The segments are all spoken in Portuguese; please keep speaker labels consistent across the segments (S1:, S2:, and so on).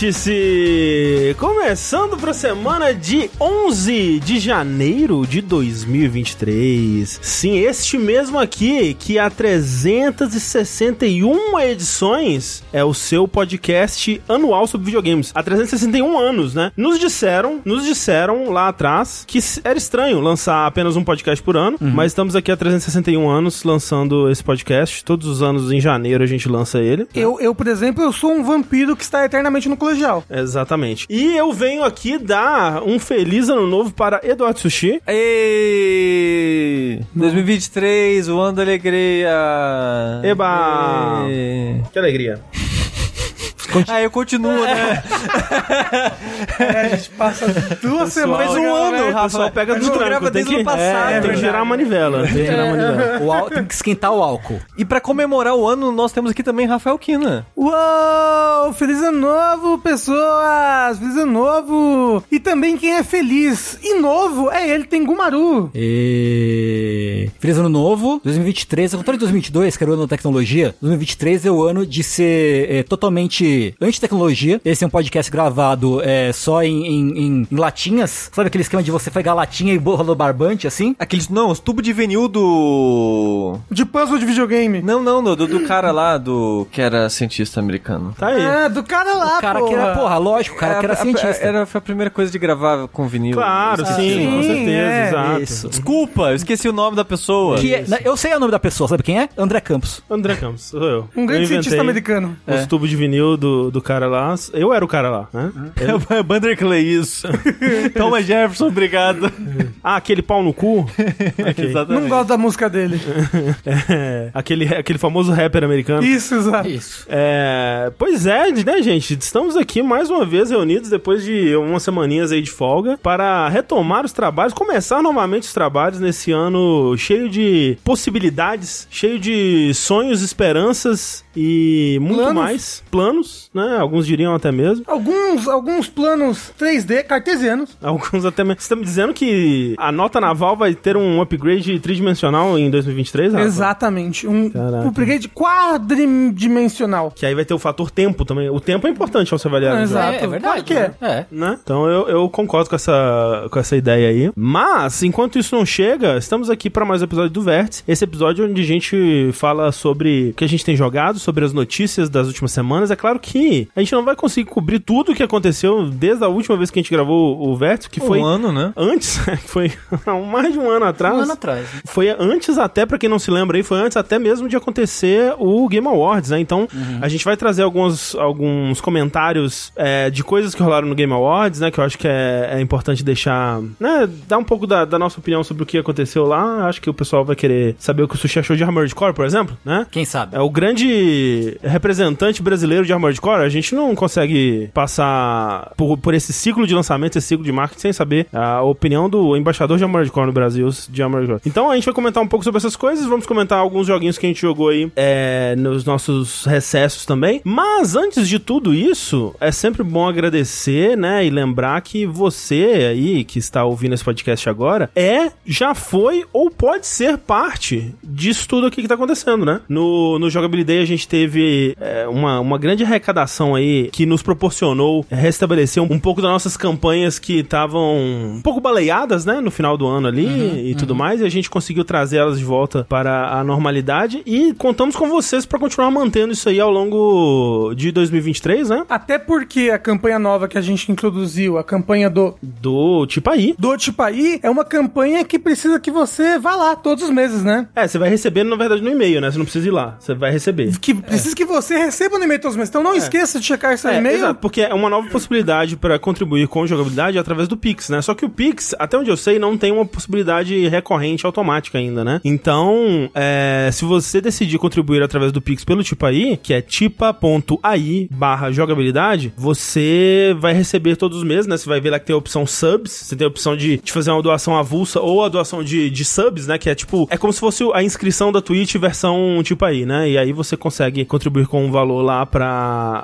S1: Vértice! Começando para a semana de 11 de janeiro de 2023. Sim, este mesmo aqui, que há 361 edições, é o seu podcast anual sobre videogames. Há 361 anos, né? Nos disseram, nos disseram lá atrás que era estranho lançar apenas um podcast por ano, mas estamos aqui há 361 anos lançando esse podcast. Todos os anos em janeiro a gente lança ele.
S2: É.
S3: Eu, eu, por exemplo, eu sou um vampiro que está eternamente no colegial.
S1: Exatamente. E eu venho aqui dar um feliz ano novo para Eduardo Sushi.
S4: Ei! 2023, o ano da alegria!
S1: Eba!
S4: Ei.
S1: Que alegria.
S4: Ah, eu continuo, né?
S3: É, a gente passa duas semanas,
S4: Mas um ano,
S2: né?
S1: O pessoal
S4: Rafa.
S1: pega
S4: a
S1: no
S4: gente
S1: tranco,
S4: grava
S1: tem
S4: desde o
S1: que,
S4: ano passado. né?
S1: é, tem que girar a manivela.
S2: Tem que, girar a manivela. O ál- tem que esquentar o álcool.
S4: E pra comemorar o ano, nós temos aqui também Rafael Kina.
S3: Uou! Feliz ano novo, pessoas! Feliz ano novo! E também quem é feliz e novo é ele, tem Gumaru.
S2: E... Feliz ano novo, 2023. Ao contrário de 2022, que era é o ano da tecnologia, 2023 é o ano de ser é, totalmente anti-tecnologia. Esse é um podcast gravado é, só em, em- em- em latinhas. Sabe aquele esquema de você pegar a latinha e borrar no barbante, assim?
S4: Aqueles. Não, os tubos de vinil do.
S3: De puzzle de videogame.
S4: Não, não, do, do cara lá do. que era cientista americano. É,
S1: Tá aí.
S3: Ah, do cara lá,
S2: é O cara
S3: porra.
S2: que era, porra, lógico, o cara que era
S1: É,
S4: a- a-
S2: cientista.
S4: Era, foi a primeira coisa de gravar com vinil. Ah,
S1: Claro,
S4: Esqueci
S1: sim,
S4: o nome.
S1: com certeza,
S3: é,
S1: exato.
S2: Isso.
S4: Desculpa, eu esqueci o nome da pessoa.
S2: Que é- eu sei o nome da pessoa, sabe quem é? André Campos.
S1: André Campos, sou eu.
S3: Um grande
S1: Eu inventei
S3: cientista americano.
S1: Os tubos de vinil do, do cara lá. Eu era o cara lá, né?
S4: É o Bander Clay, isso. Thomas Jefferson, obrigado.
S1: Ah, aquele pau no cu? Ok.
S4: Exatamente.
S3: Não gosto da música dele.
S1: É, aquele, aquele famoso rapper americano.
S3: Isso, exato.
S2: Isso.
S1: É, pois é, né, gente? Estamos aqui mais uma vez reunidos depois de umas semaninhas aí de folga para retomar os trabalhos, começar novamente os trabalhos nesse ano cheio de possibilidades, cheio de sonhos, esperanças e muito
S3: Planos.
S1: mais. Planos, né? Alguns diriam até mesmo.
S3: Alguns, alguns planos 3D cartesianos.
S1: Alguns até mesmo. Vocês estão me dizendo que a nota naval vai ter um upgrade tridimensional em 2023, Rafa?
S3: Exatamente. Um
S1: Tá, Caraca.
S3: upgrade quadridimensional.
S1: Que aí vai ter o fator tempo também. O tempo é importante ao se avaliar.
S3: Não,
S1: o jogo.
S3: exato.
S2: É, é
S3: Claro
S2: verdade.
S3: que é.
S2: né? É.
S1: né? Então eu, eu concordo com essa, com essa ideia aí. Mas, enquanto isso não chega, estamos aqui para mais um episódio do Vértice. Esse episódio é onde a gente fala sobre o que a gente tem jogado, sobre as notícias das últimas semanas. É claro que a gente não vai conseguir cobrir tudo o que aconteceu desde a última vez que a gente gravou o Vértice, que foi
S4: Um ano, né?
S1: antes, foi há mais de um ano atrás.
S2: Um ano atrás.
S1: Foi antes até, pra quem não se lembra aí, foi antes até mesmo de acontecer o Game Awards, né? Então,
S2: Uhum.
S1: a gente vai trazer alguns, alguns comentários é, de coisas que rolaram no Game Awards, né? Que eu acho que é, é importante deixar, né? Dar um pouco da, da nossa opinião sobre o que aconteceu lá. Acho que o pessoal vai querer saber o que o Sushi achou de Armored Core, por exemplo, né?
S2: Quem sabe?
S1: É o grande representante brasileiro de Armored Core. A gente não consegue passar por, por esse ciclo de lançamento, esse ciclo de marketing, sem saber a opinião do embaixador de Armored Core no Brasil, de Armored Core. Então a gente vai comentar um pouco sobre essas coisas, vamos comentar alguns joguinhos que a gente jogou aí é, nos nossos recessos também. Mas antes de tudo isso, é sempre bom agradecer, né, e lembrar que você aí que está ouvindo esse podcast agora é, já foi ou pode ser parte disso tudo aqui que tá acontecendo, né? No, no Jogabilidade a gente teve é, uma, uma grande arrecadação aí que nos proporcionou restabelecer um, um pouco das nossas campanhas que estavam um pouco baleadas, né? No final do ano ali e tudo mais. E a gente conseguiu trazer elas de volta para a normalidade. E contamos com vocês para continuar mantendo isso aí ao longo de 2023, né?
S3: Até porque a campanha nova que a gente introduziu, a campanha do
S1: Do tipo aí.
S3: do Tipaí, é uma campanha que precisa que você vá lá todos os meses, né?
S1: É, você vai recebendo, na verdade, no e-mail, né? Você não precisa ir lá. Você vai receber.
S3: Que precisa que você receba no e-mail todos os meses. Então não esqueça de checar esse
S1: É,
S3: e-mail.
S1: exato, porque é uma nova possibilidade para contribuir com jogabilidade através do Pix, né? Só que o Pix, até onde eu sei, não tem uma possibilidade recorrente automática ainda, né? Então, é, se você decidir contribuir através do Pix pelo Tipaí, que é tipa.ai barra jogabilidade, você vai receber todos os meses, né? Você vai ver lá que tem a opção subs, você tem a opção de, de fazer uma doação avulsa ou a doação de, de subs, né? Que é tipo, é como se fosse tipo, a inscrição da Twitch versão Tipaí, né? E aí você consegue contribuir com um valor lá pra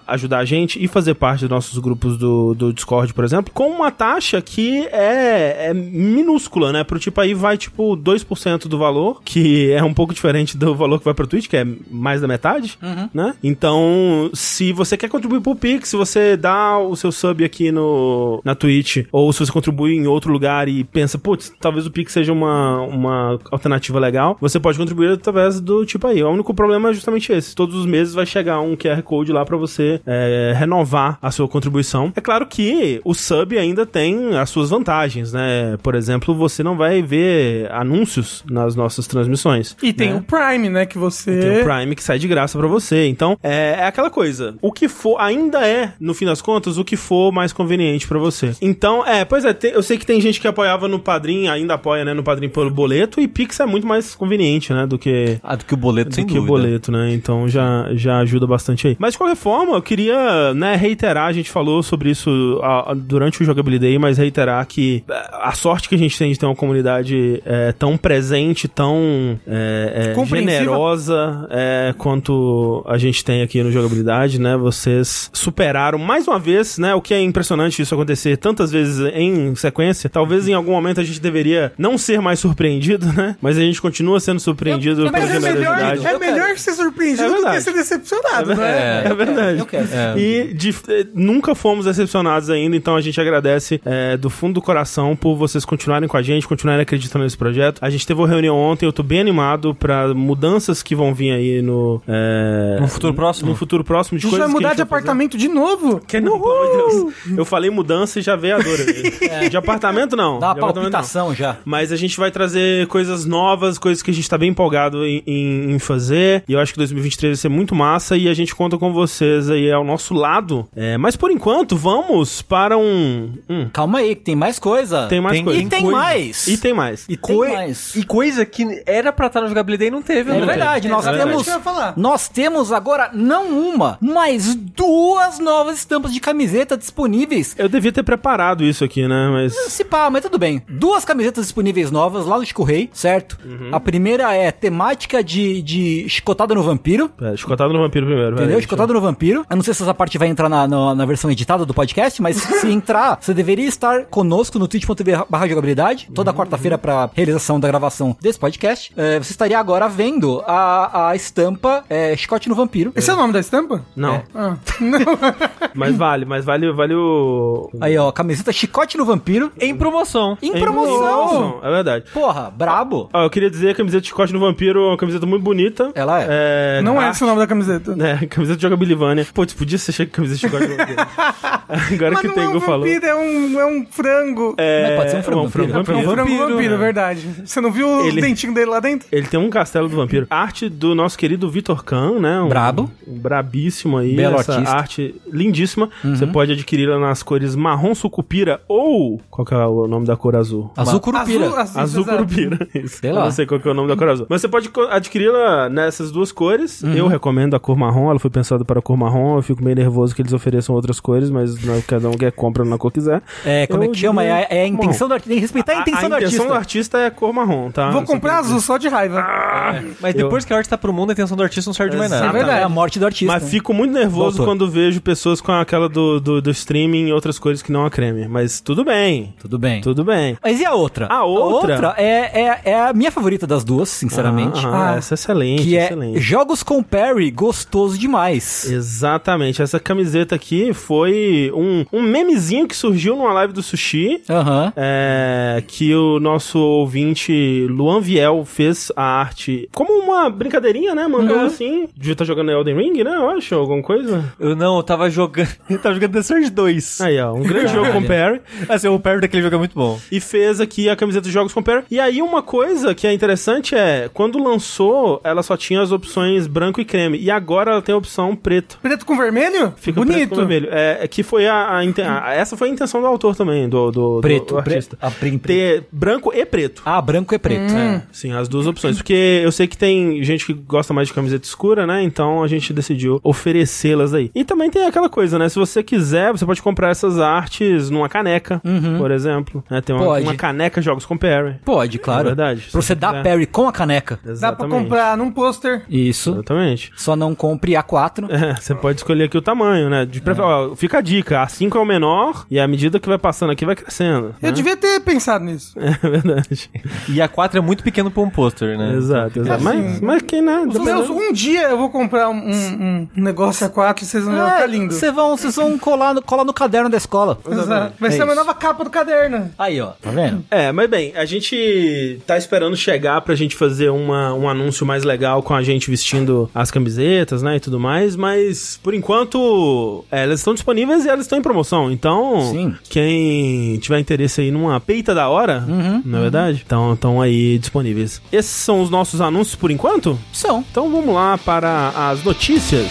S1: a ajudar a gente e fazer parte dos nossos grupos do, do Discord, por exemplo, com uma taxa que é, é minúscula, né? Pro tipo aí vai tipo 2% do valor, que é um pouco diferente do valor que vai pro Twitch, que é mais da metade, né? Então, se você quer contribuir pro Pix, se você dá o seu sub aqui no, na Twitch, ou se você contribui em outro lugar e pensa, putz, talvez o Pix seja uma, uma alternativa legal, você pode contribuir através do tipo aí. O único problema é justamente esse. Todos os meses vai chegar um QR Code lá pra você é, renovar a sua contribuição. É claro que o sub ainda tem as suas vantagens, né? Por exemplo, você não vai ver anúncios nas nossas transmissões.
S3: E tem
S1: né?
S3: o Prime, né? Que você.
S1: Tem o Prime que sai de graça pra você. Então, é, é aquela coisa. O que for, ainda é, no fim das contas, o que for mais conveniente pra você. Então, é, pois é, te- eu sei que tem gente que apoiava no Padrim, ainda apoia, né, no Padrim pelo boleto, e Pix é muito mais conveniente, né, do que
S4: Ah, do que o boleto,
S1: do
S4: sem
S1: que
S4: dúvida.
S1: boleto, né? Então já, já ajuda bastante aí. Mas de qualquer forma, eu queria né, reiterar, a gente falou sobre isso ah, ah, durante o Jogabilidade, aí, mas reiterar que eh, a sorte que a gente tem de ter uma comunidade eh, tão presente, tão eh, eh,
S3: Compreensiva.
S1: generosa eh, quanto a gente tem aqui no Jogabilidade, né? Vocês superaram mais uma vez, né? O que é impressionante isso acontecer tantas vezes em sequência. Talvez em algum momento a gente deveria não ser mais surpreendido, né? Mas a gente continua sendo surpreendido
S2: Eu- eu-
S1: pela
S3: Mas é melhor,
S1: generosidade.
S3: é
S2: Eu quero.
S3: melhor ser surpreendido
S1: É
S3: do que
S1: verdade.
S3: ser decepcionado,
S1: É
S3: né?
S1: É verdade.
S2: Eu quero.
S4: É.
S1: E de- eh, nunca fomos decepcionados ainda, então a gente agradece eh, do fundo do coração por vocês continuarem com a gente, continuarem acreditando nesse projeto. A gente teve uma reunião ontem, eu tô bem animado pra mudanças que vão vir aí no. eh,
S4: No futuro próximo?
S1: No futuro próximo de
S3: A gente
S1: coisas
S3: vai
S1: que
S3: mudar
S1: a gente
S3: de
S1: vai fazer.
S3: apartamento de novo?
S1: Que não, pelo amor de Deus. Eu falei mudança e já veio a dor. ali. De apartamento, não.
S2: Dá uma
S1: De apartamento, não.
S2: palpitação já.
S1: Mas a gente vai trazer coisas novas, coisas que a gente tá bem empolgado em, em- em fazer. E eu acho que 2023 vai ser muito massa e a gente conta com vocês aí ao nosso lado. É, mas por enquanto, vamos para um. Hum,
S2: Calma aí, que tem mais coisa.
S1: tem mais
S4: Tem-
S1: coisa.
S2: E tem
S4: coisa.
S2: mais.
S1: E tem mais.
S2: E
S4: Coi-
S2: tem mais.
S4: E coisa que era pra estar no jogabilidade e não teve,
S2: É
S4: né?
S2: verdade, nós
S3: É verdade.
S2: temos.
S3: É isso que eu ia falar.
S2: Nós temos agora não uma, mas duas novas estampas de camiseta disponíveis.
S1: Eu devia ter preparado isso aqui, né? Mas.
S2: Se pá, mas tudo bem. Duas camisetas disponíveis novas lá no Chico Rei, certo?
S3: Uhum.
S2: A primeira é temática de, de chicotada no vampiro.
S1: Pera, chicotado no vampiro primeiro,
S2: Entendeu?
S1: peraí,
S2: Chicotado no Vampiro. Eu não sei se essa parte vai entrar na, na, na versão editada do podcast, mas se entrar, você deveria estar conosco no twitch.tv barra jogabilidade, toda quarta-feira pra realização da gravação desse podcast. É, você estaria agora vendo a, a estampa é, Chicote no Vampiro.
S3: Esse é o nome da estampa?
S1: Não,
S2: É.
S3: Ah, não.
S1: mas vale, mas vale, vale o.
S2: Aí, ó, camiseta Chicote no Vampiro
S4: Em promoção.
S2: em
S1: É
S2: promoção.
S1: promoção, É verdade.
S2: Porra, brabo.
S1: Ó, eu queria dizer que a camiseta de chicote no vampiro é uma camiseta muito bonita.
S2: Ela é.
S1: é
S3: não é
S1: arte-
S3: esse o nome da camiseta.
S1: É, camiseta de jogabilivânia. Pô, tu podia ser cheio de camiseta de jogabilivânia. Agora
S3: Mas
S1: que o
S3: não é
S1: Tengu
S3: um
S1: falou.
S3: vampiro, é um, é um frango.
S1: É,
S2: Mas pode ser um frango
S1: é
S2: vampiro.
S3: É um frango
S4: vampiro,
S3: vampiro,
S4: né?
S3: verdade. Você não viu o
S1: Ele-
S3: dentinho dele lá dentro?
S1: Ele tem um castelo
S3: Uhum.
S1: do vampiro. Arte do nosso querido Vitor Kahn, né? Um,
S2: Brabo.
S1: Um brabíssimo aí.
S2: Belo
S1: essa
S2: artista. Uhum.
S1: arte lindíssima. Você pode adquiri-la nas cores marrom sucupira ou... Qual que é o nome da cor Ah, azul?
S2: Azul Curupira.
S3: Azul, azul,
S1: Azul
S3: exato.
S1: curupira. Isso.
S2: Sei
S1: Eu
S2: lá.
S1: Não sei qual que é o nome da cor azul. Mas você pode co- adquiri-la nessas duas cores.
S2: Uhum.
S1: Eu recomendo a cor marrom. Ela foi pensada para a cor marrom. Eu fico meio nervoso que eles ofereçam outras cores, mas não, cada um quer compra na cor que quiser.
S2: É, como é
S1: Eu
S2: que chama? É, a- é a
S1: digo
S2: intenção do artista. Tem que respeitar a, intenção do artista.
S1: intenção do artista é cor marrom, tá?
S3: Vou
S1: Não sei
S3: comprar
S1: que-
S3: azul só de raiva.
S1: Ah.
S4: Mas
S1: Eu-
S4: depois que a arte tá pro mundo, a intenção do artista não serve de mais
S2: É
S4: nada.
S1: Exatamente.
S2: verdade, é a morte do artista.
S1: Mas fico muito nervoso
S2: Voltou.
S1: quando vejo pessoas com aquela do, do, do streaming e outras cores que não a creme. Mas tudo bem,
S2: Tudo bem.
S1: tudo bem.
S2: Mas e a outra?
S1: A outra?
S2: é, é, é a minha favorita das duas, sinceramente.
S1: Ah, ah,
S3: Ah,
S1: essa é excelente,
S2: que é
S1: excelente.
S2: Jogos com Parry Gostoso Demais.
S1: Exatamente, essa camiseta aqui foi um, um memezinho que surgiu numa live do Sushi.
S2: Aham.
S1: é, que o nosso ouvinte Luan Viel fez a arte como uma brincadeirinha, né? Mandou assim. Devia estar jogando Elden Ring, né? Eu acho, alguma coisa.
S4: Eu não, eu tava jogando. Eu tava jogando The Surge 2.
S1: Aí, ó, um grande jogo com
S2: Caralho.
S1: Perry.
S4: Assim, o Perry daquele jogo é muito bom.
S1: E fez aqui a camiseta dos jogos com Perry. E aí, uma coisa que é interessante é, quando lançou, ela só tinha as opções branco e creme. E agora ela tem a opção preto.
S3: Preto com vermelho?
S1: Fica preto com vermelho. É, é que foi a, a inten- a- Essa foi a intenção do autor também, do, do, do-
S2: Preto,
S1: do
S2: preto.
S1: artista.
S2: Ah, prim- prim-
S1: Ter branco e preto.
S2: Ah, branco e preto. É.
S1: Sim, as duas opções. Porque eu sei que tem gente que gosta mais de camiseta escura, né? Então a gente decidiu oferecê-las aí. E também tem aquela coisa, né? Se você quiser, você pode comprar essas artes numa caneca, por exemplo. né? Tem uma,
S2: Uhum. Pode.
S1: uma caneca Jogos com Perry.
S2: Pode, claro.
S1: É verdade.
S2: Pra você
S1: Se
S2: dar
S1: quiser.
S2: parry com a caneca.
S3: Dá pra
S1: Exatamente.
S3: comprar num pôster.
S2: Isso.
S1: Exatamente.
S2: Só não compre A4.
S1: É, Você pode escolher aqui o tamanho, né? De
S2: É.
S1: prefer- ó, fica a dica, a 5 é o menor e à medida que vai passando aqui vai crescendo.
S3: Eu devia ter pensado nisso.
S1: Né? É verdade.
S4: E a 4 é muito pequeno pra um pôster,
S1: É.
S4: né?
S1: Exato, exato.
S3: assim,
S1: mas, mas quem né? não.
S3: Os meus, um dia eu vou comprar um, um- um negócio a quatro, vocês vão ver,
S1: É, tá
S3: vai ficar lindo.
S2: Vocês vão, vocês vão colar, no, colar no caderno da escola.
S3: Exato. Vai ser uma nova capa do caderno.
S2: Aí, ó, tá vendo?
S1: É, mas bem, a gente tá esperando chegar pra gente fazer uma, um anúncio mais legal com a gente vestindo as camisetas, né, e tudo mais, mas por enquanto é, elas estão disponíveis e elas estão em promoção, então
S2: Sim.
S1: quem tiver interesse aí numa peita da hora,
S3: Uhum.
S1: na verdade, estão tão aí disponíveis. Esses são os nossos anúncios por enquanto,
S2: São.
S1: então vamos lá para as notícias.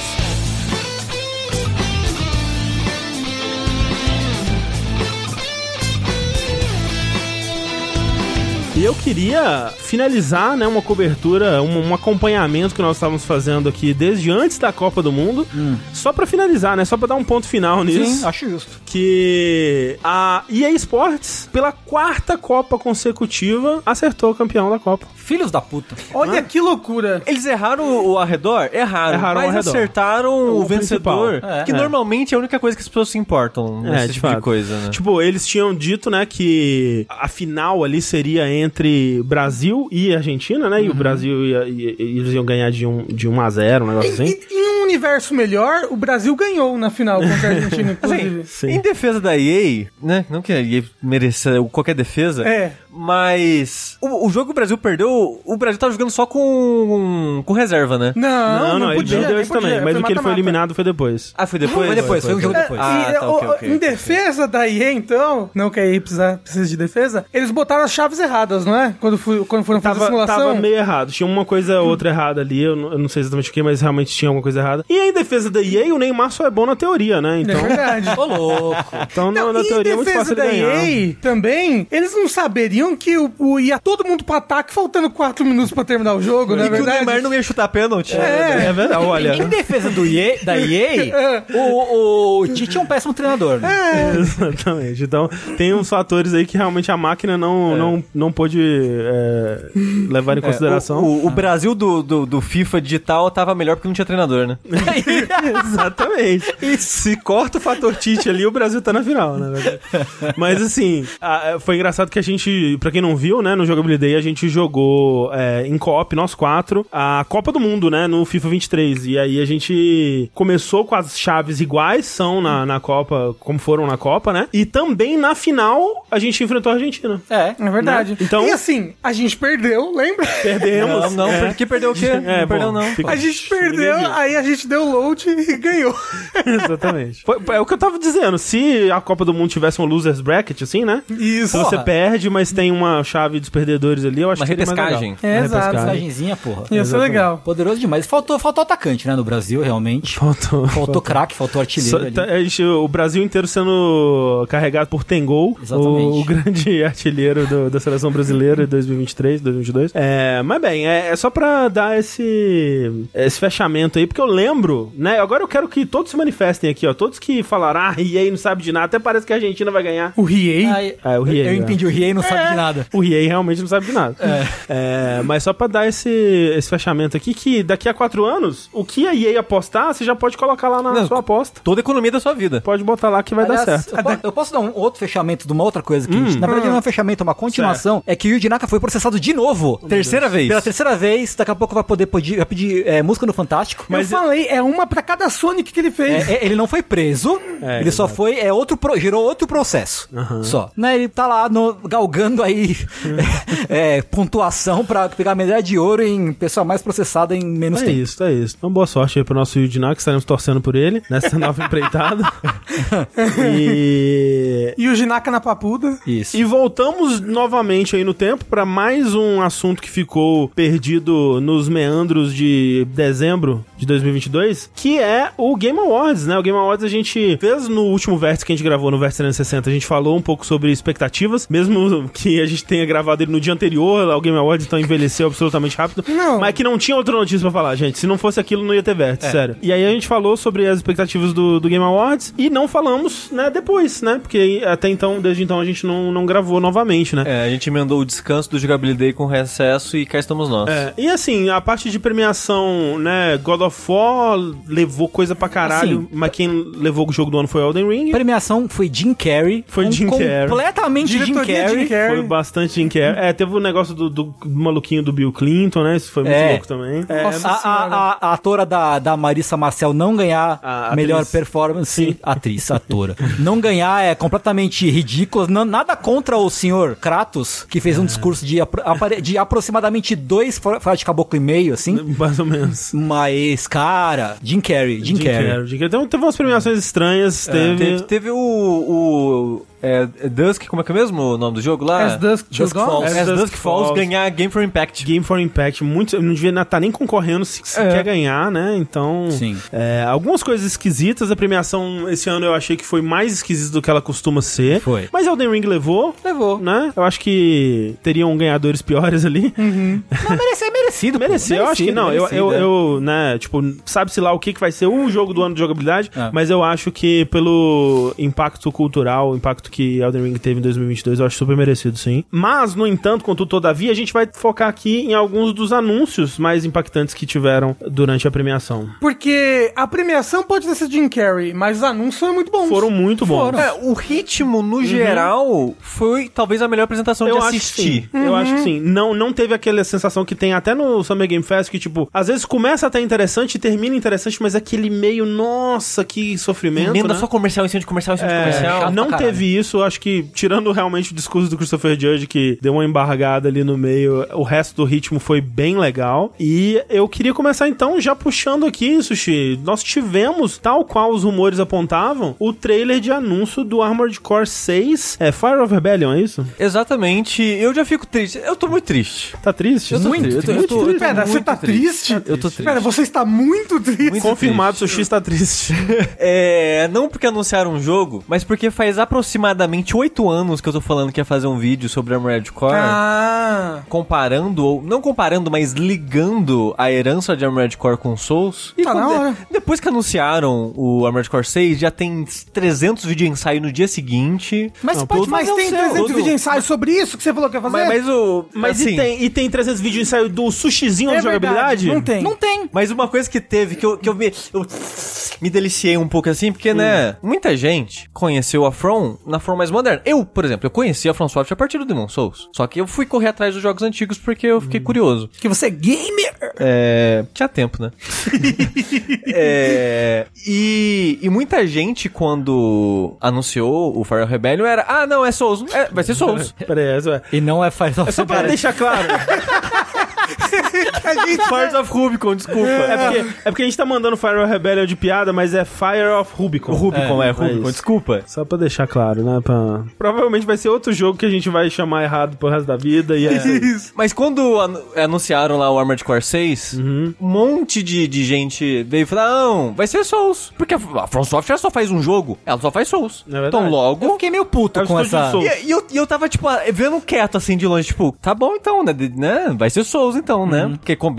S1: E eu queria finalizar, né, uma cobertura, um, um acompanhamento que nós estávamos fazendo aqui desde antes da Copa do Mundo, só pra finalizar, né, só pra dar um ponto final nisso
S2: Sim, acho justo.
S1: que a EA Sports, pela quarta Copa consecutiva, acertou o campeão da Copa.
S2: Filhos da puta.
S3: Olha
S1: Né?
S3: que loucura.
S4: Eles erraram o arredor? Erraram.
S1: Erraram o
S4: mas
S1: arredor.
S4: acertaram o,
S1: O
S4: vencedor.
S1: principal.
S2: É.
S4: que
S1: É.
S4: normalmente é a única coisa que as pessoas se importam.
S1: É,
S4: nesse
S1: de
S4: tipo
S1: fato.
S4: de coisa, né?
S1: Tipo, eles tinham dito, né, que a final ali seria entre Brasil e Argentina, né? E
S4: Uhum.
S1: o Brasil ia, ia- eles iam ganhar de 1 um, de um a 0, um negócio
S3: Em,
S1: assim.
S3: em- em um universo melhor, o Brasil ganhou na final contra a Argentina, inclusive.
S4: Assim, em defesa da EA, né? Não que a EA mereça qualquer defesa.
S3: É.
S4: Mas o, o jogo que o Brasil perdeu, o Brasil tava jogando só com, com reserva, né?
S3: Não, não,
S1: ele
S3: podia.
S1: deu
S3: nem
S1: isso
S3: podia,
S1: também, mas o que ele foi
S3: mata-mata.
S1: eliminado foi depois.
S4: Ah, foi depois?
S2: Foi depois, foi um jogo
S3: É,
S2: depois.
S4: Ah,
S3: e,
S4: tá,
S3: o-
S4: ok, ok,
S3: em
S4: ok.
S3: defesa da EA, então, não que a EA precisa, precisa de defesa, eles botaram as chaves erradas, não é? Quando, fui- quando foram fazer a
S1: Tava,
S3: simulação.
S1: tava meio errado. Tinha uma coisa ou outra errada ali. Eu não, eu não sei exatamente o que, mas realmente tinha alguma coisa errada. E em defesa da EA, o Neymar só é bom na teoria, né?
S3: É
S1: Então,
S3: verdade.
S2: Ô, louco.
S1: então na-
S3: Não,
S1: na
S3: e em
S1: teoria é muito
S3: defesa
S1: fácil ele
S3: da
S1: ganhar.
S3: EA também, eles não saberiam que o, o- ia todo mundo pro ataque faltando 4 minutos pra terminar o jogo, não é
S4: E que o
S3: verdade?
S4: Neymar não ia chutar pênalti. né?
S1: É verdade, olha.
S2: Em defesa do EA, da EA, o, o Tite é um péssimo treinador, né?
S1: Exatamente. Então, tem uns fatores aí que realmente a máquina não, não, não pôde é, levar em consideração.
S4: O, o Brasil do, do, do FIFA digital tava melhor porque não tinha treinador, né?
S1: Exatamente. E se corta o fator Tite ali, o Brasil tá na final, né? velho? Mas assim, a- foi engraçado que a gente, pra quem não viu, né, no Jogabilidade, a gente jogou é, em co-op, nós quatro, a Copa do Mundo, né, no FIFA 23. E aí a gente começou com as chaves iguais, são na, na Copa, como foram na Copa, né? E também na final a gente enfrentou a Argentina.
S2: É.
S3: É verdade.
S1: Né? Então-
S3: E assim, a gente perdeu, lembra?
S1: Perdemos.
S4: Não, não,
S1: É.
S4: porque perdeu o quê?
S1: É,
S4: não perdeu,
S1: bom,
S4: não.
S1: fica-
S3: A gente
S1: Ninguém
S3: perdeu,
S1: viu.
S3: aí a gente deu load e ganhou.
S1: Exatamente. Foi- é o que eu tava dizendo. Se a Copa do Mundo tivesse um losers bracket, assim, né? Se
S3: Isso.
S1: você
S2: Porra.
S1: perde, mas tem uma chave dos perdedores ali, eu acho
S4: Uma
S1: que seria mais legal.
S4: repescagem.
S3: É,
S1: Uma
S3: exato.
S1: repescagem.
S2: Mensagenzinha, porra.
S3: Ia ser legal.
S2: Poderoso demais. Faltou, faltou atacante, né, no Brasil, realmente.
S1: Faltou.
S2: Faltou craque, faltou artilheiro
S1: Só-
S2: ali.
S1: tá- a gente- o Brasil inteiro sendo carregado por Tengol,
S2: Exatamente.
S1: o, o grande artilheiro do- da seleção brasileira de 2023, 2022. É, mas bem, é, é só pra dar esse, esse fechamento aí, porque eu lembro, né? Agora eu quero que todos se manifestem aqui, ó. Todos que falaram, ah, e aí não sabe de nada, até parece que a Argentina vai ganhar.
S3: O Riei?
S2: Ai,
S1: É, o Riei,
S2: eu
S1: é.
S2: entendi, o Riei não sabe de nada.
S1: O EA realmente não sabe de nada. É, mas só pra dar esse, esse fechamento aqui, que daqui a quatro anos, o que a EA apostar, você já pode colocar lá na
S4: Não,
S1: sua aposta.
S4: Toda a economia da sua vida.
S1: Pode botar lá que vai dar
S2: Aliás,
S1: certo. Hum.
S2: Eu, po- eu posso dar um outro fechamento de uma outra coisa que a gente, na verdade não é um fechamento, é uma continuação, é que o Yuji Naka foi processado de novo.
S4: Terceira vez.
S2: Pela terceira vez, daqui a pouco vai poder pedir, vai pedir é, música no Fantástico.
S3: eu falei, é uma pra cada Sonic que ele fez.
S2: É, é, ele não foi preso,
S1: É,
S2: ele só foi, é outro, pro- gerou outro processo. Só. Né, ele tá lá no- galgando aí é, pontuação pra pegar medalha de ouro em pessoa mais processada em menos
S1: É
S2: tempo.
S1: isso, é isso. Então, boa sorte aí pro nosso Yudiná, que estaremos torcendo por ele nessa nova empreitada. e.
S3: E o Jinaka na papuda.
S2: Isso.
S1: é- E voltamos novamente aí no tempo pra mais um assunto que ficou perdido nos meandros de dezembro de 2022, que é o Game Awards, né? O Game Awards a gente fez no último vértice que a gente gravou, no vértice 360, a gente falou um pouco sobre expectativas, mesmo que que a gente tenha gravado ele no dia anterior, o Game Awards então envelheceu absolutamente rápido.
S3: Não.
S1: Mas É que não tinha outra notícia pra falar, gente. Se não fosse aquilo, não ia ter
S2: É.
S1: vértice, sério. E aí a gente falou sobre as expectativas do, do Game Awards e não falamos, né, depois, né? Porque até então, desde então, a gente não, não gravou novamente, né?
S4: É, a gente emendou o descanso do Jogabilidade com o recesso e cá estamos nós.
S1: É, e assim, a parte de premiação, né? God of War levou coisa pra caralho,
S2: Assim,
S1: mas quem levou o jogo do ano foi Elden Ring.
S2: Premiação foi Jim Carrey.
S1: Foi
S2: com
S1: Jim Carrey.
S2: Completamente Jim
S3: Diretoria
S2: Carrey.
S3: Jim Carrey.
S1: Foi bastante Jim Carrey. É, teve o negócio do, do maluquinho do Bill Clinton, né? Isso foi muito
S2: É.
S1: louco também.
S2: É,
S3: Nossa
S2: a, a,
S3: Senhora.
S2: a- a atora da, da Marissa Marcel não ganhar
S1: A
S2: melhor
S1: atriz.
S2: performance.
S1: Sim.
S2: Atriz, atora. não ganhar é completamente ridículo. Não- nada contra o senhor Kratos, que fez um discurso de, apro- apare- de aproximadamente dois fora fora de caboclo e meio, assim.
S1: Mais ou menos.
S2: Mas, cara, Jim Carrey, Jim, Carrey. É,
S1: Jim Carrey. Então, teve umas premiações estranhas, teve...
S4: É, Teve, teve o. o é, Dusk, como é que é mesmo o nome do jogo lá?
S3: As Dusk Till Dawn?
S4: Falls.
S1: As
S4: As
S1: Dusk
S4: Dusk Falls
S1: Falls.
S4: ganhar Game for Impact.
S1: Game for Impact, muito, não devia estar nem concorrendo se, se
S4: É.
S1: quer ganhar, né? Então,
S2: Sim.
S1: é, algumas coisas esquisitas. A premiação esse ano eu achei que foi mais esquisita do que ela costuma ser.
S2: Foi.
S1: Mas Elden Ring levou,
S2: Levou.
S1: né? Eu acho que teriam ganhadores piores ali.
S4: Uhum.
S2: Não, merece, é merecido. pô.
S1: Merecer, eu acho que não. Eu, eu,
S2: merecido, é.
S1: eu, né, tipo, sabe-se lá o que, que vai ser o jogo do ano de jogabilidade,
S2: É.
S1: mas eu acho que pelo impacto cultural, o impacto que Elden Ring teve em 2022, eu acho super merecido, sim. Mas, no entanto, contudo, todavia, a gente vai focar aqui em alguns dos anúncios mais impactantes que tiveram durante a premiação.
S3: Porque a premiação pode ter sido Jim Carrey, mas os anúncios são muito bons.
S1: Foram muito bons.
S3: Foram.
S1: É,
S4: É, o ritmo, no geral, foi talvez a melhor apresentação
S1: Uhum. Eu
S4: de
S1: acho, que
S4: assistir.
S1: sim. eu acho que sim. Não, não teve aquela sensação que tem até no Summer Game Fest, que, tipo, às vezes começa até interessante e termina interessante, mas é aquele meio, nossa, que sofrimento.
S4: Emenda
S1: né?
S4: é só comercial em cima de comercial em cima de
S1: É,
S4: comercial.
S1: não
S2: pra
S1: teve isso, acho que tirando realmente o discurso do Christopher Judge que deu uma embargada ali no meio, o resto do ritmo foi bem legal. E eu queria começar então já puxando aqui, Sushi, nós tivemos, tal qual os rumores apontavam, o trailer de anúncio do Armored Core 6, é Fire of Rebellion, é isso?
S4: Exatamente. Eu já fico triste. Eu tô muito triste.
S1: Tá triste?
S4: Eu tô
S1: Muito
S4: triste, eu tô- eu
S1: triste.
S4: tô- eu tô-
S3: Pera, você
S4: muito
S3: tá triste?
S4: triste. Eu tô
S3: Pera,
S4: triste.
S3: você está muito triste.
S4: Muito
S1: Confirmado, Sushi está triste.
S4: É, não porque anunciaram um jogo, mas porque faz aproximadamente oito anos que eu tô falando que ia fazer um vídeo sobre Armored Core.
S3: Ah.
S4: Comparando, ou não comparando, mas ligando a herança de Armored Core com Souls. E
S3: Tá na
S4: quando-
S3: hora.
S4: depois que anunciaram o Armored Core 6, já tem 300 vídeo ensaio no dia seguinte.
S3: Mas é.
S1: Não,
S3: pode
S1: todo-
S3: mas
S4: Mas
S3: tem
S4: não sei,
S3: 300
S4: outro-
S3: vídeos de ensaio sobre isso que você falou que ia fazer?
S4: Mas, mas o.
S1: Mas e,
S4: assim,
S1: tem, e tem 300 vídeos de ensaio do sushizinho
S3: É
S1: de jogabilidade?
S3: verdade, Não tem.
S2: Não tem.
S4: Mas uma coisa que teve, que eu, que eu me. eu me deliciei um pouco assim, porque, né? Muita gente conheceu a From na forma mais moderna. Eu, por exemplo, eu conheci a From Soft a partir do Demon Souls. Só que eu fui correr atrás dos jogos antigos porque eu fiquei curioso.
S3: Que você é gamer.
S4: É. Tinha tempo, né? é. E, e muita gente, quando anunciou o Fire Rebellion, era. Ah, não, é Souls. É, vai ser Souls.
S1: Peraí, é só-
S2: E não é Fire of
S1: é só pra
S2: Rebellion.
S1: deixar claro.
S3: A gente...
S4: Fires of Rubicon, desculpa.
S1: É porque, é porque a gente tá mandando Fire of Rebellion de piada, mas é Fire of Rubicon.
S4: O Rubicon, é, Rubicon,
S1: isso.
S4: desculpa.
S1: Só pra deixar claro, né? pra- Provavelmente vai ser outro jogo que a gente vai chamar errado pro resto da vida e é isso aí.
S4: Mas quando anu- anunciaram lá o Armored Core 6, um monte de, de gente veio falar, não, vai ser Souls. Porque a a From Software só faz um jogo, ela só faz Souls.
S1: É verdade.
S4: então
S2: Eu
S4: logo...
S2: fiquei meio
S1: É o
S2: puto com
S1: estúdio
S2: essa...
S1: Soul.
S4: E, e eu, e eu tava, tipo, ah, vendo quieto, assim, de longe, tipo, tá bom então, né? de- né? Vai ser Souls então, né? Porque com-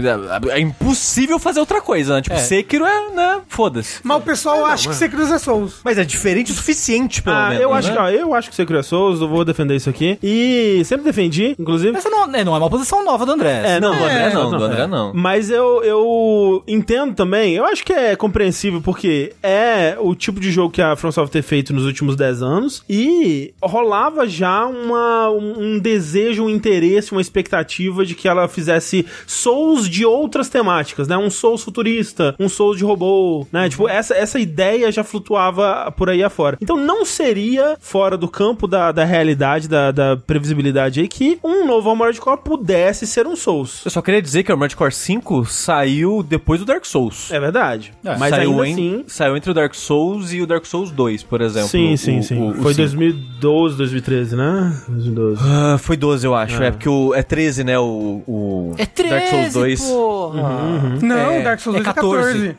S4: é, é impossível fazer outra coisa, né? Tipo,
S2: É.
S4: Sekiro é, né? Foda-se.
S3: Mas o pessoal acha que você cruza Souls.
S4: Mas é diferente o suficiente, pelo
S1: Ah,
S4: menos,
S1: eu acho,
S4: né?
S1: que, ó, eu acho que você criou Souls, eu vou defender isso aqui. E sempre defendi, inclusive. É,
S2: Essa não, é, não é uma posição nova do André.
S4: É, não, do André não, é. do André não.
S1: Mas eu, eu entendo também, eu acho que é compreensível, porque é o tipo de jogo que a FromSoft ter feito nos últimos 10 anos, e rolava já uma, um um desejo, um interesse, uma expectativa de que ela fizesse Souls de outras temáticas, né? Um Souls futurista, um Souls de robô, né? Tipo, essa, essa ideia já flutuava por aí afora. Então não seria fora do campo da, da realidade, da, da previsibilidade aí, que um novo Armored Core pudesse ser um Souls.
S4: Eu só queria dizer que o Armored Core 5 saiu depois do Dark Souls.
S1: É verdade.
S2: É,
S1: Mas
S4: saiu,
S1: ainda
S4: en-
S1: assim.
S4: saiu entre o Dark Souls e o Dark Souls 2, por exemplo.
S1: Sim,
S4: O-
S1: sim,
S4: o-
S1: sim.
S4: o- o
S1: Foi
S4: cinco.
S1: 2012, 2013, né? 2012.
S4: Ah, foi 12, eu acho. É, porque o, é 13, né? O, o Dark Souls 2.
S2: É pô.
S3: Não,
S2: É,
S3: Dark Souls
S2: é
S3: 2 é 14.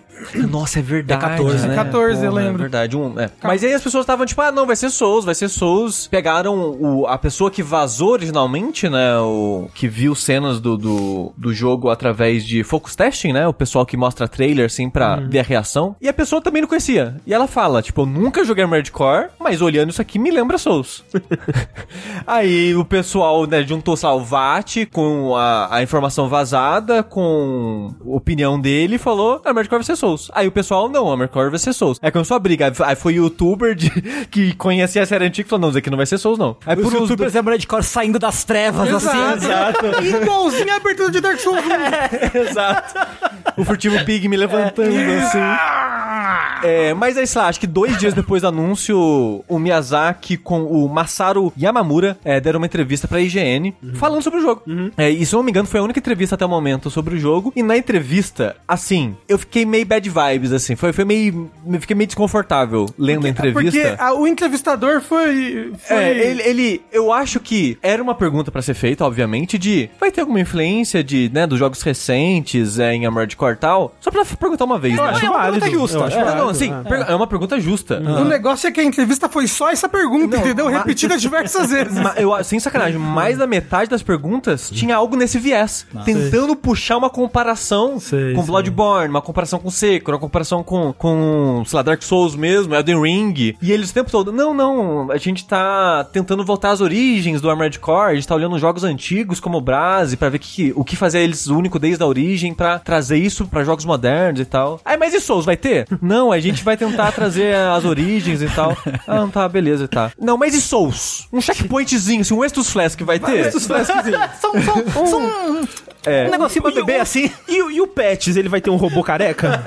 S4: Nossa, é verdade.
S2: É 14,
S4: né?
S3: é 14, eu lembro.
S4: É verdade. Um, é. Mas aí as pessoas estavam tipo, ah, não, vai ser Souls, vai ser Souls. Pegaram o, a pessoa que vazou originalmente, né? O, que viu cenas do, do, do jogo através de focus testing, né? O pessoal que mostra trailer, assim, pra
S1: Uhum.
S4: ver a reação. E a pessoa também não conhecia. E ela fala, tipo, eu nunca joguei Armored Core, mas olhando isso aqui me lembra Souls. aí o pessoal, né, juntou Salvati com a, a informação vazada, com a opinião dele, e falou: Armored Core vai ser Souls. Aí o pessoal, não, Armored Core vai ser Souls. Aí começou a briga. Aí f- Aí foi youtuber de- que conhecia a série antiga e falou: não, isso aqui não vai ser Souls, não. Aí
S2: Os
S4: por uns
S2: youtubers lembram de cor saindo das trevas, assim.
S3: Exato. Igualzinho a abertura de Dark Souls 1.
S4: Exato. O furtivo pig me levantando, assim.
S3: Ah!
S4: É, mas aí, sei lá, acho que dois dias depois do anúncio, o Miyazaki com o Masaru Yamamura é, deram uma entrevista pra IGN
S3: Uhum.
S4: falando sobre o jogo. É, e se eu não me engano, foi a única entrevista até o momento sobre o jogo. E na entrevista, assim, eu fiquei meio bad vibes, assim. Foi, foi meio. eu Fiquei meio desconfortável lendo a entrevista.
S3: Porque a- o entrevistador foi. foi-
S4: É, ele, ele- eu acho que era uma pergunta pra ser feita, obviamente, de vai ter alguma influência de, né, dos jogos recentes é, em Armored Core e tal? Só pra f- perguntar uma vez, né?
S1: acho
S4: é uma pergunta
S1: válido,
S4: justa.
S1: eu acho
S4: É, não,
S1: válido,
S4: assim,
S1: é.
S4: per- é uma pergunta justa. Uhum.
S3: O negócio é que a entrevista foi só essa pergunta, entendeu? Repetida diversas vezes.
S4: Ma- eu, sem sacanagem, mais da metade das perguntas tinha algo nesse viés. Tentando puxar uma comparação
S1: Sei,
S4: com
S1: sei.
S4: Bloodborne, uma comparação com Sekiro, uma comparação com, com, sei lá, Dark Souls mesmo, Elden Ring. E eles o tempo todo, não, não, a gente tá tentando voltar às origens do Armored Core, a gente tá olhando jogos antigos como Brase pra ver que, o que fazer eles único desde a origem pra trazer isso pra jogos modernos e tal. Ah, mas e Souls, vai ter? Não, a gente vai tentar trazer as origens e tal. Ah, não, tá, beleza, tá. Não, mas e Souls? Um checkpointzinho, assim, um Estus Flask vai ter?
S2: Só um, só um- só um, um negocinho pra beber, assim.
S1: E, o- e o Pets, ele vai ter um robô careca?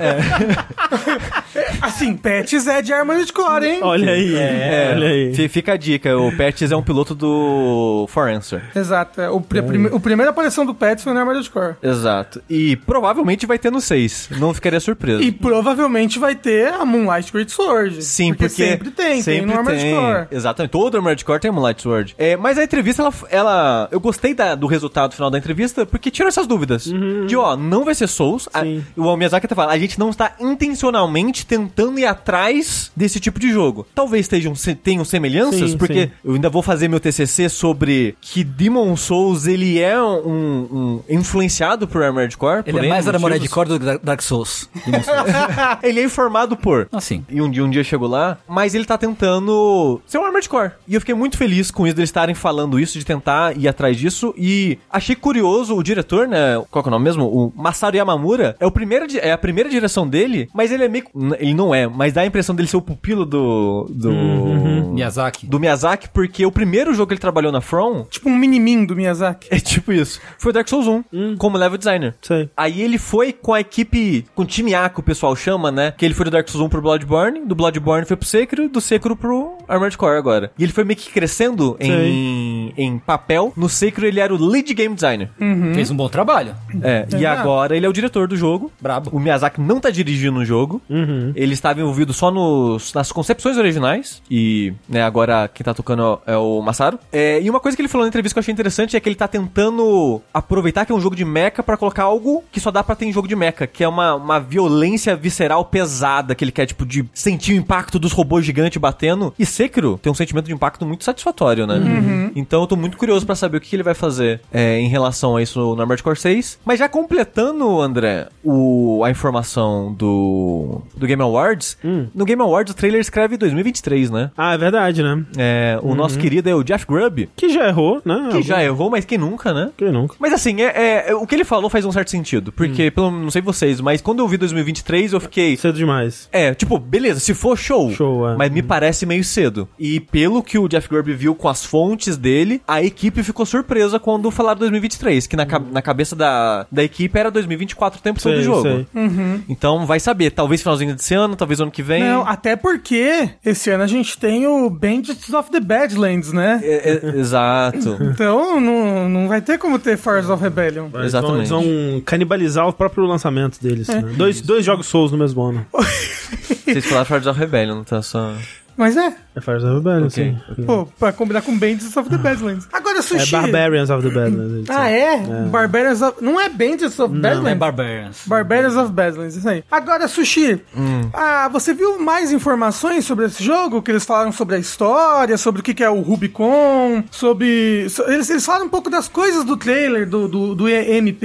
S3: Assim, Pets é de Armored Core, hein?
S1: Olha aí,
S4: É,
S1: olha aí.
S4: fi- fica a dica, o Pertis é um piloto do Forencer.
S3: Exato. é. O, pri- a prime- o primeira aparição do Pets foi no Armored Core.
S4: Exato. E provavelmente vai ter no 6. Não ficaria surpreso.
S3: E provavelmente vai ter a Moonlight Great Sword.
S4: Sim, porque,
S3: sempre tem, tem no Armored Core.
S4: Exatamente. Todo Armored Core tem Moonlight Sword. É, mas a entrevista, ela, ela- eu gostei da- do resultado final da entrevista, porque tirou essas dúvidas.
S3: Uhum.
S4: De, ó, não vai ser Souls. A-
S1: Sim.
S4: o Miyazaki até fala, a gente não está intencionalmente tentando ir atrás desse tipo de jogo. Talvez estejam, se- tenham semelhanças,
S1: Sim,
S4: porque
S1: sim.
S4: eu ainda vou fazer meu TCC sobre que Demon Souls, ele é um, um- influenciado por Armored Core.
S2: Ele
S4: por
S2: é
S4: N
S2: mais Armored
S4: motivos.
S2: Core do que Dark Souls.
S4: ele é informado por...
S2: Assim.
S4: E um dia, um dia chegou lá, mas ele tá tentando ser um Armored Core. E eu fiquei muito feliz com isso, deles estarem falando isso, de tentar ir atrás disso. E achei curioso o diretor, né? Qual que é o nome mesmo? O Masaru Yamamura. É, o primeiro, di- é a primeira direção dele, mas ele é meio. n- Ele não é, mas dá a impressão dele ser o pupilo do. Do,
S2: uhum. Miyazaki.
S4: do Miyazaki, porque o primeiro jogo que ele trabalhou na From.
S3: Tipo um mini-min do Miyazaki.
S4: É tipo isso. Foi Dark Souls 1, como level designer.
S1: Sei.
S4: Aí ele foi com a equipe, com o time A, que o pessoal chama, né? Que ele foi do Dark Souls 1 pro Bloodborne, do Bloodborne foi pro Sekiro, do Sekiro pro Armored Core agora. E ele foi meio que crescendo em, em papel. No Sekiro ele era o lead game designer.
S2: Fez um bom trabalho.
S4: É, e agora ele é o diretor do jogo.
S2: Brabo.
S4: O Miyazaki não tá dirigindo o jogo. Ele estava envolvido só nos, nas concepções originais. E, né, agora quem tá tocando é o Masaru. É, e uma coisa que ele falou na entrevista que eu achei interessante é que ele tá tentando aproveitar que é um jogo de mecha pra colocar algo que só dá pra ter em jogo de mecha, que é uma, uma violência visceral pesada, que ele quer, tipo, de sentir o impacto dos robôs gigantes batendo. E Sekiro tem um sentimento de impacto muito satisfatório, né? Então eu tô muito curioso pra saber o que que ele vai fazer é, em relação a isso no Armored Core 6. Mas já completando, André, o, a informação do, do Game Awards, no Game Awards o trailer escreve 2023, né?
S1: Ah, é verdade, né?
S4: É, o nosso querido é o Jeff Grubb,
S1: Que já errou, né?
S4: que já errou, mas que nunca, né?
S1: Quem nunca?
S4: Mas assim, é, é- o que ele falou faz um certo sentido. Porque, pelo não sei vocês, mas quando eu vi 2023, eu fiquei.
S1: Cedo demais.
S4: É, tipo, beleza, se for show.
S1: Show, é.
S4: Mas
S3: Uhum.
S4: me parece meio cedo. E pelo que o Jeff Grubb viu com as fontes dele, a equipe ficou surpresa quando falaram 2023, que na, ca- na cabeça da, da equipe era 2024 o tempo todo do
S1: Sei,
S4: jogo.
S1: sei.
S4: Então vai saber, talvez finalzinho desse ano, talvez ano que vem.
S3: Não, até porque esse ano a gente tem o Bandits of the Badlands, né?
S4: É, é, exato.
S3: Então não, não vai ter como ter Fires of Rebellion.
S1: Eles vão-
S4: Exatamente. É.
S1: Eles vão canibalizar o próprio lançamento deles. né? Dois, dois jogos Souls no mesmo ano.
S4: Vocês falaram Shards of Rebellion, tá só.
S3: Mas é,
S1: É Fires of Rebellion,
S4: Ok,
S1: sim.
S3: pô, pra combinar com Bandits of the Badlands. Agora, Olha,
S1: É
S3: Sushi.
S1: Barbarians of the né? Badlands.
S3: Ah, é? Barbarians of... Não é Bandits of
S2: É
S3: Badlands?
S2: Barbarians.
S3: Barbarians of Badlands, isso aí. Agora, Sushi, ah, você viu mais informações sobre esse jogo? Que eles falaram sobre a história, sobre o que que é o Rubicon, sobre... so- Eles, eles falaram um pouco das coisas do trailer, do, do, do EMP.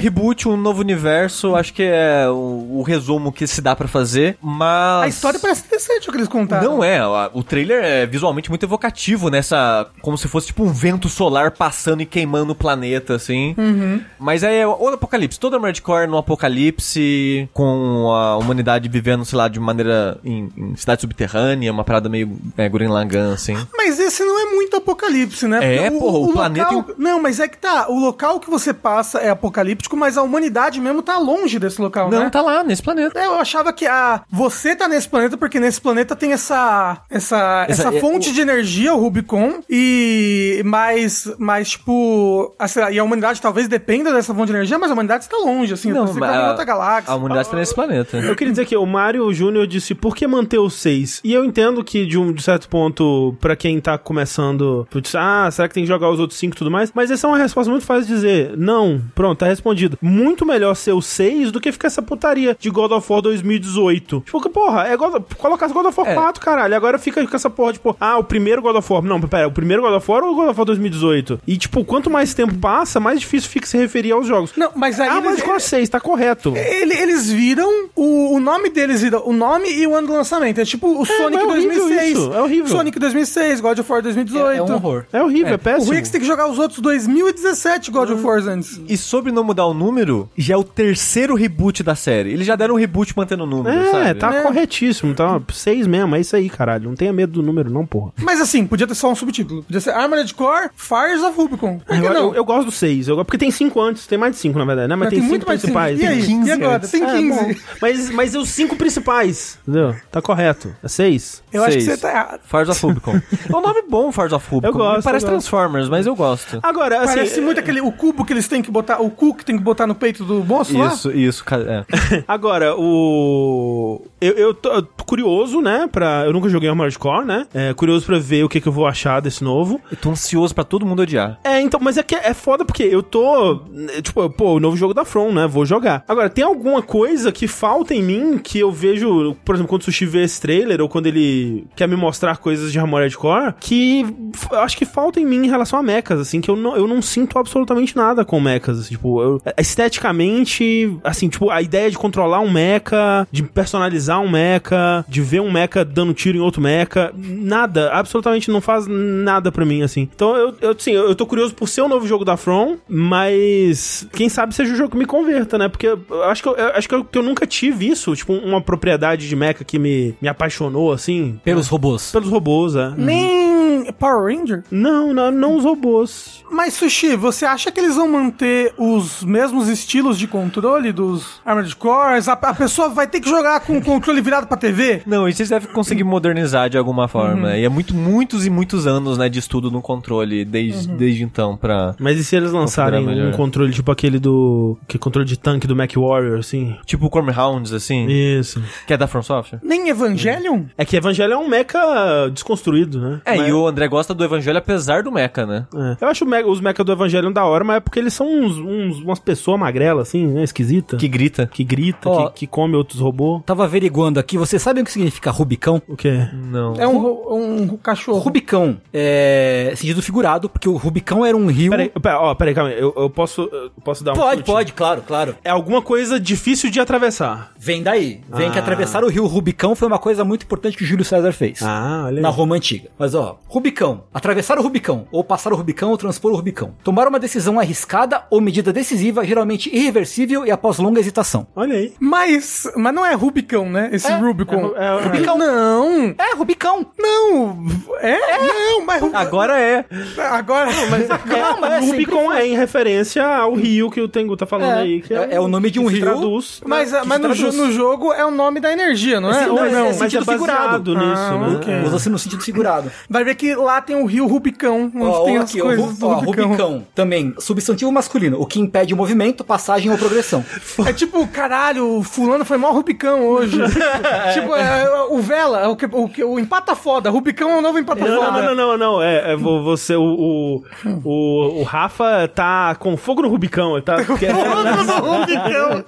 S4: Reboot, um novo universo, acho que é o, o resumo que se dá pra fazer, mas...
S3: A história parece interessante o que eles contaram.
S4: Não é, a- o trailer é visualmente muito evocativo nessa. Como se fosse tipo um vento solar passando e queimando o planeta, assim.
S3: Uhum.
S4: Mas aí é o apocalipse. Toda a Nerdcore no apocalipse, com a humanidade vivendo, sei lá, de maneira. em, em cidade subterrânea, uma parada meio é, Gurren Lagann, assim.
S3: Mas esse não é muito apocalipse, né?
S4: É, porra, o planeta
S3: local- Não, mas é que tá. O local que você passa é apocalíptico, mas a humanidade mesmo tá longe desse local, né?
S4: Não, tá lá, nesse planeta.
S3: É, Eu achava que a você tá nesse planeta porque nesse planeta tem essa essa
S4: Essa-
S3: essa,
S4: é,
S3: fonte de energia, o Rubicon, e mas mas tipo, a, sei lá, e a humanidade talvez dependa dessa fonte de energia, mas a humanidade está longe assim, não, você tá em outra galáxia.
S4: A humanidade tá nesse planeta.
S1: Eu queria dizer que o Mário Júnior disse por que manter o 6? E eu entendo que de um de certo ponto, pra quem tá começando, putz, ah, será que tem que jogar os outros 5 e tudo mais? Mas essa é uma resposta muito fácil de dizer. Não, pronto, tá respondido. Muito melhor ser o 6 do que ficar essa putaria de God of War 2018. Tipo, que porra, é God of... colocar God of War
S4: É.
S1: 4, caralho. Agora fica com essa porra, tipo, ah, o primeiro God of War. Não, pera, o primeiro God of War ou o God of War 2018? E tipo, quanto mais tempo passa, mais difícil fica se referir aos jogos.
S3: Não, mas aí É.
S1: Ah,
S3: eles-
S1: mas God 6, tá correto.
S3: Ele- eles viram o, o nome deles, viram o nome e o ano do lançamento. É tipo o Sonic
S1: mas é horrível
S3: 2006.
S1: isso, é horrível.
S3: Sonic 2006, God of War 2018.
S2: É, é um horror.
S1: É horrível, é,
S3: O
S1: péssimo.
S3: Rix tem que jogar os outros 2017 God of War antes.
S4: E sobre não mudar o número, já é o terceiro reboot da série. Eles já deram um reboot mantendo o número,
S1: É,
S4: sabe? né?
S1: tá
S3: É.
S1: corretíssimo, tá seis mesmo, é isso aí, caralho. Não tenha medo do número, não, porra.
S3: Mas assim, podia ter só um subtítulo. Podia ser Armored Core, Fires of Rubicon. Por que
S1: Eu,
S3: não?
S1: eu- eu gosto do seis, eu, porque tem cinco antes, tem mais de cinco, na verdade, né? Mas
S3: Mas
S1: tem,
S3: tem
S1: cinco
S3: muito mais de cinco.
S1: principais.
S3: E
S1: né?
S3: aí?
S4: 15
S3: E agora?
S4: antes.
S3: Tem
S1: É,
S3: 15.
S1: bom. mas, mas é os cinco principais, entendeu? Tá correto. É seis.
S3: eu acho que
S4: Seis.
S3: você tá errado.
S4: Fires of Rubicon. é um nome bom, Fires of Rubicon.
S1: Eu gosto,
S4: Me parece
S1: eu gosto.
S4: Transformers, mas eu gosto.
S1: Agora, assim...
S3: Parece muito aquele o cubo que eles têm que botar, o cu que tem que botar no peito do moço lá.
S4: Isso, isso, ca- é.
S1: Agora, o. Eu, eu tô eu tô curioso, né? Pra... Eu nunca joguei Armored Core, né? É, curioso pra ver o que, que eu vou achar desse novo.
S4: Eu tô ansioso pra todo mundo odiar.
S1: É, então, mas é que é foda porque eu tô. né, Tipo, pô, o novo jogo da From, né? Vou jogar. Agora, tem alguma coisa que falta em mim que eu vejo, por exemplo, quando o Sushi vê esse trailer ou quando ele quer me mostrar coisas de Armored Core, que f- eu acho que falta em mim em relação a mechas, assim, que eu não, eu não sinto absolutamente nada com mechas. assim, tipo, eu, esteticamente, assim, tipo, a ideia de controlar um mecha, de personalizar um mecha, de ver um mecha dando tiro em outro mecha, nada, absolutamente não faz nada pra mim, assim. Então, eu, eu sim, eu, eu tô curioso por ser o novo jogo da From, mas quem sabe seja o jogo que me converta, né? Porque eu eu acho que eu, eu acho que eu, que eu nunca tive isso, tipo, uma propriedade de mecha que me, me apaixonou, assim,
S2: Pelos robôs.
S1: pelos robôs, é.
S3: Nem Power Ranger.
S1: Não, não, não os robôs.
S3: Mas, Sushi, você acha que eles vão manter os mesmos estilos de controle dos Armored Cores? A, a pessoa vai ter que jogar com o controle virado pra TV?
S4: Não, isso eles devem conseguir modernizar de alguma forma.
S1: Uhum.
S4: E é muito, muitos e muitos anos, né, de estudo no controle desde,
S1: Uhum.
S4: desde então pra...
S1: Mas e se eles lançarem
S4: Considerar
S1: um
S4: melhor.
S1: controle tipo aquele do. Que é controle de tanque do Mac Warrior, assim?
S4: Tipo Corm Hounds, assim,
S1: Isso.
S4: que é da From Software.
S3: Nem Evangelion?
S1: É que Evangelho é um mecha desconstruído, né?
S4: É, e o André gosta do Evangelho apesar do Mecha, né?
S1: É. Eu acho o mecha- os mecha do Evangelho da hora, mas é porque eles são uns, uns- umas pessoas magrelas, assim, né? Esquisita. Que,
S4: Que grita.
S1: grita,
S2: Ó.
S1: que, que come outros robôs.
S2: Tava averiguando aqui, vocês sabem o que significa Rubicão?
S1: O quê?
S4: Não.
S3: É um, ro- um cachorro.
S2: Rubicão é sentido figurado, porque o Rubicão era um rio.
S1: Peraí, pera, ó, peraí, calma aí. Eu, eu posso, eu posso dar um.
S2: Pode,
S1: chute?
S2: pode, claro, claro.
S1: É alguma coisa difícil de atravessar.
S2: Vem daí. Vem
S4: Ah.
S2: que atravessar o rio Rubicão foi uma coisa muito importante que o Júlio César fez.
S1: Ah, olha.
S2: Na
S1: aí.
S2: Roma antiga. Mas ó, Rubicão. Atravessar o Rubicão, ou passar o Rubicão, ou transpor o Rubicão. Tomar uma decisão arriscada ou medida decisiva, geralmente irreversível e após longa hesitação.
S1: Olha aí.
S3: Mas, mas não é Rubicon, né? Esse Rubicon.
S1: é- é-
S3: Rubicon. Não!
S2: É, Rubicão!
S3: Não! É? Não, mas Rubicon.
S4: Agora é.
S3: Agora.
S2: Não, mas é
S1: o
S2: sempre
S1: Rubicon é em referência ao rio que o Tengu tá falando
S2: É.
S1: aí. Que
S2: É- é o nome de
S1: que
S2: um
S1: se
S2: rio.
S1: Traduz, né,
S3: Mas,
S1: que se
S3: mas no, jo-
S1: traduz.
S3: no jogo é o nome da energia, não é?
S2: Sim,
S3: Ou
S2: não, é-
S3: não?
S2: sentido
S1: mas é baseado
S2: figurado.
S1: nisso,
S3: Ah,
S1: né?
S3: ok.
S1: É.
S2: Usa-se no sentido figurado.
S3: Vai ver que lá tem o rio Rubicão, onde
S2: Ó,
S3: tem
S2: ou
S3: as
S2: aqui, ó,
S3: coisas
S2: Ru-
S3: do
S2: ó,
S3: Rubicão.
S2: Rubicão. Também, substantivo masculino, o que impede o movimento, passagem ou progressão.
S3: É tipo, caralho, o fulano foi mó Rubicão hoje. tipo, é, o Vela, é o, que- o, que- o empata foda, Rubicão é o novo empata
S1: Não,
S3: foda.
S1: não, não, não, não. É, é vo- você, o, o, o, o Rafa tá com fogo no Rubicão. Ele tá querendo...
S3: Todo mundo Rubicão.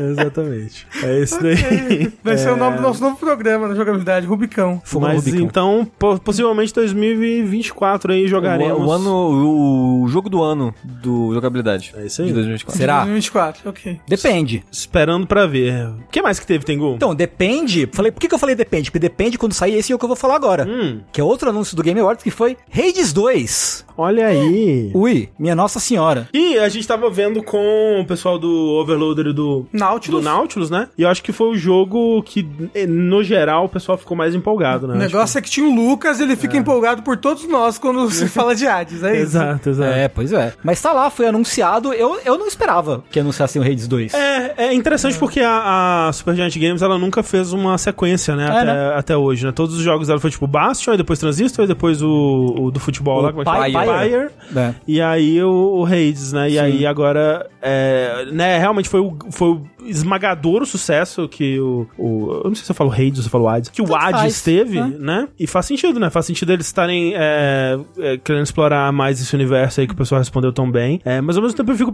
S1: Exatamente. É esse daí.
S3: Vai ser o nome do nosso novo programa na jogabilidade, Rubicão.
S2: Fogo
S1: Mas
S2: Rubicão.
S1: então, po- possivelmente 2024 aí jogaremos.
S4: O, o ano, o jogo do ano do jogabilidade.
S1: É isso aí.
S4: De 2024.
S2: Será?
S3: 2024, ok.
S2: Depende.
S1: Esperando pra ver. O que mais que teve, Tengu?
S2: Então, depende. Falei, por que, que eu falei depende? Porque depende quando sair esse é o que eu vou falar agora.
S3: Hum.
S2: Que é outro anúncio do Game Awards que foi Hades 2.
S1: Olha aí.
S2: Ui, minha Nossa Senhora.
S1: E a gente tava vendo com o pessoal do Overloader e do
S3: Nautilus.
S1: do Nautilus, né? E eu acho que foi o jogo que, eh, no geral, o pessoal ficou mais empolgado, né?
S3: O negócio é que tinha o Lucas, ele fica empolgado por todos nós quando se fala de Hades, é
S1: Tipo,
S3: isso?
S1: É. Exato, exato.
S2: É, pois é. Mas tá lá, foi anunciado. Eu, eu não esperava que anunciassem o Hades 2.
S1: É, é interessante porque a, a Supergiant Games ela nunca fez uma sequência, né? até,
S2: né?
S1: até hoje, né? Todos os jogos dela foi tipo Bastion, aí depois Transistor, aí depois o, o do futebol
S2: O
S1: lá, como é que
S2: Pyre.
S1: chama? Pyre.
S2: É.
S1: E aí o, o Hades, né? E aí agora, é, né? Realmente foi o, foi o esmagador o sucesso que o, o- Eu não sei se eu falo Hades ou se eu falo Hades. Que o
S2: Tanto
S1: Hades
S2: faz,
S1: teve,
S2: né?
S1: né? E faz sentido, né? Faz sentido eles estarem é, é, querendo explorar mais esse universo aí que o pessoal respondeu tão bem. É, mas ao mesmo tempo eu fico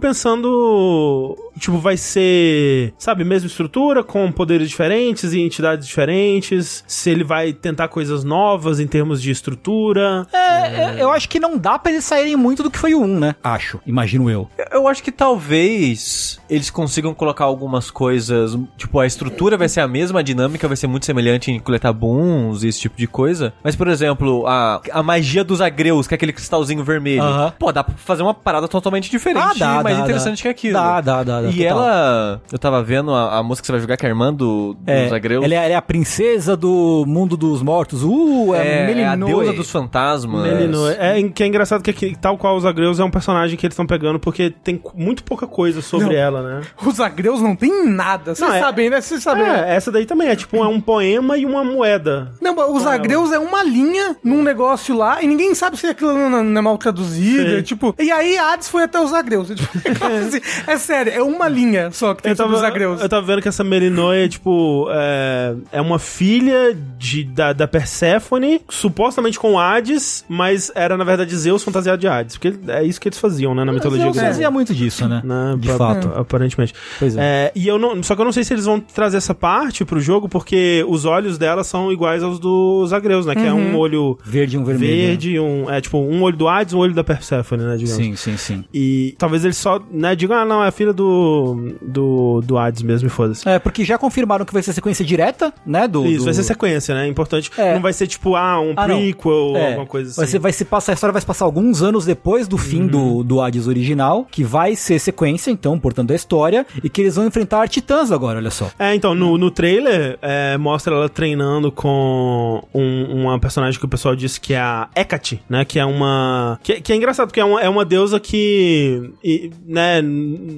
S1: pensando, tipo, vai ser, sabe, mesma estrutura, com poderes diferentes e entidades diferentes. Se ele vai tentar coisas novas em termos de estrutura.
S2: É, eu- eu acho que não dá pra eles saírem muito do que foi o 1, né? Acho, imagino eu.
S4: Eu acho que talvez eles consigam colocar algumas coisas. Tipo, a estrutura vai ser a mesma, a dinâmica vai ser muito semelhante em coletar booms e esse tipo de coisa. Mas, por exemplo, a, a magia dos agreus, que é aquele cristalzinho vermelho.
S2: Aham.
S4: Pô, dá pra fazer uma parada totalmente diferente
S2: Ah, dá,
S4: e mais
S2: dá,
S4: interessante
S2: dá.
S4: que aquilo.
S2: Dá, dá, dá, dá,
S4: E
S2: total.
S4: ela. Eu tava vendo a, a moça que você vai jogar, que é a irmã do,
S2: É,
S4: dos agreus.
S2: ela, é, ela é a princesa do mundo dos mortos. Uh, é,
S4: é, é a
S2: Melinoe.
S4: deusa dos fantasmas.
S1: Melino, é é que é engraçado que aqui, tal qual os Agreus é um personagem que eles estão pegando porque tem cu- muito pouca coisa sobre
S3: Não.
S1: ela, né?
S3: Os agreus não tem nada, vocês
S1: Não, é-
S3: sabem, né? Vocês sabem. né?
S1: É, essa daí também é tipo é um poema e uma moeda.
S3: Não, mas os agreus é uma linha num negócio lá e ninguém sabe se aquilo não, não é mal traduzido.
S1: Sim.
S3: é tipo, e aí Hades foi até os agreus. É, tipo, assim, é sério, é uma linha só que tem
S1: Eu
S3: sobre os
S1: tava,
S3: agreus.
S1: eu tava vendo que essa Melinoe é tipo. É, é uma filha de, da, da Persephone, supostamente com Hades, mas era na verdade Zeus fantasiado de Hades. Porque é isso que eles faziam, né? Na
S2: Mas
S1: mitologia
S2: eu
S1: grega.
S2: fazia muito disso, né?
S1: né?
S2: De
S1: Pa-
S2: fato.
S1: ap- Aparentemente.
S2: Pois é.
S1: É, e eu não, só que eu não sei se eles vão trazer essa parte pro jogo, porque os olhos dela são iguais aos dos Agreus, né? Que é um olho
S2: Verde e um vermelho.
S1: verde, um, é tipo um olho do Hades, um olho da Persephone, né? Digamos.
S2: Sim, sim, sim.
S1: E talvez eles só, né, digam, ah, não, é a filha do, do, do Hades mesmo, e foda-se.
S2: É, porque já confirmaram que vai ser sequência direta, né? Do,
S1: Isso,
S2: do-
S1: vai ser sequência, né? Importante.
S2: É.
S1: Não vai ser tipo, ah, um
S2: Ah, não.
S1: prequel ou
S2: É,
S1: alguma coisa assim. Uhum.
S2: Vai, ser, vai se passar, a história vai se passar alguns anos depois do fim do, do Hades original, que vai ser sequência, então, portanto, da história, e que eles vão enfrentar titãs agora, olha só.
S1: É, então, no, no trailer, é, mostra ela treinando com um- uma personagem que o pessoal disse que é a Hecate, né? Que é uma... Que, que é engraçado, porque é uma, é uma deusa que... e, né?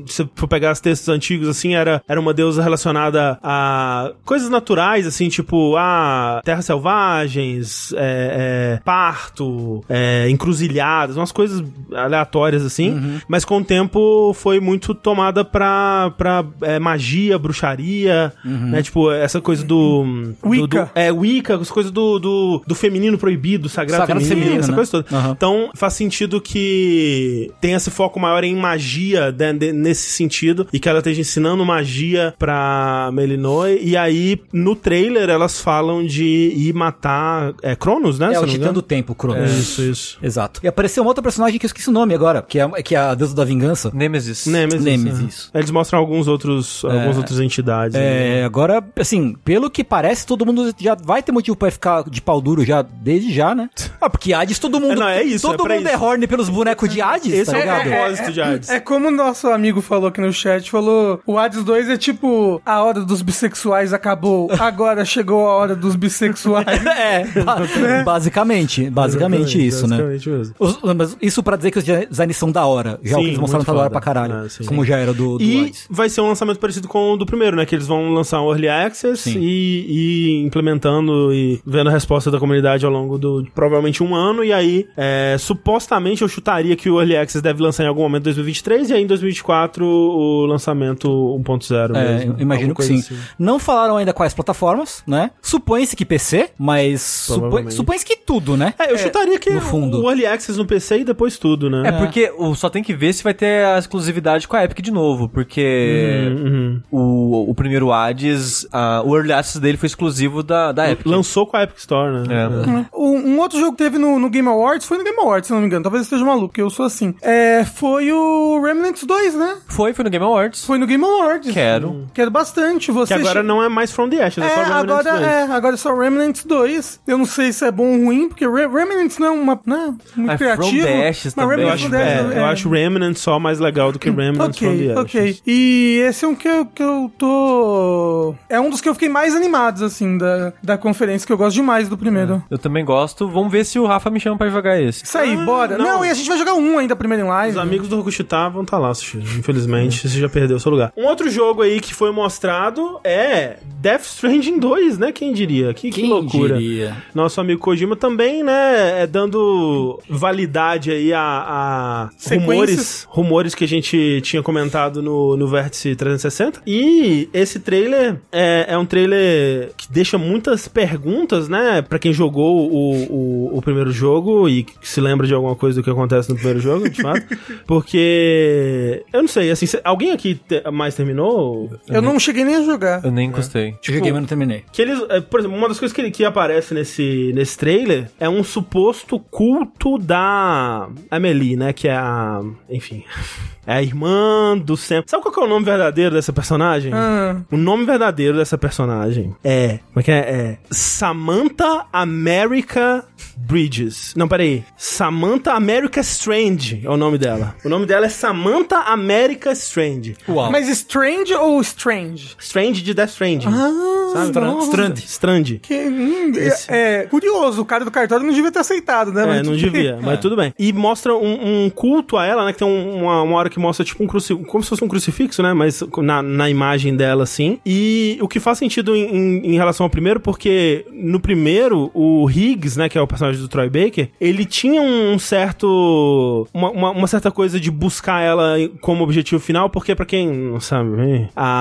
S1: Se for pegar os textos antigos, assim, era, era uma deusa relacionada a coisas naturais, assim, tipo, ah, terras selvagens, é, é, parto, é, encruzilhadas, umas coisas aleatórias, assim.
S2: Uhum.
S1: Mas com o tempo foi muito tomada pra, pra é, magia, bruxaria,
S2: Uhum.
S1: né? Tipo, essa coisa do... do-
S3: Wicca.
S1: do- é, Wicca, as coisas do, do, do feminino proibido, sagrado,
S2: Sagrado
S1: feminino,
S2: feminino,
S1: essa
S2: né?
S1: coisa toda.
S2: Aham.
S1: Então, faz sentido que tem esse foco maior em magia né, de- nesse sentido e que ela esteja ensinando magia pra Melinoe. E aí, no trailer, elas falam de ir matar é, Cronos, né?
S2: É,
S1: se eu
S2: o
S1: não me
S2: titã
S1: engano?
S2: do tempo,
S1: É,
S2: Cronos.
S1: Isso, isso.
S2: Exato. E apareceu uma outra personagem que eu esqueci o nome agora, que é, que é a deusa da vingança.
S4: Nemesis.
S1: Nemesis.
S2: Nemesis,
S1: é.
S2: isso.
S1: Eles mostram alguns outros, algumas outras entidades. né?
S2: É, agora, assim, pelo que parece, todo mundo já vai ter motivo pra ficar de pau duro já, desde já, né? Ah, porque Hades, todo mundo.
S1: É, não, é isso, é
S2: todo
S1: pra
S2: mundo é
S1: isso.
S2: horny pelos bonecos de Hades,
S1: Esse
S2: tá
S1: é o
S2: ligado?
S1: propósito de Hades.
S3: É como o nosso amigo falou aqui no chat, falou, o Hades 2 é tipo, a hora dos bissexuais acabou, agora chegou a hora dos bissexuais.
S2: É, ba- basicamente, basicamente isso, né?
S1: Né? Basicamente mesmo.
S2: Os- mas isso pra dizer que os designs são da hora. Já o
S1: Sim,
S2: que eles mostraram
S1: muito
S2: tá da hora
S1: foda.
S2: pra caralho.
S1: Ah, sim.
S2: como já era do, do
S1: E
S2: Hades.
S1: vai ser um lançamento muito parecido com o do primeiro, né? Que eles vão lançar um Early Access
S2: Sim.
S1: e, e implementando e vendo a resposta da comunidade ao longo do de provavelmente um ano. E aí, é, supostamente, eu chutaria que o Early Access deve lançar em algum momento em 2023 e aí em 2024 o lançamento 1.0
S2: É,
S1: mesmo.
S2: eu imagino
S1: Alguma
S2: que
S1: coisa
S2: sim.
S1: assim.
S2: Não falaram ainda quais plataformas, né? Supõe-se que PC, mas supõe-
S1: Provavelmente.
S2: supõe-se que tudo, né?
S1: É, eu chutaria que
S2: no fundo.
S1: o Early Access no PC e depois tudo, né?
S4: É, porque o, só tem que ver se vai ter a exclusividade com a Epic de novo, porque
S1: Uhum.
S4: o, o primeiro Hades, a- o Early Access dele foi exclusivo da, da
S2: é
S4: Epic.
S1: Lançou com a Epic Store, né?
S4: É.
S3: Um, um outro jogo que teve no, no Game Awards, foi no Game Awards, se não me engano, talvez eu esteja maluco, que eu sou assim. É, foi o Remnants 2, né?
S4: Foi, foi no Game Awards.
S3: Foi no Game Awards.
S4: Quero.
S3: Quero bastante. Você
S1: é. Que agora
S3: che-
S1: não é mais From the Ashes, é,
S3: É,
S1: só Remnants
S3: agora
S1: 2.
S3: é, agora é só Remnants 2. Eu não sei se é bom ou ruim, porque Re Remnants não é uma, né, muito
S4: Ah, From
S3: criativo.
S4: the Ashes também.
S1: Eu
S4: Eu
S1: acho,
S3: from the
S1: é,
S3: Ashes,
S1: eu acho Remnant só mais legal do que Remnant from
S3: Ok,
S1: the
S3: ok.
S1: Ashes.
S3: E esse é um que eu, que eu tô. É um dos que eu fiquei mais animados, assim, da, da conferência, que eu gosto demais do primeiro.
S4: Eu também gosto. Vamos ver se o Rafa me chama pra jogar esse.
S3: Isso aí,
S1: É. Ah,
S3: bora.
S1: não.
S3: Não. e a gente vai jogar um ainda primeiro em live.
S1: Os amigos do Rokushita vão estar lá assistindo. Infelizmente, você já perdeu o seu lugar. Um outro jogo aí que foi mostrado é Death Stranding 2, né? Quem diria? Que, que
S2: Quem
S1: loucura.
S2: diria?
S1: Nosso amigo Kojima também, né? É dando validade aí a, a rumores,
S3: Sequências.
S1: rumores que a gente tinha comentado no, no Vértice 360. E esse trailer é, é um trailer que deixa muitas perguntas, né? Pra quem jogou o, o, o primeiro jogo e que se lembra de alguma coisa do que acontece no primeiro jogo, de fato. Porque. Eu não sei, assim, cê- alguém aqui te- mais terminou?
S3: Eu não cheguei nem a jogar.
S4: Eu nem gostei.
S2: Eu
S1: Tipo,
S2: joguei, mas não terminei.
S1: Que eles, é, por exemplo, uma das coisas que, ele- que aparece nesse, nesse trailer é um suposto culto da Amelie, né? Que é a. Enfim. É a irmã do Sam. Sabe qual que é o nome verdadeiro dessa personagem?
S3: Ah,
S1: O nome verdadeiro dessa personagem é. Como é que é? É. Samantha America Bridges. Não, peraí. Samantha America Strange é o nome dela. O nome dela é Samantha America Strange.
S4: Uau.
S3: mas Strange ou Strange?
S1: Strange de Death Stranding.
S3: Ah,
S1: Sabe?
S3: nossa.
S1: Strand. Strand.
S3: Que, hum,
S1: Esse.
S3: é, é curioso, o cara do cartório não devia ter aceitado, né?
S1: É,
S3: Mas
S1: não
S3: tudo bem.
S1: devia, mas tudo bem. E mostra um, um culto a ela, né? Que tem um- uma, uma hora que mostra, tipo, um crucifixo, como se fosse um crucifixo, né? Mas na, na imagem dela, assim. E o que faz sentido em, em- em relação ao primeiro, porque no primeiro, o Higgs, né? Que é o personagem do Troy Baker, ele tinha um certo. Uma, uma- uma certa coisa de buscar ela como objetivo final, porque, pra quem não sabe,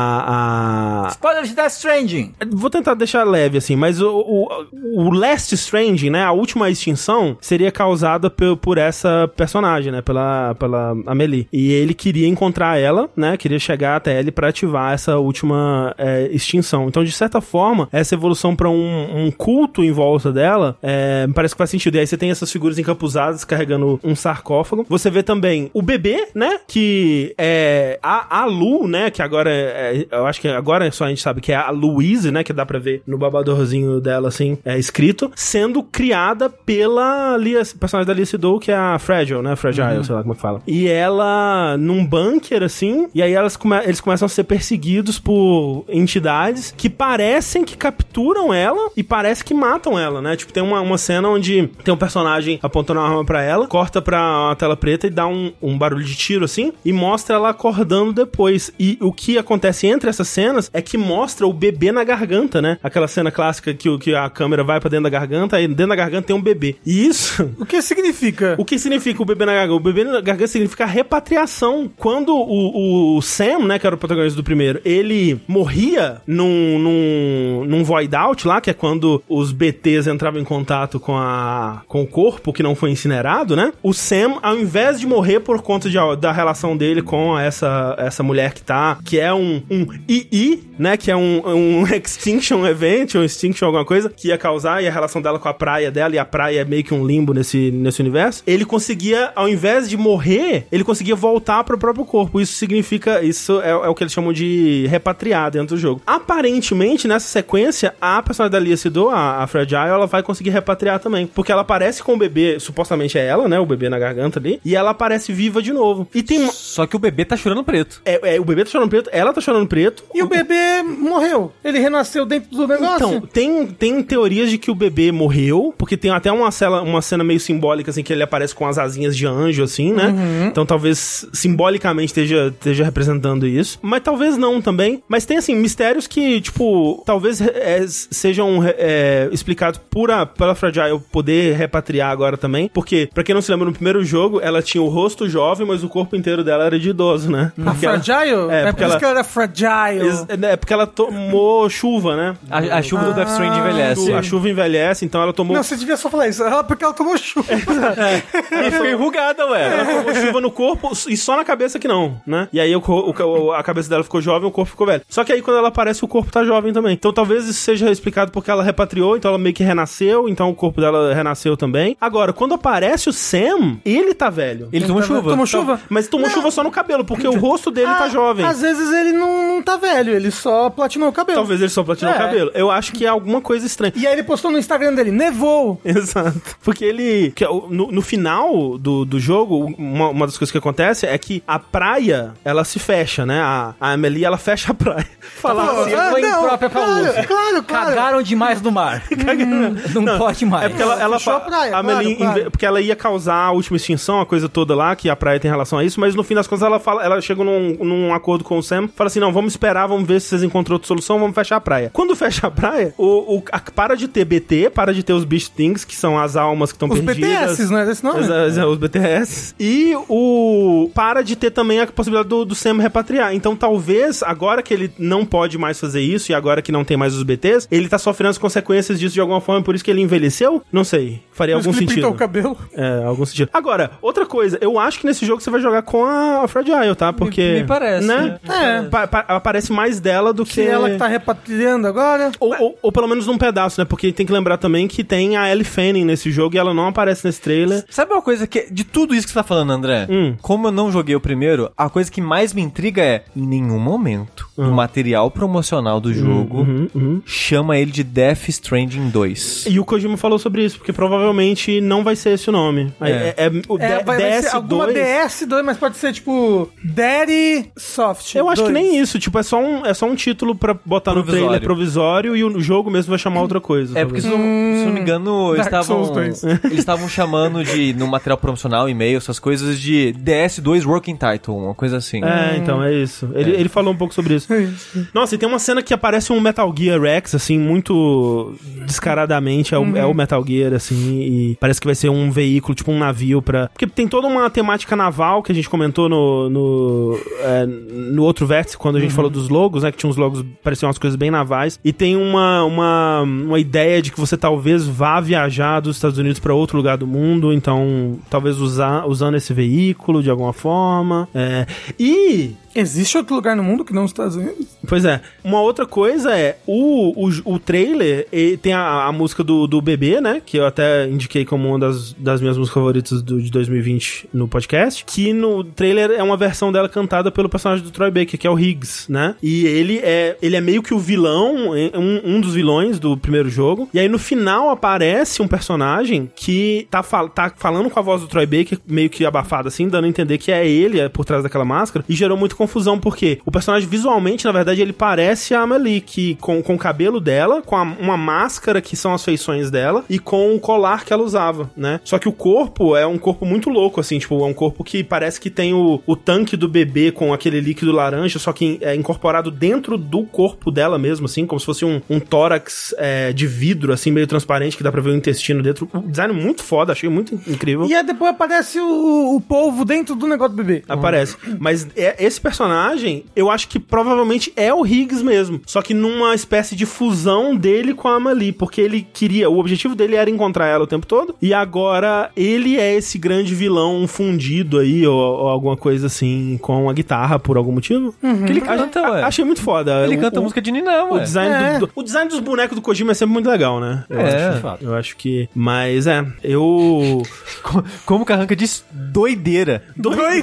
S1: a- a,
S2: Spoiler de Death Stranding!
S1: Vou tentar deixar leve, assim, mas o, o, o Last Stranding, né? A última extinção seria causada por, por essa personagem, né? Pela, pela Amelie. E ele queria encontrar ela, né? Queria chegar até ele pra ativar essa última é, extinção. Então, de certa forma, essa evolução pra um, um culto em volta dela é, me parece que faz sentido. E aí você tem essas figuras encapuzadas carregando um sarcófago. Você vê também o bebê, né? Que é a, a Lu, né? Que agora é, é- eu acho que agora só a gente sabe que é a Louise, né? Que dá pra ver no babadorzinho dela, assim, é escrito, sendo criada pela Lia, personagem da Lia Sidou, que é a Fragile, né? Fragile, sei lá como é que fala. E ela num bunker, assim, e aí elas come- eles começam a ser perseguidos por entidades que parecem que capturam ela e parece que matam ela, né? Tipo, tem uma, uma cena onde tem um personagem apontando uma arma pra ela, corta pra uma tela preta e dá um, um barulho de tiro, assim, e mostra ela acordando depois. E o que acontece entre essas cenas é que mostra o bebê na garganta, né? Aquela cena clássica que, o- que a câmera vai pra dentro da garganta, aí dentro da garganta tem um bebê. E isso
S3: O que significa?
S1: o que significa o bebê na garganta? O bebê na garganta significa repatriação. Quando o, o Sam, né, que era o protagonista do primeiro, ele morria num, num, num void out lá, que é quando os BTs entravam em contato com, a, com o corpo que não foi incinerado, né? O Sam, ao invés de morrer por conta de, da relação dele com essa, essa mulher que tá, que é um, um II, né, que é um, um Extinction Event, ou Extinction alguma coisa, que ia causar, e a relação dela com a praia dela, e a praia é meio que um limbo nesse, nesse universo, ele conseguia, ao invés de morrer, ele conseguia voltar pro próprio corpo. Isso significa, isso é, é o que eles chamam de repatriar dentro do jogo. Aparentemente, nessa sequência, a personagem da Lia Sidou, a, a Fragile, ela vai conseguir repatriar também, porque ela aparece com o bebê, supostamente é ela, né, o bebê na garganta ali, e ela aparece viva de novo. E tem... uma-
S4: Só que o bebê tá chorando preto.
S1: É, é, o bebê tá chorando preto, ela tá chorando preto,
S3: E o bebê morreu. Ele renasceu dentro do negócio?
S1: Então, tem, tem teorias de que o bebê morreu, porque tem
S3: Uhum.
S1: até uma, cela, uma cena meio simbólica, assim, que ele aparece com as asinhas de anjo, assim, né? Então talvez simbolicamente esteja, esteja representando isso. Mas talvez não também. Mas tem, assim, mistérios que, tipo, talvez é, sejam é, explicados por a, pela Fragile poder repatriar agora também. Porque, pra quem não se lembra, no primeiro jogo, ela tinha o rosto jovem, mas o corpo inteiro dela era de idoso, né?
S3: Uhum. A
S1: Porque ela-
S3: Fragile?
S1: É,
S3: É,
S1: porque
S3: por isso
S1: ela-
S3: que ela era Fragile.
S1: Ex- É porque ela tomou chuva, né?
S4: A, a chuva do Death Stranding envelhece.
S1: Ah, A chuva envelhece, então ela tomou
S3: Não, você devia só falar isso. Ela- porque ela tomou chuva.
S1: É,
S4: E ficou enrugada,
S1: Ela
S4: ué.
S1: colocou chuva no corpo e só na cabeça que não, né? E aí o, co- o ca- o- a cabeça dela ficou jovem, o corpo ficou velho. Só que aí quando ela aparece, o corpo tá jovem também. Então talvez isso seja explicado porque ela repatriou, então ela meio que renasceu, então o corpo dela renasceu também. Agora, quando aparece o Sam, ele tá velho.
S4: Ele tomou chuva.
S3: Tomou chuva?
S1: Mas tomou chuva só no cabelo, porque o rosto dele Então, tá
S3: Ah,
S1: jovem.
S3: Às vezes ele não, não tá velho, ele só platinou o cabelo.
S1: Talvez ele só platinou
S3: É.
S1: o cabelo. Eu acho que é alguma coisa estranha.
S3: E aí ele postou no Instagram dele, nevou.
S1: Exato. Porque ele. que é o- no, no final do, do jogo, uma, uma das coisas que acontece é que a praia, ela se fecha, né? A, a Amelie, ela fecha a praia. Falar
S3: Pô,
S1: assim.
S2: foi imprópria pra
S3: "Ah, claro,
S2: uso.
S3: Claro, claro.
S2: Cagaram demais no mar. não, pode mais.
S1: É porque ela, ela
S3: Fechou
S1: fa-
S3: a praia,
S1: a Amelie,
S3: claro, claro.
S1: em ve- porque ela ia causar a última extinção, a coisa toda lá, que a praia tem relação a isso, mas no fim das contas ela fala, ela chega num, num acordo com o Sam, fala assim: não, vamos esperar, vamos ver se vocês encontram outra solução, vamos fechar a praia. Quando fecha a praia, o, o- a- para de ter BT, para de ter os Beast Things, que são as almas que estão
S3: Os
S1: perdidas.
S3: BTS, não é desse nome?
S1: Exa- exa- os BTS. E o. Para de ter também a possibilidade do, do Sam repatriar. Então talvez, agora que ele não pode mais fazer isso e agora que não tem mais os BTs, ele tá sofrendo as consequências disso de alguma forma, por isso que ele envelheceu? Não sei. Faria
S3: Por isso
S1: algum
S3: que ele pintou o
S1: sentido.
S3: cabelo.
S1: É, algum sentido. Agora, outra coisa, eu acho que nesse jogo você vai jogar com a Fragile, tá? Porque.
S4: Me- me parece,
S1: Né?
S3: né?
S1: Pa- pa- aparece mais dela do que.
S3: Que ela que tá repatriando agora.
S1: Ou, ou- ou pelo menos num pedaço, né? Porque tem que lembrar também que tem a Ellie Fanning nesse jogo e ela não aparece nesse trailer.
S4: Sabe uma coisa que. De tudo isso que você tá falando, André,
S1: Hum.
S4: como eu não joguei o primeiro, a coisa que mais me intriga é: em nenhum momento
S1: Hum.
S4: o material promocional do jogo
S1: uhum,
S4: chama ele de Death Stranding 2.
S1: E o Kojima falou sobre isso, porque provavelmente não vai ser esse o nome. É, é, é o
S3: É,
S1: D-
S3: vai, vai ser alguma
S1: DS2.
S3: DS2, mas pode ser tipo Daddy Soft.
S1: Eu acho que
S3: 2.
S1: nem isso, tipo, é só um, é só um título pra botar
S4: Provisório.
S1: no trailer provisório e o jogo mesmo vai chamar outra coisa.
S4: É
S1: talvez.
S4: porque, se, eu não- se eu não me
S1: Hum,
S4: engano, eles
S3: Dark
S4: estavam.
S3: Souls dois.
S4: Eles estavam chamando de, no material promocional, e-mail, essas coisas, de DS2 Working Title, uma coisa assim.
S1: É, então, é isso. Ele, ele falou um pouco sobre isso.
S3: É
S1: Nossa, e tem uma cena que aparece um Metal Gear Rex, assim, muito descaradamente. É o,
S3: Uhum.
S1: é o Metal Gear, assim, e parece que vai ser um veículo, tipo um navio pra. Porque tem toda uma temática naval que a gente comentou no. no, é, no outro vértice, quando a gente falou dos logos, né? Que tinha uns logos, pareciam umas coisas bem navais. E tem uma, uma, uma ideia de que você talvez vá viajar dos Estados Unidos pra outro lugar do mundo, então talvez usar, usando esse veículo de alguma forma. É. E
S3: Existe outro lugar no mundo que não os Estados Unidos?
S1: Pois é. Uma outra coisa é, o, o, o trailer e tem a, a música do, do bebê, né? Que eu até indiquei como uma das, das minhas músicas favoritas do, de 2020 no podcast. Que no trailer é uma versão dela cantada pelo personagem do Troy Baker, que é o Higgs, né? E ele é, ele é meio que o vilão, é um, um dos vilões do primeiro jogo. E aí no final aparece um personagem que tá, fal tá falando com a voz do Troy Baker, meio que abafada assim, dando a entender que é ele é por trás daquela máscara. E gerou muita confusão, porque o personagem visualmente, na verdade, ele parece a Amelie, que com, com o cabelo dela, com a- uma máscara que são as feições dela, e com o colar que ela usava, né? Só que o corpo é um corpo muito louco, assim, tipo, é um corpo que parece que tem o, o tanque do bebê com aquele líquido laranja, só que é incorporado dentro do corpo dela mesmo, assim, como se fosse um, um tórax é, de vidro, assim, meio transparente, que dá pra ver o intestino dentro. Um design muito foda, achei muito incrível.
S3: E aí depois aparece o, o polvo dentro do negócio do bebê.
S1: Aparece. Mas é- esse personagem, eu acho que provavelmente é o Higgs mesmo. Só que numa espécie de fusão dele com a Amelie. Porque ele queria. O objetivo dele era encontrar ela o tempo todo. E agora ele é esse grande vilão fundido aí, ou, ou alguma coisa assim, com a guitarra por algum motivo.
S4: Que Uhum. ele canta,
S1: A-
S4: ué.
S1: Achei muito foda.
S4: Ele
S1: O-
S4: canta
S1: o,
S4: música de Niná,
S1: o
S4: ué.
S1: design,
S3: É.
S1: do- do- o design dos bonecos do Kojima é sempre muito legal, né? Eu
S4: É.
S1: acho, de fato. eu acho que. Mas é, eu.
S4: Co- Como o Carranca diz, doideira.
S1: Doideira.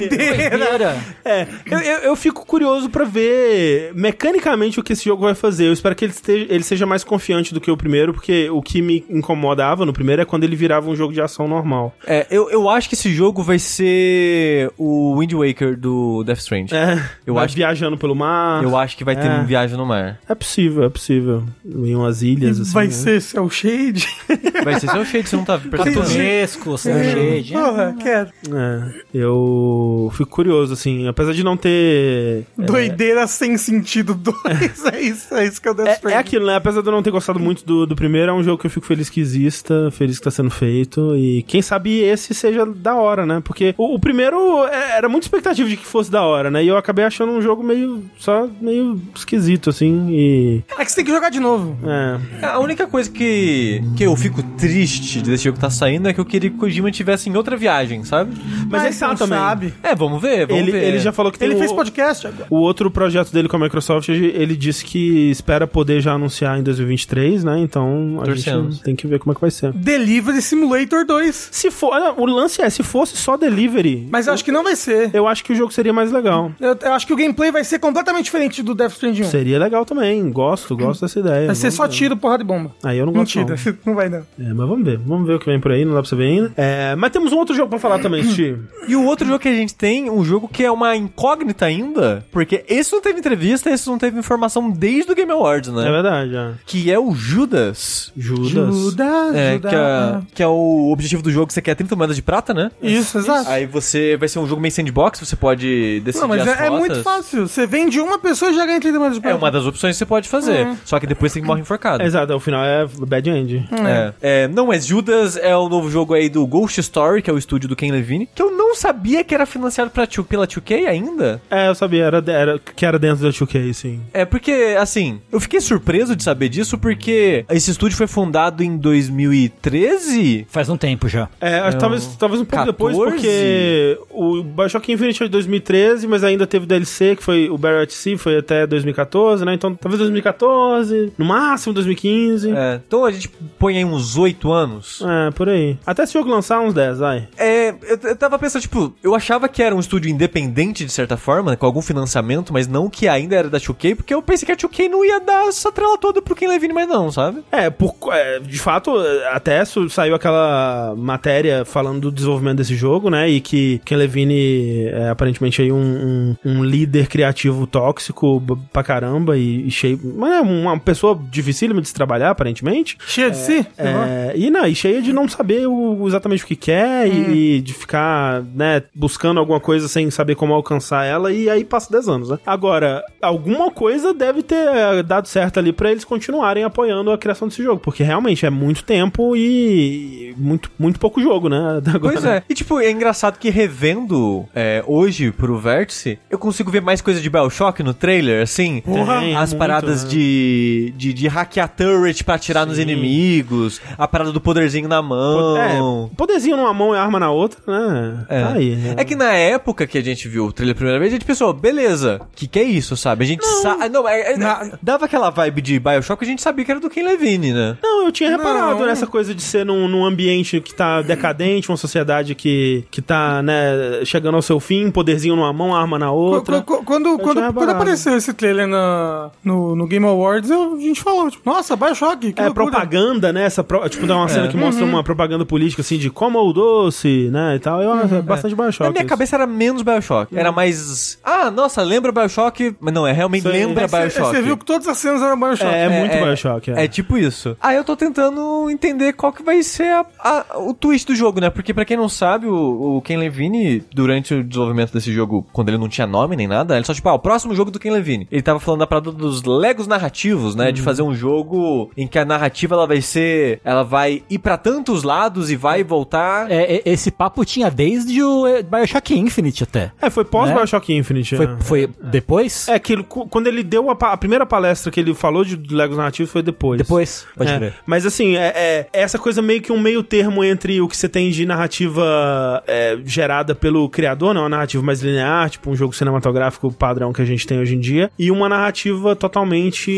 S2: Doideira.
S1: É, eu, eu, eu fico curioso pra ver mecanicamente o que esse jogo vai fazer. Eu espero que ele, esteja- ele seja mais confiante do que o primeiro, porque o que me incomodava no primeiro é quando ele virava um jogo de ação normal.
S4: É, eu, eu acho que esse jogo vai ser o Wind Waker do Death Strange.
S1: É,
S4: Eu
S1: vai
S4: acho-
S1: viajando pelo mar.
S4: Eu acho que vai ter
S1: É.
S4: um viagem no mar.
S1: É possível, é possível. Em umas ilhas, assim.
S3: Vai
S1: né?
S3: ser Cell Shade?
S4: Vai ser seu shade, você não tá percebendo.
S3: Sim, sim.
S2: Cartunesco,
S3: É.
S2: Sunshade.
S3: Porra, quero.
S1: É, eu fico curioso, assim. Apesar de não ter.
S3: Doideira sem sentido 2. É isso, é isso que eu Death
S1: É, é
S3: Stranding.
S1: aquilo, né? Apesar de eu não ter gostado muito do, do primeiro, é um jogo que eu fico feliz que exista, feliz que tá sendo feito. E quem sabe esse seja da hora, né? Porque o, o primeiro é- era muito expectativa de que fosse da hora, né? E eu acabei achando um jogo meio. só meio esquisito, assim. E.
S3: É que você tem que jogar de novo.
S1: É.
S4: A única coisa que, que eu fico triste desse jogo que tá saindo é que eu queria que o Kojima tivesse em outra viagem, sabe?
S1: Mas, ele tá
S3: não
S1: também.
S3: sabe.
S4: É, vamos ver, vamos
S1: Ele,
S4: ver.
S1: ele já falou que tem
S3: Ele
S1: o-
S3: fez podcast agora.
S1: O outro projeto dele com a Microsoft, ele disse que espera poder já anunciar em 2023, né? Então a
S4: Torcemos.
S1: gente tem que ver como é que vai ser.
S3: Delivery Simulator 2.
S1: Se for, olha, o lance é, se fosse só delivery,
S3: Mas eu acho que não vai ser.
S1: eu acho que o jogo seria mais legal.
S3: Eu, eu acho que o gameplay vai ser completamente diferente do Death Stranding 1.
S1: Seria legal também, gosto, gosto dessa ideia.
S3: Vai ser
S1: Vamos
S3: só
S1: ver.
S3: tiro, porrada e bomba.
S1: Aí eu não gosto.
S3: Mentira, não vai não.
S1: não. É, mas vamos ver, vamos ver o que vem por aí, não dá pra você ver ainda. É, mas temos um outro jogo pra falar também, Steve.
S4: E o outro jogo que a gente tem, um jogo que é uma incógnita ainda, porque esse não teve entrevista, esse não teve informação desde o Game Awards,
S1: É
S4: né?
S1: verdade, é.
S4: Que é o Judas.
S1: Judas.
S4: É, que, é, que é o objetivo do jogo, que você quer 30 moedas de prata, né?
S3: Isso, exato.
S4: Aí você vai ser um jogo meio sandbox, você pode decidir
S3: Não, mas
S4: as
S3: é, é
S4: rotas.
S3: muito fácil. Você vende uma pessoa e já ganha 30 milhões de
S4: É uma
S3: prata.
S4: das opções que você pode fazer.
S3: Hum.
S4: Só que depois você morre enforcado.
S1: Exato, o final é Bad End.
S4: É. É, não, é Judas, é o novo jogo aí do Ghost Story, que é o estúdio do Ken Levine, que eu não sabia que era financiado pra, tio- pela 2K ainda.
S1: É, eu sabia, era, era, que era dentro da 2K, sim.
S4: É porque, assim, eu fiquei surpreso de saber disso, porque esse estúdio foi fundado em 2013.
S2: Faz um tempo já.
S1: É, acho que talvez, talvez um pouco
S4: 14?
S1: depois, porque o Bioshock Infinite é de 2013, mas ainda teve DLC, que foi o Barrel at Sea, foi até 2014, né? Então talvez 2014, no máximo 2015. É.
S4: É, então a gente põe aí uns 8 anos.
S1: por aí. Até esse jogo lançar, uns 10, vai.
S4: É, eu, eu tava pensando, tipo, eu achava que era um estúdio independente, de certa forma, com algum financiamento, mas não que ainda era da 2K, porque eu pensei que a 2K não ia dar essa trela toda pro Ken Levine, mas não, sabe?
S1: É, por, é, de fato, até su- saiu aquela matéria falando do desenvolvimento desse jogo, né? E que Ken Levine é aparentemente aí um, um- um líder criativo tóxico b- pra caramba e, e cheio. Mas é uma pessoa dificílima de se trabalhar, aparentemente.
S3: Cheia de si? Uhum. Não.
S1: É, e não, e cheia de não saber o- exatamente o que quer e, e de ficar, né, buscando alguma coisa sem saber como alcançar ela e aí passa 10 anos, né? Agora, alguma coisa deve ter eh, dado certo ali pra eles continuarem apoiando a criação desse jogo, porque realmente é muito tempo e muito, muito pouco jogo, né? até agora.
S4: Pois é. E, tipo, é engraçado que revendo é, hoje pro Vértice, eu consigo ver mais coisa de Bioshock no trailer, assim.
S1: Porra. Tem,
S4: As
S1: muito,
S4: paradas
S1: né?
S4: de, de, de hackear turret pra atirar nos
S1: Sim.
S4: inimigos, a parada do poderzinho na mão.
S1: É, poderzinho numa mão e arma na outra, né?
S4: É.
S1: Tá aí. né?
S4: É que na época que a gente viu o trailer a primeira vez, a gente pensou, beleza, que que é isso, sabe? A gente sabe. Não, é- é-
S3: Na-
S4: dava aquela vibe de Bioshock, a gente sabia que era do Ken Levine, né?
S1: Não, eu tinha reparado
S3: Não.
S1: nessa coisa de ser num, num ambiente que tá decadente, uma sociedade que, que tá, né, chegando ao seu fim, poderzinho numa mão, arma na outra.
S3: Qu- qu- Quando,
S1: tinha
S3: quando, quando
S1: reparado.
S3: apareceu esse trailer na, no, no Game Awards, eu- a gente falou, tipo, nossa, Bioshock, que
S1: É
S3: loucura.
S1: propaganda, né? Essa pro- Tipo, dá uma cena que mostra
S4: Uhum.
S1: uma propaganda política, assim, de como o doce, né? E tal. Eu acho bastante baixo.
S4: Na minha cabeça era menos Bioshock. Era mais. Ah, nossa, lembra Bioshock. Mas não, é realmente
S1: Sim.
S4: lembra
S1: Mas
S3: Você-
S4: Bioshock.
S3: Você viu que todas as cenas eram Bioshock.
S1: É, é muito Bioshock.
S4: É. tipo isso. Ah, eu tô tentando entender qual que vai ser a- a- o twist do jogo, né? Porque pra quem não sabe, o, o Ken Levine, durante o desenvolvimento desse jogo, quando ele não tinha nome nem nada, ele só tipo, ah, o próximo jogo do Ken Levine. Ele tava falando da parada dos legos narrativos, né? De fazer um jogo em que a narrativa ela vai ser, ela vai ir pra tantos lados e vai voltar.
S2: É, é, esse papo tinha desde o é, Bioshock Infinite até.
S1: É, foi pós-Bioshock Infinite.
S2: Foi,
S1: né?
S2: foi depois?
S1: É que ele- cu- quando ele deu a, pa- a primeira palestra que ele falou de Legos Narrativos foi depois.
S2: Depois, pode
S1: É,
S2: crer.
S1: Mas assim, é, é essa coisa meio que um meio termo entre o que você tem de narrativa é, gerada pelo criador, né? Uma narrativa mais linear, tipo um jogo cinematográfico padrão que a gente tem hoje em dia, e uma narrativa totalmente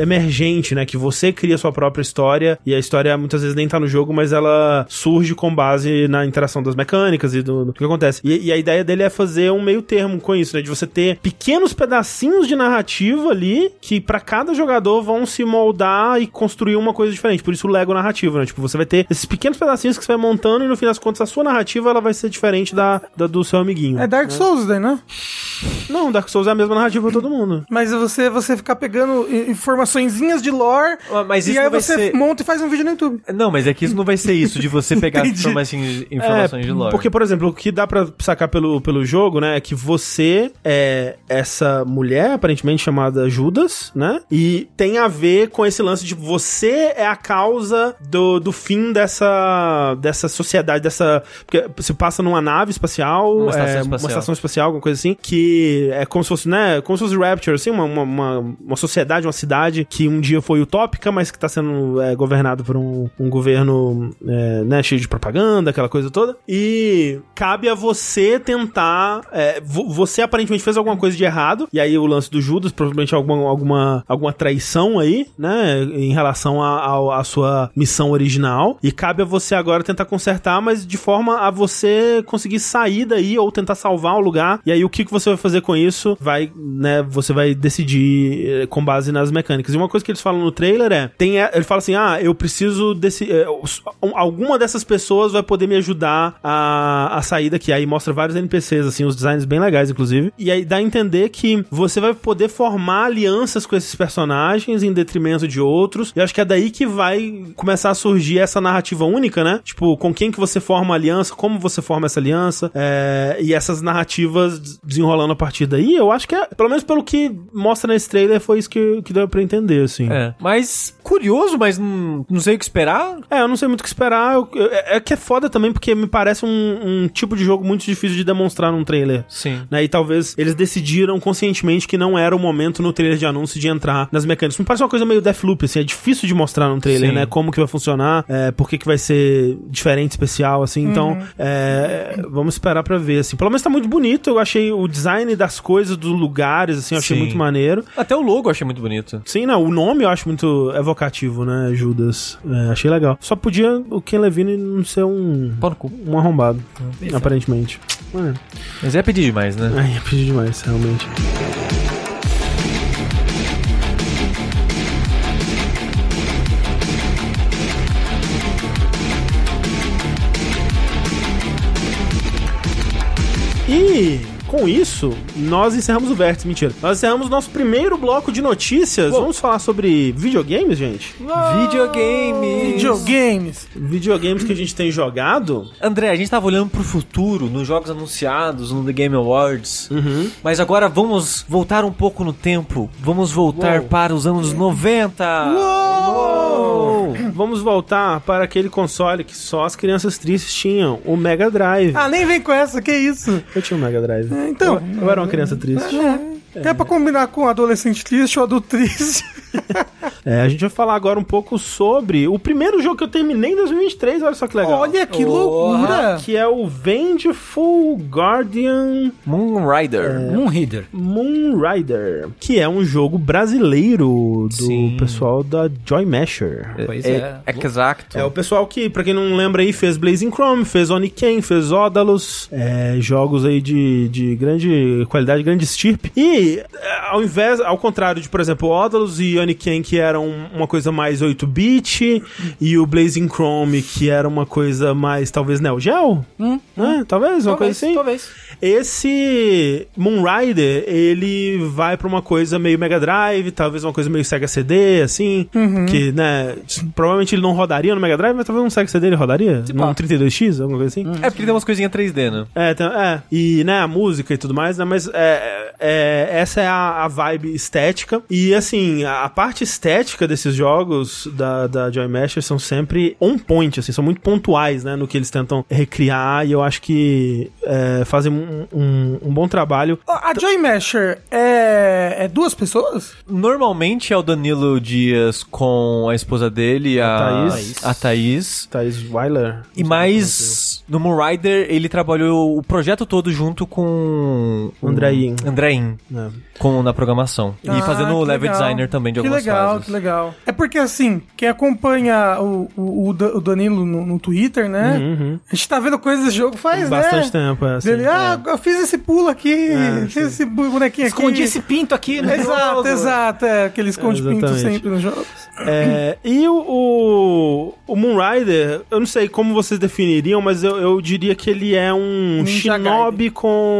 S1: emergente, né? Que você cria sua própria história, e a história muitas vezes nem tá no jogo, mas ela surge com base na interação das mecânicas e do, do que acontece. E, e a ideia dele é fazer um meio termo com isso, né? De você ter pequenos pedacinhos de narrativa ali que pra cada jogador vão se moldar e construir uma coisa diferente. Por isso o Lego narrativo, né? Tipo, você vai ter esses pequenos pedacinhos que você vai montando e no fim das contas a sua narrativa ela vai ser diferente da, da do seu amiguinho.
S3: É Dark Souls daí, né?
S1: Não, Dark Souls é a mesma narrativa pra todo mundo.
S3: Mas você, você ficar pegando i- informaçõezinhas de lore
S4: Ah, mas
S3: e
S4: isso
S3: aí
S4: não vai
S3: você
S4: ser-
S3: monta e faz um vídeo no YouTube.
S4: Não, mas é que isso não vai ser isso, de você pegar as
S3: Entendi.
S4: informações, informações de lore.
S1: É, Porque, por exemplo, o que dá pra sacar pelo, pelo jogo, né, é que você é essa mulher, aparentemente chamada Judas, né, e tem a ver com esse lance de você é a causa do, do fim dessa, dessa sociedade, dessa... Porque se passa numa nave espacial,
S4: Uma estação
S1: é, uma
S4: espacial.
S1: estação espacial, alguma coisa assim, que é como se fosse, né, como se fosse Rapture, assim, uma, uma, uma, uma sociedade, uma cidade que um dia foi utópica, mas que tá sendo é, governado por um, um governo, é, né, cheio de propaganda, aquela coisa toda. E cabe a você tentar, é, vo- você aparentemente fez alguma coisa de errado, e aí o lance do Judas, provavelmente alguma, alguma, alguma traição aí, né, em relação à à- à sua missão original, e cabe a você agora tentar consertar, mas de forma a você conseguir sair daí ou tentar salvar o lugar. E aí o que, que você vai fazer com isso? Vai, né, você vai decidir eh, com base nas mecânicas. E uma coisa que eles falam no trailer é, tem eh, ele fala assim: "Ah, eu preciso desse eh, os- um- alguma dessas pessoas vai poder me ajudar a, a sair daqui". Aí mostra vários NPCs assim, os designs bem legais inclusive. E aí dá a entender que você vai poder formar alianças com esses personagens em detrimento de outros. E eu acho que é daí que vai começar a surgir essa narrativa única, né? Tipo, com quem que você forma a aliança, como você forma essa aliança, é, e essas narrativas des- desenrolando a partir daí. Eu acho que, é, pelo menos pelo que mostra nesse trailer, foi isso que, que deu pra entender, assim.
S4: É. Mas, curioso, mas não, não sei o que esperar.
S1: É, eu não sei muito o que esperar. Eu- eu- é é que é foda também, porque me parece um, um tipo de jogo muito difícil de demonstrar num trailer.
S4: Sim.
S1: Né, e talvez eles decidiram conscientemente que não era o momento no trailer de anúncio de entrar nas mecânicas. Me parece uma coisa meio Deathloop, assim, é difícil de mostrar num trailer,
S4: Sim.
S1: né? Como que vai funcionar, é, por que que vai ser diferente, especial, assim. Então, é, vamos esperar pra ver, assim. Pelo menos tá muito bonito, eu achei o design das coisas, dos lugares, assim, eu achei
S4: Sim.
S1: muito maneiro.
S4: Até o logo eu achei muito bonito.
S1: Sim, não, o nome eu acho muito evocativo, né, Judas? É, achei legal. Só podia o Ken Levine não ser um,
S4: Pau no cu.
S1: um arrombado, aparentemente.
S4: Mas é pedir demais, né?
S1: Ai, é pedir demais, realmente. E com isso, nós encerramos o vértice, mentira. Nós encerramos nosso primeiro bloco de notícias. Vamos falar sobre videogames, gente?
S4: Videogames.
S3: Ah, Videogames.
S1: Videogames que a gente tem jogado.
S4: André, a gente tava olhando pro futuro, nos jogos anunciados, no The Game Awards.
S1: Uhum.
S4: Mas agora vamos voltar um pouco no tempo. Vamos voltar
S1: Uou.
S4: para os anos 90.
S1: Uou! Vamos voltar para aquele console que só as crianças tristes tinham, o Mega Drive.
S3: Ah, nem vem com essa, que isso?
S1: Eu tinha um Mega Drive.
S3: Então,
S1: Eu, eu era uma criança triste.
S3: é pra combinar com adolescente triste ou adulto triste.
S1: É, a gente vai falar agora um pouco sobre o primeiro jogo que eu terminei em 2023, olha só que legal.
S3: Olha que
S2: Porra.
S3: loucura.
S1: Que é o Vengeful Guardian
S4: Moonrider.
S2: Um reader.
S1: Moonrider, que é um jogo brasileiro do
S4: Sim.
S1: pessoal da Joy Masher.
S2: Pois é.
S4: Exato.
S1: É o pessoal que, pra quem não lembra aí, fez Blazing Chrome, fez Oniken, fez Odalus, é, jogos aí de, de grande qualidade, grande estirpe. E é, ao invés, ao contrário de, por exemplo, Odalus e Oniken, que eram uma coisa mais 8-bit, e o Blazing Chrome, que era uma coisa mais, talvez, Neo Geo?
S2: Hum,
S1: né? Talvez, uma coisa
S2: Talvez,
S1: assim.
S2: talvez.
S1: Esse Moonrider, ele vai pra uma coisa meio Mega Drive, talvez uma coisa meio Sega CD, assim, que, né, provavelmente ele não rodaria no Mega Drive, mas talvez um Sega CD ele rodaria, num 32X, alguma coisa assim.
S4: É porque ele tem umas coisinhas 3D, né?
S1: É, tem- é, e, né, a música e tudo mais, né, mas é, é, essa é a, a vibe estética, e, assim, a, a parte estética desses jogos da, da Joy Masher são sempre on point, assim, são muito pontuais, né, no que eles tentam recriar, e eu acho que é, fazem um- um- um bom trabalho
S3: A Joy Masher é, é duas pessoas?
S4: Normalmente é o Danilo Dias com a esposa dele, a,
S1: A
S4: a
S1: Thaís.
S4: Thaís.
S1: Thaís Weiler.
S4: E mais No Moon Rider, ele trabalhou o projeto todo junto com. o
S1: Andrain.
S4: Andrain.
S1: É.
S4: Com, na programação. e
S3: Ah,
S4: fazendo o
S3: que
S4: level
S3: legal.
S4: designer também de
S3: que
S4: algumas
S3: legal,
S4: fases.
S3: Que legal, É porque, assim, quem acompanha o, o, o Da- o Danilo no, no Twitter, né? A gente tá vendo coisas desse jogo faz,
S1: Bastante
S3: né?
S1: tempo, é assim.
S3: Dele, ah, eu fiz esse pulo aqui,
S1: É,
S3: fiz esse bu- bonequinho
S2: Escondi
S3: aqui.
S2: esse pinto aqui né? no
S3: Exato,
S2: jogo.
S3: exato. É, que ele esconde pinto
S1: exatamente.
S3: sempre nos jogos.
S1: É, e o, o, o Moon Rider, eu não sei como vocês definiriam, mas eu, eu diria que ele é um
S3: Ninja
S1: shinobi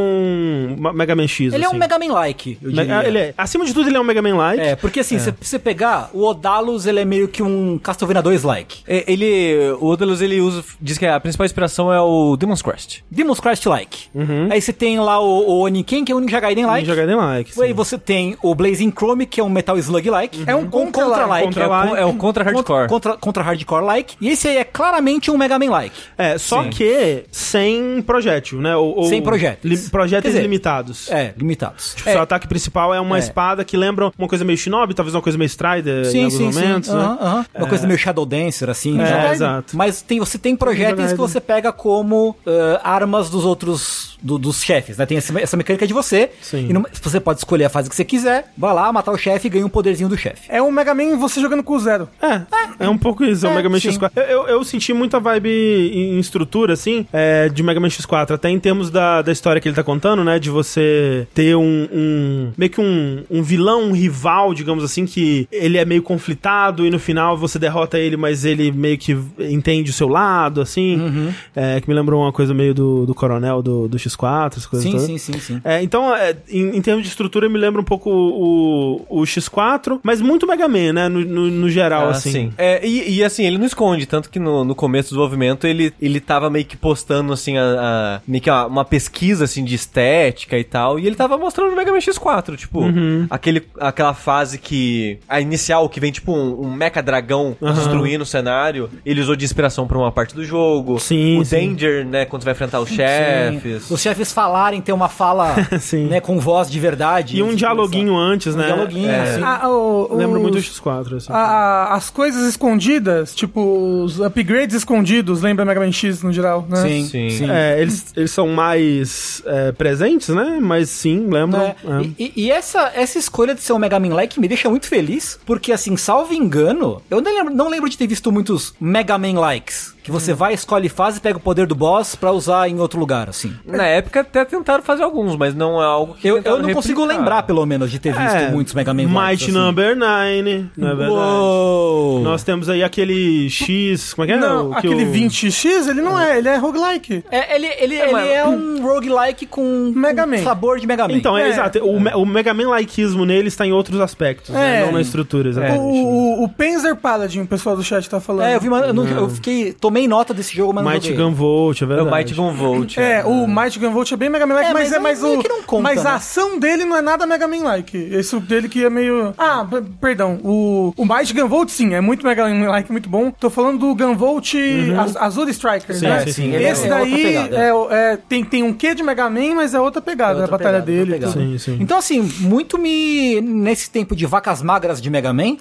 S1: com Ma- Mega Man X.
S2: Ele é um
S1: assim.
S2: Mega Man-like, eu
S1: Me-
S2: diria.
S1: ele é- acima de tudo, ele é um Mega Man Light.
S2: É, porque assim, se você pegar, o Odalus, ele é meio que um Castlevania 2-like.
S4: É, Ele. O Odalus, ele usa. Diz que a principal inspiração é o Demon's Crest.
S2: Demon's Crest-like. Aí você tem lá o, o Oniken, que é um Ninja Gaiden-like.
S1: Ninja Gaiden Like.
S2: Aí você tem o Blazing Chrome, que é um Metal Slug-like.
S3: É um
S2: Ou
S3: contra-like.
S4: Que é, o
S3: Ah,
S4: con- é o contra hardcore.
S2: um Contra, contra hardcore-like. E esse aí é claramente um Mega Man-like.
S1: É, só que sem projétil, né? Ou, ou
S2: Sem projéteis.
S1: li- projéteis
S2: Quer dizer,
S1: limitados.
S2: É, limitados.
S1: Tipo, seu ataque principal é uma
S2: É.
S1: espada que lembra uma coisa meio shinobi, talvez uma coisa meio strider em alguns momentos, né?
S2: Aham, aham. Uma coisa meio Shadow Dancer, assim.
S1: É,
S2: Jogar-
S1: exato.
S2: Mas tem, você tem projéteis
S1: Jogar-
S2: que você pega como ah, armas dos outros. do- dos chefes, né? Tem essa, essa mecânica de você.
S1: Sim.
S2: E numa- você pode escolher a fase que você quiser, vai lá, matar o chefe e ganha um poderzinho do chefe.
S3: É um Mega Man você jogando com o zero.
S1: É, é um pouco isso, é o
S2: É,
S1: Mega Man
S2: sim.
S1: X4. Eu, eu, eu senti muita vibe em estrutura, assim, é, de Mega Man X4, até em termos da, da história que ele tá contando, né? De você ter um. um- meio que um, um vilão, um rival, digamos assim, que ele é meio conflitado e no final você derrota ele, mas ele meio que entende o seu lado, assim.
S2: Uhum.
S1: É, que me lembrou uma coisa meio do, do Coronel do, do X4, essas coisas
S2: Sim,
S1: todas.
S2: sim, sim, sim.
S1: É, então, é, em, em termos de estrutura, me lembra um pouco o, o- o X4, mas muito Mega Man, né? No, no- no geral,
S4: Ah,
S1: assim.
S4: sim. É, e, e, assim, ele não esconde, tanto que no, no começo do desenvolvimento ele, ele tava meio que postando assim, a, a- meio que a- uma pesquisa assim de estética e tal, e ele tava mostrando o Mega Man X4, tipo, aquele, aquela fase que, a inicial que vem tipo um, um mecha dragão destruindo o cenário, ele usou de inspiração pra uma parte do jogo,
S1: Sim,
S4: o
S1: sim.
S4: Danger, né, quando você vai enfrentar os chefes.
S2: Os chefes falarem, ter uma fala
S1: Sim.
S2: né, com voz de verdade. é
S1: E um dialoguinho antes, né?
S2: dialoguinho,
S1: É.
S2: assim.
S3: Ah, o-
S1: Lembra
S3: os- Ah,
S1: muito do X4, assim.
S3: a- a- as coisas escondidas, tipo os upgrades escondidos, lembra Mega Man X no geral, né?
S2: Sim,
S4: Sim.
S2: sim.
S1: É, eles, eles são mais é, presentes, né? Mas sim, lembram.
S2: É,
S1: É.
S2: E, e- e essa, essa escolha de ser um Mega Man like me deixa muito feliz, porque assim, salvo engano, eu não lembro, não lembro de ter visto muitos Mega Man likes. Que você
S1: Hum.
S2: vai, escolhe fase, pega o poder do boss pra usar em outro lugar, assim.
S4: Na época até tentaram fazer alguns, mas não é algo que
S2: Eu, eu
S4: tentaram
S2: não consigo
S4: replicar.
S2: lembrar, pelo menos, de ter visto
S1: É,
S2: muitos Mega Man likes.
S1: Mighty
S2: assim.
S1: Number 9, não é verdade?
S2: Uou!
S1: Nós temos aí aquele X, como é que é?
S3: Não,
S1: O que
S3: aquele
S1: o-
S3: 20X, ele não é, ele é roguelike.
S2: É, ele ele, ele
S4: mas-
S2: é um roguelike com
S3: Mega
S2: com
S3: Man.
S2: sabor de Mega Man.
S1: Então, é,
S3: É.
S1: exato. O, me- o Mega Man likeismo nele está em outros aspectos, né?
S3: É.
S1: Não na estrutura,
S3: O,
S1: exatamente.
S3: o, o Panzer Paladin, o pessoal do chat tá falando.
S2: É, eu, vi, uma- eu, não- eu fiquei. Tomei nota desse jogo, mas não
S1: Mighty
S2: joguei.
S1: Gunvolt, é
S4: É
S1: verdade.
S4: o Might Gunvolt.
S3: É, o Might Gunvolt é bem Mega Man-like,
S2: É,
S3: mas,
S2: mas
S3: é
S2: aí
S3: mais
S2: meio
S3: o...
S2: que não conta,
S3: mas
S2: né?
S3: a ação dele não é nada Mega Man-like. Esse dele que é meio... Ah, p- perdão. O, o Might Gunvolt, sim, é muito Mega Man-like, muito bom. Tô falando do Gunvolt
S2: Uhum.
S3: Az- Azul Striker,
S1: Sim,
S3: né?
S1: sim, sim.
S2: Ele
S3: Esse
S2: é outra
S3: daí
S2: pegada.
S3: é o- é, tem, tem um quê de Mega Man, mas é outra pegada,
S2: É outra
S3: a batalha
S2: pegada,
S3: dele.
S2: outra
S3: e
S1: Sim,
S3: tudo.
S1: sim.
S2: Então, assim, muito me. Nesse tempo de vacas magras de Mega Man,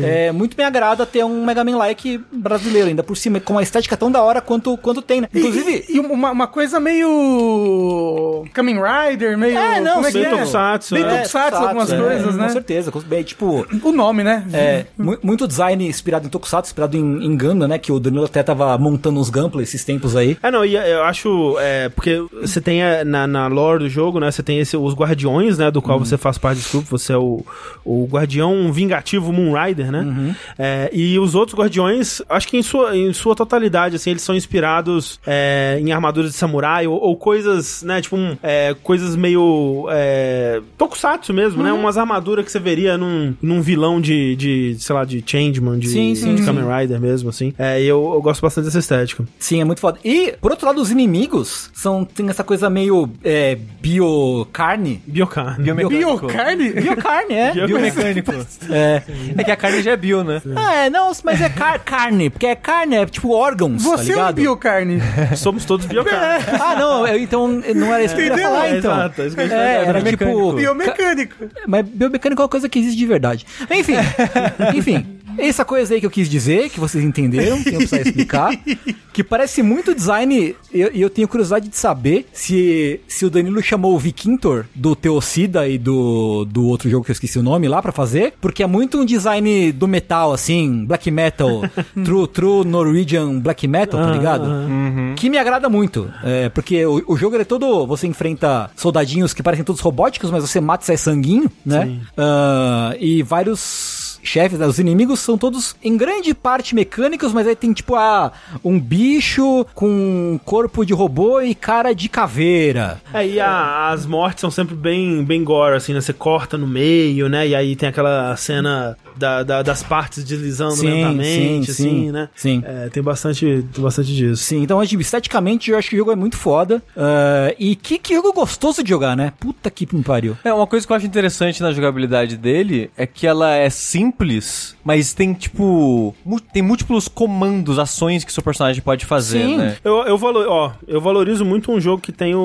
S2: é, muito me agrada ter um Mega Man-like brasileiro, ainda por cima, com uma estética tão da hora quanto, quanto tem, né? Inclusive.
S3: E, e uma, uma coisa meio. Kamen Rider, meio.
S2: É, não,
S3: como é que
S1: Bem
S3: é?
S1: tokusatsu,
S3: Bem
S1: né?
S3: tokusatsu, algumas
S2: é,
S3: coisas, né?
S2: Com certeza. com- bem, tipo.
S3: O nome, né?
S2: é, mu- muito design inspirado em Tokusatsu, inspirado em, em Gundam, né? Que o Danilo até tava montando uns gameplays esses tempos aí.
S1: É, não, e eu acho. é, porque você tem é, na, na lore do jogo, né? Você tem esse, os guardiões, né? Do qual
S2: Uhum.
S1: você faz parte desse grupo. Você é o, o guardião vingativo Moon Rider, né?
S2: Uhum.
S1: É, e os outros guardiões, acho que em sua, em sua totalidade, assim, eles são inspirados é, em armaduras de samurai ou, ou coisas, né? Tipo, um, é, coisas meio. É, tokusatsu mesmo,
S2: Uhum.
S1: né? Umas armaduras que você veria num, num vilão de, de, sei lá, de Changeman, de,
S2: Sim, sim,
S1: de
S2: sim.
S1: Kamen Rider mesmo, assim. É, e eu- eu gosto bastante dessa estética.
S2: Sim, é muito foda. E, por outro lado, os inimigos são, tem essa coisa meio é, biocarne.
S1: Biocar.
S4: Biomecânico.
S3: Biocarne?
S2: Biocarne, é.
S4: Biomecânico.
S2: é.
S4: É que a carne já é bio, né?
S2: Ah, é, não, mas é car- carne, porque é carne, é tipo órgãos, tá
S3: Você é um
S2: ligado?
S3: biocarne.
S1: Somos todos biocar.
S2: Ah, não, eu- então não era isso que eu ia
S3: Entendeu?
S2: falar,
S1: É,
S2: então.
S1: exato, é isso que eu ia falar,
S2: É,
S1: era
S2: era tipo...
S4: mecânico.
S2: ca-
S3: Biomecânico.
S2: Mas biomecânico é uma coisa que existe de verdade. Enfim, enfim. Essa coisa aí que eu quis dizer, que vocês entenderam, que eu não precisava explicar, que parece muito design, e eu, e eu tenho curiosidade de saber se, se o Danilo chamou o Vikintor do Teocida e do, do outro jogo que eu esqueci o nome lá pra fazer, porque é muito um design do metal, assim, black metal, true, true Norwegian black metal, tá ligado? Que me agrada muito, é, porque o, o jogo ele é todo, você enfrenta soldadinhos que parecem todos robóticos, mas você mata e sai sanguinho, né? Ah, e vários chefes, né, os inimigos são todos em grande parte mecânicos, mas aí tem tipo ah, um bicho com um corpo de robô e cara de caveira.
S1: É, e a- as mortes são sempre bem, bem gore, assim, né? Você corta no meio, né? E aí tem aquela cena da- da- das partes deslizando
S2: Sim,
S1: lentamente,
S2: sim,
S1: assim,
S2: sim,
S1: né?
S2: sim.
S1: É, tem bastante, tem bastante disso.
S2: Sim, então tipo, esteticamente eu acho que o jogo é muito foda. Ah, e que, que jogo gostoso de jogar, né? Puta que me pariu.
S4: É, uma coisa que eu acho interessante na jogabilidade dele é que ela é simples, mas tem, tipo, mu- tem múltiplos comandos, ações que seu personagem pode fazer,
S2: Sim.
S4: né?
S1: Eu, eu, valo- ó, eu valorizo muito um jogo que tem o,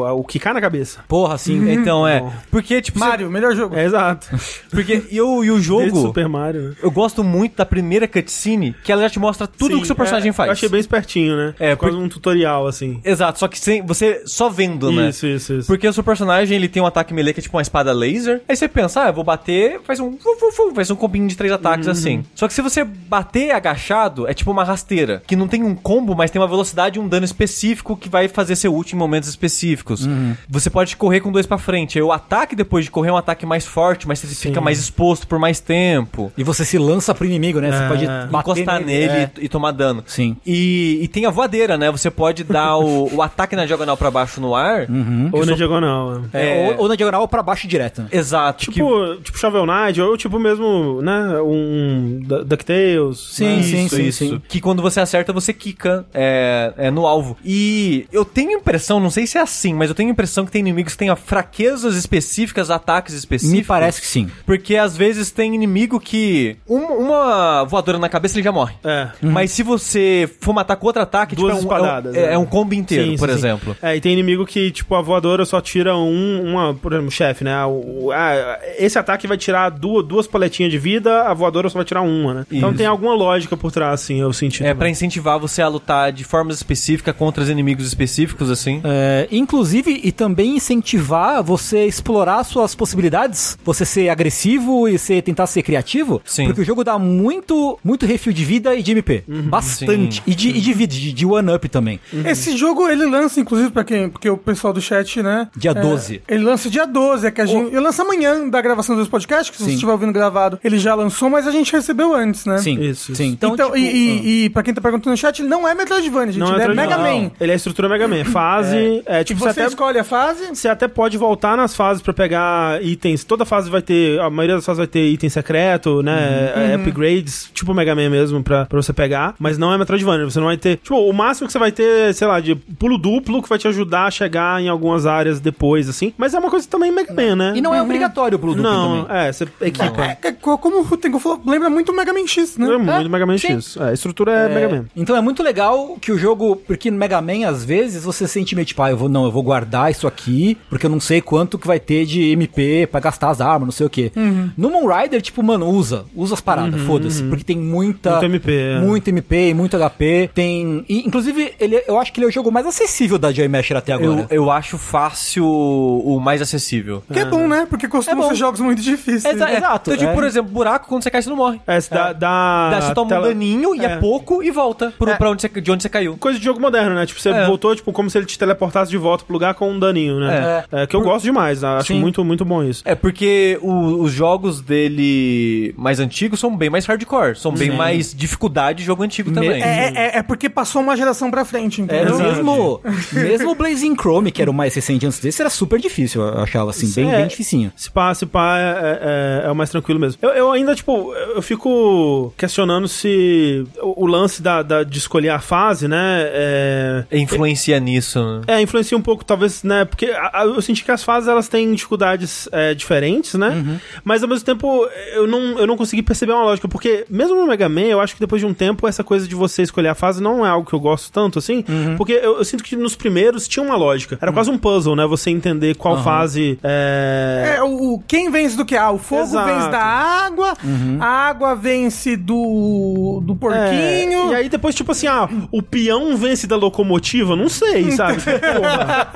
S1: o, a- o que cai na cabeça.
S2: Porra,
S1: Uhum.
S2: assim. é-
S4: Então, é. Porque, tipo, você-
S3: Mario, melhor jogo.
S1: É, exato.
S4: porque e o, e o
S1: Desde
S4: jogo,
S1: Super Mario, né?
S4: eu gosto muito da primeira cutscene, que ela já te mostra tudo o
S1: Sim,
S4: que seu personagem
S1: é,
S4: faz.
S1: Eu achei bem espertinho, né?
S4: É,
S1: quase um tutorial, assim.
S4: Exato, só que sem, você só vendo, né?
S1: Isso, isso, isso.
S4: Porque o seu personagem, ele tem um ataque melee que é tipo uma espada laser. Aí você pensa, ah, eu vou bater, faz um... fu, fu, fu, Faz um combinho de três
S2: Uhum.
S4: ataques assim. Só que se você bater agachado, é tipo uma rasteira. Que não tem um combo, mas tem uma velocidade e um dano específico que vai fazer seu ult em momentos específicos.
S2: Uhum.
S4: Você pode correr com dois pra frente. Aí o ataque depois de correr é um ataque mais forte, mas você fica mais exposto por mais tempo.
S2: E você se lança pro inimigo, né? Você
S3: Ah.
S2: pode bater
S4: Encostar nele,
S2: é.
S4: e, e tomar dano.
S2: Sim.
S4: E, e tem a voadeira, né? Você pode dar o, o ataque na diagonal pra baixo no ar.
S2: Uhum.
S1: Ou na diagonal. né?
S2: É,
S4: É.
S2: Ou, ou na diagonal ou pra baixo direto. né?
S4: Exato. que-
S1: Tipo, tipo Shovel Knight, ou tipo mesmo, né, um Du- DuckTales.
S2: Sim,
S1: né?
S2: sim,
S4: Isso,
S2: sim,
S4: isso.
S2: sim.
S4: Que quando você acerta, você quica é, é, no alvo. E eu tenho a impressão, não sei se é assim, mas eu tenho a impressão que tem inimigos que têm fraquezas específicas, ataques específicos.
S2: Me parece que sim.
S4: Porque às vezes tem inimigo que um- uma voadora na cabeça ele já morre.
S1: É.
S4: Mas se você for matar com outro ataque,
S1: Duas
S4: tipo, é um- é um-
S1: espadadas,
S4: É,
S1: né?
S4: é um combo inteiro,
S1: Sim,
S4: por
S1: sim, sim.
S4: exemplo.
S1: É, e tem inimigo que, tipo, a voadora só tira um, uma, por exemplo, o chefe, né? O- o- ah, esse ataque vai tirar duas, duas paletinhas de vida, a voadora só vai tirar uma, né? Então
S4: Isso.
S1: tem alguma lógica por trás, assim, eu senti.
S4: É
S1: também.
S4: pra incentivar você a lutar de forma específica contra os inimigos específicos, assim.
S2: É, inclusive, e também incentivar você a explorar suas possibilidades, você ser agressivo e você tentar ser criativo,
S4: Sim.
S2: porque o jogo dá muito, muito refil de vida e de MP. Bastante.
S4: Uhum. sim.
S2: E de, e de vida, de, de one-up também.
S3: Esse jogo ele lança, inclusive, pra quem? Porque o pessoal do chat, né?
S2: Dia
S3: é,
S2: 12.
S3: Ele lança dia 12, é que a gente. Ele lança amanhã da gravação dos podcasts, que se você
S2: Sim.
S3: estiver ouvindo gravado, ele já lançou, mas a gente recebeu antes, né?
S2: Sim,
S1: Isso,
S2: sim.
S1: isso.
S2: Então,
S3: então,
S2: tipo,
S3: e, e, e pra quem tá perguntando no chat, ele não é Metroidvania, gente.
S1: Não
S3: ele é, Mega
S1: tradicional.
S3: Man.
S1: Ele é estrutura Mega Man. Fase. É,
S3: E
S1: tipo,
S3: você
S1: você até.
S3: escolhe a fase.
S1: Você até pode voltar nas fases pra pegar itens. Toda fase vai ter, a maioria das fases vai ter item secreto, né? É, Upgrades, tipo Mega Man mesmo, pra, pra você pegar. Mas não é Metroidvania. Você não vai ter. Tipo, o máximo que você vai ter, sei lá, de pulo duplo que vai te ajudar a chegar em algumas áreas depois, assim. Mas é uma coisa também Mega Man, né?
S2: e não
S3: Uhum.
S2: é obrigatório o Blue Duplo
S1: Não,
S2: também.
S1: é, você equipa.
S3: É, é, como o Tengu falou, lembra muito o Mega Man X, né?
S1: Não é muito
S2: É,
S1: Mega Man
S2: sim.
S1: X. É, a estrutura é, Mega Man.
S2: Então é muito legal que o jogo, porque no Mega Man, às vezes, você sente meio tipo, ah, eu vou, não, eu vou guardar isso aqui, porque eu não sei quanto que vai ter de MP pra gastar as armas, não sei o quê.
S1: Uhum.
S2: No Moon Rider, tipo, mano, usa, usa as paradas, foda-se, porque tem muita...
S1: Muito MP, é.
S2: Muito MP, muito HP, tem... e, inclusive, ele, eu acho que ele é o jogo mais acessível da Joy Masher até
S4: Eu,
S2: agora.
S4: eu acho fácil o mais acessível.
S3: Que é bom, né? Porque costumam
S2: É bom.
S3: ser jogos muito difíceis.
S4: Exa-
S3: É.
S2: exato,
S4: Então, tipo,
S2: é.
S4: por exemplo, buraco, quando você cai, você não morre.
S1: É, você dá, dá,
S4: Daí você toma
S1: tela-
S4: um daninho e é,
S1: É.
S4: pouco e volta pro, pra onde você, de onde você caiu.
S1: coisa de jogo moderno, né? Tipo, você
S4: É.
S1: voltou, tipo, como se ele te teleportasse de volta pro lugar com um daninho, né? É. que eu gosto demais, né? acho
S2: Sim.
S1: muito, muito bom isso.
S4: É porque o- os jogos dele mais antigos são bem mais hardcore, são bem mais dificuldade de jogo antigo também.
S3: É, é- é- é porque passou uma geração pra frente,
S2: É,
S3: entendeu?
S1: exato.
S2: mesmo, mesmo o Blazing Chrome, que era o mais recente antes desse, era super difícil, eu achava, assim, bem,
S1: É.
S2: bem dificinho.
S1: Se pá, se pá, é, é- é o mais tranquilo mesmo. Eu, eu ainda, tipo, eu fico questionando se o, o lance da, da- de escolher a fase, né? É,
S4: Influencia nisso, né?
S1: É, influencia um pouco, talvez, né? Porque a- a- eu senti que as fases elas têm dificuldades é, diferentes, né? Mas ao mesmo tempo, eu, eu, não, eu não consegui perceber uma lógica, porque mesmo no Mega Man, eu acho que depois de um tempo, essa coisa de você escolher a fase não é algo que eu gosto tanto, assim, porque eu, eu sinto que nos primeiros tinha uma lógica. Era quase um puzzle, né? Você entender qual fase é...
S3: É, o, o- quem vence do que? Ah, o fogo
S1: Exato. Uhum.
S3: vence da água, a água vence do, do porquinho.
S1: É, e aí depois, tipo assim, ah, o peão vence da locomotiva? Não sei, sabe? Tipo, Porra.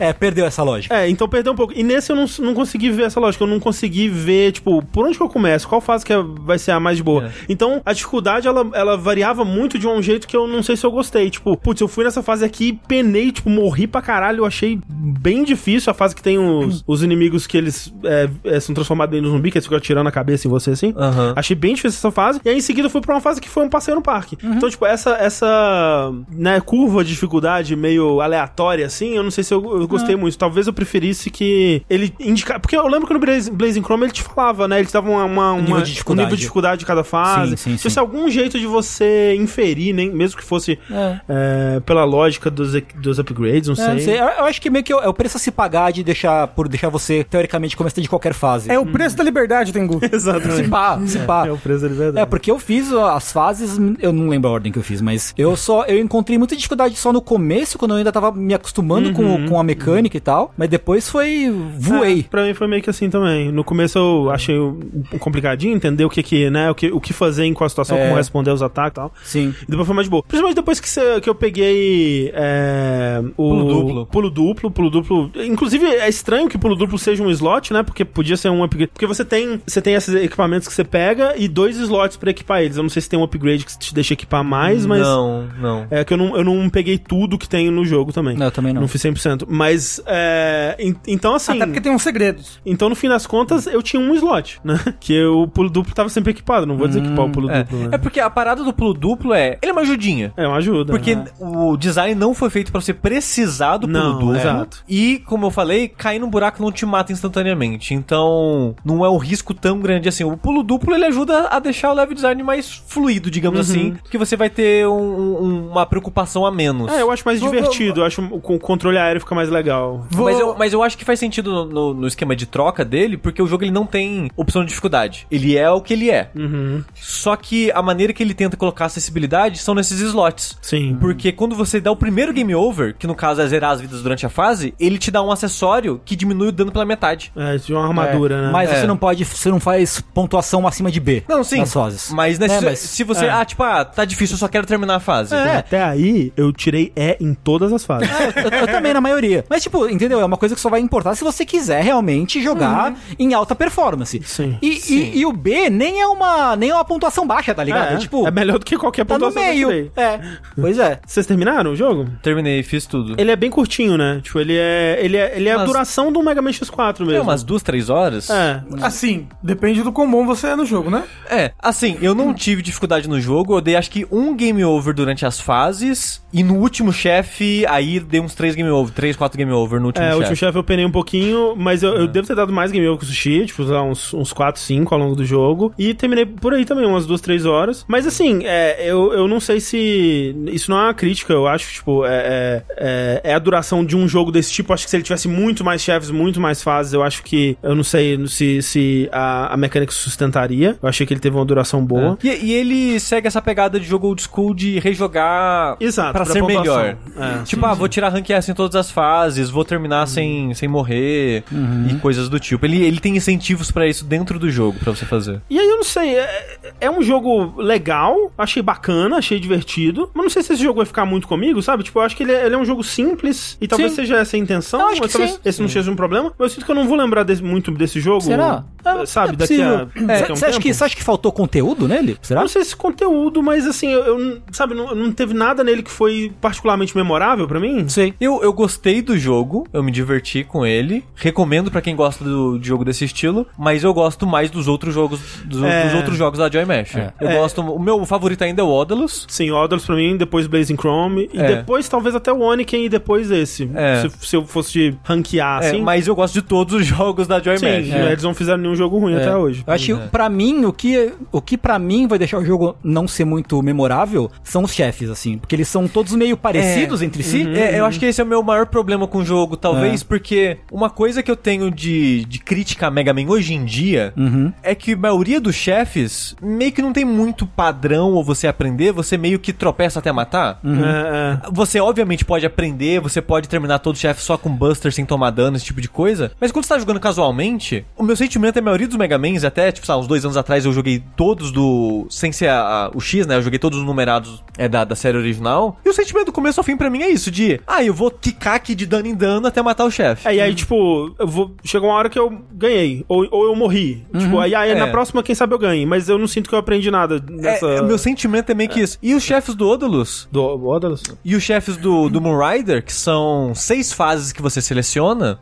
S2: É, perdeu essa lógica.
S1: É, então perdeu um pouco. E nesse eu não, não consegui ver essa lógica. Eu não consegui ver, tipo, por onde que eu começo? Qual fase que é- vai ser a mais de boa? Então, a dificuldade, ela, ela variava muito de um jeito que eu não sei se eu gostei. Tipo, putz, eu fui nessa fase aqui, penei, tipo, morri pra caralho. Eu achei bem difícil a fase que tem os, os inimigos que eles é, é, são transformados em zumbi, que eles ficam atirando a cabeça em você, assim.
S4: Aham.
S1: Achei bem difícil essa fase. E aí em seguida eu fui pra uma fase que foi um passeio no parque.
S2: Uhum.
S1: Então, tipo, essa, essa né, curva de dificuldade meio aleatória, assim, eu não sei se eu, eu gostei
S2: Uhum.
S1: muito. Talvez eu preferisse que ele indicasse. Porque eu lembro que no Blaz- Blazing Chrome ele te falava, né? Ele te dava uma, uma-
S2: nível
S1: uma-
S2: de dificuldade.
S1: um nível de dificuldade de cada fase. Então,
S2: Sim,
S1: Se
S2: sim, sim.
S1: fosse algum jeito de você inferir, nem, mesmo que fosse
S2: É.
S1: é, pela lógica dos, dos upgrades, não
S2: É,
S1: sei.
S2: não sei, Eu, eu acho que meio que é o- é o preço a se pagar de deixar, por deixar você, teoricamente, começar de qualquer fase.
S3: É, o preço da liberdade, Tengu.
S1: Exatamente.
S2: Se pá, se pá.
S1: né? É o preço da liberdade.
S2: É, porque eu fiz as fases, eu não lembro a ordem que eu fiz, mas eu só eu encontrei muita dificuldade só no começo, quando eu ainda tava me acostumando com, com a mecânica e tal, mas depois foi
S1: É,
S2: voei.
S1: pra mim foi meio que assim também. No começo eu achei um- um complicadinho entender o que que, né, o que, o que fazer em qual situação,
S2: É.
S1: como responder os ataques e tal.
S2: Sim.
S1: E depois foi mais de boa. Principalmente depois que, cê- que eu peguei é, o
S4: Pulo duplo.
S1: Pulo duplo, pulo duplo. Inclusive, é estranho que pulo duplo seja um slot, né? Porque podia ser um upgrade. Porque você tem, você tem esses equipamentos que você pega e dois slots pra equipar eles. Eu não sei se tem um upgrade que te deixa equipar mais, mas.
S4: Não, não.
S1: É que eu não, eu não peguei tudo que tem no jogo também.
S2: Não, eu também não.
S1: Não fiz 100%. Mas, é, en- então assim...
S3: Até porque tem uns segredos.
S1: Então, no fim das contas, eu tinha um slot, né? Que o pulo duplo tava sempre equipado. Não vou desequipar o pulo
S4: É.
S1: duplo, né?
S4: é porque a parada do pulo duplo é. Ele é uma ajudinha.
S1: É uma ajuda.
S4: Porque
S1: né?
S4: o design não foi feito pra ser precisado pelo
S1: Não,
S4: duplo.
S1: exato.
S4: E, como eu falei, cair num buraco não te mata instantaneamente. Então, não é um risco tão grande assim. O pulo duplo ele ajuda a deixar o level design mais fluido, digamos
S1: Uhum.
S4: assim. Porque você vai ter um- um- uma preocupação a menos.
S1: É, eu acho mais divertido. Eu acho que o controle aéreo fica mais legal.
S3: Vou-
S4: Mas, eu, mas eu acho que faz sentido no, no- no esquema de troca dele, porque o jogo ele não tem opção de dificuldade. Ele é o que ele é.
S1: Uhum.
S4: Só que a maneira que ele tenta colocar acessibilidade são nesses slots.
S1: Sim.
S4: Porque quando você dá o primeiro game over, que no caso é zerar as vidas durante a fase, ele te dá um acessório que diminui o dano pela metade.
S1: É, de uma armadura, né?
S2: Mas
S4: É.
S2: você não pode, você não faz pontuação acima de B.
S4: Não, sim.
S2: Nas fases.
S4: Mas, né,
S2: É,
S4: se,
S2: mas-
S4: se você. Ah, tipo, ah, tá difícil, eu só quero terminar a fase.
S1: É, Até aí, eu tirei E em todas as fases. Tá
S2: Eu, eu também, na maioria. Mas, tipo, entendeu? É uma coisa que só vai importar se você quiser realmente jogar em alta performance.
S1: Uhum. Sim.
S2: E, e- E, o B nem é uma nem é uma pontuação baixa, tá ligado?
S1: é,
S2: É, tipo,
S1: é melhor do que qualquer
S2: tá no
S1: pontuação que eu
S2: meio.
S1: tirei.
S2: É. Pois é.
S1: Vocês terminaram o jogo?
S4: Terminei, fiz tudo.
S1: Ele é bem curtinho, né? Tipo, ele é. Ele é, ele é a
S4: Mas-
S1: duração do Mega Man X4 mesmo.
S4: É umas duas, três horas?
S1: É.
S3: Assim, depende do quão bom você é no jogo, né?
S4: É, assim, eu não tive dificuldade no jogo, eu dei acho que um game over durante as fases, e no último chefe, aí dei uns três game over, três, quatro game over no último
S1: É, o
S4: chefe. É.
S1: último chefe eu penei um pouquinho, mas eu, eu devo ter dado mais game over com o sushi, tipo, sei lá, uns, uns 4, 5 ao longo do jogo. E terminei por aí também, umas 2, 3 horas. Mas assim, é, eu, eu não sei se. Isso não é uma crítica, eu acho, tipo, é, é, é- é a duração de um jogo desse tipo. Acho que se ele tivesse muito mais chefes, muito mais fases, eu acho que. Eu não sei se, se a, a mecânica sustentaria. Eu achei que ele teve uma duração boa.
S4: E, e ele segue essa pegada de jogo old school de rejogar
S1: Exato,
S4: pra
S1: pra
S4: ser
S1: pontuação.
S4: melhor.
S1: É,
S4: tipo, ah, vou tirar rank S em todas as fases, vou terminar
S1: Uhum.
S4: sem, sem morrer e coisas do tipo. Ele, ele tem incentivos pra isso dentro do jogo, pra você fazer.
S1: E aí eu não sei, é, é um jogo legal, achei bacana, achei divertido, mas não sei se esse jogo vai ficar muito comigo, sabe? Tipo, eu acho que ele é, ele é um jogo simples e talvez
S2: Sim.
S1: seja essa a intenção,
S2: Eu acho
S1: mas
S2: que
S1: talvez
S2: sim.
S1: esse não seja um problema. Mas eu sinto que eu não vou lembrar desse- muito desse jogo,
S2: Será? Ah, É,
S1: eh, sabe, daqui a, daqui a um
S2: Você acha,
S1: tempo.
S2: que- você acha que faltou conteúdo nele?
S1: Eu
S2: Será?
S1: não sei se conteúdo, mas assim, eu, eu não- sabe, não, não teve nada nele que foi particularmente memorável pra mim.
S2: sei.
S4: Eu, eu gostei do jogo, eu me diverti com ele. Recomendo pra quem gosta do, de jogo desse estilo, mas eu gosto mais dos outros jogos dos,
S1: É.
S4: dos outros jogos da Joy Mesh. Eu gosto, o meu favorito ainda é o Odalus.
S1: Sim, Odalus pra mim, depois Blazing Chrome, e
S4: É.
S1: depois talvez até o Oniken e depois esse.
S4: É.
S1: Se, se eu fosse ranquear,
S4: é,
S1: assim.
S4: mas eu gosto de todos os jogos da Joy
S1: Sim, é.
S4: Mesh.
S1: eles não fizeram nenhum jogo
S4: É.
S1: ruim até hoje.
S2: É. Eu acho que, pra mim, o que, o que pra mim vai deixar o jogo não ser muito memorável são os chefes, assim. Porque eles são todos meio parecidos
S4: É.
S2: entre
S1: Uhum.
S2: si. É.
S4: É, eu acho que esse é o meu maior problema com o jogo, talvez, porque uma coisa que eu tenho de, de crítica a Mega Man hoje em dia
S2: Uhum.
S4: é que a maioria dos chefes meio que não tem muito padrão ou você aprender, você meio que tropeça até matar.
S2: Uhum.
S1: É, é.
S4: Você obviamente pode aprender, você pode terminar todo chefe só com buster sem tomar dano, esse tipo de coisa. Mas quando você tá jogando casualmente, o meu sentimento é a maioria dos Mega Mans, até, tipo, sei lá, uns dois anos atrás eu joguei todos do. Sem ser a- a- o X, né? Eu joguei todos os numerados é, da, da série original. E o sentimento do começo ao fim pra mim é isso: de ah, eu vou quicar aqui de dano em dano até matar o chefe.
S1: É, e aí, tipo, eu vou... chegou uma hora que eu ganhei, ou, ou eu morri. Tipo, aí, aí
S4: É.
S1: na próxima, quem sabe eu ganhe, mas eu não sinto que eu aprendi nada nessa.
S4: É, o meu sentimento é meio que isso. E os chefes do Odalus,
S1: Do Odalus?
S4: E os chefes do, do Moon Rider, que são seis fases que você seleciona,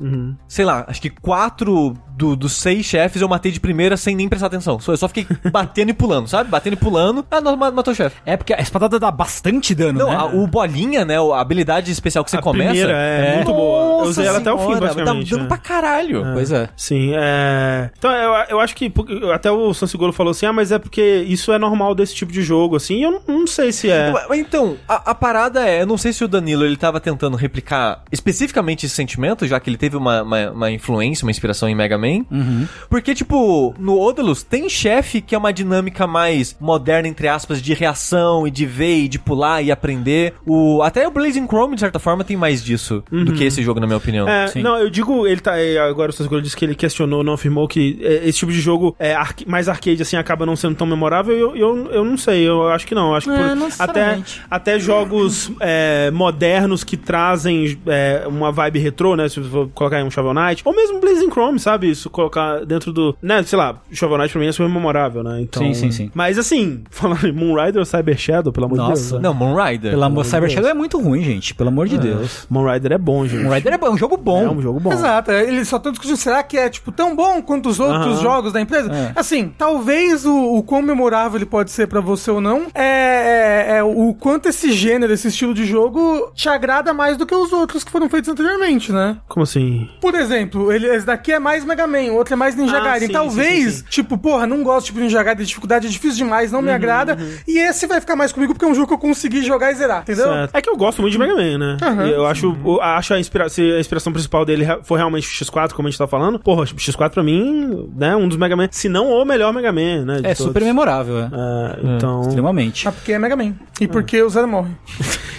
S4: sei lá, acho que quatro do- dos seis chefes eu matei de primeira sem nem prestar atenção. Só, eu só fiquei batendo e pulando, sabe? Batendo e pulando. Ah, não, ma- matou o chefe.
S2: É porque a espadada dá bastante dano,
S4: Não,
S2: né?
S4: a- o bolinha, né? A habilidade especial que você
S1: é? A
S4: começa.
S1: primeira é muito boa. Eu usei ela até o fim,
S4: senhora,
S1: basicamente,
S4: Tá dando
S1: é.
S4: pra caralho.
S2: Pois é.
S1: Sim, é. Então, eu, eu acho que porque- até o Sansigolo falou assim: ah, mas é porque isso é normal desse tipo de jogo, assim. e Eu não, não sei se é.
S4: Ué, mas Então, a, a parada é, eu não sei se o Danilo ele tava tentando replicar especificamente esse sentimento, já que ele teve uma, uma, uma influência, uma inspiração em Mega Man.
S1: Uhum.
S4: Porque, tipo, no Odalus tem chefe que é uma dinâmica mais moderna, entre aspas, de reação e de ver e de pular e aprender. O, até o Blazing Chrome, de certa forma, tem mais disso do que esse jogo, na minha opinião.
S1: Uhum. É, não, eu digo, ele tá. é, Agora o Sansigolo disse que ele questionou, não afirmou que é, esse tipo de jogo é arc- mais arcade, assim, acaba não sendo tão memorável. Eu, eu, eu não sei, eu acho que não. eu Acho que
S5: É,
S1: por-
S5: não
S1: até,
S5: necessariamente.
S1: até jogos é, modernos que trazem é, uma vibe retrô, né? Se você for colocar aí um Shovel Knight, ou mesmo Blazing Chrome, sabe? Isso colocar dentro do. Né, sei lá, Shovel Knight pra mim é super memorável, né? Então,
S2: Sim, sim, sim.
S1: Mas assim, falando em Moon Rider ou Cyber Shadow, pelo amor de
S2: Nossa,
S1: Deus. né?
S4: Não, Moon Rider.
S2: Pelo amor, Cyber Shadow é muito ruim, gente. Pelo amor de Deus.
S1: Moon Rider é bom, gente.
S2: Moon Rider é bom, é um jogo bom.
S1: é um jogo bom.
S3: Exato, é, eles só estão discutindo, será que é, tipo, tão bom quanto os outros
S1: Aham.
S3: jogos da empresa?
S2: É.
S3: Assim, talvez o, o quão memorável ele pode ser pra você ou não, é, é- é o quanto esse gênero, esse estilo de jogo te agrada mais do que os outros que foram feitos anteriormente, né?
S1: Como assim?
S3: Por exemplo, ele, esse daqui é mais Mega Man, o outro é mais Ninja
S1: Ah,
S3: Gaiden.
S1: sim,
S3: Talvez,
S1: sim, sim, Uhum,
S3: tipo, porra, não gosto tipo, de Ninja Gaiden, a dificuldade é difícil demais, não me agrada. E esse vai ficar mais comigo porque é um jogo que eu consegui jogar e zerar, entendeu?
S1: Certo. É que eu gosto muito de Mega Man, né?
S3: Aham.
S1: eu acho, eu acho a, inspira se a inspiração principal dele re- foi realmente o X4, como a gente tá falando. Porra, o X4 pra mim, né? Um dos Mega Man, se não o melhor Mega Man, né? de
S2: É
S1: todos.
S2: super memorável, é.
S1: É, então.
S2: Extremamente.
S3: Ah, porque é Mega Man. E porque o Zero morre.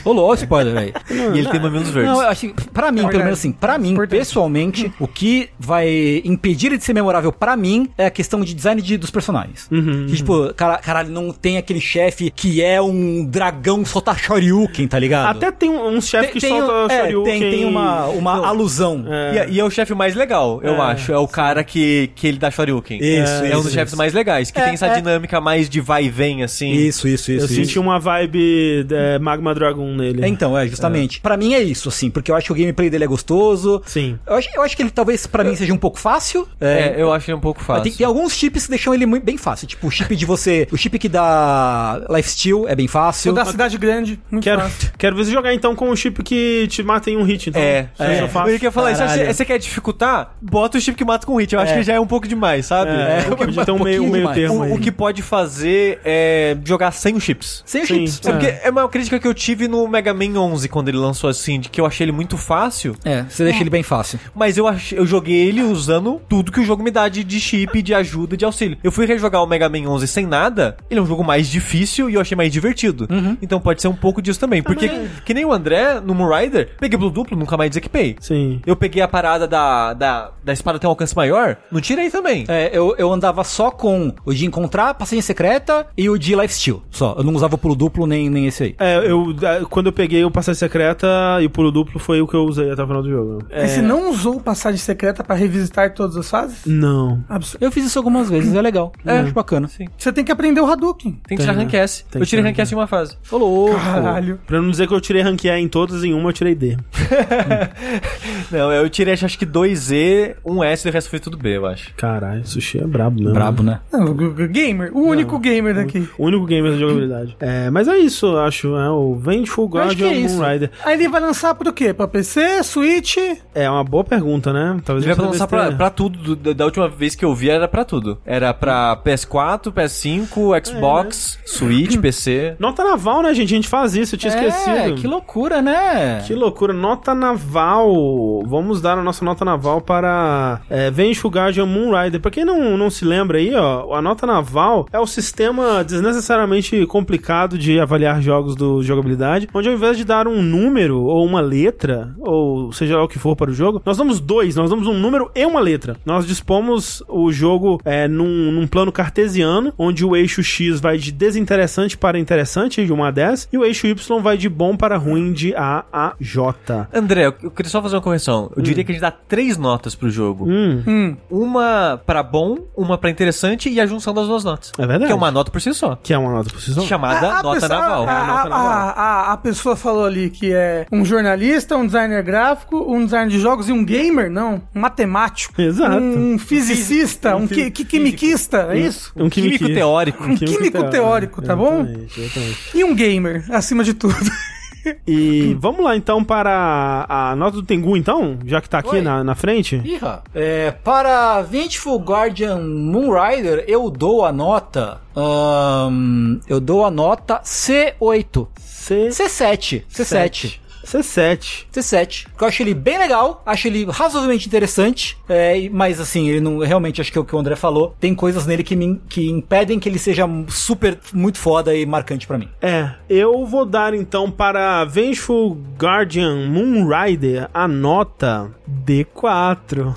S2: Ô, louco, spoiler, velho.
S4: E ele tem mamilos verdes.
S2: Não, eu acho que, pra
S1: É
S2: mim,
S3: Olha,
S2: pelo menos assim, pra mim,
S3: importante.
S2: pessoalmente, o que vai impedir ele de ser memorável pra mim é a questão de design de- dos personagens.
S1: Uhum,
S2: Que, tipo, cara, caralho, não tem aquele chefe que é um dragão solta shoryuken, tá ligado?
S1: Até tem um, um chefe que solta
S2: um- é,
S1: Shoryuken.
S2: tem, tem uma, uma alusão.
S4: E, é- e é o chefe mais legal, eu acho. É o cara que, que ele dá Shoryuken.
S2: Isso,
S4: é, É
S2: isso,
S4: um dos chefes
S2: isso.
S4: mais legais,
S1: É,
S4: que tem essa dinâmica mais de vai e vem, assim.
S2: Isso, isso, isso.
S1: Eu
S2: isso.
S1: senti uma vibe é, Magma Dragon nele.
S2: É, então, é, justamente. Pra mim é isso, assim, porque eu acho que o gameplay dele é gostoso.
S1: Sim.
S2: Eu acho, eu acho que ele talvez pra mim seja um pouco fácil.
S4: É, eu acho ele um pouco
S2: Mas
S4: fácil.
S2: Tem, tem alguns chips que deixam ele muito bem fácil. Tipo, o chip de você. O chip que dá lifesteal é bem
S3: Sou
S2: fácil.
S3: da cidade grande, muito
S1: Quero,
S3: fácil.
S1: quero ver você jogar então com um chip que te mata em um hit, então.
S4: É,
S1: Isso
S4: é.
S1: eu faço.
S4: Ele quer falar, isso,
S2: Caralho.
S4: você, você quer dificultar? Bota o chip que mata com hit. Eu acho que já é um pouco demais, sabe?
S1: É,
S2: É,
S1: podia ter um
S2: um
S1: meio,
S2: pouquinho
S1: meio
S2: demais.
S1: termo aí.
S4: O, o que pode fazer é jogar sem os chips.
S2: Sem os
S1: Sim.
S2: chips.
S4: Sabe que é uma crítica que eu tive no Mega Man 11 quando ele lançou assim, de que eu achei ele muito fácil,
S2: É, você deixa ele bem fácil.
S4: mas eu, ach- eu joguei ele usando tudo que o jogo me dá de, de chip, de ajuda, de auxílio. Eu fui rejogar o Mega Man 11 sem nada, ele é um jogo mais difícil e eu achei mais divertido. Então pode ser um pouco disso também, porque que nem o André no Moon Rider, peguei Blue Duplo, nunca mais desequipei.
S1: Sim.
S4: Eu peguei a parada da, da, da espada ter um alcance maior, não tirei também.
S2: É, eu, eu andava só com o de encontrar passagem secreta e o de lifesteal. Só. Eu não usava o pulo duplo nem, nem esse aí.
S1: É, eu, da- quando eu peguei o Passagem Secreta e o Pulo Duplo foi o que eu usei até o final do jogo.
S3: E Você não usou passagem secreta pra revisitar todas as fases?
S1: Não.
S3: Absurdo.
S2: Eu fiz isso algumas vezes, é legal. É, acho bacana.
S3: Você tem que aprender o Hadouken.
S4: Tem que tirar rank S.
S1: Tem
S4: Eu
S1: que
S4: tirei
S1: tirar
S4: rank S em uma fase.
S2: Ô, louco.
S3: Caralho.
S1: Pra não dizer que eu tirei rank A em todas, em uma eu tirei D.
S4: Não, eu tirei acho que 2E, 1S e o resto foi tudo B, eu acho.
S1: Caralho, sushi é brabo mesmo.
S2: Brabo, né?
S3: Não, g- g- gamer, o único gamer daqui.
S1: O único gamer da jogabilidade. É, mas é isso, eu acho. É, o Vengeful Full
S3: Eu acho que
S1: Guardian
S3: é isso.
S1: Moon Rider.
S3: Aí ele vai lançar pro quê? Pra PC, Switch?
S1: É uma boa pergunta, né? Talvez
S4: Devia
S1: eu
S4: lançar pra,
S1: besteira.
S4: pra tudo. do- da- da última vez que eu vi era pra tudo. Era pra PS4, PS5, Xbox, Switch, PC.
S1: Nota naval, né, gente? A gente faz isso, eu tinha
S2: É,
S1: esquecido.
S2: que loucura, né?
S1: Que loucura, nota naval. Vamos dar a nossa nota naval para é, Vem Enxugar de Moon Rider. Pra quem não, não se lembra aí, ó, a nota naval é o sistema desnecessariamente complicado de avaliar jogos do jogabilidade, onde ao invés de dar um número ou uma letra, ou seja lá o que for para o jogo, nós damos dois, nós damos um número e uma letra. Nós dispomos o jogo é, num, num plano cartesiano, onde o eixo X vai de desinteressante para interessante, de 1 a 10, e o eixo Y vai de bom para ruim, de A a J.
S4: André, eu- eu queria só fazer uma correção. Eu diria que a gente dá três notas pro jogo.
S1: Hum,
S3: Hum.
S4: Uma pra bom, uma pra interessante e a junção das duas notas.
S1: É verdade.
S4: Que é uma nota por si só.
S1: que é uma nota por si só.
S4: Chamada
S3: A- a
S4: nota
S3: pessoa-
S4: naval.
S3: A,
S4: É a nota
S3: a-
S4: naval.
S3: a- a pessoa falou ali que é um jornalista, um designer gráfico, um designer de jogos e um gamer, não, um matemático.
S1: Exato.
S3: Um fisicista, um,
S1: fi-
S3: qui- qui- quimiquista, é isso?
S1: Um
S4: Químico,
S1: químico teórico.
S4: teórico.
S3: Um químico teórico, tá bom?
S1: Exatamente, exatamente.
S3: E um gamer, acima de tudo. Hum.
S1: E vamos lá então para a nota do Tengu, então, já que tá aqui
S2: Oi.
S1: na, na frente.
S2: Iha. É, para Vengeful Guardian Moonrider, eu dou a nota. ahn, eu dou a nota C8.
S1: C...
S2: C7. C7.
S1: C7.
S2: C7. Porque eu acho ele bem legal, acho ele razoavelmente interessante, é, e- mas assim, ele não. Realmente, acho que é o que o André falou. Tem coisas nele que, me, im- que impedem que ele seja super, muito foda e marcante pra mim.
S1: É, eu vou dar então para Vengeful Guardian Moonrider a nota D4.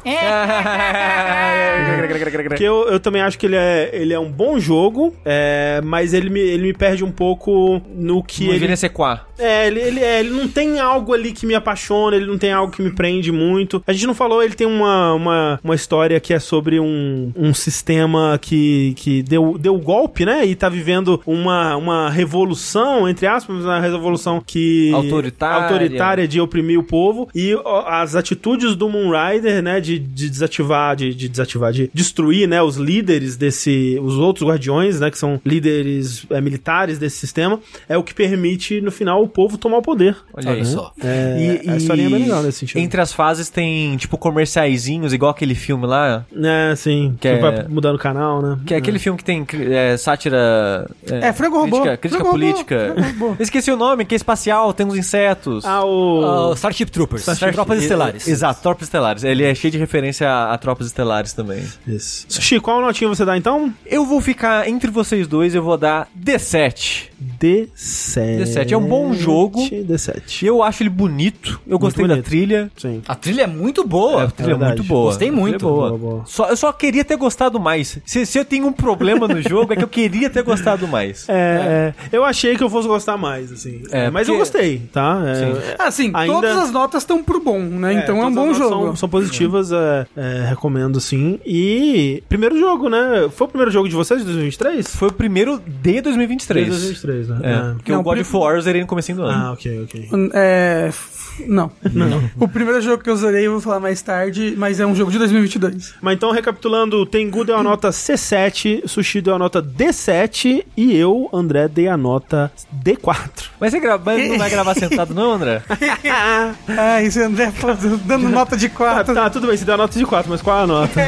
S1: Porque eu, eu também acho que ele é, ele é um bom jogo, é, mas ele me, ele me perde um pouco no que
S4: Que ele...
S1: ele
S4: vira sequá.
S1: É, ele, ele, é, ele não tem algo ali que me apaixona, ele não tem algo que me prende muito. A gente não falou, ele tem uma, uma, uma história que é sobre um, um sistema que, que deu, deu golpe, né? E tá vivendo uma, uma revolução, entre aspas, uma revolução que...
S4: Autoritária.
S1: Autoritária de oprimir o povo. E ó, as atitudes do Moonrider, né? De, de desativar, de, de desativar, de destruir, né? Os líderes desse... Os outros guardiões, né? Que são líderes é, militares desse sistema. É o que permite, no final, o povo tomar o poder.
S4: Olha aí.
S2: só.
S1: É,
S4: E-
S1: a
S4: e-
S1: historinha é bem legal nesse sentido.
S4: Entre as fases tem, tipo, comerciaizinhos, igual aquele filme lá.
S1: É, sim. Que,
S4: Que
S1: vai
S4: é-
S1: mudando o canal, né?
S4: Que é aquele filme que tem cri- é, sátira.
S3: É, frango robô.
S4: Crítica, crítica
S3: Frango robô,
S4: política.
S3: frango robô.
S4: Esqueci o nome, que é espacial, tem uns insetos.
S1: Ah, o...
S2: Ah,
S4: Oh.
S2: Starship Troopers.
S1: Starship-
S2: Tropas Estelares.
S4: Exato, Tropas Estelares. Ele é cheio de referência a, a Tropas Estelares também.
S1: Isso. Sushi, qual notinha você dá, então?
S4: Eu vou ficar entre vocês dois, eu vou dar D7.
S1: D7.
S4: D7, é um bom jogo.
S1: D7.
S4: Eu acho ele bonito, eu gostei da
S1: bonito.
S4: trilha.
S1: Sim.
S2: A trilha é muito
S4: É,
S2: boa.
S4: a trilha é,
S1: verdade.
S4: muito boa.
S2: Gostei
S4: A trilha é
S2: muito.
S4: boa.
S1: Boa, boa.
S4: Só, eu só queria ter gostado mais. Se, se eu tenho um problema no jogo, é que eu queria ter gostado mais.
S1: É, é. eu achei que eu fosse gostar mais, assim.
S4: É,
S1: mas eu
S4: porque-
S1: gostei, tá? É, é,
S3: Assim,
S1: Ainda-
S3: todas as notas estão pro bom, né? então é um
S1: todas
S3: bom
S1: as notas
S3: jogo.
S1: São, são positivas, é, é, recomendo, sim. E primeiro jogo, né? Foi o primeiro jogo de vocês de 2023?
S4: Foi o primeiro de 2023.
S1: De 2023, né?
S4: É, porque
S3: Não,
S4: o God
S3: pri-
S4: of War eu zerei no comecinho do ano.
S1: Ah, ok, ok.
S3: É. f- Não. O primeiro jogo que eu zerei, eu vou falar mais tarde, mas é um jogo de 2022.
S1: Mas então, recapitulando, o Tengu deu a nota C7, Sushi deu a nota D7 e eu, André, dei a nota D4.
S4: Mas você grava, mas não vai gravar sentado não, André?
S3: Ah, esse André tá dando nota de
S1: Ah,
S3: 4.
S1: tá, tudo bem, você deu a nota de 4, mas qual é a nota?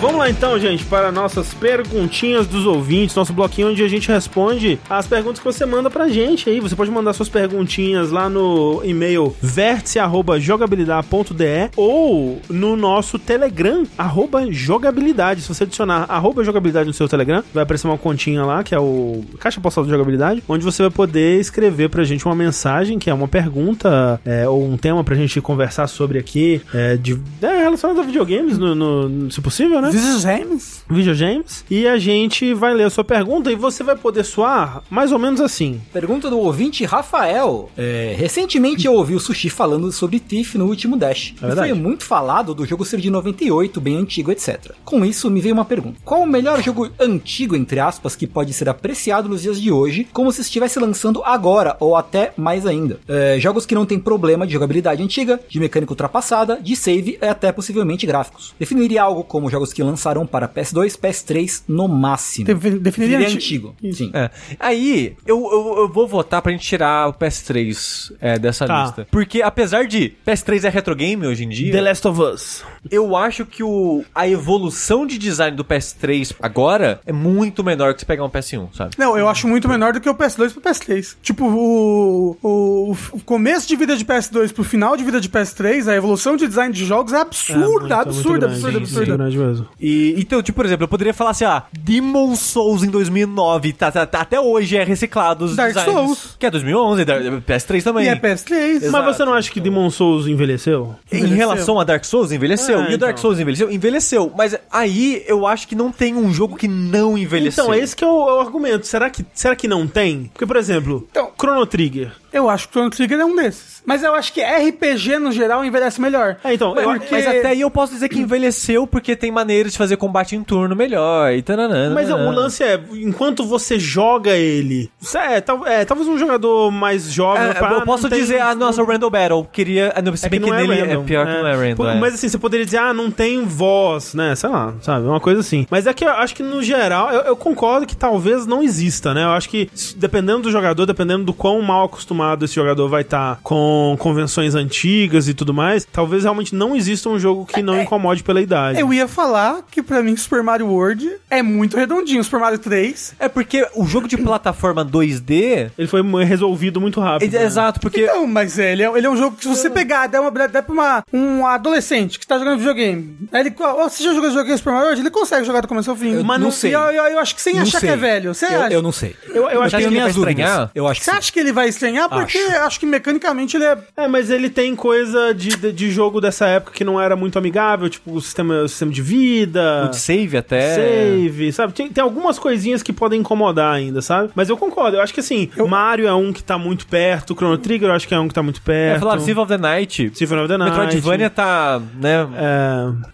S1: Vamos lá então, gente, para nossas perguntinhas dos ouvintes, nosso bloquinho onde a gente responde as perguntas que você manda pra gente aí. Você pode mandar suas perguntinhas lá no e-mail vértice.jogabilidade.de ou no nosso Telegram, arroba jogabilidade. Se você adicionar arroba jogabilidade no seu Telegram, vai aparecer uma continha lá, que é o Caixa Postal de Jogabilidade, onde você vai poder escrever pra gente uma mensagem, que é uma pergunta é, ou um tema pra gente conversar sobre aqui, é, de, é, relacionado a videogames, no- no- se possível, né?
S3: This is James?
S1: videogames e a gente vai ler a sua pergunta e você vai poder soar mais ou menos assim.
S2: Pergunta do ouvinte Rafael. É, recentemente eu ouvi o Sushi falando sobre Thief no último Dash. e
S1: verdade.
S2: foi muito falado do jogo ser de 98, bem antigo, etc. Com isso, me veio uma pergunta. Qual o melhor jogo antigo, entre aspas, que pode ser apreciado nos dias de hoje, como se estivesse lançando agora, ou até mais ainda? É, jogos que não têm problema de jogabilidade antiga, de mecânica ultrapassada, de save e até possivelmente gráficos. Definiria algo como jogos que lançarão para PS2, PS3 no máximo.
S3: Defin- definiria
S2: Seria
S3: antigo.
S2: antigo. Sim.
S4: É. Aí, eu, eu, eu vou votar pra gente tirar o PS3 é, dessa
S1: Tá.
S4: lista. Porque apesar de PS3 é retro game hoje em dia,
S1: The Last of Us.
S4: eu acho que o, a evolução de design do PS3 agora é muito menor que se pegar um PS1, sabe?
S3: Não, eu acho muito menor do que o PS2 pro PS3. Tipo, o, o, o começo de vida de PS2 pro final de vida de PS3, a evolução de design de jogos é absurda, absurda, absurda, absurda.
S1: grande mesmo.
S4: E, então, tipo, por exemplo, eu poderia falar assim, ah, Demon Souls em 2009, tá, tá- tá- até hoje é reciclado os
S3: Dark
S4: designs.
S3: Souls.
S4: Que é 2011, Dar- PS3 também.
S3: E é PS3.
S1: Mas você não acha que Demon Souls envelheceu?
S4: Em relação a Dark Souls, envelheceu.
S1: Ah,
S4: e o Dark
S1: então.
S4: Souls envelheceu? Envelheceu. Mas aí eu acho que não tem um jogo que não envelheceu.
S1: Então, é esse que é o, é o argumento. Será que, será que não tem? Porque, por exemplo,
S3: Então-
S1: Chrono Trigger.
S3: Eu acho que o Chrono Trigger é um desses. Mas eu acho que RPG, no geral, envelhece melhor.
S1: É, então, eu,
S3: Porque-
S4: Mas até aí eu posso dizer que envelheceu porque tem maneiras de fazer combate em turno melhor e tananã.
S1: Mas o
S4: tananã.
S1: lance é, enquanto você joga ele. É, tal- é, talvez um jogador mais jovem.
S4: Ah,
S1: pá,
S4: eu
S1: não
S4: posso
S1: tem-
S4: dizer, ah, nossa, o Randall Battle. Queria. ah, Não, se
S1: É
S4: bem
S1: que
S4: que,
S1: não é
S4: nele
S1: random,
S4: é pior que não é Randall.
S1: Pô,
S4: é.
S1: Mas assim, você poderia dizer, ah, não tem voz, né? Sei lá, sabe? Uma coisa assim. Mas é que eu acho que no geral, eu, eu concordo que talvez não exista, né? Eu acho que s- dependendo do jogador, dependendo do quão mal acostumado esse jogador vai estar com convenções antigas e tudo mais, talvez realmente não exista um jogo que não incomode pela idade.
S3: Eu ia falar que pra mim Super Mario World é muito redondinho. Super Mario 3.
S4: É porque o jogo de plataforma 2D.
S1: Ele foi mu- resolvido muito rápido.
S4: é-
S1: né?
S4: Exato, porque.
S3: Não, mas ele é, ele é um jogo que se você pegar, der, uma, der pra uma, um adolescente que tá jogando videogame, aí ele, ó, você já jogou joguinho Super Mario World? Ele consegue jogar do começo ao fim.
S2: Eu
S3: Mas
S2: não sei.
S3: Eu, eu- eu acho que sem
S2: Não
S3: achar
S2: sei.
S3: que é velho. Você
S2: eu,
S3: acha?
S2: eu não sei.
S1: Eu, eu acho
S4: acho
S1: que tá
S4: que
S2: tenho
S4: ele tá
S2: minhas
S4: vai
S2: dúvidas.
S4: estranhar?
S2: Eu acho que
S3: Você
S2: sim.
S3: acha que ele vai estranhar? Porque
S2: Acho.
S3: acho que mecanicamente ele é
S1: É, mas ele tem coisa de, de, de jogo dessa época que não era muito amigável, tipo o sistema, o sistema de vida.
S4: O de save até.
S1: Save, sabe? Tem, tem algumas coisinhas que podem incomodar ainda, sabe? Mas eu concordo, eu acho que assim, Mario é um que tá muito perto, Chrono Trigger eu acho que é um que tá muito
S4: É,
S1: perto.
S4: falar Symphony of the Night.
S1: Symphony of the Night.
S4: Metroidvania tá, né?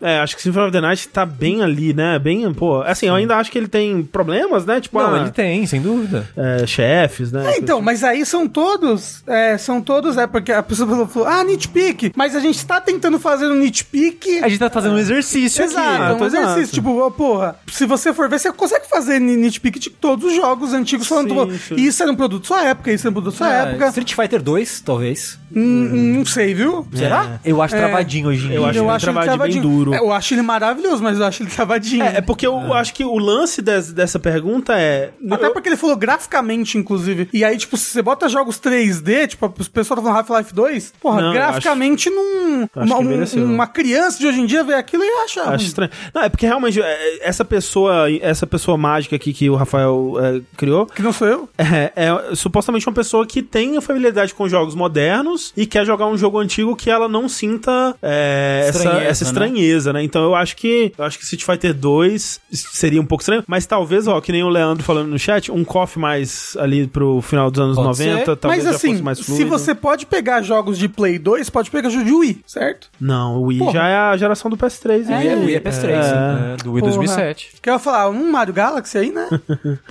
S1: É, é, acho que Symphony of the Night tá bem ali, né? Bem, pô. Assim, eu ainda acho que ele tem problemas, né? Tipo,
S4: Não,
S1: ah,
S4: ele tem, sem dúvida.
S1: é, chefes, né?
S3: É, então, mas aí são todos, é, são todos, é porque a pessoa falou, falou, ah, nitpick, mas a gente tá tentando fazer um nitpick.
S4: A gente tá fazendo um exercício
S3: Exato,
S1: Ah,
S3: é um
S1: tô exato.
S3: exercício, tipo, ó, porra, se você for ver, você consegue fazer ni- nitpick de todos os jogos antigos falando,
S1: Sim,
S3: pô,
S1: sim. é,
S3: isso era um produto da sua época, isso era um produto da sua
S2: Ah,
S3: época,
S2: Street Fighter 2, talvez.
S3: Hum, não sei, viu? Será?
S4: aqui. Eu acho
S3: É.
S4: travadinho hoje em
S1: Uhum. Eu
S4: dia.
S1: acho- ele travadinho, bem duro.
S3: É, Eu acho ele maravilhoso, mas eu acho ele travadinho.
S1: É, é porque eu acho que o lance des- dessa pergunta é.
S3: Até porque ele falou graficamente, inclusive. E aí, tipo, se você bota jogos 3D, tipo, o pessoal tá falando Half-Life 2, porra,
S1: Não, eu
S3: graficamente não.
S1: eu acho
S3: Uma,
S1: que
S3: um-
S1: mereceu.
S3: uma criança de hoje em dia vê aquilo e acha.
S1: Acho
S3: ruim.
S1: estranho. Não, é porque realmente é, essa pessoa, essa pessoa mágica aqui que o Rafael é, criou,
S3: Que não sou eu?
S1: É, é supostamente uma pessoa que tem familiaridade com jogos modernos e quer jogar um jogo antigo que ela não sinta é, essa,
S2: Estranheza,
S1: essa
S2: né?
S1: estranheza, né? Então eu acho que eu acho que Street Fighter 2 seria um pouco estranho, mas talvez, ó, que nem o Leandro falando no chat, um coffee mais ali pro final dos anos
S2: Pode
S1: 90,
S2: ser,
S1: talvez
S3: Mas
S1: já fosse
S3: assim,
S1: mais fluido.
S3: se você pode pegar jogos de Play 2, pode pegar jogo de Wii, certo?
S1: Não, o Wii
S3: Porra.
S1: já é a geração do PS3,
S2: É,
S1: hein?
S2: o Wii é PS3,
S1: É.
S4: É, do Wii
S3: Porra.
S4: 2007.
S3: Quer eu falar, um Mario Galaxy aí, né?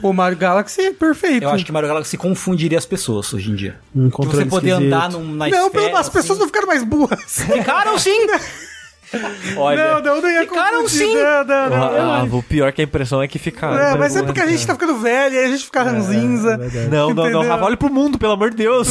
S3: Pô, Mario Galaxy é perfeito.
S2: Eu acho que Mario Galaxy confundiria as pessoas hoje em dia.
S1: Um
S2: De você
S1: controle
S2: poder
S1: esquisito.
S2: andar num, na
S3: Não,
S2: esfera,
S3: pelo as pessoas
S2: assim.
S3: não ficaram mais burras.
S2: Ficaram sim!
S3: Não,
S4: Olha.
S3: não, não ia
S2: Ficaram
S3: confundir,
S2: sim.
S3: Não, não, não. eu
S4: ah,
S3: acho-
S4: o pior que a impressão é que ficaram.
S3: É, mas é porque a gente tá ficando velho, aí a gente
S2: É,
S3: fica ranzinza.
S4: Não, não, não.
S3: Entendeu?
S4: Rafa, olha pro mundo, pelo amor de Deus.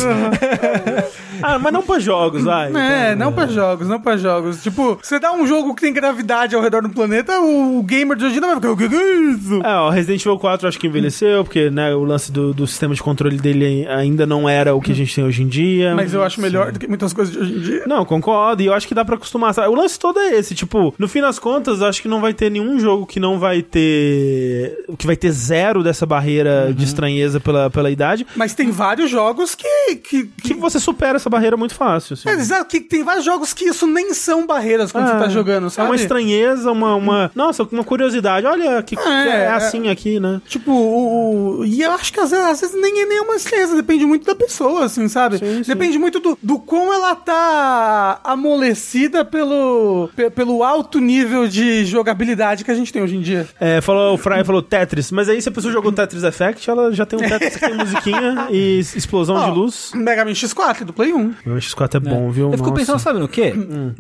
S1: Ah, mas não pra jogos, vai.
S3: É,
S1: Então,
S3: não pra jogos, não pra jogos. Tipo, você dá um jogo que tem gravidade ao redor do planeta, o gamer de hoje em dia vai ficar, o que que é isso?
S1: É, ó, Resident Evil 4 eu acho que envelheceu, porque né, o lance do, do sistema de controle dele ainda não era o que a gente tem hoje em dia.
S3: Mas eu acho melhor do que muitas coisas de hoje em dia.
S1: Não, concordo, e eu acho que dá pra acostumar. sabe? O lance todo é esse, tipo, no fim das contas, acho que não vai ter nenhum jogo que não vai ter. que vai ter zero dessa barreira
S3: Uhum.
S1: de estranheza pela, pela idade,
S3: Mas tem vários jogos que. que,
S1: que
S3: que...
S1: você supera essa barreira muito fácil. assim.
S3: É, exato, que tem vários jogos que isso nem são barreiras quando você tá jogando,
S1: É
S3: sabe?
S1: uma estranheza, uma, uma. Nossa, uma curiosidade. Olha, que, que é,
S3: é.
S1: assim aqui, né?
S3: Tipo, o, o- E eu acho que às vezes, às vezes nem é nenhuma estranheza, depende muito da pessoa, assim, sabe?
S1: Sim, sim.
S3: Depende muito do, do quão ela tá amolecida pelo. pelo, pe- pelo alto nível de jogabilidade que a gente tem hoje em dia.
S1: É, falou, o Fry falou Tetris, mas aí se a pessoa jogou Tetris Effect, ela já tem um Tetris que tem musiquinha e s- explosão
S3: Ó,
S1: de luz.
S3: Mega Man X4 do Play 1.
S1: O X4 é bom, viu?
S2: né? Eu fico pensando, sabe no quê?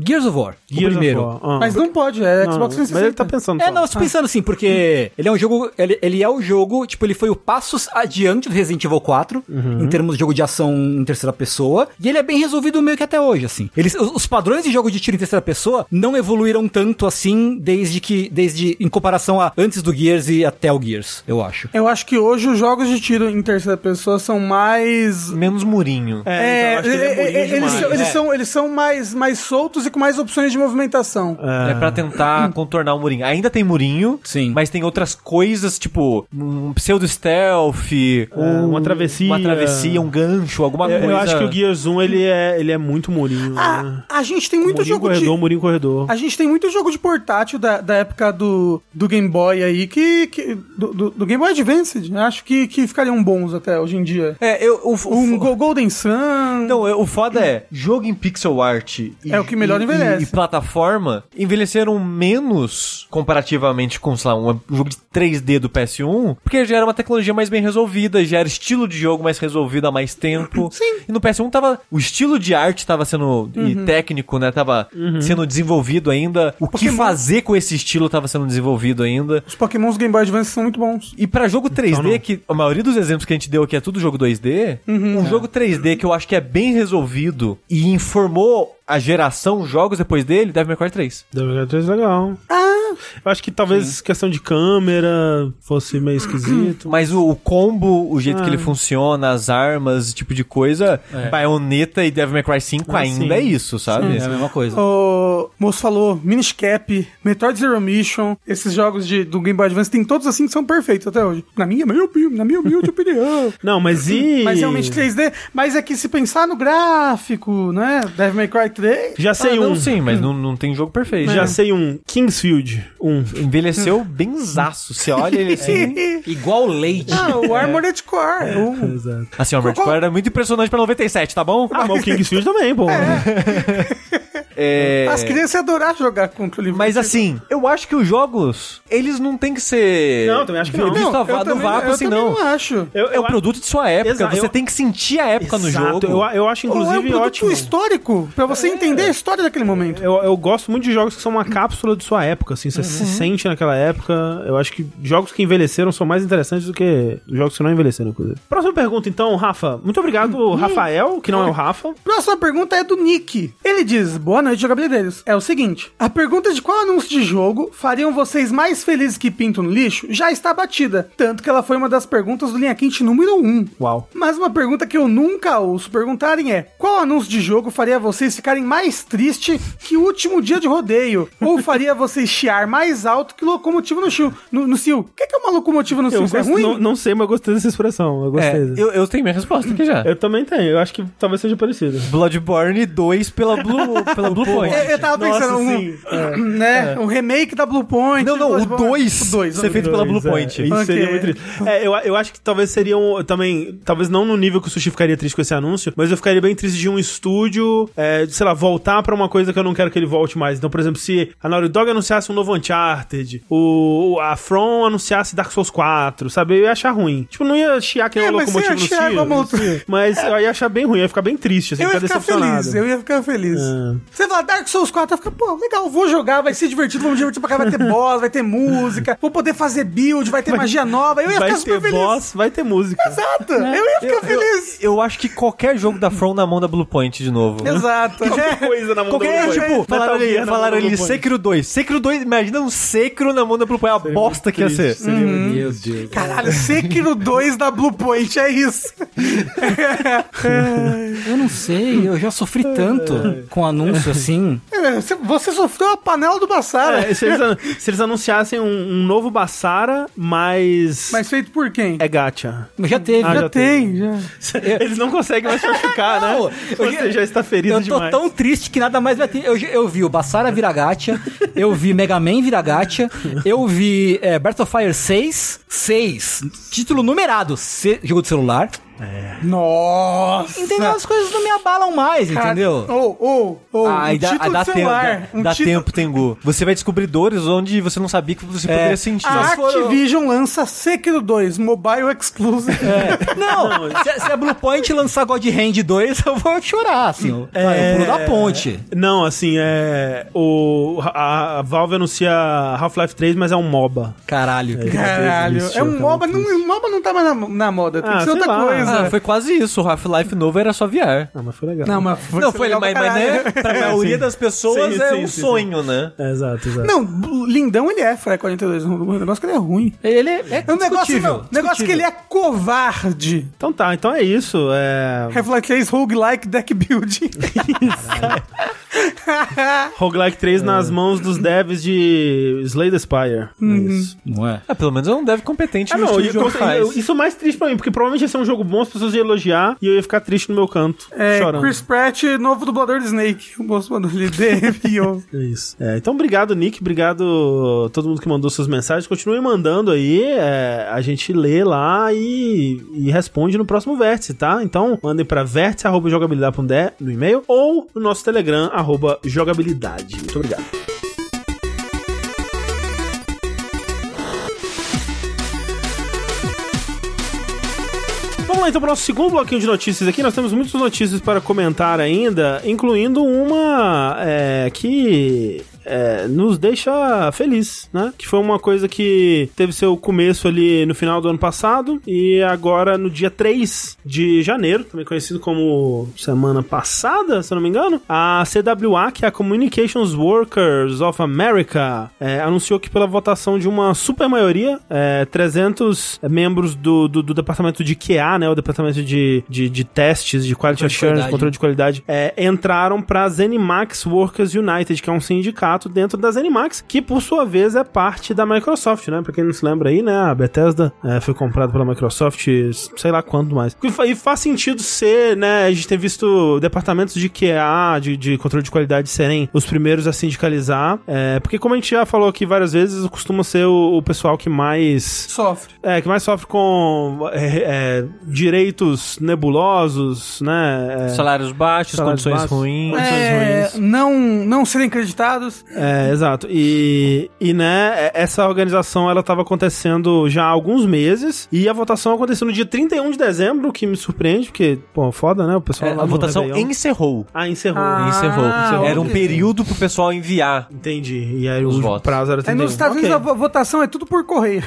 S2: Gears of War, o primeiro.
S3: Mas não pode, é
S1: não,
S3: Xbox 360.
S1: Ah. Mas ele tá pensando
S2: É,
S1: só.
S2: não, eu tô pensando assim, porque ele é um jogo. Ele, ele é o jogo, tipo, ele foi o passos adiante do Resident Evil 4, em termos de jogo de ação em terceira pessoa, e ele é bem resolvido meio que até hoje, assim. Eles, os, os padrões de jogo de tiro em terceira pessoa não evoluíram tanto assim desde que. desde em comparação a antes do Gears e até o Gears, eu acho.
S3: Eu acho que hoje os jogos de tiro em terceira pessoa são mais.
S4: Menos murinho.
S1: É, então, acho que ele é
S3: é,
S1: molinho
S3: é, eles,
S1: demais. né?
S3: são, eles, são, eles são mais, mais soltos e com mais opções de movimentação.
S4: É pra tentar contornar o murinho. Ainda tem murinho,
S2: Sim.
S4: mas tem outras coisas, tipo um pseudo-stealth, um-
S1: É. uma travessia.
S4: uma travessia, um gancho, alguma
S1: Ah. Eu,
S4: coisa.
S1: eu acho que o Gears 1, ele é, ele é muito murinho. né?
S3: Ah, a gente tem muito
S1: murinho
S3: jogo
S1: corredor,
S3: de. Ah.
S1: murinho corredor.
S3: A gente tem muito jogo de portátil da, da época do, do Game Boy aí, que. que- do, do- do Game Boy Advance, né? acho que, que ficariam bons até hoje em dia.
S4: É, eu, o, o-
S3: Um
S4: o-
S3: Go- Golden Sun.
S4: Não, é- o foda é, jogo em pixel art e,
S3: É o que melhor
S4: e-
S3: envelhece.
S4: E, plataforma envelheceram menos comparativamente com, sei lá, um jogo de 3D do PS1, porque já era uma tecnologia mais bem resolvida, já era estilo de jogo mais resolvido há mais tempo. Sim. E no PS1 tava. O estilo de arte tava sendo.
S3: Uhum.
S4: E técnico, né? Tava sendo desenvolvido ainda. O que
S3: Pokémon.
S4: fazer com esse estilo tava sendo desenvolvido ainda.
S3: Os Pokémons do Game Boy Advance são muito bons.
S4: E pra jogo 3D,
S1: Então não.
S4: que a maioria dos exemplos que a gente deu aqui é tudo jogo 2D, um jogo 3D que eu acho que é bem resolvido e informou a geração jogos depois dele, Devil May Cry 3.
S1: Devil May Cry 3 é legal. Eu acho que talvez questão de câmera fosse meio esquisito.
S4: Mas o, o combo, o jeito que ele funciona, as armas, esse tipo de coisa, Bayonetta e Devil May Cry 5
S1: É. Ah,
S4: ainda
S1: sim.
S4: é isso, sabe?
S2: É a mesma coisa.
S3: O moço falou Miniscap, Metroid Zero Mission, esses jogos de, do Game Boy Advance, tem todos assim que são perfeitos até hoje. Na minha, meu, opinião, na minha humilde opinião.
S1: Não, mas e.
S3: Mas realmente 3D, mas é que se pensar no gráfico, né? Devil May Cry 3,
S1: Já
S4: Ah,
S1: sei
S4: não,
S1: um.
S4: sim, mas não, não tem jogo perfeito.
S3: É.
S1: Já sei um. Kingsfield. Um.
S4: Envelheceu benzaço. Você olha ele assim.
S1: É.
S2: Igual Lady.
S3: ah, o
S4: É.
S3: Armored Core. Uh. o-
S1: Exato.
S4: Assim, o Armored
S3: Qual-
S4: Core era muito impressionante pra 97, tá bom?
S1: Ah, mas o Kingsfield também, pô.
S4: É...
S3: As crianças iam adorar jogar contra o livro.
S4: Mas assim, eu acho que os jogos, eles não tem que ser.
S1: Não, também acho que não.
S4: Visto
S3: não,
S4: a vá-
S3: eu
S4: no
S3: também,
S4: vácuo
S3: eu
S4: assim,
S3: também
S4: não.
S3: não acho.
S1: Eu,
S4: É o produto de sua época.
S1: Exato,
S4: você
S1: eu-
S4: tem que sentir a época no
S1: Exato.
S4: jogo.
S1: Eu, eu acho,
S3: Ou é um
S1: inclusive,
S3: produto
S1: ótimo.
S3: histórico, pra
S4: É.
S3: você entender a história daquele momento.
S1: Eu, eu gosto muito de jogos que são uma cápsula de sua época, assim, você
S3: Uhum.
S1: se sente naquela época. Eu acho que jogos que envelheceram são mais interessantes do que jogos que não envelheceram, inclusive. Próxima pergunta, então, Rafa. Muito obrigado, Rafael, que não é o Rafa.
S3: Próxima pergunta é do Nick. Ele diz: Boa noite, jogabilideiros. É o seguinte: a pergunta de qual anúncio de jogo fariam vocês mais felizes que pinto no lixo já está batida. Tanto que ela foi uma das perguntas do Linha Quente número 1.
S1: Uau.
S3: Mas uma pergunta que eu nunca ouço perguntarem é: qual anúncio de jogo faria vocês ficarem mais triste que o último dia de rodeio? Ou faria vocês chiar mais alto que locomotiva no cio? No, no cio? O que que é uma locomotiva no cio?
S1: Eu
S3: Isso é
S1: gosto-
S3: ruim?
S1: não, não sei, mas eu gostei dessa expressão. Eu
S4: É,
S1: gostei. dessa.
S4: eu, eu tenho minha resposta aqui já.
S1: Eu também tenho, eu acho que talvez seja parecido.
S4: Bloodborne 2 pela Blue, pela Blue Point. É,
S3: Eu, eu tava
S1: Nossa,
S3: pensando, um,
S1: sim. É.
S3: né? Um remake da Blue Point.
S4: Não, não, o
S3: Bloodborne. O
S4: 2
S3: dois,
S4: ser
S3: o
S4: feito pela Blue
S1: Pois é,
S4: Point.
S1: Isso
S3: Ok.
S1: seria muito triste. É, eu, eu acho que talvez seria um. Também. Talvez não no nível que o sushi ficaria triste com esse anúncio, mas eu ficaria bem triste de um estúdio, é, de, sei lá, voltar pra uma coisa que eu não quero que ele volte mais. Então, por exemplo, se a Naughty Dog anunciasse um novo Uncharted, o, o- a From anunciasse Dark Souls 4, sabe? Eu ia achar ruim. Tipo, não ia chiar que nem
S3: É,
S1: é,
S3: mas
S1: locomotivo
S3: você ia
S1: no
S3: chiar
S1: Cio,
S3: como- um
S1: mas- Mas eu ia achar bem ruim, eu ia ficar bem triste, assim,
S3: Eu ia
S1: ficar
S3: ficar
S1: decepcionado.
S3: feliz, eu ia ficar feliz.
S1: É.
S3: Você fala Dark Souls 4, eu fico, pô, legal, vou jogar, vai ser divertido, vamos divertir pra cá, vai ter boss, vai ter música, vou poder fazer build, vai ter magia nova, eu ia
S1: Vai
S3: ficar super
S1: ter
S3: feliz. é
S1: boss, vai ter música.
S3: Exato, eu ia ficar feliz.
S4: Eu acho que qualquer jogo da From na mão da Blue Point de novo.
S3: Exato.
S1: Qualquer coisa na mão
S4: Qualquer,
S1: do
S4: tipo, falaram
S1: Metal Gear
S4: ali,
S1: na
S4: falaram
S1: mão da
S4: ali
S1: Blue Point.
S4: Sekiro 2. Sekiro 2, imagina um Sekiro na mão da Blue Point, a bosta que ia ser.
S1: Triste, seria muito
S2: Meu Deus.
S3: Caralho, Sekiro 2 da Blue Point, é isso.
S2: Eu não sei, eu já sofri
S4: É.
S2: tanto com anúncio assim.
S3: É, você- Você sofreu a panela do Bassara.
S1: É, se, eles, an- se eles anunciassem um, um novo Bassara, mas.
S3: Mas feito por quem?
S1: É gacha.
S2: Mas Já teve.
S1: Ah,
S3: já,
S1: já
S3: tem, já.
S1: Eles não conseguem mais machucar, né?
S2: Não, eu
S1: Você
S2: já-
S1: já está ferido
S2: Eu tô
S1: demais.
S2: tão triste que nada mais vai ter. Eu, eu vi o Bassara virar gacha, eu vi Mega Man virar gacha, eu vi é, Breath of Fire 6, 6, título numerado, se- jogo de celular.
S3: Nossa!
S2: Entendeu? As coisas não me abalam mais, entendeu?
S3: Ou, ou, ou,
S4: Ah, aí dá, aí dá
S3: do
S4: tempo,
S3: celular,
S4: dá,
S3: um
S4: dá
S3: título-
S4: tempo, Tengu. Você vai descobrir dores onde você não sabia que
S1: É.
S4: você poderia sentir.
S1: Ah,
S3: A Activision lança Sekiro 2, Mobile Exclusive.
S4: É,
S2: Não, se, se a Blue Point lançar God Hand 2, eu vou chorar, assim. eu-
S1: É.
S2: Vai, eu pulo da ponte.
S1: Não, assim, é. O, a, a Valve anuncia Half-Life 3, mas é um MOBA.
S2: Caralho.
S3: Caralho,
S1: Isso,
S3: é um
S1: cara,
S3: MOBA, não, o MOBA não tá mais na, na moda, tem
S1: Ah,
S3: que ser
S1: sei
S3: outra
S1: lá.
S3: coisa.
S4: Ah, foi quase isso. O Half-Life novo era só VR.
S1: Ah, mas foi legal.
S3: Não, mas
S4: não, foi,
S3: legal
S4: mas,
S3: pra
S4: mas né,
S3: caralho.
S4: pra
S2: É,
S4: maioria das pessoas
S1: Sim,
S4: é
S1: sim,
S4: um
S1: sim, sim.
S4: sonho, né?
S1: É, exato, exato.
S3: Não, lindão ele é, Fry 42. O negócio que ele é ruim.
S2: Ele é, é
S3: É um negócio,
S2: discutível,
S3: não, negócio que ele é covarde.
S1: Então tá, então é isso. É.
S3: Half-Life 3 roguelike deck building.
S1: Roguelike 3 nas mãos dos devs de Slay the Spire. É isso.
S2: discutível. Não é?
S4: Ah, pelo menos é um dev competente
S1: Ah,
S4: no
S1: não,
S4: estilo
S1: e
S4: de jogo
S1: eu,
S4: que faz.
S1: eu, isso é o mais triste pra mim, porque provavelmente ia ser um jogo bom, as pessoas iam elogiar e eu ia ficar triste no meu canto,
S3: É,
S1: chorando.
S3: Chris Pratt, novo dublador de Snake. O moço mandou ele DMO.
S1: É isso. É, então, obrigado, Nick. Obrigado a todo mundo que mandou suas mensagens. Continue mandando aí. é, a gente lê lá e, e responde no próximo vértice, tá? Então, mandem pra vértice.jogabilidade.de no e-mail ou no nosso Telegram, arroba jogabilidade. Muito obrigado. Vamos lá então para o nosso segundo bloquinho de notícias aqui. Nós temos muitas notícias para comentar ainda, incluindo uma é, que é, nos deixa feliz, né? Que foi uma coisa que teve seu começo ali no final do ano passado e agora no dia 3 de janeiro, também conhecido como semana passada, se eu não me engano, a CWA, que é a Communications Workers of America, é, anunciou que pela votação de uma super maioria, é, 300 membros do, do, do departamento de QA, né, o departamento de, de, de testes, de quality assurance,
S2: qualidade.
S1: controle de qualidade, é, entraram para Zenimax Workers United, que é um sindicato dentro da Zenimax, que por sua vez é parte da Microsoft, né? Pra quem não se lembra aí, né? A Bethesda é, foi comprada pela Microsoft, sei lá quanto mais. E fa- E faz sentido ser, né? A gente ter visto departamentos de QA, de, de controle de qualidade, serem os primeiros a sindicalizar, é, porque como a gente já falou aqui várias vezes, costuma ser o- o pessoal que mais
S3: Sofre.
S1: é, que mais sofre com é, é, direitos nebulosos, né? É,
S4: Salários baixos,
S1: Salários
S4: condições
S1: baixos.
S4: ruins.
S1: Condições
S3: É,
S1: ruins.
S3: não, não serem creditados.
S1: é, exato. E, e, né, é- essa organização, ela tava acontecendo já há alguns meses, e a votação aconteceu no dia 31 de dezembro, o que me surpreende, porque, pô, foda, né? O pessoal
S4: É,
S1: lá
S4: a
S1: no
S4: votação
S1: Réveillon-
S4: encerrou.
S1: Ah, encerrou.
S3: Ah.
S4: encerrou.
S3: encerrou.
S4: Era um
S3: ok.
S4: período pro pessoal enviar.
S1: Entendi. E aí
S4: Os
S1: o
S4: votos.
S1: prazo era
S3: É,
S1: 31.
S3: nos Estados
S1: Ok.
S3: Unidos a vo- votação é tudo por correio.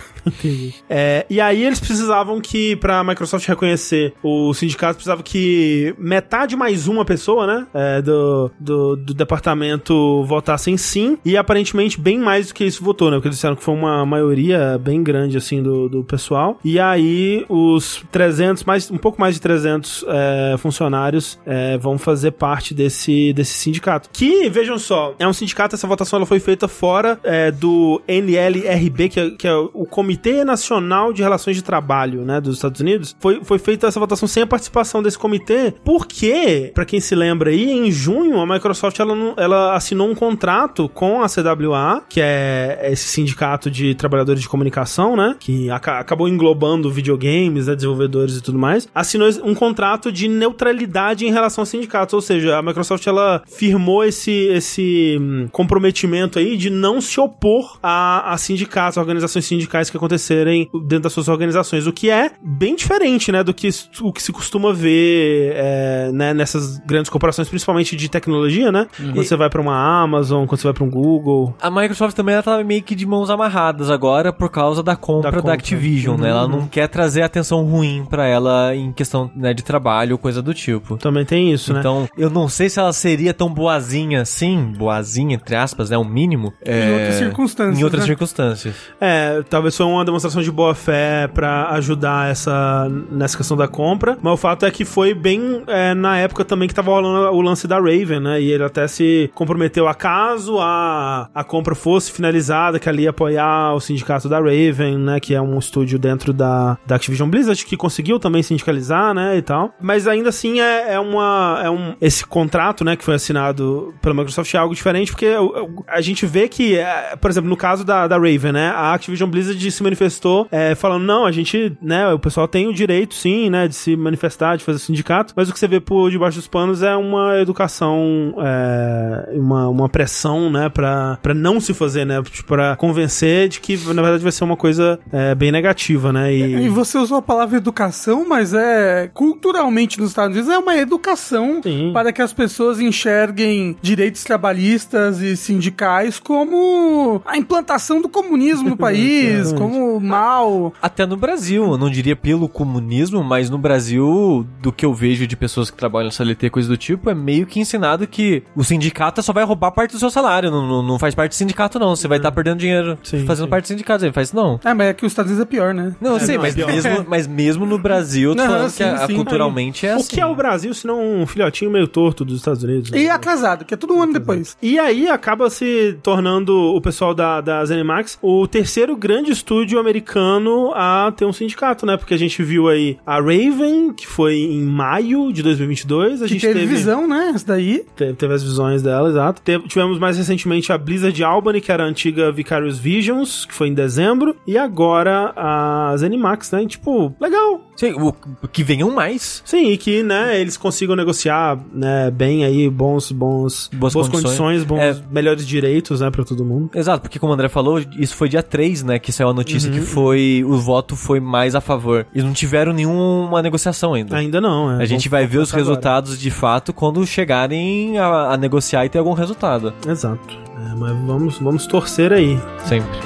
S1: É, e aí eles precisavam que, pra Microsoft reconhecer o sindicato, precisava que metade mais uma pessoa, né, é, do, do, do departamento votassem sim, e aparentemente bem mais do que isso votou, né, porque eles disseram que foi uma maioria bem grande, assim, do, do pessoal. E aí os 300, mais, um pouco mais de 300 é, funcionários é, vão fazer parte desse, desse sindicato. Que, vejam só, é um sindicato, essa votação ela foi feita fora é, do NLRB, que é, que é o Comitê Nacional de Relações de Trabalho, né, dos Estados Unidos. Foi, foi feita essa votação sem a participação desse comitê, porque, pra quem se lembra aí, em junho a Microsoft ela, não- ela assinou um contrato com a CWA, que é esse sindicato de trabalhadores de comunicação, né, que aca- acabou englobando videogames, né, desenvolvedores e tudo mais, assinou um contrato de neutralidade em relação aos sindicatos, ou seja, a Microsoft ela firmou esse, esse hum, comprometimento aí de não se opor a, a sindicatos, a organizações sindicais que acontecerem dentro das suas organizações, o que é bem diferente, né, do que s- o que se costuma ver é, né, nessas grandes corporações, principalmente de tecnologia, né, quando você vai pra uma Amazon, quando você vai pra um Google,
S4: A Microsoft também ela tá meio que de mãos amarradas agora por causa da compra
S1: Da
S4: da,
S1: compra.
S4: Activision, né? Ela não quer trazer atenção ruim pra ela em questão né, de trabalho ou coisa do tipo.
S1: também tem isso, né.
S4: Então, eu não sei se ela seria tão boazinha assim, boazinha, entre aspas, né? O mínimo.
S3: Em outras circunstâncias.
S4: Em outras
S3: né?
S4: circunstâncias.
S1: É, talvez foi uma demonstração de boa fé pra ajudar essa nessa questão da compra, mas o fato é que foi bem é, na época também que tava rolando o lance da Raven, né? E ele até se comprometeu a caso caso a, a compra fosse finalizada, que ali ia apoiar o sindicato da Raven, né? Que é um estúdio dentro da, da Activision Blizzard, que conseguiu também sindicalizar, né? E tal. Mas ainda assim é, é uma. É um, esse contrato, né, que foi assinado pela Microsoft é algo diferente, porque eu- eu- a gente vê que, é, por exemplo, no caso da, da Raven, né? A Activision Blizzard se manifestou é, falando, não, a gente, né, o pessoal tem o direito, sim, né, de se manifestar, de fazer sindicato, mas o que você vê por debaixo dos panos é uma educação, é, uma, uma pressão, né, pra, pra não se fazer, né, tipo, pra convencer de que, na verdade, vai ser uma coisa é, bem negativa, né,
S3: E você usou a palavra educação, mas é culturalmente nos Estados Unidos é uma educação
S1: Sim.
S3: para que as pessoas enxerguem direitos trabalhistas e sindicais como a implantação do comunismo no país, como mal.
S4: Até no Brasil, eu não diria pelo comunismo, mas no Brasil, do que eu vejo de pessoas que trabalham na CLT, coisa do tipo, é meio que ensinado que o sindicato só vai roubar parte do seu salário, não, não- não faz parte do sindicato não, você vai estar perdendo dinheiro
S1: Uhum. Sim,
S4: fazendo
S1: sim.
S4: parte do sindicato, ele faz não.
S3: É, mas é que os Estados Unidos é pior, né?
S4: Não, eu sei,
S1: não,
S4: mas,
S1: é pior.
S4: mesmo, mas mesmo no Brasil, eu tô
S3: Não,
S4: falando que
S3: sim,
S4: a- a
S3: sim.
S4: culturalmente é
S1: o
S4: assim.
S1: que é o Brasil, se não um filhotinho meio torto dos Estados Unidos? né?
S3: E atrasado, que é tudo um ano depois.
S1: E aí acaba se tornando o pessoal da, da Zenimax o terceiro grande estúdio americano a ter um sindicato, né? Porque a gente viu aí a Raven, que foi em maio de 2022. A
S3: Que
S1: gente
S3: teve, visão, né? Isso daí.
S1: Teve, teve as visões dela, exato. Te- tivemos mais recentemente a Blizzard Albany, que era a antiga Vicarious Visions, que foi em dezembro. E agora a Zenimax, né? E, tipo, legal.
S4: Sei, o- que venham mais.
S1: Sim, e que, né, eles consigam negociar, né, bem aí, bons, bons,
S4: Boas condições.
S1: bons,
S4: É.
S1: melhores direitos, né, pra todo mundo.
S4: Exato, porque como o André falou, isso foi dia 3, né, que saiu a notícia
S1: Uhum.
S4: que foi o voto foi mais a favor. E não tiveram nenhuma negociação ainda.
S1: Ainda não, é.
S4: A gente vai ver os resultados de fato quando chegarem a, a negociar e ter algum resultado.
S1: Exato. É, mas vamos, vamos torcer aí.
S4: Sempre.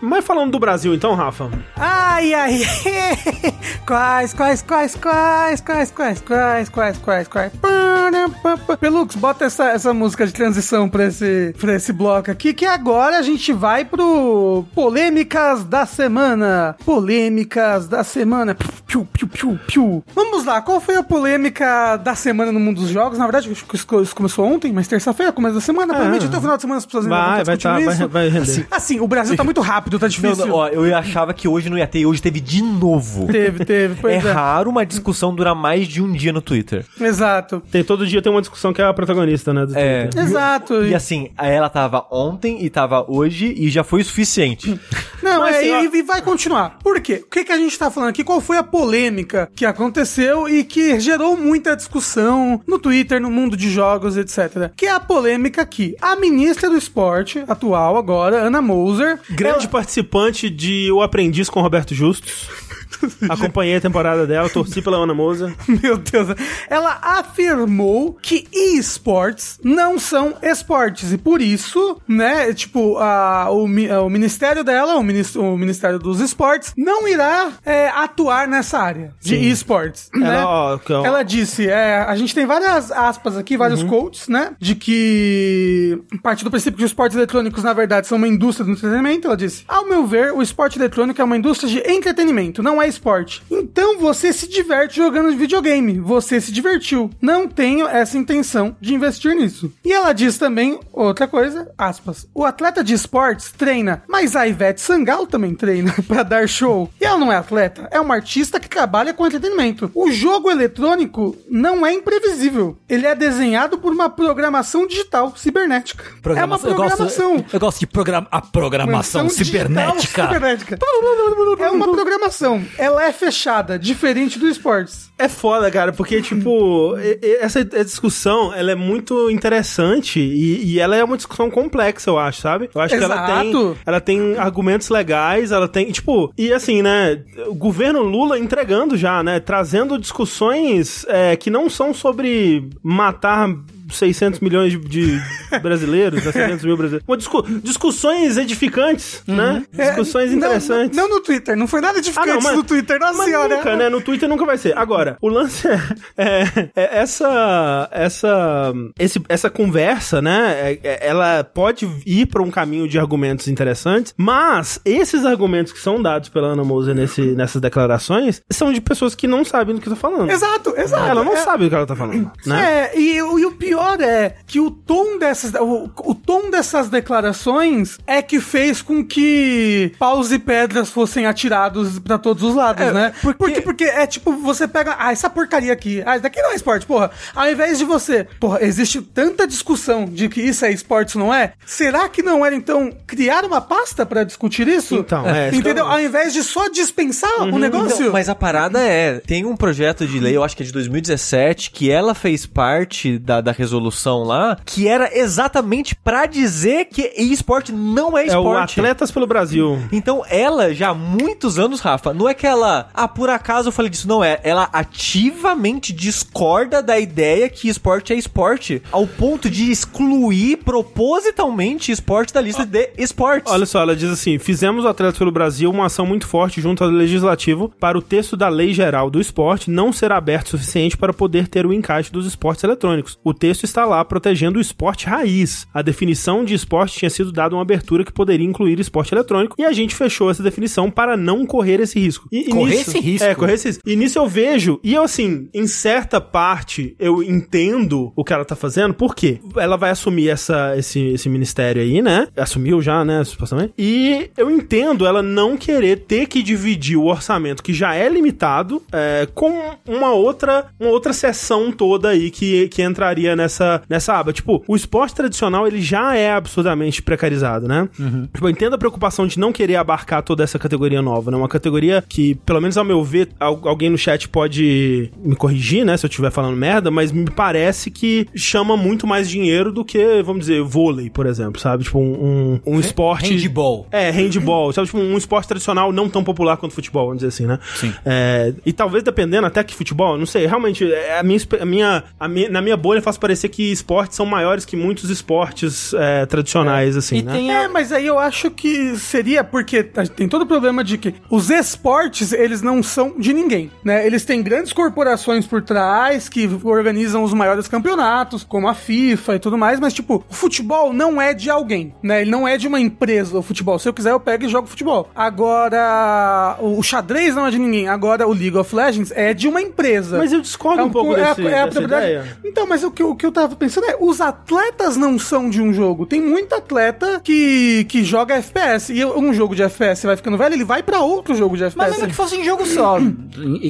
S1: Mas falando do Brasil então, Rafa.
S3: Ai, ai, quais, quais, quais, quais, quais, quais, quais, quais, quais, quais. Param, pam, pam. Pelux, bota essa, essa música de transição pra esse, pra esse bloco aqui, que agora a gente vai pro Polêmicas da Semana. Polêmicas da Semana. Piu, piu, piu, piu. Vamos lá, qual foi a polêmica da semana no mundo dos jogos? Na verdade, acho que isso- isso começou ontem, mas terça-feira, começo da semana, provavelmente até o final de semana as pessoas ainda vão
S1: Ah. Vai,
S3: estar
S1: vai, tá,
S3: discutindo
S1: vai,
S3: isso.
S1: vai render.
S3: Assim, o Brasil tá muito rápido, tá
S4: Não,
S3: difícil.
S4: não, ó, eu achava que hoje não ia ter, e hoje teve de novo.
S3: Teve, teve,
S4: É
S3: pois é.
S4: raro uma discussão durar mais de um dia no Twitter.
S3: Exato.
S1: Tem, todo dia tem uma discussão que é a protagonista, né? do
S4: É.
S1: Twitter.
S3: Exato.
S4: E assim, ela tava ontem e tava hoje e já foi o suficiente.
S3: Não,
S1: Mas,
S3: é,
S1: assim,
S3: e, e vai continuar. Por quê? O que, que a gente tá falando aqui? Qual foi a polêmica que aconteceu e que gerou muita discussão no Twitter, no mundo de jogos, etc. Que é a polêmica que a ministra do esporte atual agora, Ana Moser,
S1: Grande participante de O Aprendiz com Roberto Justus. Acompanhei a temporada dela, torci pela Ana Moza.
S3: Meu Deus. Ela afirmou que esportes não são esportes. E por isso, né, tipo, a, o, mi- a- o ministério dela, o, minis- o Ministério dos Esportes, não irá é, atuar nessa área de
S1: Sim.
S3: esportes.
S1: Ela,
S4: É.
S3: né?
S1: ó, que, ó,
S3: Ela disse, é, a gente tem várias aspas aqui, vários quotes, né? De que parte do princípio que os esportes eletrônicos, na verdade, são uma indústria do entretenimento. Ela disse, ao meu ver, o esporte eletrônico é uma indústria de entretenimento, não é esporte. Então você se diverte jogando videogame, você se divertiu. Não tenho essa intenção de investir nisso. E ela diz também outra coisa, aspas, o atleta de esportes treina, mas a Ivete Sangalo também treina pra dar show. E ela não é atleta, é uma artista que trabalha com entretenimento. O jogo eletrônico não é imprevisível. Ele é desenhado por uma programação digital cibernética. É uma programação.
S2: Eu gosto, eu gosto de programa, a programação
S3: Programação digital
S2: cibernética.
S3: cibernética. É uma programação. Ela é fechada, diferente do esportes.
S1: É foda, cara, porque, tipo, e- e- essa discussão, ela é muito interessante e, e ela é uma discussão complexa, eu acho, sabe? Eu acho que ela tem,
S3: Exato.
S1: ela tem argumentos legais, ela tem, tipo, e assim, né, o governo Lula entregando já, né, trazendo discussões é, que não são sobre matar 600 milhões de, de brasileiros, né, 700 mil brasileiros. Uma discu- discussões edificantes, né? Discussões
S3: Uhum. É, Não,
S1: interessantes. Ah,
S3: Não, não no Twitter, não foi nada edificante
S1: mas-
S3: no Twitter, nossa
S1: mas
S3: senhora.
S1: nunca, né? No Twitter nunca vai ser. Agora, o lance é, é- é essa essa esse- essa conversa, né? é- é- ela pode ir para um caminho de argumentos interessantes, mas esses argumentos que são dados pela Ana Moser nesse, nessas declarações são de pessoas que não sabem do que tá falando.
S3: Exato, exato.
S1: Ela não
S3: É-
S1: sabe do que ela tá falando, né?
S3: É, e, o- e o pior é que o tom dessas o, o tom dessas declarações é que fez com que paus e pedras fossem atirados pra todos os lados, né? Porque... porque é tipo, você pega, ah, essa porcaria aqui, ah, isso daqui não é esporte, porra. Ao invés de você, porra, existe tanta discussão de que isso é esporte, isso não é? Será que não era então criar uma pasta pra discutir isso?
S1: Então, é, isso que
S3: entendeu?
S1: eu- Uhum.
S3: Ao invés de só dispensar o negócio.
S4: Então, mas a parada é, tem um projeto de lei, eu acho que é de 2017, que ela fez parte da, da resolução lá, que era exatamente pra dizer que esporte não é
S1: É o
S4: esporte.
S1: Atletas pelo Brasil.
S4: Então ela já há muitos anos, Rafa, não é que ela, ah, por acaso eu falei disso, não é. Ela ativamente discorda da ideia que esporte é esporte, ao ponto de excluir propositalmente esporte da lista de esportes.
S1: Olha só, ela diz assim: fizemos o Atletas pelo Brasil uma ação muito forte junto ao Legislativo para o texto da Lei Geral do Esporte não ser aberto o suficiente para poder ter o encaixe dos esportes eletrônicos. O texto está lá protegendo o esporte raiz. A definição de esporte tinha sido dada uma abertura que poderia incluir esporte eletrônico e a gente fechou essa definição para não correr esse risco. E, e
S2: Correr
S1: nisso-
S2: esse risco? né?
S1: É, correr esse risco. E nisso eu vejo, e eu assim, em certa parte eu entendo o que ela tá fazendo, por quê? Ela vai assumir essa, esse, esse ministério aí, né? Assumiu já, né? Supostamente. E eu entendo ela não querer ter que dividir o orçamento que já é limitado é, com uma outra, uma outra seção toda aí que, que entraria nessa, nessa aba. Tipo, o esporte tradicional ele já é absurdamente precarizado, né? Tipo, eu entendo a preocupação de não querer abarcar toda essa categoria nova, né? Uma categoria que, pelo menos ao meu ver, al- alguém no chat pode me corrigir, né? Se eu estiver falando merda, mas me parece que chama muito mais dinheiro do que, vamos dizer, vôlei, por exemplo, sabe? Tipo, um, um, um esporte.
S2: Handball.
S1: É, handball. Sabe, tipo, um esporte tradicional não tão popular quanto futebol, vamos dizer assim, né? Sim. e talvez dependendo até que futebol, não sei, realmente, é, a minha, espe- a minha, a minha- na minha bolha faz parecer que esportes são maiores que muitos esportes é, tradicionais, assim,
S2: E
S1: né?
S2: tem
S3: É,
S2: a...
S3: mas aí eu acho que seria porque a gente tem todo o problema de que os esportes, eles não são de ninguém, né? Eles têm grandes corporações por trás que organizam os maiores campeonatos, como a FIFA e tudo mais, mas tipo, o futebol não é de alguém, né? Ele não é de uma empresa, o futebol. Se eu quiser, eu pego e jogo futebol. Agora, o o xadrez não é de ninguém. Agora, o League of Legends é de uma empresa.
S1: Mas eu discordo um pouco
S3: é,
S1: desse,
S3: é a
S1: dessa
S3: propriedade-
S1: ideia.
S3: Então, mas o que, eu- o que eu tava pensando é, os atletas não são de um jogo. Tem muito atleta que, que joga FPS. E um jogo de FPS vai ficando velho, ele vai pra outro jogo de
S4: É,
S2: Mas
S1: é
S3: FPS.
S2: mesmo que fosse em jogo só, in-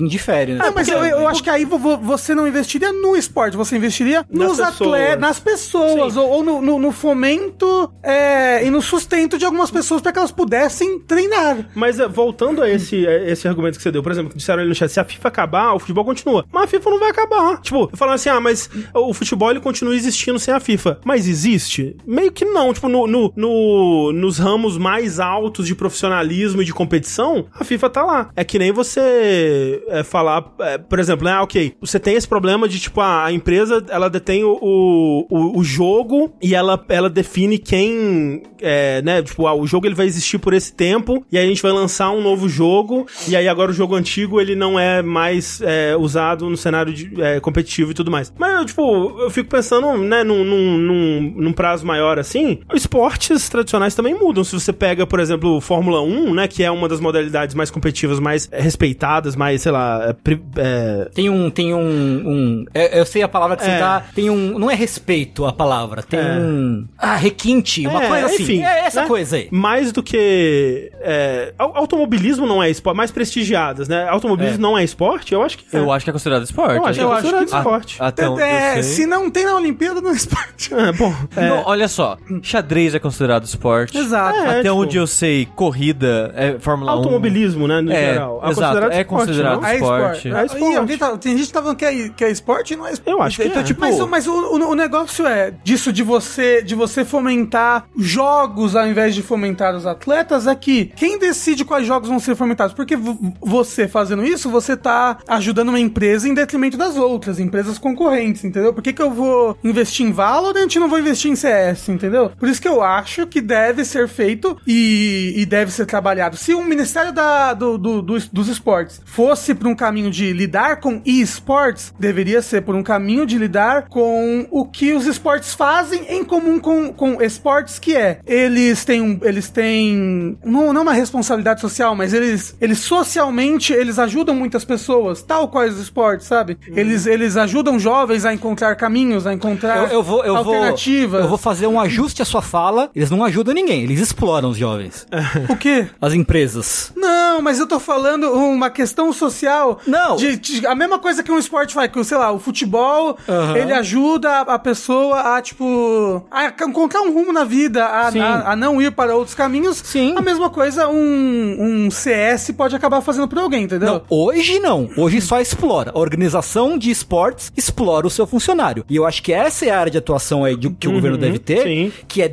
S2: indifere, né?
S3: Ah, mas eu,
S1: é
S3: eu acho que aí vo- vo- você não investiria no esporte, você investiria
S1: Nas
S3: nos
S1: pessoas.
S3: atletas, nas pessoas, ou, ou no, no- no fomento é, e no sustento de algumas pessoas pra que elas pudessem treinar.
S1: Mas é, voltando a esse, a esse argumento que você deu, por exemplo, disseram ali no chat, se a FIFA acabar, o futebol continua. Mas a FIFA não vai acabar. Tipo, falando assim, ah, mas o futebol ele continua existindo sem a FIFA. Mas existe? Meio que não. Tipo, no, no- no- nos ramos mais altos de profissionalismo e de competição, a FIFA tá lá. É que nem você é, falar, é, por exemplo, né, ah, ok, você tem esse problema de, tipo, a, a empresa, ela detém o, o, o- o jogo e ela, ela define quem, é, né, tipo, ah, o jogo ele vai existir por esse tempo e aí a gente vai lançar um novo jogo e aí agora o jogo antigo ele não é mais é, usado no cenário de- é, competitivo e tudo mais. Mas, eu, tipo, eu fico pensando, né, num, num, num- num prazo maior assim, esportes tradicionais também mudam. Se você pega, por exemplo, Fórmula 1, né, que é uma das modalidades mais competitivas, mais é, respeitadas, mais, sei lá, é, pri- é,
S2: Tem um. Tem um. um- é- eu sei a palavra que você
S1: É.
S2: tá. Tem um. Não é respeito a palavra. Tem
S4: É.
S2: um. Ah, requinte, uma
S1: É,
S2: coisa assim.
S1: enfim,
S2: é essa
S1: né?
S2: coisa aí.
S1: mais do que é, au- automobilismo não é esporte, mais prestigiadas, né? Automobilismo não é esporte? Eu acho que é.
S4: Eu acho que é considerado esporte.
S1: Eu acho que é
S3: Eu acho
S1: considerado
S3: que não.
S1: esporte.
S4: Ah, então,
S3: É,
S4: eu sei.
S3: se não tem na Olimpíada, não é esporte.
S1: É, bom, é,
S4: Não, olha só, xadrez é considerado esporte.
S3: Exato.
S1: É,
S4: Até
S1: tipo-
S4: onde eu sei, corrida é
S2: um
S4: Fórmula 1.
S1: automobilismo, né, no
S4: É,
S1: geral.
S4: exato, é considerado
S1: não?
S3: É esporte.
S4: Esporte.
S1: É esporte.
S3: Ih, alguém tá- tem gente que tá falando que é, que é esporte e não é esporte.
S1: Eu acho que
S4: Então,
S1: é.
S4: tipo,
S3: mas o- mas o, o- o negócio é disso de você de você fomentar jogos ao invés de fomentar os atletas é que quem decide quais jogos vão ser fomentados porque vo- você fazendo isso você tá ajudando uma empresa em detrimento das outras empresas concorrentes entendeu por que, que eu vou investir em Valorant e não vou investir em CS, entendeu? Por isso que eu acho que deve ser feito e, e deve ser trabalhado. Se um o Ministério da- do- do- dos, dos Esportes fosse por um caminho de lidar com e-sports, deveria ser por um caminho de lidar com o que os esportes fazem em comum com, com esportes, que é eles têm, um- eles têm não, não uma responsabilidade social, mas eles, eles socialmente eles ajudam muitas pessoas, tal qual os esportes, sabe?
S2: Uhum.
S3: Eles, eles ajudam jovens a encontrar caminhos, a encontrar
S2: Eu, eu vou, eu vou,
S3: alternativas.
S2: eu vou fazer um ajuste à sua fala. Eles não ajudam ninguém, eles exploram os jovens,
S4: É.
S3: O quê?
S2: as empresas.
S3: Não, mas eu tô falando uma questão social.
S2: Não.
S3: De, de- a mesma coisa que um esporte faz, que, sei lá, o futebol,
S2: Aham.
S3: ele ajuda a, a pessoa a, tipo, a encontrar um rumo na vida, a,
S2: Sim.
S3: a- a não ir para outros caminhos.
S2: Sim.
S3: A mesma coisa um, um CS pode acabar fazendo por alguém, entendeu?
S2: Não, hoje não. Hoje só explora. A organização de esportes explora o seu funcionário. E eu acho que essa é a área de atuação aí de- que o governo deve ter,
S1: sim.
S2: que é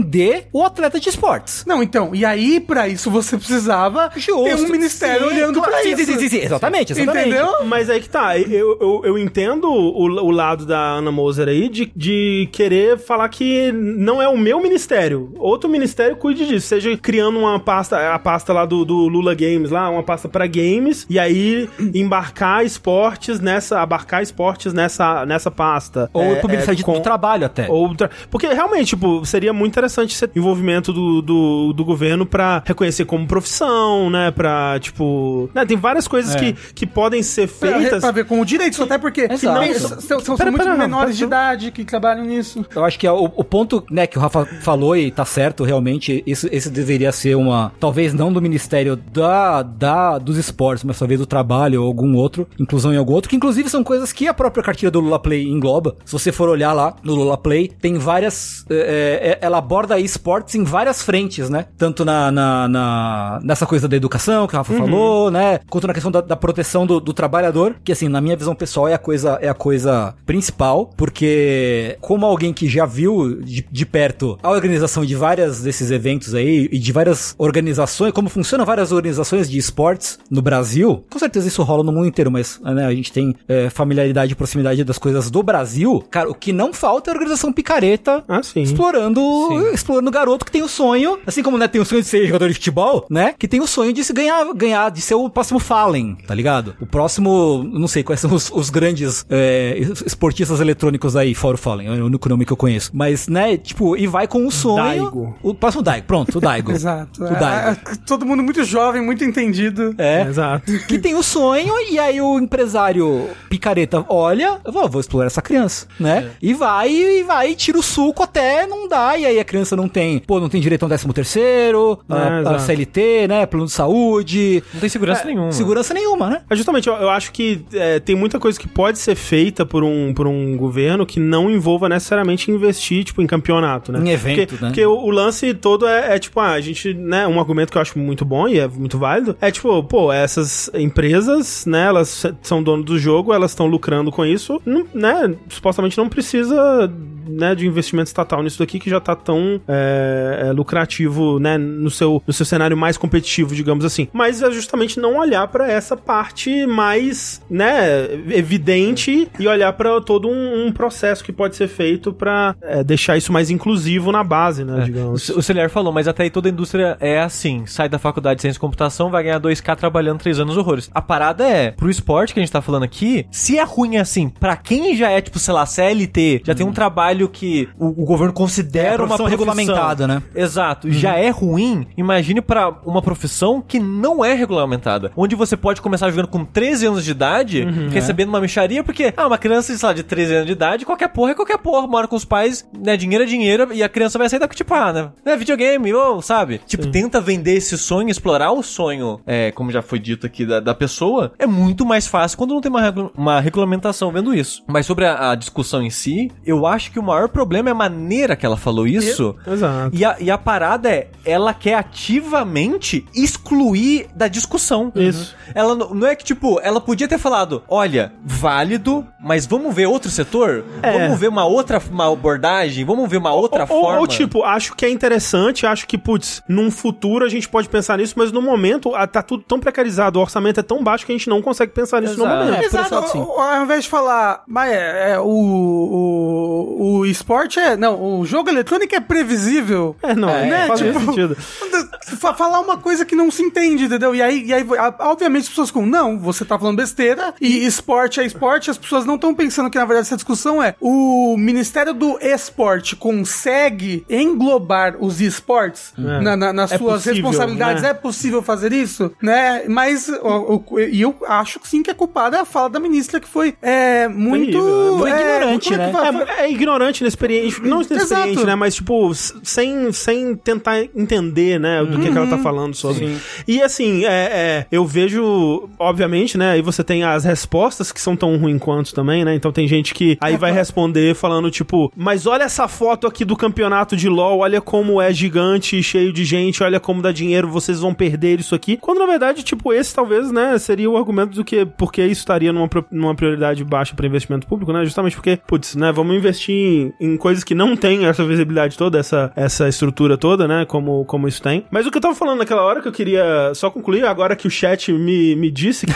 S2: defender o atleta de esportes.
S3: Não, então, e aí, pra isso, você precisava ter um ministério
S2: Sim,
S3: olhando
S2: claro.
S3: pra
S2: sim,
S3: isso.
S2: Sim, sim, sim, exatamente, exatamente.
S3: Entendeu?
S1: Mas aí que tá, eu, eu, eu entendo o, o lado da Ana Moser aí de, de querer falar que não é o meu ministério. Outro ministério cuide disso, seja criando uma pasta, a pasta lá do, do Lula Games, lá, uma pasta pra games, e aí embarcar esportes nessa, abarcar esportes nessa, nessa pasta.
S2: Ou
S1: É,
S2: pro
S1: é,
S2: Ministério de-
S1: com-
S2: do Trabalho
S3: É.
S2: até.
S1: ou tra- Porque realmente, tipo, seria muito interessante esse envolvimento do, do, do governo pra reconhecer como profissão, né? Pra, tipo. né, Tem várias coisas que, que podem ser
S3: É. Pra,
S1: feitas.
S3: pra ver com o direito, só até porque tem-
S2: Exato.
S3: são, são, são
S1: Pera,
S3: muitos
S1: pera, tá não,
S3: menores de
S1: pera.
S3: idade que trabalham nisso.
S2: Eu acho que é o, o ponto né, que o Rafa falou e tá certo, realmente, isso, esse deveria ser uma. Talvez não do Ministério da, da, dos Esportes, mas talvez do Trabalho ou algum outro, inclusão em algum outro, que inclusive são coisas que a própria cartilha do Lula Play engloba. Se você for olhar lá no Lula Play, tem várias. é, é, ela aborda esportes em várias frentes, né? Tanto na, na- na- nessa coisa da educação que o Rafa falou, né? Quanto na questão da, da proteção do, do trabalhador, que assim, na minha visão pessoal é a coisa, é a coisa principal, porque como alguém que já viu de, de perto a organização de várias desses eventos aí e de várias organizações, como funcionam várias organizações de esportes no Brasil, com certeza isso rola no mundo inteiro, mas né, a gente tem é, familiaridade e proximidade das coisas do Brasil, cara, o que não falta é organização picareta
S1: Ah, sim.
S2: explorando explorando o garoto que tem o sonho, assim como né, tem o sonho de ser jogador de futebol, né? Que tem o sonho de se ganhar, ganhar de ser o próximo Fallen, tá ligado? O próximo, não sei quais são os, os grandes é, es- esportistas eletrônicos aí, fora o Fallen, é o único nome que eu conheço. Mas, né, tipo, e vai com o sonho.
S1: Daigo.
S2: O próximo Daigo, pronto, o Daigo.
S3: Exato.
S2: Tipo, O
S3: É,
S2: Daigo.
S3: é, todo mundo muito jovem, muito entendido.
S1: É,
S2: É.
S1: Exato.
S2: Que tem o sonho, e aí o empresário picareta olha, eu vou, vou explorar essa criança, né? E vai, e vai, e tira o suco até não dá, e aí a criança não tem, pô, não tem direito a um décimo terceiro, a- a,
S1: exato.
S2: CLT, né? Plano de saúde. É,
S4: Não tem segurança nenhuma.
S2: Segurança nenhuma, né?
S1: Mas justamente, eu, eu acho que é, tem muita coisa que pode ser feita por um, por um governo que não envolva necessariamente investir, tipo, em campeonato, né?
S2: Em evento,
S1: porque,
S2: né?
S1: Porque o, o lance todo é, é, tipo, ah, a gente, né, um argumento que eu acho muito bom e é muito válido, é tipo, pô, essas empresas, né, elas se- são dono do jogo, elas estão lucrando com isso, não- né, supostamente não precisa, né, de investimento estatal nisso daqui que já tá tão é, é, lucrativo, né, no seu, no seu cenário mais competitivo, digamos assim. Mas é justamente não olhar pra essa parte mais, né, evidente e olhar pra todo um, um processo que pode ser feito pra é, deixar isso mais inclusivo na base, né,
S4: O
S1: digamos.
S4: ce- o Celiar falou, mas até aí toda a indústria é assim. Sai da faculdade de ciência de computação, vai ganhar 2K trabalhando 3 anos horrores. A parada é, pro esporte que a gente tá falando aqui, se é ruim assim, pra quem já é, tipo, sei lá, CLT, já tem um trabalho que o, o governo
S2: Uhum. É a
S4: considera uma
S2: profissão
S4: profissão
S2: regulamentada, né?
S4: Exato. Já é ruim, imagine pra uma profissão que não é regulamentada. Onde você pode começar jogando com 13 anos de idade, recebendo uma micharia, porque, ah, uma criança, sei lá, de 13 anos de idade, qualquer porra é qualquer porra. Mora com os pais, né? Dinheiro é dinheiro, e a criança vai sair daqui, tipo, ah, né? né, videogame, ou, sabe? Tipo, tenta vender esse sonho, explorar o sonho, é, como já foi dito aqui, da, da pessoa. É muito mais fácil quando não tem uma, regula- uma regulamentação vendo isso. Mas sobre a, a discussão em si, eu acho que o maior problema é a maneira que ela falou isso.
S1: Exato.
S4: E a, e a parada é, ela quer ativamente excluir da discussão.
S1: Isso.
S4: Ela n- não é que, tipo, ela podia ter falado, olha, válido, mas vamos ver outro setor? Vamos ver uma outra f- uma abordagem? Vamos ver uma outra
S1: Ou-
S4: forma?
S1: Ou, tipo, acho que é interessante, acho que, putz, num futuro a gente pode pensar nisso, mas no momento ah, tá tudo tão precarizado, o orçamento é tão baixo que a gente não consegue pensar nisso no
S4: Exato.
S1: momento.
S2: É, por esse
S3: Exato,
S2: lado, sim.
S3: ao, ao invés de falar, mas é, é, o, o, o esporte é. Não, o jogo eletrônico é previsível.
S1: É, não,
S3: É,
S1: não faz
S3: tipo-
S1: nenhum sentido.
S3: Fa- falar uma coisa que não se entende, entendeu? E aí, e aí a- obviamente, as pessoas ficam, não, você tá falando besteira e esporte é esporte, as pessoas não estão pensando que, na verdade, essa discussão é o Ministério do Esporte consegue englobar os esportes na- na- nas
S1: É
S3: suas
S1: possível,
S3: responsabilidades?
S1: né?
S3: É possível fazer isso? Né? Mas, ó, o- e eu acho que sim que é culpada a fala da ministra, que foi é, muito...
S1: Terrível,
S2: né? Muito
S3: é,
S2: ignorante,
S3: como é que
S2: né?
S3: fala? Foi-
S1: É, é ignorante, inexperiente. Não inexperiente,
S3: Exato.
S1: né? Mas, tipo, s- sem, sem tentar entender, né? Do que, que ela tá falando sobre. E, assim, é, é, eu vejo, obviamente, né? Aí você tem as respostas que são tão ruins quanto também, né? Então tem gente que aí vai responder falando, tipo, mas olha essa foto aqui do campeonato de LOL, olha como é gigante, cheio de gente, olha como dá dinheiro, vocês vão perder isso aqui. Quando, na verdade, tipo, esse talvez, né? Seria o argumento do que, porque isso estaria numa, pro- numa prioridade baixa para investimento público, né? Justamente porque, putz, né? Vamos investir em, em coisas que não têm essa visibilidade toda, essa, essa estrutura toda, né? Como, como isso tem. Mas o que eu tava falando naquela hora que eu queria só concluir, agora que o chat me, me disse que,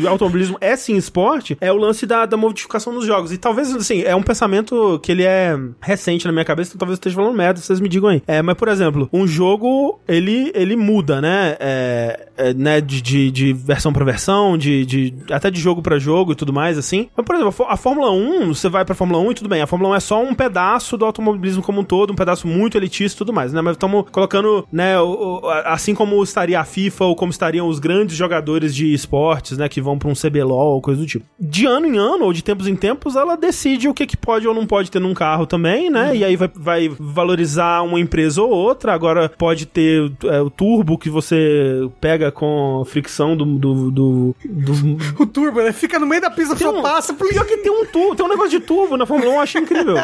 S1: que automobilismo é sim esporte, é o lance da, da modificação dos jogos. E talvez, assim, é um pensamento que ele é recente na minha cabeça, então talvez eu esteja falando merda, vocês me digam aí. É, mas, por exemplo, um jogo, ele, ele muda, né? É, é, né, de, de, de versão pra versão, de, de até de jogo pra jogo e tudo mais, assim. Mas, por exemplo, a Fó- a Fórmula 1, você vai pra Fórmula 1 e tudo bem. A Fórmula 1 é só um pedaço do automobilismo como um todo, um pedaço muito elitista e tudo mais, né? Mas estamos colocando, né, o- o- a- assim como estaria a FIFA ou como estariam os grandes jogadores de esportes, né, que vão pra um CBLOL ou coisa do tipo. De ano em ano, ou de tempos em tempos, ela decide o que, que pode ou não pode ter num carro também, né? E aí vai, vai valorizar uma empresa ou outra. Agora pode ter é, o turbo que você pega com a fricção do- do- do, do,
S3: O turbo, ele fica no meio da pista,
S1: Tem
S3: só
S1: um-
S3: passa, por
S1: Pior que tem um turbo, tem um negócio de turbo na Fórmula 1, eu achei incrível.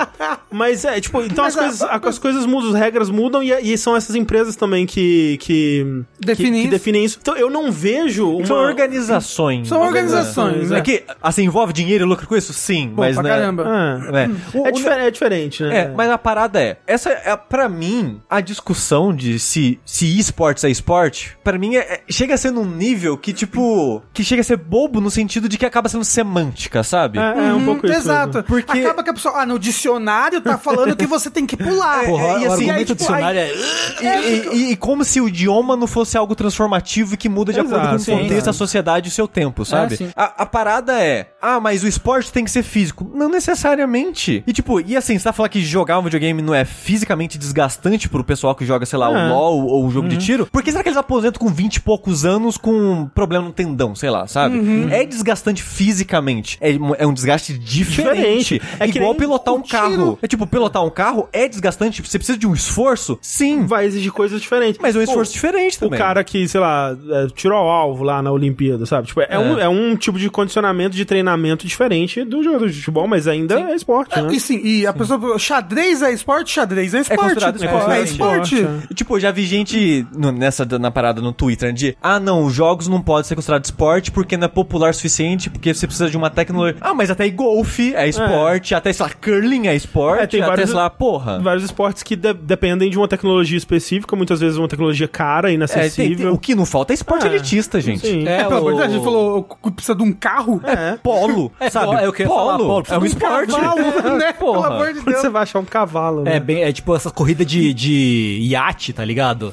S1: Mas é, tipo, então
S3: Mas
S1: as,
S3: a-
S1: coisas, a- as coisas mudam, as regras mudam e, e são essas empresas também que. que
S3: Definem
S1: que, que
S3: isso.
S1: definem isso. Então eu não vejo uma.
S4: São organizações.
S3: São organizações,
S4: É
S3: né?
S4: que, assim, envolve dinheiro e lucro com isso? Sim,
S3: Pô,
S4: mas
S3: pra
S4: né?
S3: caramba.
S1: Ah,
S4: É. O-
S1: é,
S4: o-
S1: difer- é diferente, né?
S4: É, mas a parada é, essa é para mim a discussão de se se esportes é esporte, pra mim é, é- chega a ser num nível que tipo, que chega a ser bobo no sentido de que acaba sendo semântica, sabe?
S1: É, é um pouco isso.
S3: Hum, Exato.
S1: mesmo.
S4: Porque-
S3: Acaba que a pessoa. Ah, no dicionário tá falando que você tem que pular.
S2: Porra,
S4: e
S2: o
S4: assim,
S2: argumento
S4: aí,
S2: do
S3: tipo,
S2: dicionário é...
S4: E, e- e- e como se o idioma não fosse algo transformativo e que muda de
S1: Exato,
S4: acordo com
S1: sim,
S4: o contexto,
S1: sim.
S4: a sociedade e o seu tempo, sabe?
S2: sim.
S4: a, a parada é, ah, mas o esporte tem que ser físico. Não necessariamente. E tipo, e assim, você tá falando que jogar um videogame não é fisicamente desgastante pro pessoal que joga, sei lá,
S1: É.
S4: o LOL ou o jogo de tiro? Por que será que eles aposentam com 20 e poucos anos com um problema no tendão, sei lá, sabe? É desgastante fisicamente. É, um- é um desgaste diferente.
S1: Diferente. É que
S4: Igual
S1: nem
S4: pilotar
S1: o
S4: um
S1: tiro.
S4: carro. É tipo, pilotar um carro é desgastante. Você precisa de um esforço? Sim.
S1: Vai exigir coisas diferentes.
S4: Mas é um esforço
S1: Pô,
S4: diferente
S1: O
S4: também.
S1: cara que, sei lá, é, tirou o alvo lá na Olimpíada, sabe? Tipo, é, Um, é um tipo de condicionamento, de treinamento diferente do jogador de futebol, mas ainda é esporte, né?
S3: E sim, e a pessoa falou, xadrez é esporte? Xadrez é esporte.
S4: considerado
S3: Pô, é
S1: esporte.
S3: esporte.
S1: É esporte,
S4: Tipo, eu já vi gente no- nessa na parada no Twitter né, de ah, não, os jogos não podem ser considerados esporte porque não é popular o suficiente, porque você precisa de uma tecnologia. Ah, mas até golfe é esporte, até, sei lá, curling é esporte,
S1: É, tem
S4: até,
S1: vários-
S4: sei lá, porra.
S1: vários esportes que de- dependem de uma tecnologia específica, muitas vezes uma tecnologia cara,
S4: É, tem- tem-
S1: inacessível.
S4: o que não falta é esporte
S1: Ah,
S4: elitista, gente.
S1: Sim.
S3: É, pela verdade, ele falou, o cu precisa de um carro?
S4: É polo,
S2: É,
S4: sabe?
S2: polo, é o que eu ia falar, polo,
S4: é um
S2: um
S4: esporte.
S3: Cavalo, né?
S4: Porra.
S3: Pelo amor de
S1: Quando
S3: Deus.
S1: você vai achar um cavalo, né?
S2: É, bem, é tipo essa corrida de, de iate, tá ligado?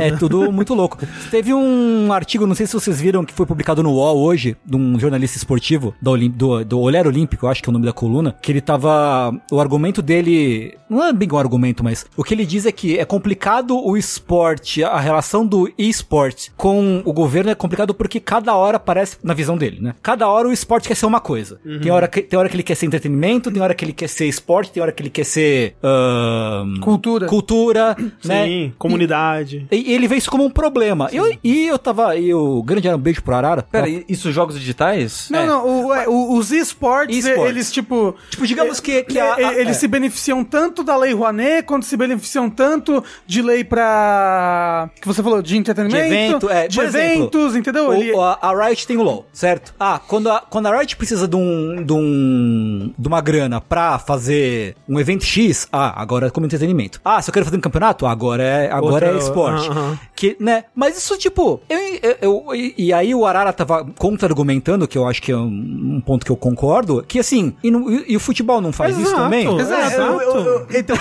S2: É, tudo muito louco. Teve um artigo, não sei se vocês viram, que foi publicado no UOL hoje, de um jornalista esportivo, da Olim- do, do Olhar Olímpico, eu acho que é o nome da coluna, que ele tava. O argumento dele. Não é bem um argumento, mas. O que ele diz é que é complicado o esporte, a relação do esporte com o governo é complicado porque cada hora parece, na visão dele, né? Cada hora o esporte quer ser uma coisa. Tem, hora que, tem hora que ele quer ser entretenimento, tem hora que ele quer ser esporte, tem hora que ele quer ser. ahn,
S3: Cultura.
S2: cultura, né?
S1: Sim, comunidade.
S2: E ele vê isso como um problema. Eu, e eu tava. E o grande era um beijo pro Arara.
S4: Pera, e- isso jogos digitais?
S3: Não,
S2: É.
S3: não, o- é, o- os esportes,
S2: Esportes.
S3: eles tipo...
S2: Tipo, digamos que- que a-
S3: e- eles
S2: é.
S3: se beneficiam tanto da lei Rouanet, quanto se beneficiam tanto de lei pra... Que você falou, de
S2: de
S3: entretenimento.
S2: evento, é,
S3: de
S2: por exemplo,
S3: eventos, entendeu?
S2: o-
S3: Ele-
S2: a, a Riot tem o LoL, certo? Ah, quando a, quando a Riot precisa de um, de um- de uma grana pra fazer um evento X, ah, agora é como entretenimento. Ah, se eu quero fazer um campeonato, agora é agora
S1: Outra-
S2: é esporte.
S1: aham.
S2: Que que, né? Mas isso, tipo, eu, eu- eu- e- e aí o Arara tava contra-argumentando, que eu acho que é um, um ponto que eu concordo, que assim, e, no- e- e o futebol não faz isso
S1: Exato. É,
S2: também?
S1: Exato.
S4: Eu, eu- eu- então,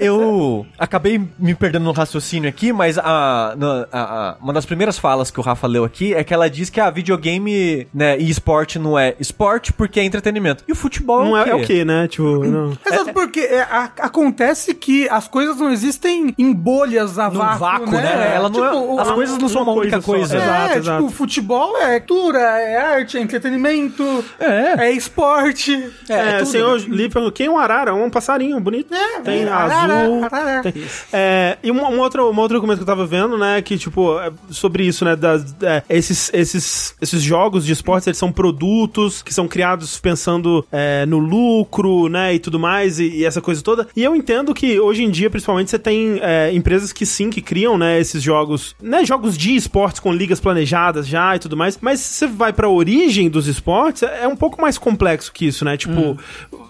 S4: eu acabei me perdendo no raciocínio aqui, mas a, na- a- a- uma das primeiras falas que o Rafa leu aqui é que ela diz que a videogame né, e esporte não é esporte porque é entretenimento. E o futebol
S1: Não é, é
S4: o
S1: o quê, né? Tipo, não.
S3: Exato, porque é, a- acontece que as coisas não existem em bolhas a
S2: Num
S3: vácuo,
S2: vácuo,
S3: né?
S2: né?
S4: Ela não é-
S3: o-
S4: as coisas não são uma única
S1: só.
S3: É,
S4: coisa.
S1: Exato,
S3: tipo,
S1: exato.
S3: futebol é cultura, é arte, é entretenimento,
S4: É.
S3: é esporte.
S1: É,
S2: tudo,
S1: o senhor Lee perguntou, quem é um arara? É um passarinho bonito.
S3: É,
S1: tem
S3: é,
S1: azul.
S3: arara, arara.
S1: tem- É, e uma, uma outra, um outro documento que eu tava vendo, né, que, tipo, é sobre isso, né, das- é, esses, esses, esses jogos de esportes, eles são produtos que são criados pensando é, no lucro, né, e tudo mais, e, e essa coisa toda. E eu entendo que, hoje em dia, principalmente, você tem é, empresas que sim, que criam, né, esses jogos, né, jogos de esportes com ligas planejadas já e tudo mais, mas se você vai pra origem dos esportes, é um pouco mais complexo que isso, né, tipo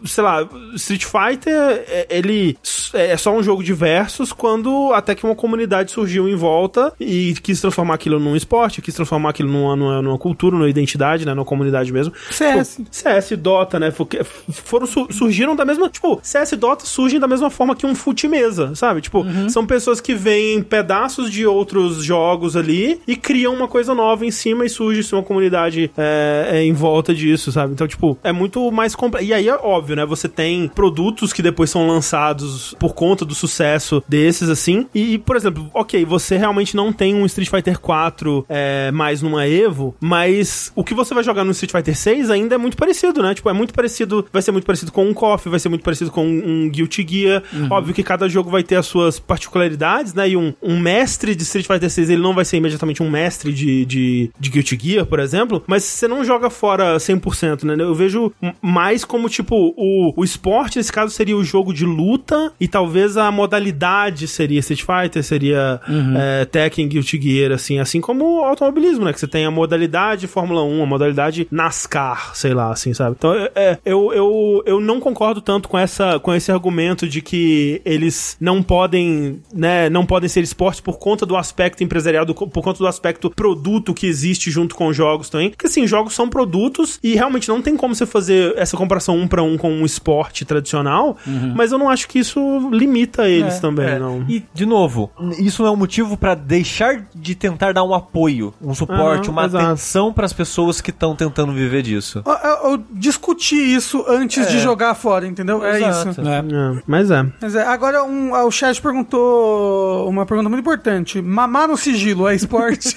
S1: sei lá, Street Fighter, é- ele s- é só um jogo de versos quando até que uma comunidade surgiu em volta e quis transformar aquilo num esporte, quis transformar aquilo numa, numa, numa cultura, numa identidade, né, numa comunidade mesmo.
S3: CS.
S1: Tipo, CS, Dota, né, porque f- foram, su- surgiram da mesma, tipo, CS e Dota surgem da mesma forma que um fute mesa, sabe? Tipo, são pessoas que veem pedaços de outros jogos ali e criam uma coisa nova em cima e surge-se uma comunidade é, é, em volta disso, sabe? Então, tipo, é muito mais complexo. E aí é óbvio, né? Você tem produtos que depois são lançados por conta do sucesso desses, assim. E, por exemplo, ok, você realmente não tem um Street Fighter 4 é, mais numa Evo, mas o que você vai jogar no Street Fighter 6 ainda é muito parecido, né? Tipo, é muito parecido, vai ser muito parecido com um KOF, vai ser muito parecido com um Guilty Gear. Óbvio que cada jogo vai ter as suas particularidades, né? E um, um mestre de Street Fighter 6, ele não vai ser imediatamente um mestre de, de, de Guilty Gear, por exemplo, mas você não joga fora 100%, né? Eu vejo m- mais como, tipo, o, o esporte, nesse caso, seria o jogo de luta e talvez a modalidade seria Street Fighter, seria é, Tekken, Guilty Gear, assim, assim como o automobilismo, né? Que você tem a modalidade Fórmula 1, a modalidade NASCAR, sei lá, assim, sabe? Então, é, é, eu, eu, eu não concordo tanto com, essa, com esse argumento de que eles não podem, né, não podem ser esportes por conta do aspecto empresarial, do co- por conta do aspecto produto que existe junto com os jogos também. Porque, assim, jogos são produtos e realmente não tem como você fazer essa comparação um pra um com um esporte tradicional, mas eu não acho que isso limita eles também,
S4: Uhum. É,
S1: não.
S4: E, de novo, isso é um motivo pra deixar de tentar dar um apoio, um suporte,
S1: Aham,
S4: uma
S1: exato.
S4: atenção pras pessoas que estão tentando viver disso.
S3: Eu, eu- eu discuti isso antes de jogar fora, entendeu? É
S4: Exato.
S3: isso.
S2: né?
S1: É, mas é.
S3: Mas é, agora um, ah, o chat perguntou uma pergunta muito importante. Mamar no sigilo é esporte?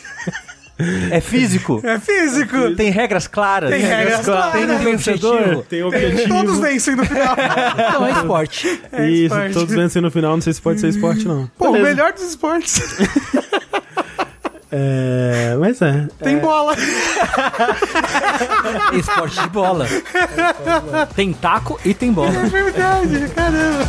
S4: É físico?
S3: é físico?
S4: Tem regras claras?
S3: Tem regras claras.
S4: Tem um vencedor?
S1: Tem objetivo.
S3: Todos vencem no final.
S2: Não é esporte.
S3: É
S1: Isso,
S3: esporte.
S1: todos vencem no final, não sei se pode ser esporte, não.
S3: Pô, o
S1: Beleza.
S3: melhor dos esportes.
S1: É, mas é.
S3: Tem bola.
S2: Esporte de bola. Tem taco e tem bola.
S3: É verdade, caramba.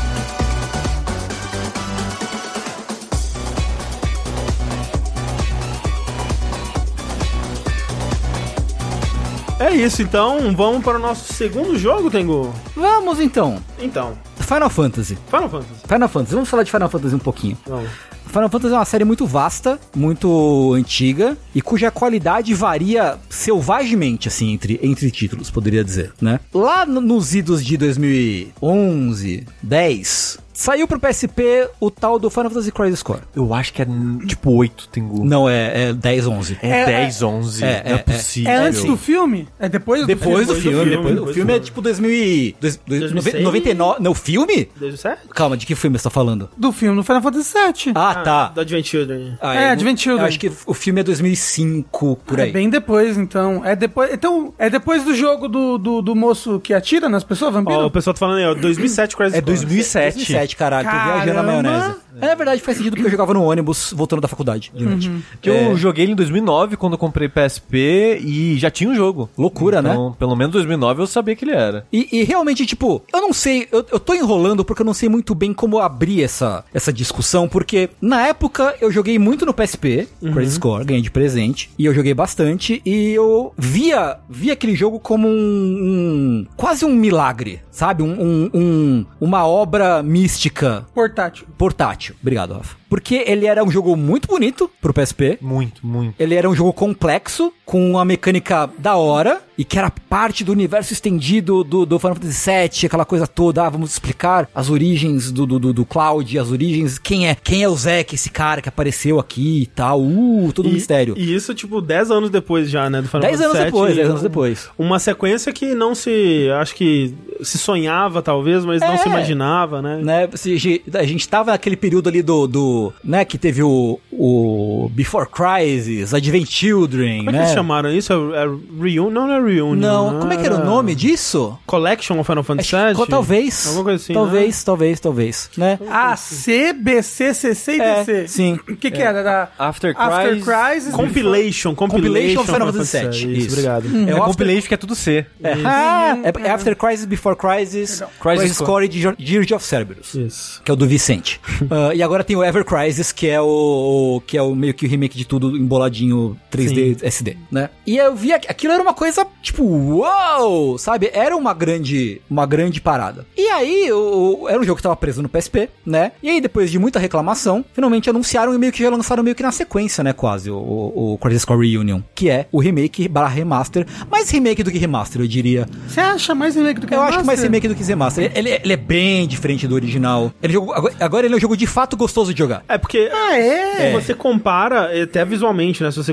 S1: É isso, então vamos para o nosso segundo jogo, Tengu.
S2: Vamos então.
S1: Então,
S2: Final Fantasy.
S1: Final Fantasy.
S2: Final Fantasy. Vamos falar de Final Fantasy um pouquinho.
S1: Vamos.
S2: Final Fantasy é uma série muito vasta, muito antiga e cuja qualidade varia selvagemente assim entre, entre títulos, poderia dizer, né? Lá no- nos idos de 2011, 10, saiu pro PSP o tal do Final Fantasy Crisis Core.
S4: Eu acho que é tipo 8, Tengu.
S2: Não é, é 10, 11.
S4: É,
S3: É-
S4: 10, 11.
S2: é-
S4: não é
S2: é-
S4: possível.
S3: É antes do filme? É depois do
S2: Depois do
S1: do filme,
S2: filme,
S1: depois
S2: depois do
S1: do
S2: filme é tipo 2000 e, dois- dois-
S1: 2006?
S2: 99, não, filme?
S1: Desde o set?
S2: Calma, de que filme você tá falando?
S3: Do filme, no Final Fantasy VII.
S2: Ah, tá.
S1: Do Advent Children.
S2: Ah,
S3: É,
S2: eu-
S3: Advent Children.
S2: Eu acho que o filme é 2005, por aí.
S3: É bem depois, então. É depois, então, é depois do jogo do, do, do moço que atira nas pessoas, vampiro?
S1: Ó, o pessoal tá falando aí, ó, 2007 Crisis
S4: É
S1: Core.
S4: 2007.
S2: 2007, caralho, tô viajando na
S3: Caramba!
S2: maionese. É, na verdade faz sentido porque eu jogava no ônibus voltando da faculdade de noite.
S4: Que
S2: É.
S4: eu joguei ele em 2009, quando eu comprei PSP, e já tinha o jogo.
S2: Loucura, né?
S4: Então, pelo menos 2009 eu sabia que ele era.
S2: E, e realmente, tipo, eu não sei, eu, eu tô enrolando porque eu não sei muito bem como abrir essa, essa discussão, porque na época eu joguei muito no PSP, Crazy Score, ganhei de presente, e eu joguei bastante, e eu via, via aquele jogo como um, um- quase um milagre, sabe? Um, um- um- uma obra mística
S3: Portátil.
S2: portátil. útil. Obrigado, Rafa. Porque ele era um jogo muito bonito pro PSP.
S4: Muito, muito.
S2: Ele era um jogo complexo, com uma mecânica da hora, e que era parte do universo estendido do, do Final Fantasy VII, aquela coisa toda, ah, vamos explicar as origens do, do, do, do Cloud, as origens, quem é, quem é o Zack, esse cara que apareceu aqui e tal, uh, todo um
S1: E-
S2: mistério.
S1: E isso, tipo, 10 anos depois já, né? Do Final
S2: Dez
S1: Fantasy
S2: anos
S1: VII,
S2: depois, dez
S1: e-
S2: anos depois.
S1: Uma sequência que não se. Acho que se sonhava, talvez, mas
S2: É.
S1: não se imaginava, né?
S2: Né, se a gente- a gente tava naquele período ali do, do né, que teve o, o Before Crisis, Advent Children,
S1: Como é que
S2: né?
S1: eles chamaram isso? É, é Reunion? Não, não é Reunion.
S2: Não, como é que era o
S1: Ah.
S2: nome disso?
S1: Collection of Final Fantasy
S2: Acho que-
S1: VII?
S2: talvez.
S1: Alguma coisa assim.
S2: Talvez, talvez, talvez, né?
S1: Ah,
S3: A, Ah, C, B, C, C, C e
S2: É,
S3: D, C.
S2: sim.
S3: O que que era? Era
S4: After
S3: After
S4: Crisis.
S1: né?
S3: Crisis.
S1: Compilation, compilation,
S2: Compilation of Final Fantasy VII,
S1: Isso,
S2: isso.
S1: obrigado.
S3: Hum.
S4: É,
S2: o
S4: compilation
S2: After-
S4: porque é tudo C.
S2: É. Ah, é- é After Crisis, Before Crisis,
S4: Crisis
S2: Crisis
S4: Core.
S2: Core e Ge- Dirge of Cerberus.
S1: Isso.
S2: Que é o do Vicente. Ah, e agora tem o Ever Crisis, que é o, o- que é o meio que o remake de tudo emboladinho 3D SD, né? E eu vi aqu- aquilo era uma coisa tipo, uou, sabe? Era uma grande, uma grande parada. E aí, o, o- era um jogo que tava preso no PSP, né? E aí depois de muita reclamação, finalmente anunciaram e meio que já lançaram meio que na sequência, né, quase o, o, o Crisis Core Reunion, que é o remake barra remaster, mais remake do que remaster, eu diria.
S3: Você acha mais remake do que
S2: Eu
S4: É
S2: acho que é mais
S3: remaster?
S2: remake do que remaster. Ele, ele é bem diferente do original. Ele é um jogo- agora- agora ele é um jogo de fato gostoso de jogar.
S1: É porque
S3: Ah, é?
S1: se você compara, é, até visualmente, né? Se você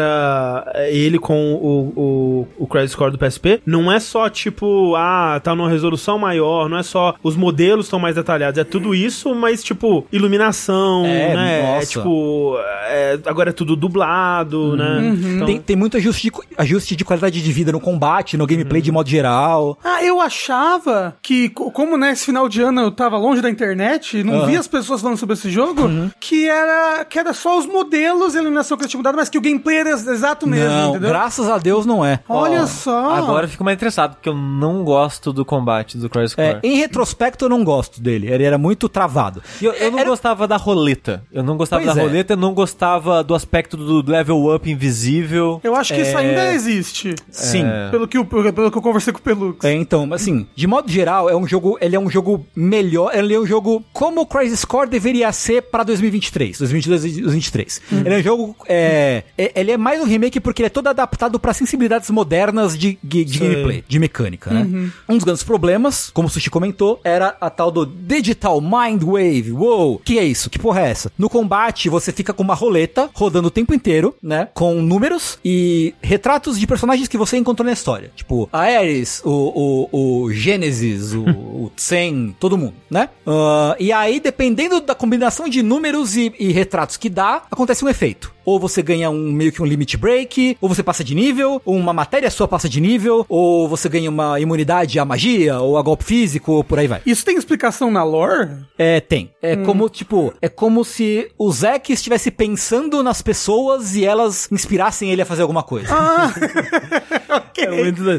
S1: compara eh, ele com o, o, o Credit Score do PSP, não é só tipo, ah, tá numa resolução maior, não é só os modelos estão mais detalhados, é tudo isso, mas tipo, iluminação,
S2: É,
S1: né? É,
S2: nossa.
S1: tipo, é, agora é tudo dublado, né? Então,
S2: Uhum. Tem, tem muito ajuste de, co- ajuste de qualidade de vida no combate, no gameplay de modo geral.
S3: Ah, eu achava que, co- como nesse final de ano eu tava longe da internet, não
S2: Aham. Uhum.
S3: via as pessoas falando sobre esse jogo, que, era, que era só os modelos e a iluminação que eles tinham mudado, mas que o gameplay era exato mesmo,
S2: não,
S3: entendeu?
S2: graças a Deus não é.
S3: Olha
S4: Ó,
S3: só!
S4: Agora eu fico mais interessado, porque eu não gosto do combate do Crisis
S2: É,
S4: Core.
S2: em retrospecto eu não gosto dele. Ele era muito travado. É,
S4: E eu, eu não
S2: Era-
S4: gostava da roleta. Eu não gostava
S2: Pois
S4: da
S2: é.
S4: roleta, eu não gostava do aspecto do do level up invisível.
S3: Eu acho que isso
S2: É.
S3: ainda existe.
S2: Sim.
S4: É.
S3: Pelo, que, eu- pelo que eu conversei com o Pelux.
S2: É, então, mas assim, de modo geral, é um jogo, ele é um jogo melhor, ele é um jogo como o Crisis Core deveria ser pra 2023, 2022 e 2023. Ele é um jogo, é, é- ele é mais um remake porque ele é todo adaptado pra sensibilidades modernas de, de, de
S1: Sei.
S2: gameplay, de mecânica, né? Um dos grandes problemas, como o Sushi comentou, era a tal do Digital Mind Wave. Uou, que é isso? Que porra é essa? No combate, você fica com uma roleta rodando o tempo inteiro, né? Com números e retratos de personagens que você encontrou na história. Tipo, a Ares, o, o, o Gênesis, o, o Tsen, todo mundo, né? Ah, e aí, dependendo da combinação de números e, e retratos que dá, acontece um efeito. Ou você ganha um meio que um limit break, ou você passa de nível, ou uma matéria sua passa de nível, ou você ganha uma imunidade à magia, ou a golpe físico, ou por aí vai.
S3: Isso tem explicação na lore?
S2: É, tem. É
S3: Hum.
S2: como, tipo, é como se o Zack estivesse pensando nas pessoas e elas inspirassem ele a fazer alguma coisa.
S3: Ah.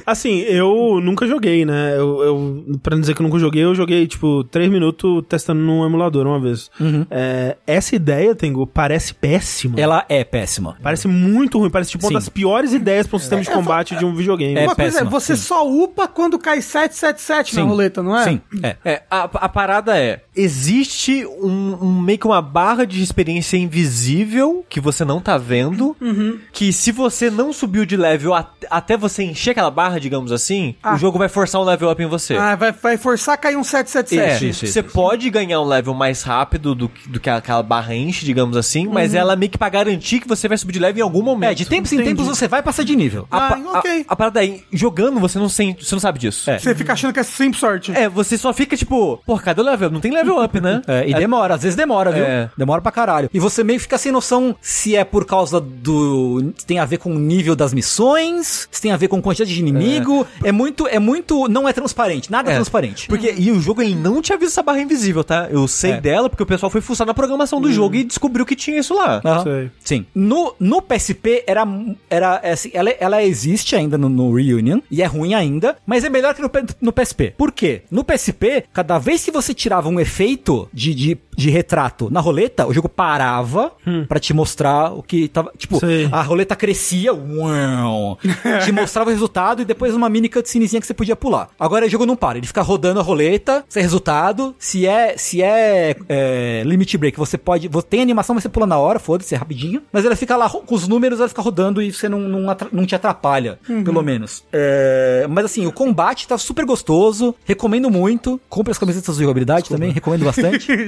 S1: Assim, eu nunca joguei, né? Eu, eu, pra não dizer que eu nunca joguei, eu joguei, tipo, três minutos testando num emulador uma vez. É, essa ideia, Tengu, parece péssima.
S2: Uhum. Ela é péssima.
S1: Parece muito ruim, parece tipo
S2: Sim.
S1: uma das piores ideias pra um sistema de combate de um videogame.
S2: É
S3: É, Uma coisa é,
S2: péssima,
S3: você
S2: sim.
S3: só upa quando cai 777 na
S2: Sim.
S3: roleta, não é?
S2: Sim, é.
S4: É, a, a parada é, existe um, um- meio que uma barra de experiência invisível que você não tá vendo,
S2: Uhum.
S4: que se você não subiu de level at- até você encher aquela barra, digamos assim,
S3: Ah.
S4: o jogo vai forçar um level up em você.
S3: Ah, vai, vai forçar a cair um 777.
S4: É,
S2: isso, isso,
S4: você pode ganhar um level mais rápido do, que- do que aquela barra enche, digamos assim, mas ela é meio que pra garantir que você vai subir de level em algum momento.
S2: Uhum. É, de tempos em tempos você vai passar de nível.
S4: A,
S3: Ah,
S4: pa-
S3: ok.
S4: a, a parada aí, jogando, você não sente, você não sabe disso.
S2: É.
S3: Você fica achando que é sempre sorte.
S4: É, você só fica tipo, pô, cadê o level? Não tem level up, né?
S2: É, e demora, às vezes demora, viu?
S4: É.
S2: Demora pra caralho. E você meio que fica sem noção se é por causa do. se tem a ver com o nível das missões, se tem a ver com quantidade de inimigo. É, muito, é muito. Não é transparente, nada é,
S4: É,
S2: transparente.
S4: Porque, e o jogo, ele não te avisa essa barra invisível, tá? Eu sei
S2: É.
S4: dela porque o pessoal foi fuçar na programação do jogo e descobriu que tinha isso lá.
S2: Aham.
S1: Sei.
S2: Sim. No, no PSP era, era é assim, ela, ela existe ainda no, no Reunion e é ruim ainda, mas é melhor que no, P- no PSP. Por quê? No PSP, cada vez que você tirava um efeito de, de, de retrato na roleta, o jogo parava pra te mostrar o que tava. Tipo,
S1: Sei.
S2: a roleta crescia, uau, te mostrava o resultado e depois uma mini cutscenezinha que você podia pular. Agora o jogo não para, ele fica rodando a roleta, sem resultado. Se é, se é, é, limit break, você pode. vo- Tem animação, mas você pula na hora, foda-se, é rapidinho. Mas ela fica lá ro- com os números, ela fica rodando e você não, não, atra- não te atrapalha, pelo menos. É, mas assim, o combate tá super gostoso, recomendo muito. Compre as camisetas de jogabilidade também, recomendo bastante,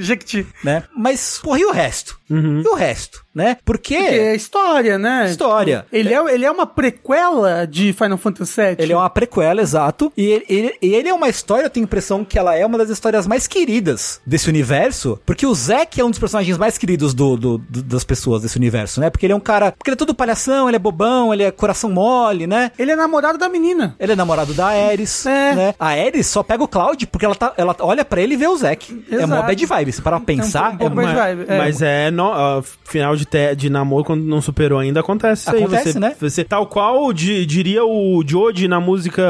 S3: Jequiti.
S2: né? Mas, porra, e o resto? E o resto, né? Porque.
S3: Porque é história, né?
S2: História.
S3: Ele é, ele é uma prequela de Final Fantasy VII.
S2: Ele é uma prequela, exato. E ele, ele- e ele é uma história, eu tenho a impressão que ela é uma das histórias mais queridas desse universo. Porque o Zack é um dos personagens mais queridos do, do- do- das pessoas desse universo, né? Porque ele é um cara. Porque ele é todo palhação, ele é bobão, ele é coração mole, né?
S3: Ele é namorado da menina.
S2: Ele é namorado da Ares,
S3: É.
S2: né? A Ares só pega o Cloud porque ela, tá, ela olha pra ele e vê o Zack. É uma
S3: Exato.
S2: bad vibe. Se parar pra pensar,
S3: um
S2: é
S3: pouco
S2: uma-
S3: mais vibe, é.
S1: Mas é, no- ah, final de, te- de namoro, quando não superou ainda, acontece isso
S2: Acontece,
S1: aí. Você,
S2: né?
S1: você, tal qual di- diria o Joji na música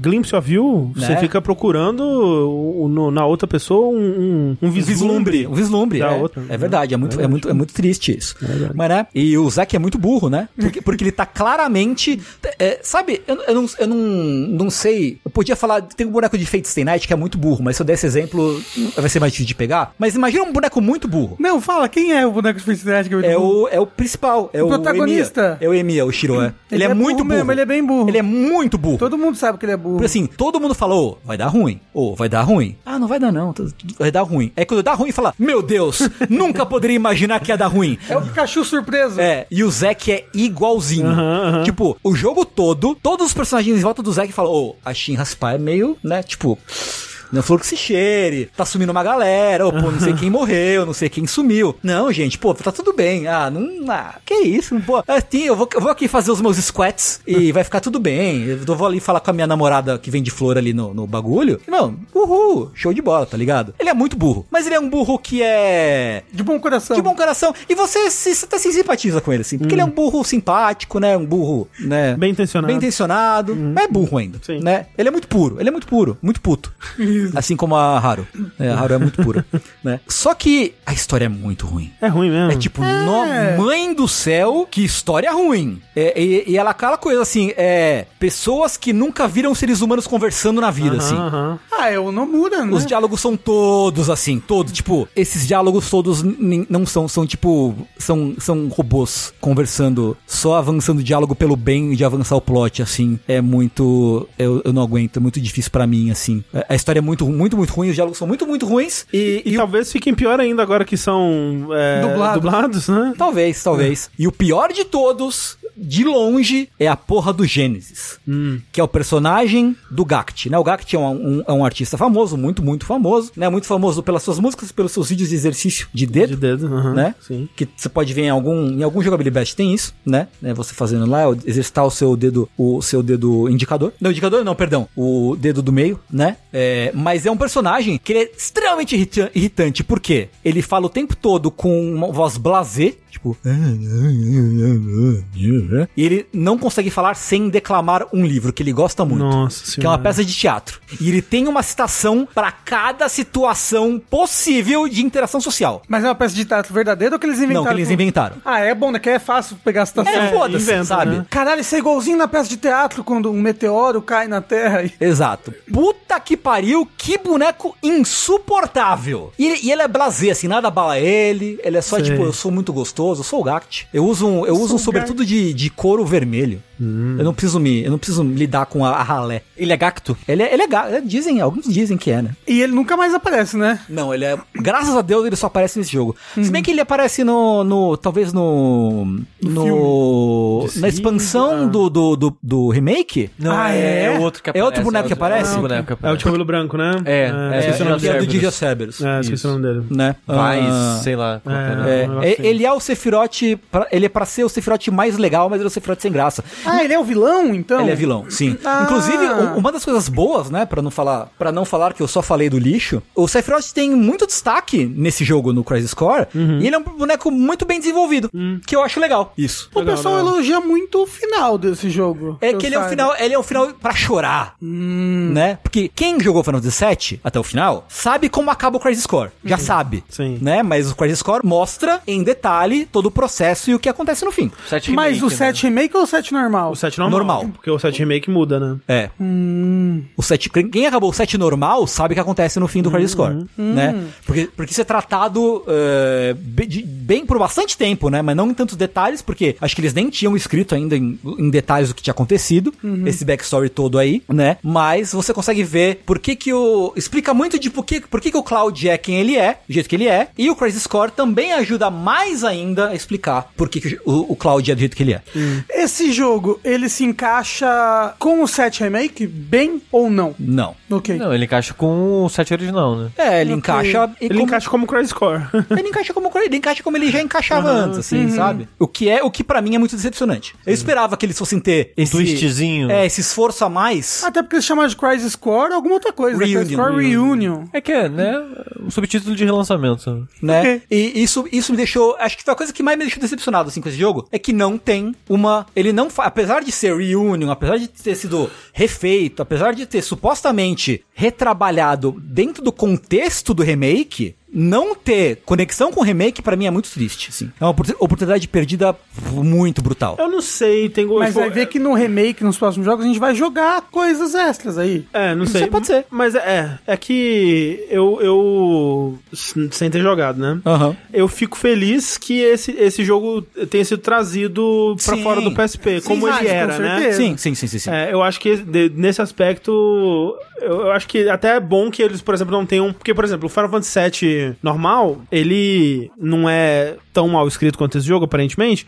S1: Glimpse of You, você
S2: Né?
S1: fica procurando o- no- na outra pessoa um, um, um vislumbre.
S2: Um vislumbre.
S1: Da
S2: é.
S1: outra.
S2: é verdade, é muito, É, muito, é muito triste isso. Mas, né? E o Zack é muito burro, né? Porque, porque ele tá claramente. é, sabe, eu, eu, não, eu não, não sei. Eu podia falar. Tem um boneco de Fate Stay Night que é muito burro, mas se eu der esse exemplo, vai ser mais difícil de pegar. Mas imagina um boneco muito burro.
S3: Não, fala, quem é o boneco de felicidade que eu
S2: É o, é o principal, é o,
S3: O protagonista.
S2: Emiya. É o Emiya, o Shiro, é. Ele, é, muito burro.
S3: mesmo, ele é bem burro.
S2: Ele é muito burro.
S3: Todo mundo sabe que ele é burro.
S2: Porque assim, todo mundo falou, vai dar ruim. Ou vai dar ruim. Ah, não vai dar não, tu- tu- vai dar ruim. Aí quando dá ruim, fala, meu Deus, nunca poderia imaginar que ia dar ruim.
S3: É o Pikachu surpreso.
S2: É, e o Zack é igualzinho.
S1: Aham, aham.
S2: Tipo, o jogo todo, todos os personagens em volta do Zack falam, ô, a Shin Raspai é meio, né, tipo... Não falou que se cheire, tá sumindo uma galera, ou, pô, não sei quem morreu, não sei quem sumiu. Não, gente, pô, tá tudo bem. Ah, não. Ah, que isso, pô. Ah, sim, eu, vou, eu vou aqui fazer os meus squats e vai ficar tudo bem. Eu vou ali falar com a minha namorada que vende flor ali no, no bagulho. Não, uhul, show de bola, tá ligado? Ele é muito burro, mas ele é um burro que é.
S3: De bom
S1: Então.
S3: coração.
S2: De bom coração. E você se, você até se simpatiza com ele, assim. Porque ele é um burro simpático, né? Um burro, né?
S1: Hum. Bem intencionado. Hum.
S2: Bem intencionado. Mas é burro ainda,
S1: Sim.
S2: né? Ele é muito puro. Ele é muito puro. Muito puto. assim como a Haru. É, a Haru é muito pura, né? Só que a história é muito ruim.
S1: É ruim mesmo.
S2: É tipo, no- mãe do céu, que história ruim. É, e, e ela aquela coisa assim, é. Pessoas que nunca viram seres humanos conversando na vida, assim.
S1: Aham.
S3: Ah, é o Nomura, né?
S2: Os diálogos são todos assim, todos, tipo, esses diálogos todos nem- não são, são tipo, são, são robôs conversando, só avançando o diálogo pelo bem de avançar o plot, assim, é muito, eu, eu não aguento, é muito difícil pra mim, assim. A- A história é muito, ru- muito, muito ruim, os diálogos são muito, muito ruins, e,
S1: E,
S2: e o-
S1: talvez fiquem pior ainda agora que são é,
S3: Dublados.
S1: dublados, né?
S2: talvez, talvez. E o pior de todos, de longe, é a porra do Gênesis. que é o personagem do Gact, né? O Gact é um, um- é um artista famoso, muito, muito famoso, né? Muito famoso pelas suas músicas, pelos seus vídeos de exercício de dedo,
S1: De dedo, aham,
S2: né?
S1: Sim.
S2: Que você pode ver em algum em algum jogabilidade tem isso, né? Né, Você fazendo lá, o- exercitar o seu dedo, o seu dedo indicador. Não, indicador não, perdão, o dedo do meio, né? É, mas é um personagem que ele é extremamente irrita- irritante, por quê? Ele fala o tempo todo com uma voz blasé, tipo, e ele não consegue falar sem declamar um livro que ele gosta muito.
S1: Nossa
S2: Que é uma
S1: Senhora.
S2: peça de teatro. E ele tem uma citação pra cada situação possível de interação social.
S3: Mas é uma peça de teatro verdadeira ou que eles inventaram?
S2: Não, que eles
S3: com-
S2: inventaram.
S3: Ah, é bom, né? Que é fácil pegar a
S2: É,
S3: citação.
S2: foda-se,
S1: inventa,
S2: sabe?
S1: né?
S3: Caralho, isso é igualzinho na peça de teatro quando um meteoro cai na Terra. E...
S2: Exato. Puta que pariu, que boneco insuportável. E ele, e ele é blasé, assim, nada abala ele. Ele é só,
S1: Sei.
S2: tipo, eu sou muito gostoso, eu sou o Gact. Eu uso um, eu uso um sobretudo de, de couro vermelho.
S1: Hum.
S2: Eu não preciso me, eu não preciso lidar com a, a ralé.
S4: Ele é gacto?
S2: Ele é, ele é ga- é, dizem, alguns dizem que é, né?
S3: E ele nunca mais aparece, né?
S2: Não, ele é. Graças a Deus ele só aparece nesse jogo. Se
S1: Hum.
S2: bem que ele aparece no. no talvez no. no
S1: De
S2: na
S1: si,
S2: expansão
S1: ah.
S2: do, do, do, do remake.
S4: Não,
S3: Ah, é?
S4: outro que
S2: É outro boneco que aparece?
S4: É outro boneco que
S1: É o de
S4: aparece.
S1: cabelo branco, né?
S4: É, é,
S1: esqueci o nome
S4: é,
S2: que é
S1: dele.
S4: Cerberus.
S2: do DJ Cerberus.
S1: É, esqueci o nome dele.
S2: Né? Ah,
S4: Mas, sei lá. qual que
S1: É.
S4: era.
S2: é,
S1: um negócio
S2: é,
S1: assim.
S2: ele é o Sephiroth, pra- ele é pra ser o Sephiroth mais legal, mas ele é o Sephiroth sem graça.
S3: Ah, ele é o vilão, então?
S2: Ele é vilão, sim.
S3: Ah.
S2: Inclusive, u- uma das coisas boas, né, Pra não falar, para não falar que eu só falei do lixo, o Sephiroth tem muito destaque nesse jogo no Crisis Core, e ele é um boneco muito bem desenvolvido, que eu acho legal. Isso.
S3: O pessoal
S1: legal.
S3: elogia muito o final desse jogo.
S2: É
S3: eu
S2: que ele é um
S3: saiba.
S2: final, ele é um final pra chorar,
S1: Hum.
S2: né? Porque quem jogou Final Fantasy VII até o final sabe como acaba o Crisis Core, já sabe,
S1: Sim.
S2: né? Mas o Crisis Core mostra em detalhe todo o processo e o que acontece no fim.
S4: Sete
S3: Mas
S4: remake,
S3: o
S4: né?
S3: 7 remake ou o 7 normal?
S1: O 7 normal.
S2: Normal.
S1: Porque o 7 remake muda, né?
S2: É.
S1: Hum.
S2: O set, quem acabou o set normal sabe o que acontece no fim do Crisis Core,
S1: Hum.
S2: né? Porque, porque isso é tratado eh, be- de- bem por bastante tempo, né? Mas não em tantos detalhes, porque acho que eles nem tinham escrito ainda em, em detalhes o que tinha acontecido,
S1: Uhum.
S2: esse backstory todo aí, né? Mas você consegue ver por que que o... Explica muito de por que, por que que o Cloud é quem ele é, do jeito que ele é, e o Crisis Core também ajuda mais ainda a explicar por que, que o, o Cloud é do jeito que ele é.
S1: Hum.
S3: Esse jogo, ele se encaixa com o 7 remake bem ou não?
S2: Não.
S3: Ok.
S4: Não, ele encaixa com o 7 original, né?
S2: É, ele
S3: Ok.
S2: encaixa... e
S1: Ele
S2: como-
S1: encaixa como Crash Core.
S2: Ele encaixa como ele encaixa como ele já encaixava antes, assim, sabe? O que é o que pra mim é muito decepcionante. Eu esperava que eles fossem ter esse
S4: twistzinho.
S2: é, esse esforço a mais.
S3: Até porque se chama de Crisis Core ou alguma outra coisa. né?
S2: Reunion.
S3: Crisis Core Reunion.
S4: É que é, né? O subtítulo de relançamento.
S2: né?
S3: Ok.
S2: E isso, isso me deixou. Acho que foi a coisa que mais me deixou decepcionado assim, com esse jogo. É que não tem uma. Ele não fa- Apesar de ser reunion, apesar de ter sido refeito, apesar de ter supostamente retrabalhado dentro do contexto do remake. Não ter conexão com o remake, pra mim, é muito triste, assim. É uma oportun- oportunidade perdida muito brutal.
S1: Eu não sei, tem
S3: Mas vai ver que no remake, nos próximos jogos, a gente vai jogar coisas extras aí.
S1: É, não sei.
S2: pode ser.
S1: Mas é, é é que eu, eu. s- Sem ter jogado, né?
S2: Aham.
S1: Eu fico feliz que esse, esse jogo tenha sido trazido pra
S2: Sim.
S1: fora do PSP, como
S3: ah,
S1: ele
S3: com
S1: era, né?
S3: certeza.
S2: Sim, sim, sim, sim. sim.
S1: É, eu acho que de- nesse aspecto, eu, eu acho que até é bom que eles, por exemplo, não tenham. Porque, por exemplo, o Final Fantasy VII normal, ele não é tão mal escrito quanto esse jogo, aparentemente,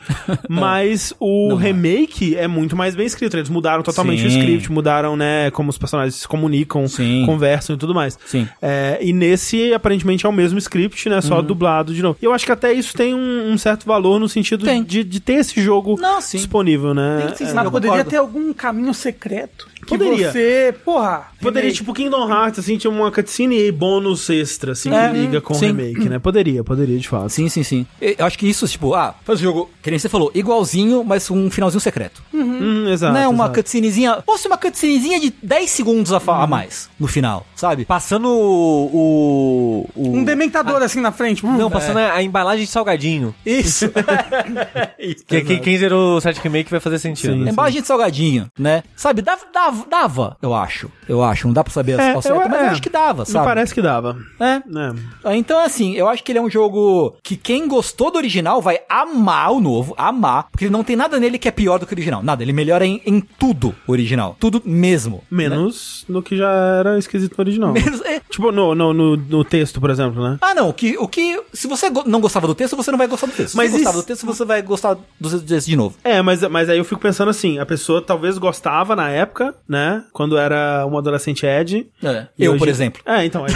S1: mas o remake é. muito mais bem escrito. Eles mudaram totalmente o
S2: Sim.
S1: script, mudaram, né, como os personagens se comunicam,
S2: Sim.
S1: conversam e tudo mais.
S2: Sim. Uhum.
S1: É, e nesse, aparentemente, é o mesmo script, né? Só dublado de novo. E eu acho que até isso tem um, um certo valor no sentido
S2: Tem.
S1: de, de ter esse jogo
S2: Não, sim.
S1: disponível, né?
S2: Tem que ser
S1: É.
S2: Eu
S3: Mas Ah, poderia
S2: concordo.
S3: ter algum caminho secreto que
S1: Poderia.
S3: você... Porra.
S1: Poderia,
S3: remake.
S1: tipo, Kingdom Hearts, assim, tinha uma cutscene e bônus extra, assim,
S2: É,
S1: que liga com o
S2: sim.
S1: remake, né? Poderia, poderia, de fato.
S2: Sim, sim, sim. E- Eu acho que isso, tipo, ah, faz o jogo, que nem você falou, igualzinho, mas com um finalzinho secreto.
S1: Hum, exato.
S2: né? Uma
S1: exato. Uhum.
S2: cutscenezinha, fosse uma cutscenezinha de 10 segundos a, fa- a mais no final, sabe?
S4: Passando o. o, o-
S3: Um dementador assim na frente. Hum.
S4: Não, passando a, a embalagem de salgadinho.
S2: Isso.
S4: Que, que- quem zerou o 7 remake vai fazer sentido.
S1: Sim.
S4: né?
S2: Embalagem de É salgadinho, né? Sabe, dava, dava, dava, eu acho. Eu acho, não dá pra saber
S1: É,
S2: ao certo,
S1: eu-
S2: mas
S1: é.
S2: eu acho que dava,
S1: Me
S2: sabe?
S1: parece que dava,
S2: É.
S1: né?
S2: Então, assim, eu acho que ele é um jogo que quem gostou do original vai amar o novo, amar, porque ele não tem nada nele que é pior do que o original. Nada, ele melhora em, em tudo o original. Tudo mesmo. né?
S1: Menos no que já era esquisito no original.
S2: Menos. é.
S1: Tipo, no, no, no, no texto, por exemplo, né?
S2: Ah, não, o que, o que. Se você go- não gostava do texto, você não vai gostar do texto. Se
S1: Mas
S2: você gostava
S1: isso-
S2: do texto, você vai gostar do texto de novo.
S1: É, mas, mas aí eu fico pensando assim, a pessoa talvez gostava na época, né? Quando era uma adolescente Ed.
S2: É.
S1: E
S2: Eu,
S1: hoje-
S2: por exemplo.
S1: É, então. aí-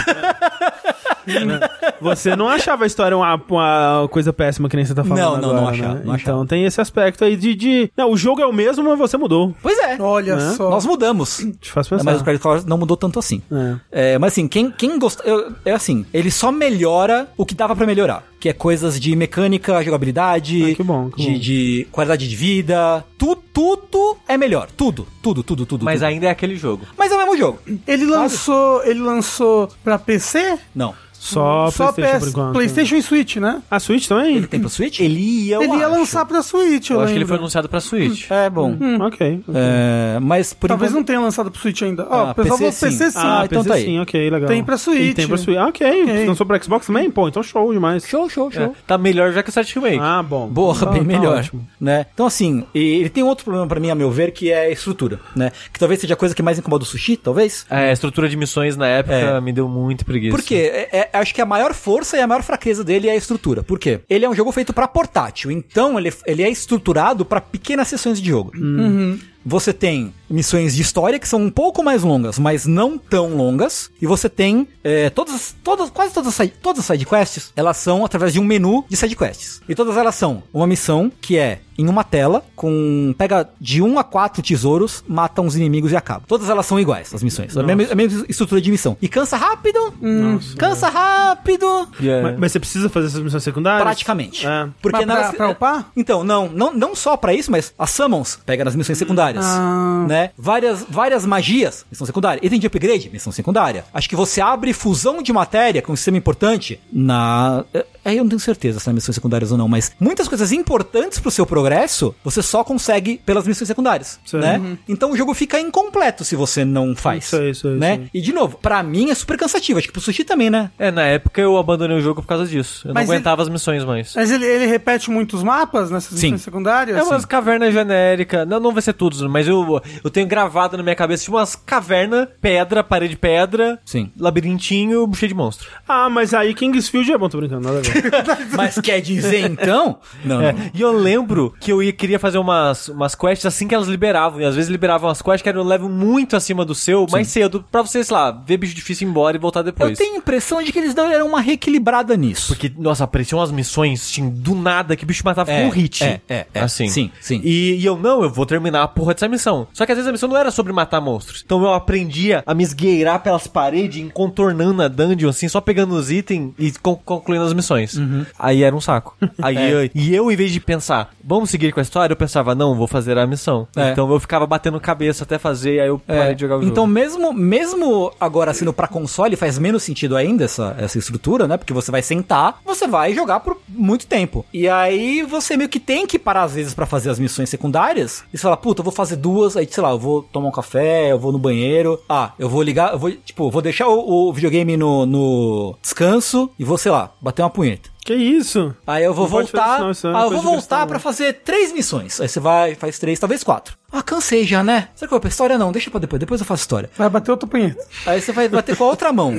S1: você não achava a história uma, uma coisa péssima que nem você tá falando.
S2: Não, não, não
S1: agora,
S2: achava,
S1: né?
S2: não achava.
S1: Então tem esse aspecto aí de. de- Não, o jogo é o mesmo, mas você mudou.
S2: Pois é.
S3: Olha
S1: Né?
S3: só.
S2: Nós mudamos. É,
S1: Te faz pensar.
S2: Mas o Credit Card não mudou tanto assim.
S1: É.
S2: É, mas assim, quem, quem gosta. eu- É assim, ele só melhora o que dava pra melhorar. Que é coisas de mecânica, jogabilidade,
S1: Ah, que bom, que
S2: de,
S1: bom.
S2: de qualidade de vida. Tu, tudo é melhor. Tudo, tudo, tudo, tudo.
S4: Mas
S2: tudo.
S4: ainda é aquele jogo.
S2: Mas é o mesmo jogo.
S3: Ele lançou, ele lançou pra PC?
S2: Não. Hum,
S1: Só, PlayStation por
S3: PS
S1: enquanto.
S3: PlayStation e Switch, né?
S1: A Switch também?
S2: Ele tem pro Switch? Ele ia.
S3: ele ia lançar pra Switch, eu,
S4: Eu acho que ele foi
S3: lembro.
S4: anunciado pra Switch.
S2: É bom.
S1: Hum, Ok.
S2: É, mas por
S3: Talvez
S2: enquanto-
S3: não tenha lançado pro Switch ainda. Ó,
S2: Ah,
S3: o pessoal
S2: PC
S3: falou PC sim.
S1: Ah,
S2: Ah, então
S1: PC
S2: tá aí.
S1: Sim, ok, legal.
S3: Tem pra Switch.
S1: E tem pra Switch. Ah, ok.
S3: Ok.
S1: Lançou pra Xbox também? Pô, então show demais.
S2: Show, show, show.
S4: Tá melhor já que o 7 remake.
S1: Ah, bom.
S2: É. Boa,
S1: Tá-
S2: bem
S1: tá
S2: melhor,
S1: ótimo.
S2: né? Então assim, e ele tem outro problema pra mim, a meu ver, que é a estrutura, né? Que talvez seja a coisa que mais incomoda o sushi, talvez.
S4: É, a estrutura de missões na época
S2: É.
S4: me deu muito preguiça.
S2: Porque é, é- acho que a maior força e a maior fraqueza dele é a estrutura. Por quê? Ele é um jogo feito pra portátil, então ele, ele é estruturado pra pequenas sessões de jogo. Uhum. Você tem missões de história que são um pouco mais longas, mas não tão longas. E você tem é, todas, todas, quase todas as, side- todas as sidequests, elas são através de um menu de sidequests. E todas elas são uma missão que é em uma tela, com pega de um a quatro tesouros, mata uns inimigos e acaba. Todas elas são iguais, as missões. É A mesma, a mesma estrutura de missão. E cansa rápido.
S3: Hum.
S2: cansa rápido.
S4: é-
S1: Mas, mas você precisa fazer essas missões secundárias?
S2: É. Praticamente.
S1: É.
S2: Porque
S3: Mas pra-
S2: nelas-
S3: pra upar?
S2: Então, não, não, não só pra isso, mas as summons pega nas missões secundárias,
S3: Ah.
S2: né? Várias, várias magias, missão secundária. Item de upgrade, missão secundária. Acho que você abre fusão de matéria com um sistema importante na... é, Aí eu não tenho certeza se nas missões secundárias ou não, mas muitas coisas importantes pro seu progresso, você só consegue pelas missões secundárias,
S1: Sim.
S2: né?
S1: Uhum.
S2: Então o jogo fica incompleto se você não faz,
S1: Isso aí, isso aí,
S2: né?
S1: isso aí.
S2: E de novo, pra mim é super cansativo, acho que pro Sushi também, né?
S4: É, na época eu abandonei o jogo por causa disso.
S3: Mas
S4: Eu não
S3: ele-
S4: aguentava as missões
S2: É,
S4: mais.
S3: Mas ele, ele repete muitos mapas nessas
S2: Sim.
S3: missões secundárias?
S4: É umas
S2: assim.
S4: cavernas genéricas. Não, não vai ser todos, mas eu, eu tenho gravado na minha cabeça tipo umas cavernas, pedra, parede pedra,
S2: Sim.
S4: labirintinho, cheio de monstro.
S1: Ah, mas aí Kingsfield é bom, tô brincando, nada a ver.
S2: Mas quer dizer então? Não, não.
S4: E eu lembro que eu ia, queria fazer umas, umas quests assim que elas liberavam. E às vezes liberavam as quests que eram um level muito acima do seu, mais cedo, pra você, sei lá, ver bicho difícil ir embora e voltar depois.
S2: Eu tenho a impressão de que eles deram uma reequilibrada nisso.
S4: Porque, nossa, apareciam umas missões assim, do nada que o bicho matava
S2: É,
S4: com um hit.
S2: é, é, é.
S4: Assim.
S2: Sim, sim.
S4: E, e eu, não, eu vou terminar a porra dessa missão. Só que às vezes a missão não era sobre matar monstros. Então eu aprendia a me esgueirar pelas paredes, e contornando a dungeon, assim, só pegando os itens e con- concluindo as missões.
S2: Uhum.
S4: Aí era um saco. Aí
S2: É.
S4: eu- e eu, em vez de pensar, vamos seguir com a história, eu pensava, não, vou fazer a missão.
S2: É.
S4: Então eu ficava batendo cabeça até fazer, aí eu parei de jogar o jogo.
S2: então mesmo mesmo agora sendo pra console faz menos sentido ainda essa, essa estrutura, né? Porque você vai sentar, você vai jogar por muito tempo. E aí você meio que tem que parar às vezes pra fazer as missões secundárias. E você fala, puta, eu vou fazer duas, aí sei lá, eu vou tomar um café, eu vou no banheiro. Ah, eu vou ligar, eu vou, tipo, vou deixar o, o videogame no, no descanso e vou, sei lá, bater uma punheta.
S1: que isso?
S2: Aí eu vou
S1: Não pode fazer
S2: voltar.
S1: isso não, isso é
S2: ah, eu
S1: coisa
S2: vou
S1: de cristão,
S2: voltar
S1: né?
S2: pra fazer três missões. Aí você vai, faz três, talvez quatro. Ah, cansei já, né? Será que eu vou pra história? Não, deixa pra depois, depois eu faço história.
S3: Vai bater outra punheta.
S2: Aí você vai bater com a outra mão.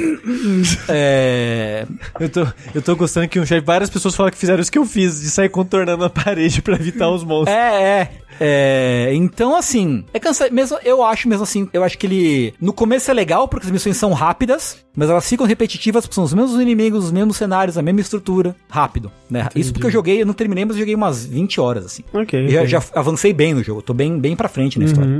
S2: é.
S4: Eu tô, eu tô gostando que um chefe, várias pessoas falam que fizeram isso que eu fiz, de sair contornando a parede pra evitar os monstros.
S2: É, é. É, então assim, é cansado. Mesmo, eu acho mesmo assim, eu acho que ele. No começo é legal, porque as missões são rápidas, mas elas ficam repetitivas, porque são os mesmos inimigos, os mesmos cenários, a mesma estrutura. Rápido, né? Isso porque eu joguei, eu não terminei, mas eu joguei umas 20 horas, assim.
S1: Ok,
S2: E
S1: ok.
S2: Já,
S1: Uhum,
S2: já avancei bem no jogo, tô bem, bem pra frente na história.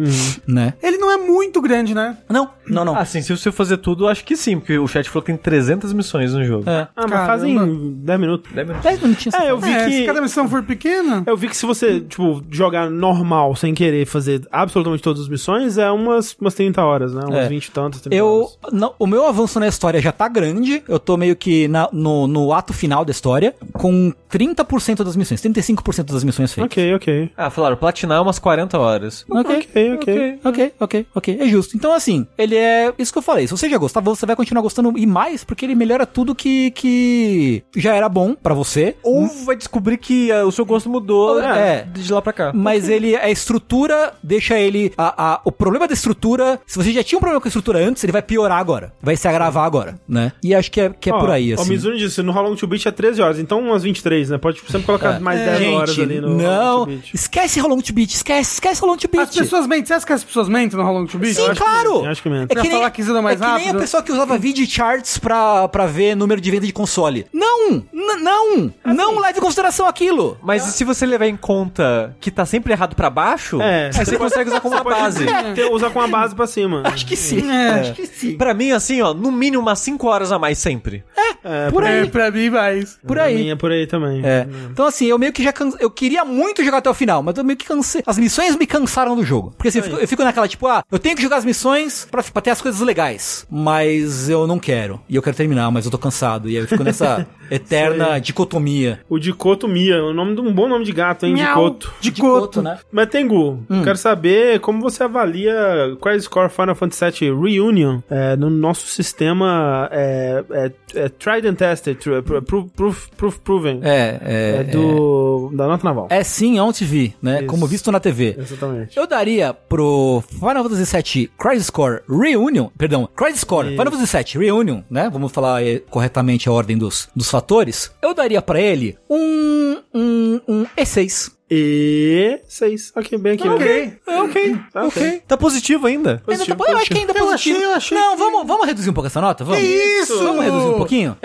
S2: Né?
S3: Ele não é muito grande, né?
S2: Não, não, não.
S1: Ah,
S4: Assim, se você fazer tudo, acho que sim, porque o chat falou que tem 300 missões no jogo.
S2: É.
S1: Ah, mas
S3: Caramba.
S1: fazem 10 minutos.
S4: 10 minutos.
S2: 10 minutinhos.
S1: É, eu vi
S3: É,
S1: que...
S3: se cada missão for pequena...
S1: Eu vi que se você, tipo, jogar normal, sem querer fazer absolutamente todas as missões, é umas, umas 30 horas, né? Umas
S2: É.
S1: 20 e tantas, 30
S2: Eu,
S1: horas.
S2: não, o meu avanço na história já tá grande. Eu tô meio que na- no, no ato final da história, com 30% das missões, 35% das missões feitas.
S1: Ok, ok.
S4: Ah, falaram, platinar umas 40 horas.
S2: Ok,
S1: Ok, ok.
S2: ok, ok, ok. É justo. Então, assim, ele é. Isso que eu falei. Se você já gostava, você vai continuar gostando e mais, porque ele melhora tudo que, que já era bom pra você.
S4: Ou Um vai descobrir que ah, o seu gosto mudou
S2: É.
S4: é, de lá pra cá.
S2: Mas ele, a estrutura, deixa ele. A, a- o problema da estrutura, se você já tinha um problema com a estrutura antes, ele vai piorar agora. Vai se agravar agora, né? E acho que é, que é
S1: Ó,
S2: por aí, assim.
S1: O Mizuno disse, no How Long to Beat é 13 horas, então umas 23, né? Pode tipo, sempre colocar mais 10
S2: É. Gente,
S1: horas ali no How
S2: não,
S1: Long to Beat.
S2: esquece How Long to Beat, esquece, esquece How Long to Beat.
S3: As pessoas mentem. Você acha que as pessoas mentem no How Long to Beat?
S2: Sim,
S3: Eu acho que-
S2: claro.
S1: eu acho que menos.
S2: é
S3: Pra
S2: que nem,
S3: falar que isso anda mais
S2: é que nem
S3: rápido.
S2: a pessoa que usava VidCharts charts pra, pra ver número de venda de console. Não, n- não, não leve em consideração aquilo.
S4: Mas e se você levar em conta que tá sempre errado pra baixo,
S1: É.
S4: aí você consegue usar como uma base.
S1: Ter, usar com a base pra cima.
S2: é Acho que sim,
S3: É.
S2: acho que sim.
S4: Pra mim, assim, ó, no mínimo umas 5 horas a mais sempre.
S1: É,
S2: Por
S3: É,
S2: aí,
S3: pra mim, mais.
S2: por aí.
S1: É por aí também.
S2: É. Então assim, eu meio que já can... eu queria muito jogar até o final, mas eu meio que cansei. As missões me cansaram do jogo. Porque assim, eu fico, eu fico naquela tipo, ah, eu tenho que jogar as missões pra, pra ter as coisas legais, mas eu não quero. E eu quero terminar, mas eu tô cansado. E aí eu fico nessa eterna dicotomia.
S1: O Dicoto Mia, o nome de um bom nome de gato, hein? Dicoto.
S3: De
S2: Dicoto,
S3: coto.
S2: né?
S1: Mas Tengu, quero saber como você avalia qual é score Final Fantasy VII Reunion é, no nosso sistema é, é- é tried and tested, tru- pro- pro- proof, proof proven, é,
S2: É, é,
S1: do, da nota naval.
S2: É sim, on TV, né?
S1: Isso.
S2: Como visto na TV.
S1: Exatamente.
S2: Eu daria pro Final Fantasy VII Crisis Core Reunion, perdão, Crisis Core Final Fantasy VII Reunion, né? Vamos falar eh, corretamente a ordem dos, dos fatores. Eu daria pra ele um, um, um E6.
S1: e 6. Ok, bem aqui. né?
S3: Ok.
S4: É ok,
S1: Tá ok.
S4: Tá positivo ainda.
S2: Ainda tá- eu acho que ainda é
S3: Eu
S2: positivo.
S3: achei, eu achei
S2: Não, vamos, vamos reduzir um pouco essa nota? Vamos.
S3: isso?
S2: Vamos reduzir um pouquinho?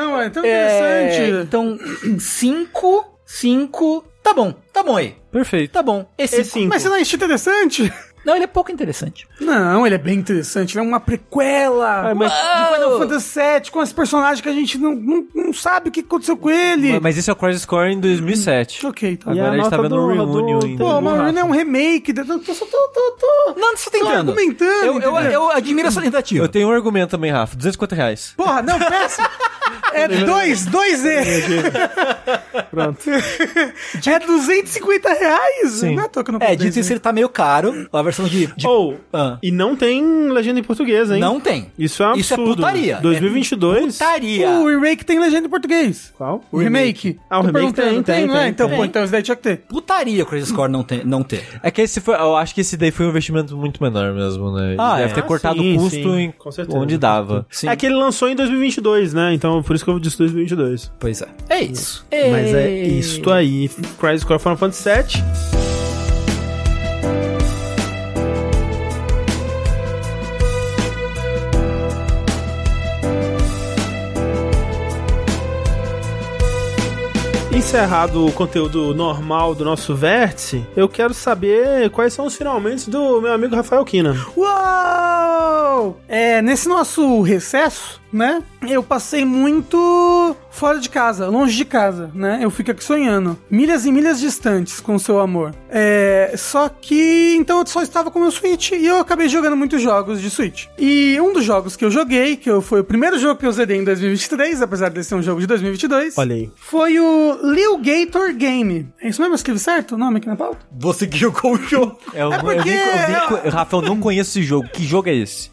S3: Não, é tão
S2: é,
S3: interessante.
S2: Então, 5, 5. Tá bom, tá bom aí.
S4: Perfeito.
S2: Tá bom. Esse
S1: É 5.
S3: Mas você não achou interessante?
S2: Não, ele é pouco interessante.
S3: Não, ele é bem interessante. Ele é uma prequela
S1: Ah, mas-
S3: de Final Fantasy VII com esse personagem que a gente não, não, não sabe o que aconteceu com ele.
S4: Mas esse é o Crisis Core em 2007.
S3: Ok, tá.
S1: E
S4: Agora
S1: a
S4: a gente tá
S1: nota
S4: vendo o
S1: do-
S4: Reunion
S1: do-
S4: ainda.
S3: Pô,
S1: Burrafa.
S3: mas não é um remake. Eu tô, tô, tô, tô, tô-
S2: Não, não você tá
S3: tô
S2: entendendo.
S3: argumentando.
S2: Eu, eu,
S3: entendeu?
S2: eu admiro a sua tentativa.
S4: Eu tenho um argumento também, Rafa. 250 reais.
S3: Porra, não, péssimo. É dois, dois E.
S1: Pronto.
S3: É 250 reais?
S4: Sim.
S3: Não é à toa que eu não
S2: É,
S3: comprei,
S2: dito isso,
S3: né?
S2: ele tá meio caro. A versão de. de-
S1: Ou,
S2: Ah.
S1: e não tem legenda em português, hein?
S2: Não tem.
S1: Isso é um absurdo.
S2: Isso é putaria.
S1: 2022.
S2: Putaria.
S3: O remake tem legenda em português.
S1: Qual?
S3: O remake.
S1: Ah, o
S3: Tô
S1: remake
S3: perguntando,
S1: tem, tem,
S3: não é?
S1: tem,
S3: Então,
S1: tem.
S3: pô, então isso daí tinha que ter.
S2: Putaria o Crazy Score não ter. Não ter.
S4: É que esse foi. Eu acho que esse daí foi um investimento muito menor mesmo, né? Ele
S2: Ah,
S4: deve
S2: é.
S4: ter
S1: Ah,
S4: cortado
S1: sim,
S4: o custo
S1: sim.
S4: em
S1: Com certeza.
S4: onde dava.
S2: Sim.
S1: É que ele lançou em 2022, né? Então, por isso que eu disse 2022.
S2: Pois é. É isso.
S1: Mas é isto aí. Crisis Core Final Fantasy VII. Encerrado o conteúdo normal do nosso vértice, eu quero saber quais são os finalmente do meu amigo Rafael Kina.
S3: Uou! É, nesse nosso recesso, né? Eu passei muito fora de casa, longe de casa, né? Eu fico aqui sonhando. Milhas e milhas distantes com o seu amor. É, só que então eu só estava com o meu Switch e eu acabei jogando muitos jogos de Switch. E um dos jogos que eu joguei, que eu- foi o primeiro jogo que eu zerei em 2023, apesar de ser um jogo de 2022,
S1: Olha aí.
S3: foi o Lil Gator Game. É isso mesmo? Eu escrevi certo o nome aqui na pauta?
S2: Você que jogou o jogo.
S4: um- Eu,
S3: É porque-
S4: Rafa, eu não conheço esse jogo. Que jogo é esse?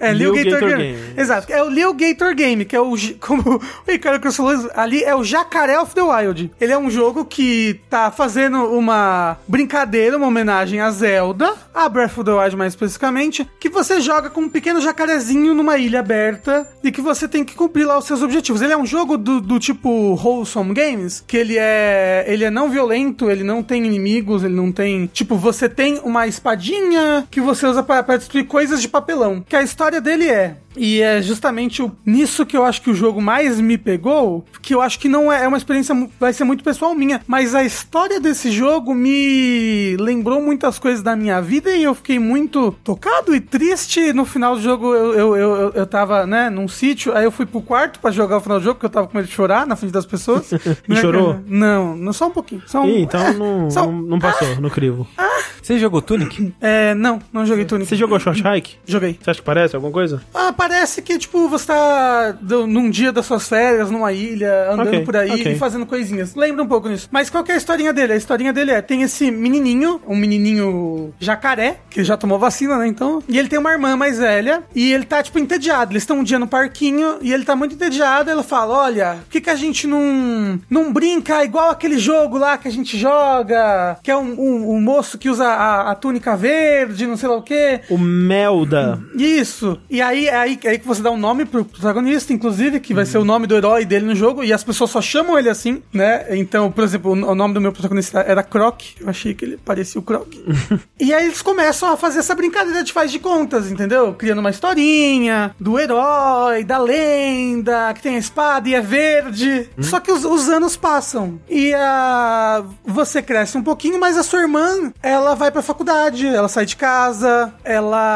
S3: É, Lil,
S1: Lil
S3: Gator,
S1: Gator
S3: Game.
S1: Game.
S3: Exato. É o Lil Gator Game, que é o. j- Como o Ricardo Cruz falou ali, é o Jacaré of the Wild. Ele é um jogo que tá fazendo uma brincadeira, uma homenagem a Zelda, a Breath of the Wild mais especificamente, que você joga com um pequeno jacarezinho numa ilha aberta e que você tem que cumprir lá os seus objetivos. Ele é um jogo do, do tipo Wholesome Games, que ele é. Ele é não violento, ele não tem inimigos, ele não tem. Tipo, você tem uma espadinha que você usa pra pra destruir coisas de papelão. Que a história dele é. E é justamente o- nisso que eu acho que o jogo mais me pegou, que eu acho que não é, é uma experiência, mu- vai ser muito pessoal minha, mas a história desse jogo me lembrou muitas coisas da minha vida e eu fiquei muito tocado e triste. No final do jogo eu, eu, eu, eu- eu tava, né, num sítio, aí eu fui pro quarto pra jogar o final do jogo, porque eu tava com medo de chorar na frente das pessoas. Né,
S1: chorou?
S3: cara? Não, não, só um pouquinho. Só um...
S1: Ih, então não,
S3: Só- Ah,
S1: não, não passou no crivo.
S4: Você jogou Tunic?
S3: É, não, não joguei Tunic.
S1: Você jogou Short Hike?
S3: Joguei.
S1: Você acha que parece alguma coisa?
S3: Ah, parece que, tipo, você tá do- num dia das suas férias, numa ilha, andando
S1: Ok,
S3: por aí
S1: ok.
S3: e fazendo coisinhas. Lembra um pouco nisso. Mas qual que é a historinha dele? A historinha dele é, tem esse menininho, um menininho jacaré, que já tomou vacina, né, então. E ele tem uma irmã mais velha e ele tá, tipo, entediado. Eles estão um dia no parquinho e ele tá muito entediado. Ela fala, olha, por que que a gente não, não brinca igual aquele jogo lá que a gente joga, que é um, um- um moço que usa a, a túnica verde, não sei lá o quê.
S1: O Melda.
S3: Isso. E aí, é aí, é aí que você dá um nome pro protagonista, inclusive, que vai ser o nome do herói dele no jogo, e as pessoas só chamam ele assim, né? Então, por exemplo, o o nome do meu protagonista era Croc. Eu achei que ele parecia o Croc. e aí eles começam a fazer essa brincadeira de faz de contas, entendeu? Criando uma historinha do herói, da lenda, que tem a espada e é verde. Só que os, os anos passam. E a, você cresce um pouquinho, mas a sua irmã, ela vai pra faculdade, ela sai de casa,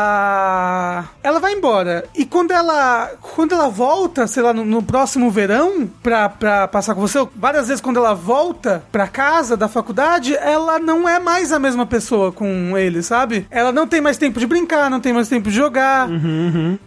S3: ela. Ela vai embora. E quando ela. Quando ela volta, sei lá, no, no próximo verão, pra, pra passar com você, várias vezes quando ela volta pra casa da faculdade, ela não é mais a mesma pessoa com ele, sabe? Ela não tem mais tempo de brincar, não tem mais tempo de jogar.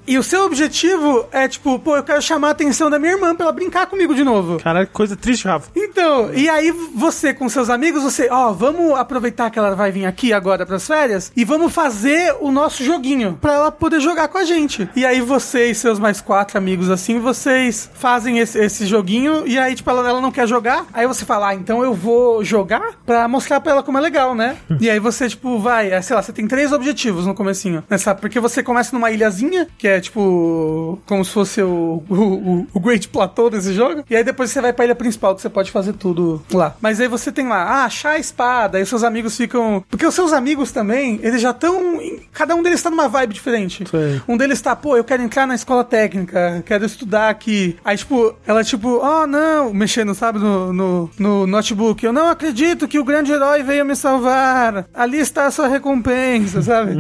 S3: E o seu objetivo é, tipo, pô, eu quero chamar a atenção da minha irmã pra ela brincar comigo de novo.
S1: Caralho, que coisa triste, Rafa.
S3: Então, e aí você com seus amigos, você, ó, vamos aproveitar que ela vai vir aqui agora pras férias e vamos fazer o nosso joguinho pra ela poder jogar com a gente. E aí você e seus mais quatro amigos assim, vocês fazem esse, esse joguinho e aí, tipo, ela, ela não quer jogar, aí você fala, ah, então eu vou jogar pra mostrar pra ela como é legal, né? e aí você, tipo, vai, é, sei lá, você tem três objetivos no comecinho, né, sabe? Porque você começa numa ilhazinha, que é, tipo, como se fosse o, o, o- o Great Plateau desse jogo, e aí depois você vai pra ilha principal, que você pode fazer tudo lá. Mas aí você tem lá, ah, achar a espada, e os seus amigos ficam. Porque os seus amigos também, eles já estão. Cada um deles tá numa vibe diferente.
S1: Sei.
S3: Um deles tá, pô, eu quero entrar na escola técnica, quero estudar aqui. Aí, tipo, ela, tipo, oh, não, mexendo, sabe, no, no, no notebook. Eu não acredito que o grande herói veio me salvar. Ali está a sua recompensa, sabe?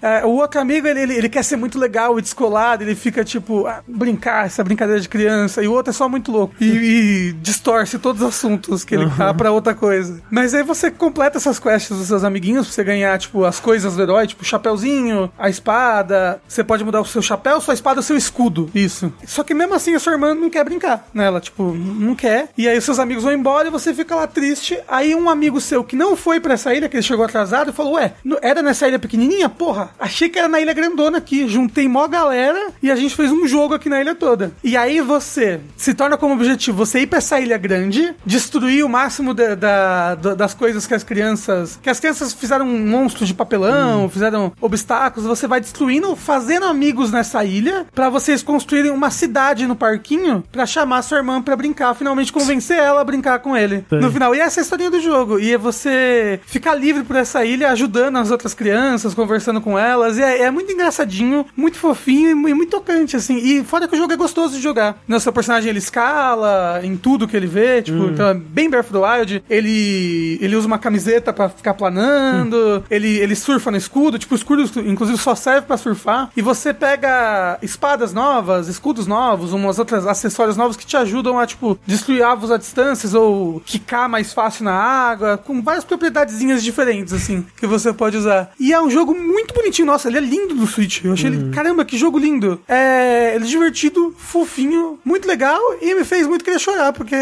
S3: É, o outro amigo, ele, ele, ele quer ser muito legal e descolado, ele fica, tipo, ah, brincar, essa brincadeira de criança. E o outro é só muito louco. E, e distorce todos os assuntos que ele tá pra outra coisa. Mas aí você completa essas quests dos seus amiguinhos pra você ganhar, tipo, as coisas do herói, tipo, o chapéuzinho, a espada. Você pode mudar o seu chapéu, sua espada, o seu escudo. Isso. Só que mesmo assim a sua irmã não quer brincar nela, tipo, n- não quer. E aí os seus amigos vão embora e você fica lá triste. Aí um amigo seu que não foi pra essa ilha, que ele chegou atrasado, falou: Ué, não- era nessa ilha pequenininha? Porra, achei que era na ilha grandona aqui. Juntei mó galera e a gente fez um jogo aqui na ilha toda. E aí você se torna como objetivo você ir pra essa ilha grande, destruir o máximo da- da- da- das coisas que as crianças. que as crianças fizeram um monstro de papelão, fizeram obstáculos. Você vai destruindo, fazendo amigos nessa ilha, pra vocês construírem uma cidade no parquinho pra chamar sua irmã pra brincar, finalmente convencer ela a brincar com ele. No final. E essa é a historinha do jogo. E é você ficar livre por essa ilha, ajudando as outras crianças, conversando com elas. E é, é muito engraçadinho, muito fofinho e mu- e muito tocante, assim. E fora que o jogo é gostoso de jogar. No seu personagem ele escala em tudo que ele vê, tipo, então é bem Breath of the Wild. Ele, ele usa uma camiseta pra ficar planando, ele, ele surfa no escudo, tipo, o escudo inclusive só serve pra surfar. E você pega espadas novas, escudos novos, umas outras acessórios novos que te ajudam a, tipo, destruir alvos à distância ou quicar mais fácil na água, com várias propriedadezinhas diferentes, assim, que você pode usar. E é um jogo muito bonitinho, nossa, ele é lindo do Switch. Eu achei ele, caramba, que jogo lindo. É, ele é divertido, fofinho, muito legal e me fez muito querer chorar, porque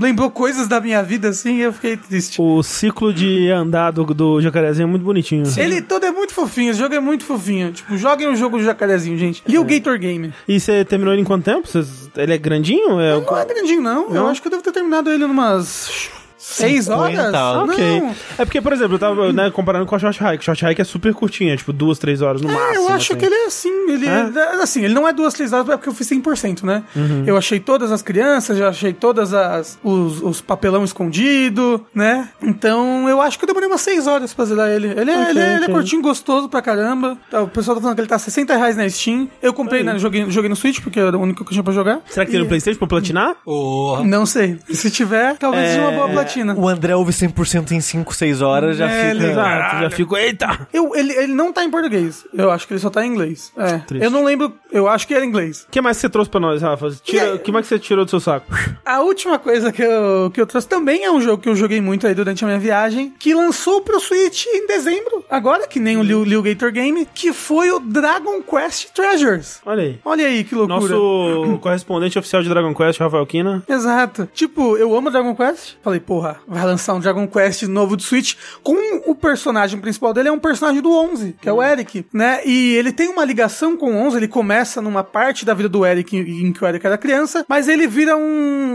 S3: lembrou coisas da minha vida, assim, e eu fiquei triste.
S1: O ciclo de andar do, do jacarezinho é muito bonitinho.
S3: Ele todo é muito fofinho, esse jogo é muito fofinho. Tipo, joguem o jogo do jacarezinho, gente. É. Lil Gator Game.
S1: E você terminou ele em quanto tempo? Cês- Ele é grandinho? É...
S3: Não é grandinho, não. Eu acho que eu devo ter terminado ele numas. Seis horas?
S1: Ah,
S3: Não.
S1: ok. É porque, por exemplo, eu tava né, comparando com a Short Hike. Short Hike é super curtinha, é tipo duas, três horas no máximo.
S3: É, eu acho
S1: assim.
S3: que ele é assim, ele é? assim, ele não é duas, três horas, é porque eu fiz 100%, né?
S1: Uhum.
S3: Eu achei todas as crianças, já achei todas as os, os papelão escondido, né? Então, eu acho que eu demorei umas seis horas pra zerar ele. Ele é, ele é, ele é
S1: ok.
S3: curtinho, gostoso pra caramba. Tá, O pessoal tá falando que ele tá 60 reais na Steam. Eu comprei, né, joguei, joguei no Switch, porque era o único que eu tinha pra jogar.
S1: Será que tem no Playstation pra platinar?
S2: Porra.
S3: Não sei. Se tiver, talvez seja uma
S1: É,
S3: boa platina.
S4: O André ouve 100% em 5, 6 horas, já
S3: É,
S4: fica...
S3: ele-
S1: Exato, já fico. Eita!
S3: Eu, ele, ele não tá em português. Eu acho que ele só tá em inglês. É.
S1: Triste.
S3: Eu não lembro. Eu acho que era em inglês.
S1: O que mais você trouxe pra nós, Rafa?
S3: E
S1: Tira,
S3: aí?
S1: o que mais que você tirou do seu saco?
S3: A última coisa que eu, que eu trouxe também é um jogo que eu joguei muito aí durante a minha viagem, que lançou pro Switch em dezembro, agora, que nem o Liu, Liu Gator Game, que foi o Dragon Quest Treasures.
S1: Olha aí.
S3: Olha aí que loucura.
S1: Nosso correspondente oficial de Dragon Quest, Rafael Kina.
S3: Exato. Tipo, eu amo Dragon Quest. Falei, porra, vai lançar um Dragon Quest novo de Switch com o personagem principal dele, é um personagem do 11,
S2: Hum.
S3: que é o Eric, né? E ele tem uma ligação com o 11, ele começa numa parte da vida do Eric em em que o Eric era criança, mas ele vira um,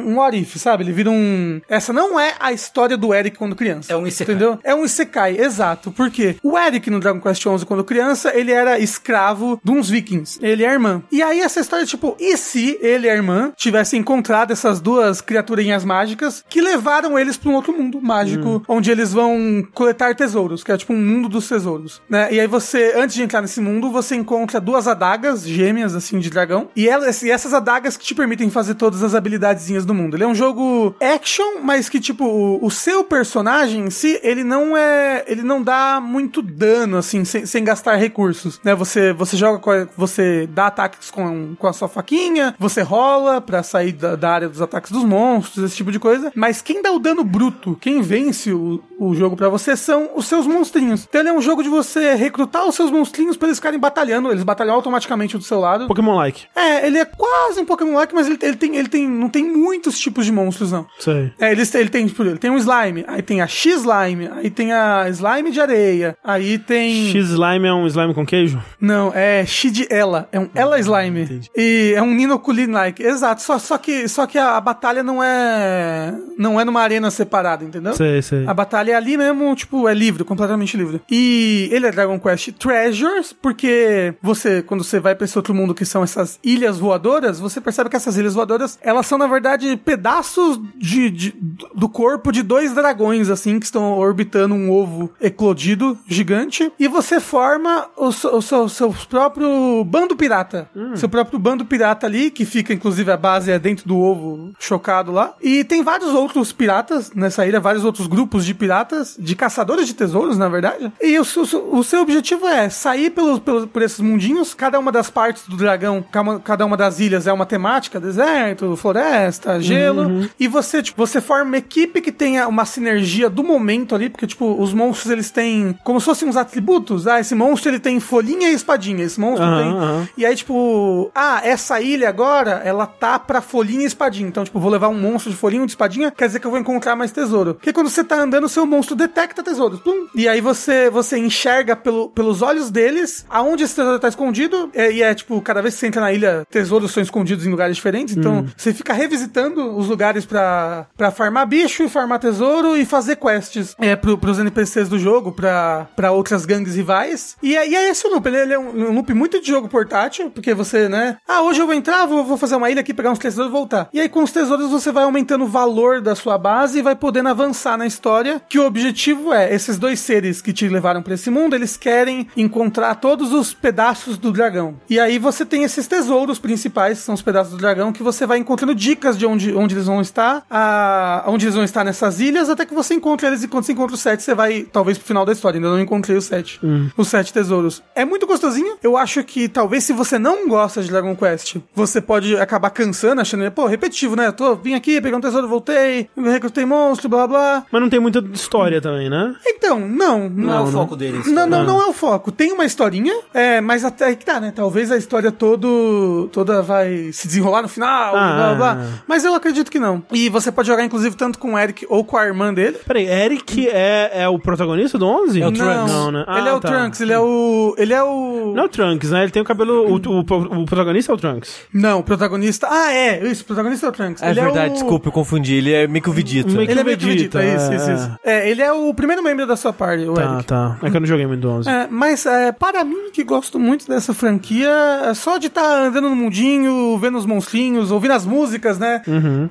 S3: um what if, sabe? Ele vira um... Essa não é a história do Eric quando criança.
S2: É um isekai.
S3: Entendeu? É um isekai, exato. Por quê? O Eric no Dragon Quest XI, quando criança, ele era escravo de uns vikings. Ele é a irmã. E aí essa história, tipo, e se ele e a irmã tivessem encontrado essas duas criaturinhas mágicas que levaram eles pra um outro mundo mágico, onde eles vão coletar tesouros, que é tipo um mundo dos tesouros, né? E aí você, antes de entrar nesse mundo, você encontra duas adagas gêmeas, assim, de dragão. E, elas, e essas adagas que te permitem fazer todas as habilidadezinhas do mundo. Ele é um jogo action, mas que, tipo, o, o seu personagem em si, ele não é. Ele não dá muito dano, assim, sem, sem gastar recursos. Né? Você, você joga com a- Você dá ataques com, com a sua faquinha, você rola pra sair da, da área dos ataques dos monstros, esse tipo de coisa. Mas quem dá o dano bruto, quem vence o, o jogo pra você, são os seus monstrinhos. Então ele é um jogo de você recrutar os seus monstrinhos pra eles ficarem batalhando. Eles batalham automaticamente um do seu lado.
S1: Pokémon like.
S3: É, ele é quase um Pokémon-like, mas ele, ele tem, ele tem, não tem muitos tipos de monstros, não.
S1: Isso aí.
S3: É, ele, ele tem, tipo, ele tem um slime, aí tem a X-slime, aí tem a slime de areia, aí tem...
S1: X-Slime é um slime com queijo?
S3: Não, é X de ela, é um ela slime. E é um Ninoculin-like, exato, só, só que, só que a, a batalha não é... não é numa arena separada, entendeu?
S1: Sei, sei.
S3: A batalha é ali mesmo, tipo, é livre, completamente livre. E ele é Dragon Quest Treasures, porque você, quando você vai pra esse outro outro mundo que são essas ilhas voadoras, você percebe que essas ilhas voadoras, elas são, na verdade, pedaços de, de- do corpo de dois dragões, assim, que estão orbitando um ovo eclodido gigante. E você forma o, seu- o seu, seu próprio bando pirata. Seu próprio bando pirata ali, que fica, inclusive, a base é dentro do ovo chocado lá. E tem vários outros piratas nessa ilha, vários outros grupos de piratas, de caçadores de tesouros, na verdade. E o, seu- o seu objetivo é sair pelos, pelos, por esses mundinhos. Cada uma das partes do dragão, cada- cada uma das ilhas é uma temática: deserto, floresta, gelo.
S1: Uhum.
S3: E você, tipo, você forma uma equipe que tenha uma sinergia do momento ali, porque, tipo, os monstros eles têm como se fossem uns atributos. Ah, esse monstro ele tem folhinha e espadinha. Esse monstro
S1: Aham,
S3: tem.
S1: aham.
S3: E aí, tipo, ah, essa ilha agora, ela tá pra folhinha e espadinha. Então, tipo, vou levar um monstro de folhinha e de espadinha, quer dizer que eu vou encontrar mais tesouro. Porque quando você tá andando, seu monstro detecta tesouro. Pum! E aí você, você enxerga pelo, pelos olhos deles aonde esse tesouro tá escondido. É, e é, tipo, cada vez que você entra na ilha, tesouros são escondidos em lugares diferentes. Então, você fica revisitando os lugares pra, pra farmar bicho e farmar tesouro e fazer quests é, pro, pros NPCs do jogo, pra, pra outras gangues rivais. E é, e é esse o loop. Ele, ele é um, um loop muito de jogo portátil, porque você, né? Ah, hoje eu vou entrar, vou, vou fazer uma ilha aqui, pegar uns tesouros e voltar. E aí, com os tesouros, você vai aumentando o valor da sua base e vai podendo avançar na história. Que o objetivo é: esses dois seres que te levaram pra esse mundo, eles querem encontrar todos os pedaços do dragão. E aí você tem esses tesouros principais, que são os pedaços do dragão, que você vai encontrando dicas de onde, onde eles vão estar, a, onde eles vão estar nessas ilhas, até que você encontra eles. E quando você encontra o sete, você vai, talvez, pro final da história. Ainda não encontrei os sete. Os sete tesouros. É muito gostosinho. Eu acho que, talvez, se você não gosta de Dragon Quest, você pode acabar cansando, achando, pô, repetitivo, né? Eu tô, vim aqui, peguei um tesouro, voltei, recrutei monstro, blá, blá.
S1: Mas não tem muita história também, né?
S3: Então, não.
S2: Não é o
S3: não.
S2: foco deles.
S3: Não, não, não é o foco. Tem uma historinha, é, mas até aí que tá, né? Talvez a história todo, toda vai se desenrolar no final,
S1: Ah.
S3: blá blá blá. Mas eu acredito que não. E você pode jogar, inclusive, tanto com o Eric ou com a irmã dele.
S1: Peraí, Eric é, é o protagonista do 11?
S2: É o
S3: Não,
S2: Trunks.
S1: Não, né? Ah,
S3: ele é o
S1: tá.
S3: Trunks, ele é o. Ele é o.
S1: Não é o Trunks, né? Ele tem o cabelo. O, o- o protagonista é o Trunks.
S3: Não, o protagonista. Ah, é, isso, o protagonista é o Trunks.
S4: É
S3: Ele
S4: verdade,
S3: o-
S4: desculpa, eu confundi. Ele é meio que o Vegeta.
S1: Meio que-
S3: Ele é meio que
S1: Vegeta,
S3: Vegeta, isso,
S1: é.
S3: isso, isso. É, ele é o primeiro membro da sua party, o
S1: Tá,
S3: Eric.
S1: tá. É que eu não joguei muito do 11.
S3: É, mas é, para mim, que gosto muito dessa franquia, é só de estar andando no mundinho, vendo os monstrinhos, ouvindo as músicas, né?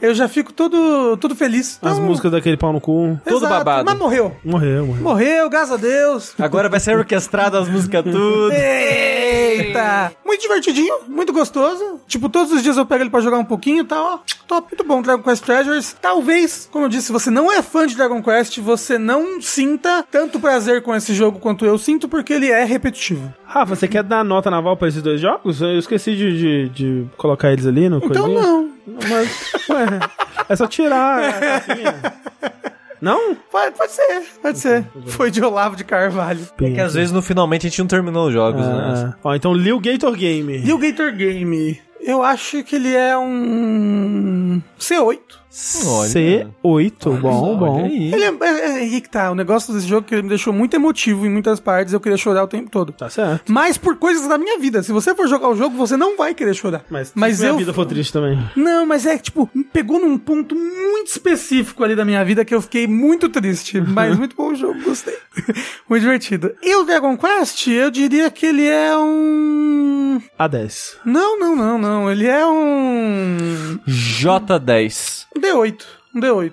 S3: Eu já fico todo, todo feliz.
S1: Uhum. As
S3: Então,
S1: músicas daquele pau no cu.
S3: exato,
S4: todo babado.
S3: Mas morreu.
S1: Morreu, morreu.
S3: Morreu, graças a Deus.
S1: Ah.
S4: Agora vai ser orquestrado as músicas tudo.
S3: Eita! Muito divertidinho, muito gostoso. Tipo, todos os dias eu pego ele pra jogar um pouquinho e tá, tal, ó. Top, muito bom, Dragon Quest Treasures. Talvez, como eu disse, se você não é fã de Dragon Quest, você não sinta tanto prazer com esse jogo quanto eu sinto, porque ele é repetitivo.
S1: Rafa, você quer dar nota naval pra esses dois jogos? Eu esqueci de, de, de colocar eles ali no
S3: Então
S1: coisinha.
S3: não.
S1: Mas, ué, é só tirar a capinha. Não?
S3: Pode, pode ser, pode ser. Foi de Olavo de Carvalho.
S4: É
S1: né?
S4: que às vezes no finalmente a gente não terminou os jogos, né?
S1: Ah, Ó, então Lil Gator Game.
S3: E o Gator Game? Eu acho que ele é um C8.
S4: Olha.
S1: C8. Bom, Ah, bom.
S3: Ele é, é, é aí que tá. O negócio desse jogo é que ele me deixou muito emotivo em muitas partes. Eu queria chorar o tempo todo.
S1: Tá certo.
S3: Mas por coisas da minha vida. Se você for jogar o jogo, você não vai querer chorar.
S1: Mas, se minha
S3: eu.
S1: vida for triste também.
S3: Não, mas é que, tipo, me pegou num ponto muito específico ali da minha vida que eu fiquei muito triste. Mas muito bom o jogo, gostei. muito divertido. E o Dragon Quest, eu diria que ele é um.
S1: A10.
S3: Não, não, não, não. Ele é um.
S4: J10.
S3: um D8. Um D8.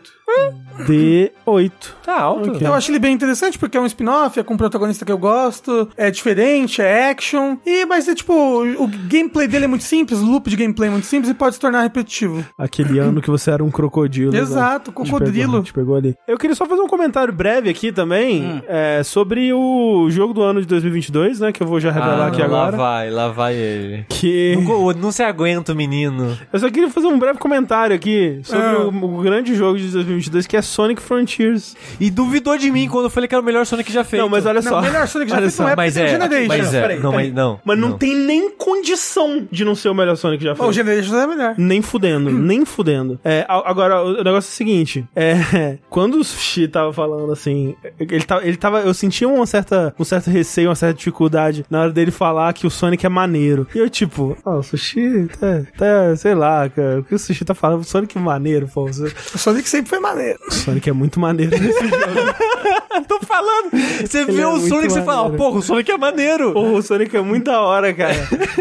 S1: D8.
S4: Tá alto.
S1: Ok.
S3: Eu acho ele bem interessante porque é um spin-off, é com um protagonista que eu gosto, é diferente, é action. E, mas é tipo, o o gameplay dele é muito simples, o loop de gameplay é muito simples e pode se tornar repetitivo.
S1: Aquele ano que você era um crocodilo.
S3: Exato,
S1: Te
S3: crocodilo.
S1: pegou, te pegou ali. Eu queria só fazer um comentário breve aqui também é, sobre o jogo do ano de 2022, né? Que eu vou já revelar aqui
S4: Ah, Lá
S1: agora.
S4: vai, lá vai ele.
S1: Que...
S4: Não, não se aguenta o menino.
S1: Eu só queria fazer um breve comentário aqui sobre
S3: Ah.
S1: o, o grande jogo de 2022 que é Sonic Frontiers.
S4: E duvidou de mim quando eu falei que era o melhor Sonic já feito.
S1: Não, mas olha só.
S3: Não, melhor Sonic já
S1: Olha
S3: feito
S1: só,
S3: não é
S4: mas
S3: porque tem
S4: é,
S3: o Generation.
S4: mas é.
S3: Peraí,
S4: não,
S3: peraí.
S4: mas não.
S1: Mas não, tem nem condição de não ser o melhor Sonic já
S3: Ó,
S1: feito.
S3: O Generation é melhor.
S1: Nem fudendo, nem fudendo. É, a- agora, o o negócio é o seguinte: é, quando o Sushi tava falando assim, ele tava. Ele tava eu sentia uma certa, um certo receio, uma certa dificuldade na hora dele falar que o Sonic é maneiro. E eu, tipo, ah, o Sushi, tá, tá, sei lá, cara, o que o Sushi tá falando? Sonic é maneiro, pô.
S3: O Sonic sempre foi maneiro.
S1: O Sonic é muito maneiro nesse jogo.
S4: Tô falando. Você vê
S2: é
S4: o
S2: muito
S4: Sonic e você fala,
S2: maneiro.
S4: porra, o Sonic é maneiro.
S1: Porra, o Sonic é muito da hora, cara.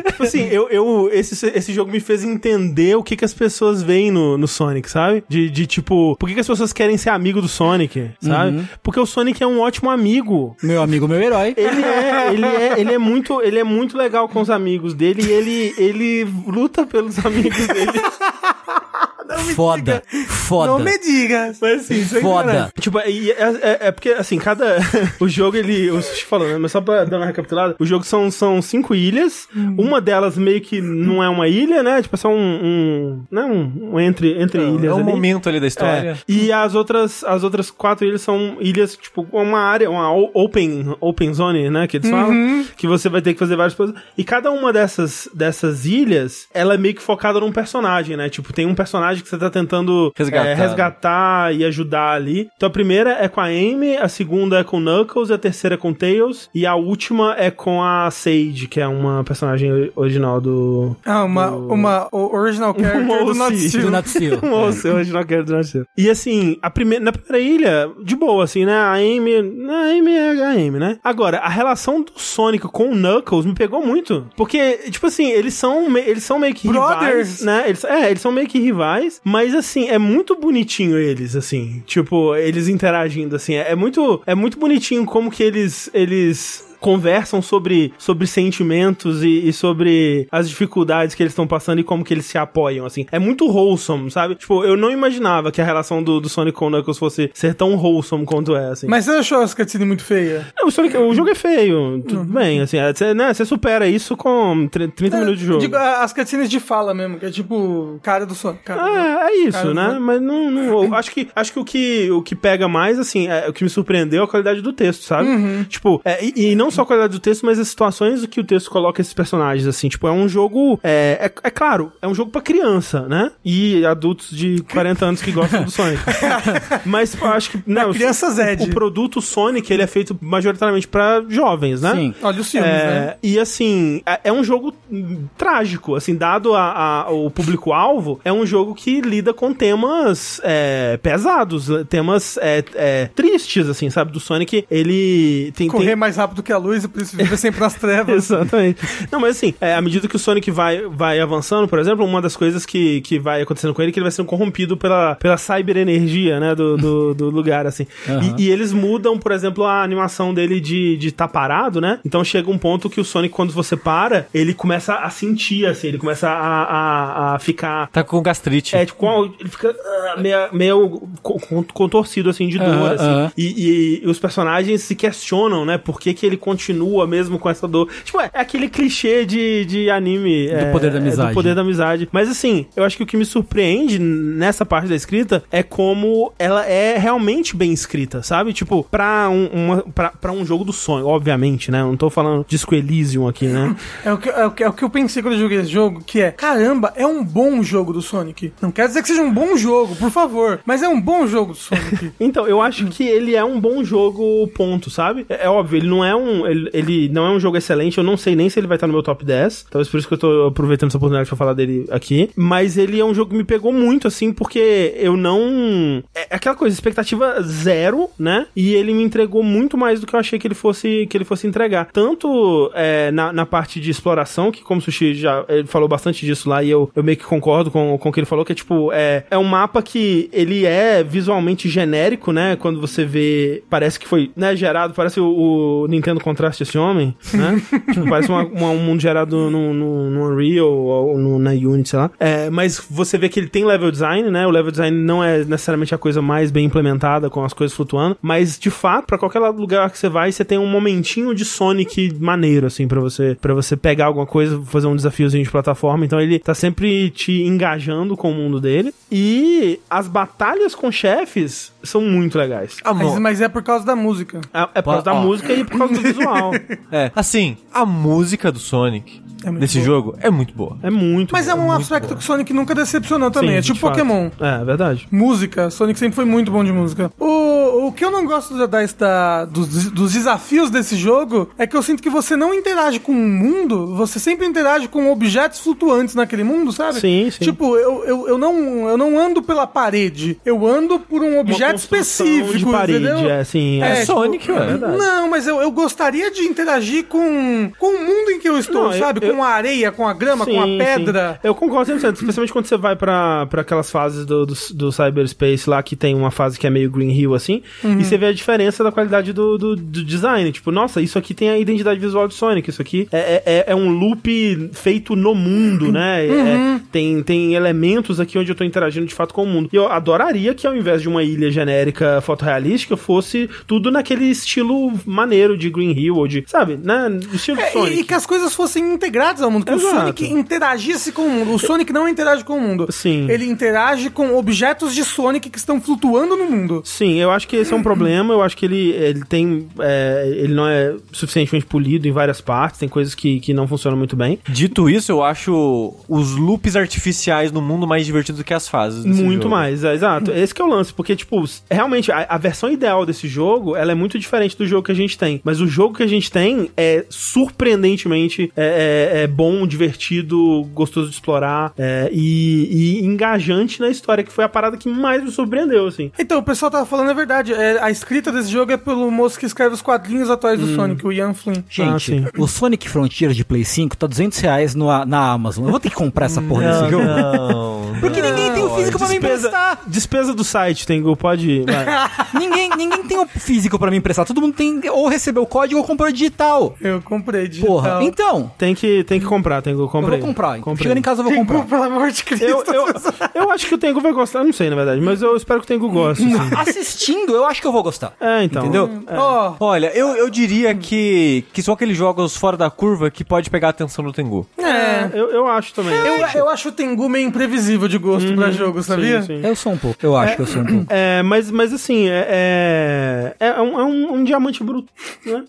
S1: Tipo assim, eu, eu, esse, esse jogo me fez entender o que, que as pessoas veem no, no Sonic, sabe? De, de tipo, por que, que as pessoas querem ser amigo do Sonic, sabe? Porque o Sonic é um ótimo amigo.
S2: Meu amigo, meu herói.
S1: Ele é, ele é, ele é muito, ele é muito legal com os amigos dele e ele, ele luta pelos amigos dele.
S2: Foda. Foda.
S3: Não me diga.
S1: Mas assim, isso é
S2: Foda.
S1: engraçado. Tipo, e é, é- é porque, assim, cada. o jogo, ele. O Sushi falou, né? Mas só pra dar uma recapitulada: o jogo são, são cinco ilhas. Uma delas meio que não é uma ilha, né? Tipo, é só um. um né? Um, um entre, entre ilhas.
S4: É um
S1: ali.
S4: momento ali da história.
S1: É. E as outras, as outras quatro ilhas são ilhas, tipo, uma área, uma o- open, open zone, né, que eles falam, que você vai ter que fazer várias coisas. E cada uma dessas, dessas ilhas, ela é meio que focada num personagem, né? Tipo, tem um personagem que você tá tentando
S4: Resgatar.
S1: é, resgatar e ajudar ali. Então a primeira é com a Amy, a segunda é com o Knuckles, a terceira é com o Tails, e a última é com a Sage, que é uma personagem ori- original do...
S3: Ah, uma, uma o original character do
S1: OC.
S3: Not
S2: Do
S3: Steel.
S2: Not Steel.
S1: Moça, hoje não quero transfer. E assim, a prime... na primeira ilha, de boa, assim, né? A Amy. A Amy é a Amy, né? Agora, a relação do Sonic com o Knuckles me pegou muito. Porque, tipo assim, eles são, me- eles são meio que
S3: Brothers.
S1: rivais. Né? Eles... É, eles são meio que rivais. Mas assim, é muito bonitinho eles, assim. Tipo, eles interagindo, assim. É é muito, é muito bonitinho como que eles. eles conversam sobre, sobre sentimentos e, e sobre as dificuldades que eles estão passando e como que eles se apoiam, assim. É muito wholesome, sabe? Tipo, eu não imaginava que a relação do, do Sonic com o Knuckles fosse ser tão wholesome quanto é, assim.
S3: Mas você achou essa cutscene muito feia?
S1: Não, o, Sonic- o jogo é feio, tudo bem, assim. é, Você né, você supera isso com tre-
S3: É,
S1: 30 minutos de jogo.
S3: Digo, a- as cutscenes de fala mesmo, que é tipo cara do Sonic. Cara do Sonic.
S1: Ah, é isso,
S3: Cara,
S1: né?
S3: não-
S1: Mas não, não- eu acho que acho que o que o que pega mais assim, é, o que me surpreendeu é a qualidade do texto, sabe?
S3: Uhum.
S1: Tipo, é, e, e não só a qualidade do texto, mas as situações que o texto coloca esses personagens assim, tipo, é um jogo é, é, é claro, é um jogo pra criança, né? E adultos de 40 anos que gostam do Sonic. mas eu acho que não,
S3: criança Zed.
S1: o produto Sonic, ele é feito majoritariamente pra jovens, né?
S2: Sim.
S3: Olha os filmes,
S1: É,
S3: né?
S1: E assim, é- é um jogo hum, trágico, assim, dado a, a- o público-alvo, é um jogo que lida com temas é, pesados, temas é, é, tristes, assim, sabe? Do Sonic, ele tem.
S3: Correr
S1: tem...
S3: mais rápido que a luz e por isso viver sempre nas trevas.
S1: Exatamente. Não, mas assim, é, à medida que o Sonic vai, vai avançando, por exemplo, uma das coisas que, que vai acontecendo com ele é que ele vai sendo corrompido pela, pela cyberenergia, né, do, do, do lugar, assim.
S2: Aham.
S1: E, e eles mudam, por exemplo, a animação dele de de tá parado, né? Então chega um ponto que o Sonic, quando você para, ele começa a sentir, assim, ele começa a, a, a ficar...
S4: Tá com gastrite.
S1: É, tipo, com- ele fica ah, meio, meio co- con- contorcido, assim, de dor,
S2: Ah,
S1: assim.
S2: ah.
S1: E, e os personagens se questionam, né? Por que, que ele continua mesmo com essa dor. Tipo, é, é aquele clichê de, de anime. é,
S2: poder da
S1: é,
S2: amizade.
S1: do poder da amizade. Mas, assim, eu acho que o que me surpreende nessa parte da escrita é como ela é realmente bem escrita, sabe? Tipo, pra um, uma, pra, pra um jogo do sonho, obviamente, né? Eu não tô falando disco Elysium aqui, né?
S3: É o, que, é, o que, é o que eu pensei quando eu joguei esse jogo, que é, caramba, é um bom jogo do Sonic. Não quer dizer que seja um bom jogo, por favor, mas é um bom jogo do Sonic.
S1: Então, eu acho que ele é um bom jogo, ponto, sabe? É, é óbvio, ele não é um. Ele, ele não é um jogo excelente, eu não sei nem se ele vai estar no meu top 10. Talvez por isso que eu tô aproveitando essa oportunidade pra falar dele aqui. Mas ele é um jogo que me pegou muito, assim, porque eu não. É é aquela coisa, expectativa zero, né? E ele me entregou muito mais do que eu achei que ele fosse, que ele fosse entregar. Tanto é, na, na parte de exploração, que como o Sushi já é, ele falou bastante disso lá, e eu, eu meio que concordo com, com o que ele falou, que é tipo, é, é um mapa que ele é visualmente genérico, né? Quando você vê, parece que foi né, gerado, parece o, o Nintendo Contraste Esse Homem, né? tipo, parece uma- uma- um mundo gerado no, no, no Unreal ou no- na Unity, sei lá. É, mas você vê que ele tem level design, né? O level design não é necessariamente a coisa mais bem implementada, com as coisas flutuando, mas de fato, pra qualquer lado- lugar que você vai, você tem um momentinho de Sonic maneiro, assim, pra você para você pegar alguma coisa, fazer um desafiozinho de plataforma. Então ele tá sempre te engajando com o mundo dele. E as batalhas com chefes são muito legais.
S3: mas,
S4: Amor.
S3: mas é por causa da música.
S1: É é por causa da
S4: Ó.
S1: música e por causa do visual.
S4: É. Assim, a música do Sonic
S3: É muito
S4: nesse
S3: boa.
S4: jogo é muito boa.
S1: É muito
S3: Mas é
S1: bom.
S3: um aspecto que o Sonic nunca decepcionou também,
S1: Sim,
S3: é tipo
S1: de fato.
S3: Pokémon.
S1: É, verdade.
S3: Música, Sonic sempre foi muito bom de música. O, o que eu não gosto da, da- da- dos, dos desafios desse jogo é que eu sinto que você não interage com o mundo, você sempre interage com objetos flutuantes naquele mundo, sabe?
S1: Sim, sim.
S3: Tipo, eu, eu, eu, não, eu não ando pela parede, eu ando por um objeto
S1: construção
S3: específico,
S1: de parede,
S3: entendeu?
S1: é, sim,
S4: É,
S1: é.
S3: tipo,
S4: Sonic, ué.
S3: Não, mas eu, eu gostaria de interagir com, com o mundo em que eu estou,
S1: Não, eu-
S3: sabe? com a areia, com a grama, com a
S1: Sim,
S3: pedra.
S1: sim. Eu concordo 100%, especialmente quando você vai pra, pra aquelas fases do, do, do cyberspace lá, que tem uma fase que é meio Green Hill, assim,
S3: Uhum.
S1: e você vê a diferença da qualidade do, do, do design. Tipo, nossa, isso aqui tem a identidade visual de Sonic, isso aqui é, é- é, é um loop feito no mundo, né? É-
S3: Uhum.
S1: é- tem, tem elementos aqui onde eu tô interagindo de fato com o mundo. E eu adoraria que ao invés de uma ilha genérica fotorrealística, fosse tudo naquele estilo maneiro de Green Hill, ou de, sabe, né? Estilo
S3: É,
S1: Sonic.
S3: e, e que as coisas fossem integradas ao mundo, que
S1: Exato.
S3: o Sonic interagisse com o mundo. O Sonic não interage com o mundo.
S1: Sim.
S3: Ele interage com objetos de Sonic que estão flutuando no mundo.
S1: Sim, eu acho que esse é um problema. Eu acho que ele, ele tem. é, ele não é suficientemente polido em várias partes, tem coisas que, que não funcionam muito bem.
S4: Dito isso, eu acho os loops artificiais no mundo mais divertidos do que as fases. desse
S1: Muito
S4: jogo.
S1: mais, é, exato. Esse que é o lance, porque, tipo, s- realmente, a, a versão ideal desse jogo, ela é muito diferente do jogo que a gente tem. Mas o jogo que a gente tem é surpreendentemente é, é- é bom, divertido, gostoso de explorar é, e, e engajante na história, que foi a parada que mais me surpreendeu, assim.
S3: Então, o pessoal tava falando a verdade. É, a escrita desse jogo é pelo moço que escreve os quadrinhos atuais do Sonic, o Ian Flynn.
S1: Ah,
S2: Gente,
S1: sim.
S2: o Sonic Frontier de Play 5 tá 200 reais no, na Amazon. Eu vou ter que comprar essa porra desse jogo.
S4: Ah, Não.
S2: Porque ninguém tem o físico pra me
S1: Despesa,
S2: emprestar.
S1: despesa do site, Tengu, pode. vai.
S2: Ninguém, ninguém tem o físico pra me emprestar. Todo mundo tem ou recebeu o código ou comprou digital.
S3: Eu comprei digital.
S2: Porra, então,
S1: Tem que, tem que comprar, Tengu.
S2: eu
S1: Comprei.
S2: vou comprar.
S1: Comprei.
S2: Chegando em casa eu vou
S3: Tipo,
S2: comprar.
S3: pelo amor de Cristo.
S1: Eu, eu, eu acho que o Tengu vai gostar. Não sei, na verdade, mas eu espero que o Tengu goste. assim.
S2: Assistindo, eu acho que eu vou gostar.
S1: É, então.
S2: Entendeu?
S3: Ó,
S4: Olha, eu, eu diria que, que são aqueles jogos fora da curva que pode pegar a atenção do Tengu.
S3: é.
S1: Eu, eu acho também.
S3: Eu, eu acho o Tengu meio imprevisível de gosto pra jogo, sabia?
S1: Sim, sim.
S2: Eu sou um pouco. Eu acho que eu sou um pouco.
S1: É, mas, mas assim, é, é, é um, é um- um diamante bruto, né?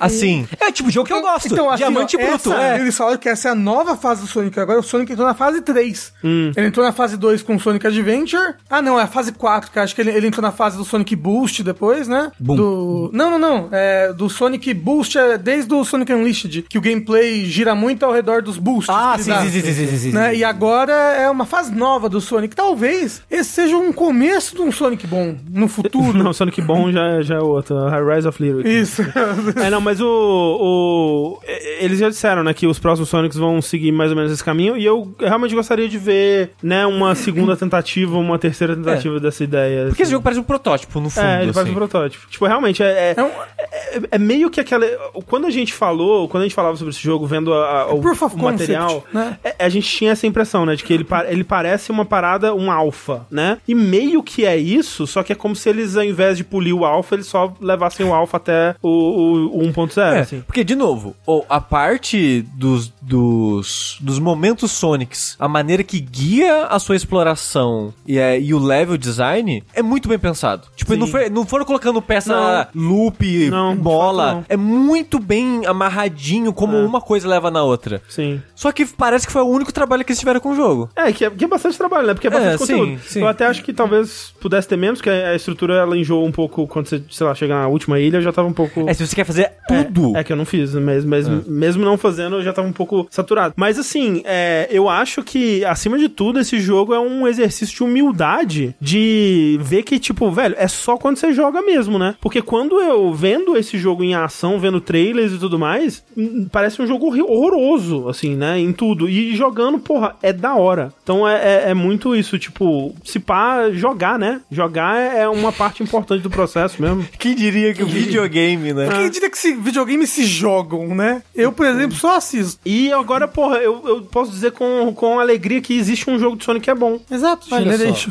S4: Assim,
S2: É o tipo de jogo que eu gosto.
S3: assim,
S2: Diamante
S3: ó,
S2: bruto.
S3: essa-
S2: É.
S3: Eles falaram que essa é a nova fase do Sonic. Agora o Sonic entrou na fase 3.
S2: Hum.
S3: Ele entrou na fase 2 com o Sonic Adventure. Ah, não, é a fase 4, que eu acho que ele, ele entrou na fase do Sonic Boost depois, né?
S2: Boom.
S3: Do... Não, não, não. É, do Sonic Boost, é desde o Sonic Unleashed, que o gameplay gira muito ao redor dos boosts.
S2: Ah,
S3: que
S2: sim,
S3: dá.
S2: sim, sim, sim, sim, sim, sim.
S3: Né? E agora é uma fase nova do Sonic. Talvez esse seja um começo de um Sonic bom no futuro.
S1: Não, Sonic Bom já, já é outro. Rise of Lyric.
S3: Isso.
S1: É, não, mas o, o- e- Eles já disseram, né, que os próximos Sonics vão seguir mais ou menos esse caminho. E eu realmente gostaria de ver, né, uma segunda tentativa, uma terceira
S2: É.
S1: tentativa dessa ideia.
S4: porque esse
S1: assim.
S4: jogo parece um protótipo, no fundo.
S1: É, ele faz um
S4: assim.
S1: protótipo. Tipo, realmente, é, é,
S3: É um-
S1: é- é meio que aquela. Quando a gente falou, quando a gente falava sobre esse jogo, vendo a- a- o,
S3: É Proof of
S1: o material,
S3: concept, né?
S1: é- a gente tinha essa impressão, né? De que ele, pa- ele parece uma parada, um alfa, né? E meio que é isso, só que é como se eles, ao invés de polir o alfa, eles só levassem o alfa até o, o- o 1.0,
S4: É,
S1: assim.
S4: porque, de novo, o- a parte dos, dos, dos momentos Sonics, a maneira que guia a sua exploração e, é, e o level design é muito bem pensado. Tipo,
S1: Sim.
S4: não, foi- não foram colocando peça loop,
S1: Não, de fato
S4: bola.
S1: não. É.
S4: É muito bem amarradinho como uma coisa leva na outra.
S1: Sim.
S4: Só que parece que foi o único trabalho que eles tiveram com o jogo.
S1: É que, é, que é bastante trabalho, né? Porque é bastante
S4: É,
S1: conteúdo.
S4: sim, sim.
S1: Eu até acho que talvez pudesse ter menos, porque a a estrutura ela enjoa um pouco quando você, sei lá, chega na última ilha, eu já tava um pouco.
S4: É, se você quer fazer tudo.
S1: É, é que eu não fiz, mas, mas mesmo não fazendo, eu já tava um pouco saturado. Mas assim, é, eu acho que, acima de tudo, esse jogo é um exercício de humildade de ver que, tipo, velho, é só quando você joga mesmo, né? Porque quando eu vendo esse jogo em ação, vendo trailers e tudo mais, hum, parece um jogo horri- horroroso, assim, né? Em tudo. E jogando, porra, é da hora. Então é, é- é muito isso, tipo, se pá, jogar, né? Jogar é é uma parte importante do processo mesmo.
S4: Quem diria que o videogame, né?
S3: Quem diria que se videogames se jogam, né? Eu, por exemplo, só assisto.
S1: E agora, porra, eu, eu posso dizer com, com alegria que existe um jogo de Sonic que é bom.
S3: Exato,
S2: Olha
S3: Generation.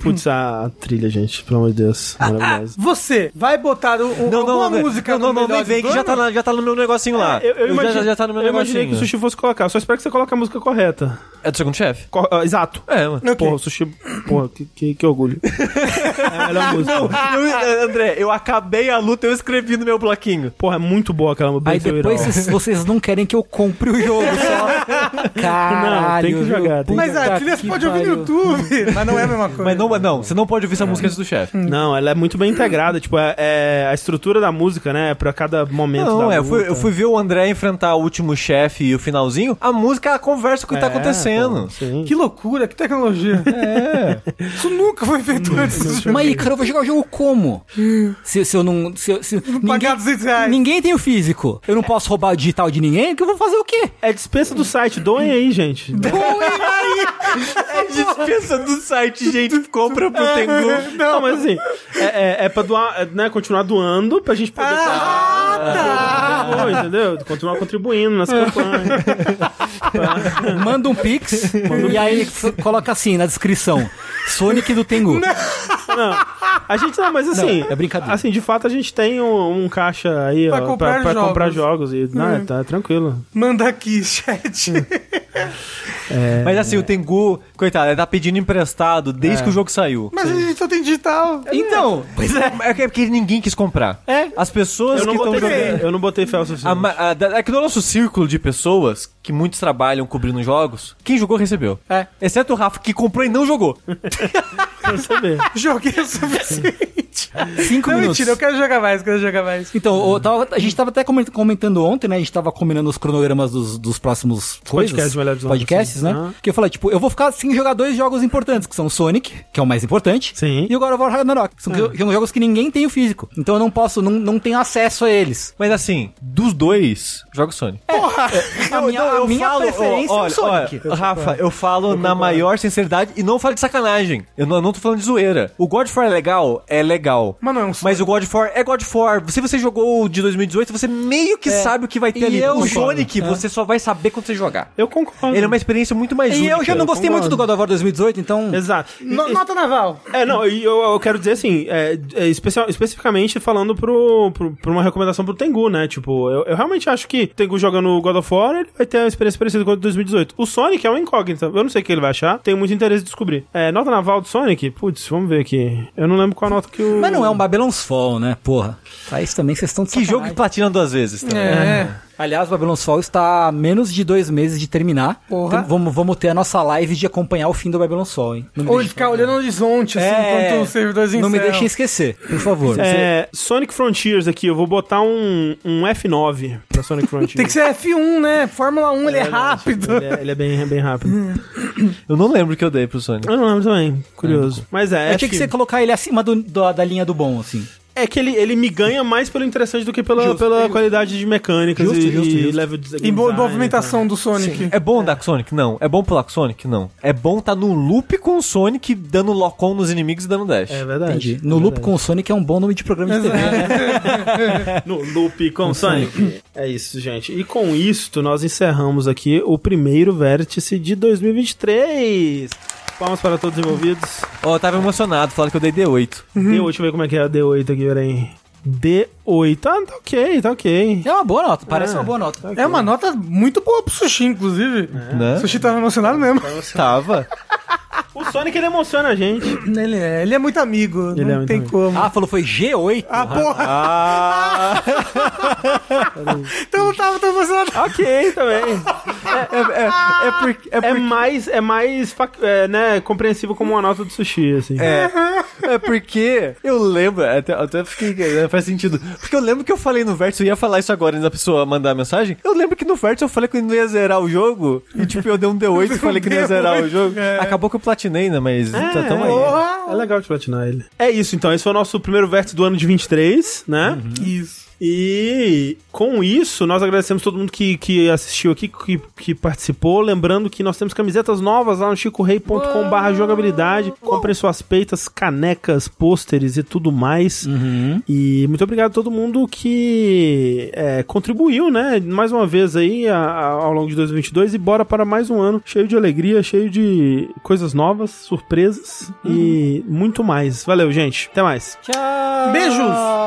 S1: Putz, a trilha, gente, pelo amor de Deus. Maravilhosa.
S3: Você vai botar o, o,
S4: Não,
S3: alguma
S4: não, não,
S3: música
S4: não, não,
S3: no
S4: não, nem
S3: melhor
S4: vem que
S3: do
S4: já tá,
S3: ano?
S4: na- já tá no meu negocinho lá.
S1: Eu, eu,
S4: já-
S1: imagi-
S4: já, já tá no meu
S1: eu imaginei que o
S4: negocinho.
S1: Sushi fosse colocar. Só espero que você coloque a música correta.
S4: É do segundo chefe?
S1: Co- ah, exato.
S4: É, mano.
S3: Ok.
S1: Porra, sushi. Porra, que, que, que orgulho. é a melhor música.
S4: Ah, Eu- André, eu acabei a luta, eu escrevi no meu bloquinho.
S1: Porra, é muito boa aquela música.
S2: Aí depois vocês, vocês não querem que eu compre o jogo só. Caralho.
S1: Não, tem que
S2: viu?
S1: jogar, tem que
S3: Mas é, a
S2: Puta
S3: trilha
S2: que
S3: você pode ouvir no
S2: pariu.
S3: YouTube, mas não é a mesma coisa.
S4: Mas não, mas não, você não pode ouvir essa música antes do chefe.
S1: Não, ela é muito bem integrada. Tipo, é, é a estrutura da música, né? Pra cada momento da
S4: Não, é, eu
S1: luta.
S4: fui, eu fui ver o André enfrentar o último chefe e o finalzinho. A música ela conversa com o que tá
S1: É,
S4: acontecendo.
S1: pô, sim.
S3: Que loucura, que tecnologia. Isso nunca foi feito antes.
S2: Mas aí, cara, eu vou jogar o jogo como? Se, se eu não. Se, eu- se
S3: Pagar
S2: ninguém,
S3: 200 reais.
S2: ninguém tem o físico. Eu não posso roubar o digital de ninguém, que eu vou fazer o quê?
S1: É dispensa do site, doem aí, gente.
S4: É dispensa do site, gente. Compra pro Tengu.
S1: Não, mas assim, é, é, é pra doar, é, né, continuar doando pra gente poder. Ah, tá! Entendeu? Continuar contribuindo nas campanhas.
S2: Manda um pix e aí f- coloca assim na descrição: Sonic do Tengu.
S1: A gente não, mas assim.
S2: Não, é brincadeira.
S1: Assim, de fato, a gente tem um, um caixa aí
S3: Pra
S1: ó,
S3: comprar
S1: pra, pra
S3: jogos.
S1: comprar jogos. E, não, é, tá tranquilo.
S3: Manda aqui, chat.
S4: Mas assim, o Tengu, coitado, ele tá pedindo emprestado desde que o jogo saiu.
S3: Mas a gente só tem digital.
S4: Então, pois é. É que- é porque ninguém quis comprar.
S2: É.
S4: As pessoas
S1: Eu não,
S4: que estão
S1: botei,
S4: jogando.
S1: fé- eu não botei fé o suficiente.
S4: A ma- a- da- é que no nosso círculo de pessoas, que muitos trabalham cobrindo jogos, quem jogou recebeu.
S2: É.
S4: Exceto o Rafa, que comprou e não jogou.
S1: Pra saber.
S3: Joguei o suficiente.
S2: Cinco
S3: Não,
S2: minutos.
S3: mentira, eu quero jogar mais, quero jogar mais.
S2: Então,
S4: É.
S2: eu tava- a gente tava até coment- comentando ontem, né? A gente tava combinando os cronogramas dos, dos próximos coisas,
S1: podcasts, melhor dizendo, assim.
S2: podcasts, né?
S1: Ah.
S2: Que eu falei, tipo, eu vou ficar sem jogar dois jogos importantes, que são o Sonic, que é o mais importante,
S1: Sim.
S2: e o God of War Ragnarok,
S4: É.
S2: que são, que são jogos que ninguém tem o físico. Então eu não posso, não, não tenho acesso a eles.
S4: Mas assim, dos dois, joga o Sony.
S2: É, a minha,
S4: Não, então
S2: a minha
S4: falo-
S2: preferência
S4: ó,
S2: é o
S4: olha,
S2: Sonic.
S4: olha, Rafa, eu falo na maior sinceridade e não falo de sacanagem. Eu não, eu não tô falando de zoeira. O God of War é legal? É legal.
S3: Mas não é um
S4: Mas o God of War é God of War. Se você jogou o de 2018, você meio que sabe o que vai ter
S2: É. E
S4: ali.
S2: eu
S4: o
S2: concordo. É.
S4: Sonic, você só vai saber quando você jogar.
S1: Eu concordo.
S4: Ele é uma experiência muito mais
S2: E
S4: única.
S2: eu já não gostei muito do God of War 2018, então.
S1: Exato.
S3: No- nota naval.
S1: É, não, e eu, eu quero dizer assim, é, é, especial- especificamente falando pro, pro, pra uma recomendação pro Tengu, né? Tipo, eu, eu realmente acho que Tengu jogando God of War, ele vai ter uma experiência parecida com a de 2018. O Sonic é uma incógnita, eu não sei o que ele vai achar, tenho muito interesse em descobrir. É, nota naval do Sonic? Putz, vamos ver aqui. Eu não lembro qual a nota que o...
S2: Mas não é um Babylon's Fall, né? Porra. Aí isso também vocês estão de
S4: Que jogo que
S2: sacanagem.
S4: platina duas vezes também.
S3: É.
S2: Aliás, o Babylon's Fall está a menos de dois meses de terminar.
S3: Porra.
S2: Então, vamos, vamos ter a nossa live de acompanhar o fim do Babylon's Fall, hein? Não me
S3: Ou
S2: deixe-
S3: de ficar olhando o horizonte, assim,
S2: É,
S3: enquanto os servidores
S2: Não me
S3: encerram.
S2: deixem esquecer, por favor.
S1: É, Sonic Frontiers aqui, eu vou botar um, um F9 pra Sonic Frontiers.
S3: Tem que ser F1, né? Fórmula 1, ele é rápido.
S1: Ele é, ele é bem, bem rápido.
S4: Eu não lembro o que eu dei pro Sonic.
S1: Eu não lembro também, curioso. Mas é,
S2: Eu tinha que você colocar ele acima do- do- da linha do bom, assim.
S1: É que ele, ele me ganha mais pelo interessante do que pela,
S2: Justo, é
S1: pela
S2: justo.
S1: qualidade de mecânicas
S2: Justo,
S1: e,
S2: justo,
S1: e
S2: justo.
S1: level de
S3: E
S1: design,
S3: boa
S1: né?
S3: movimentação do Sonic.
S4: É bom dar com Sonic? Não. É bom pular com Sonic? Não. É bom tá no loop com o Sonic, dando lock-on nos inimigos e dando dash.
S1: tá? É verdade.
S2: Entendi.
S1: É
S2: No loop
S1: verdade.
S2: com o Sonic é um bom nome de programa de TV. né?
S1: No loop com Sonic. É isso, gente. E com isto, nós encerramos aqui o primeiro vértice de 2023. Palmas para todos envolvidos.
S4: Ó, eu tava emocionado, falando que eu dei D8.
S2: Uhum.
S1: D8, deixa eu ver como é que é a D8 aqui, peraí. D8. Ah, tá ok, tá ok.
S2: É uma boa nota, parece uma boa nota.
S3: É uma nota muito boa pro Sushi, inclusive.
S2: É,
S4: Né?
S3: O Sushi tava emocionado mesmo.
S4: Tava.
S1: O Sonic, ele emociona a gente.
S3: Ele é, ele é muito amigo,
S1: Ele
S3: não
S1: é muito
S3: tem
S1: amigo.
S3: como.
S2: Ah, falou foi G8.
S3: Ah, porra!
S4: Ah,
S3: Então eu não tava tão emocionado.
S1: ok, também.
S4: é, é, é porque. É,
S1: É
S4: por-
S1: mais, é mais fac- é, né, compreensível como uma nota do sushi, assim.
S4: é- é porque eu lembro, é, até, até fiquei, né, faz sentido. Porque eu lembro que eu falei no Verso, eu ia falar isso agora antes da pessoa mandar a mensagem. Eu lembro que no Verso eu falei que eu não ia zerar o jogo, e tipo, eu dei um D8 e falei que não ia zerar o jogo. Acabou que eu platinei, né? Mas tá tão aí.
S1: É legal de platinar ele. É isso, então. Esse foi o nosso primeiro vértice do ano de 23, né?
S3: Isso.
S1: E com isso, nós agradecemos todo mundo que, que assistiu aqui, que, que participou. Lembrando que nós temos camisetas novas lá no chicorei.com.br jogabilidade. Comprem suas peitas, canecas, pôsteres e tudo mais. E muito obrigado a todo mundo que é, contribuiu, né? Mais uma vez aí a- a- ao longo de 2022 e bora para mais um ano cheio de alegria, cheio de coisas novas, surpresas e muito mais. Valeu, gente. Até mais.
S2: Tchau.
S3: Beijos!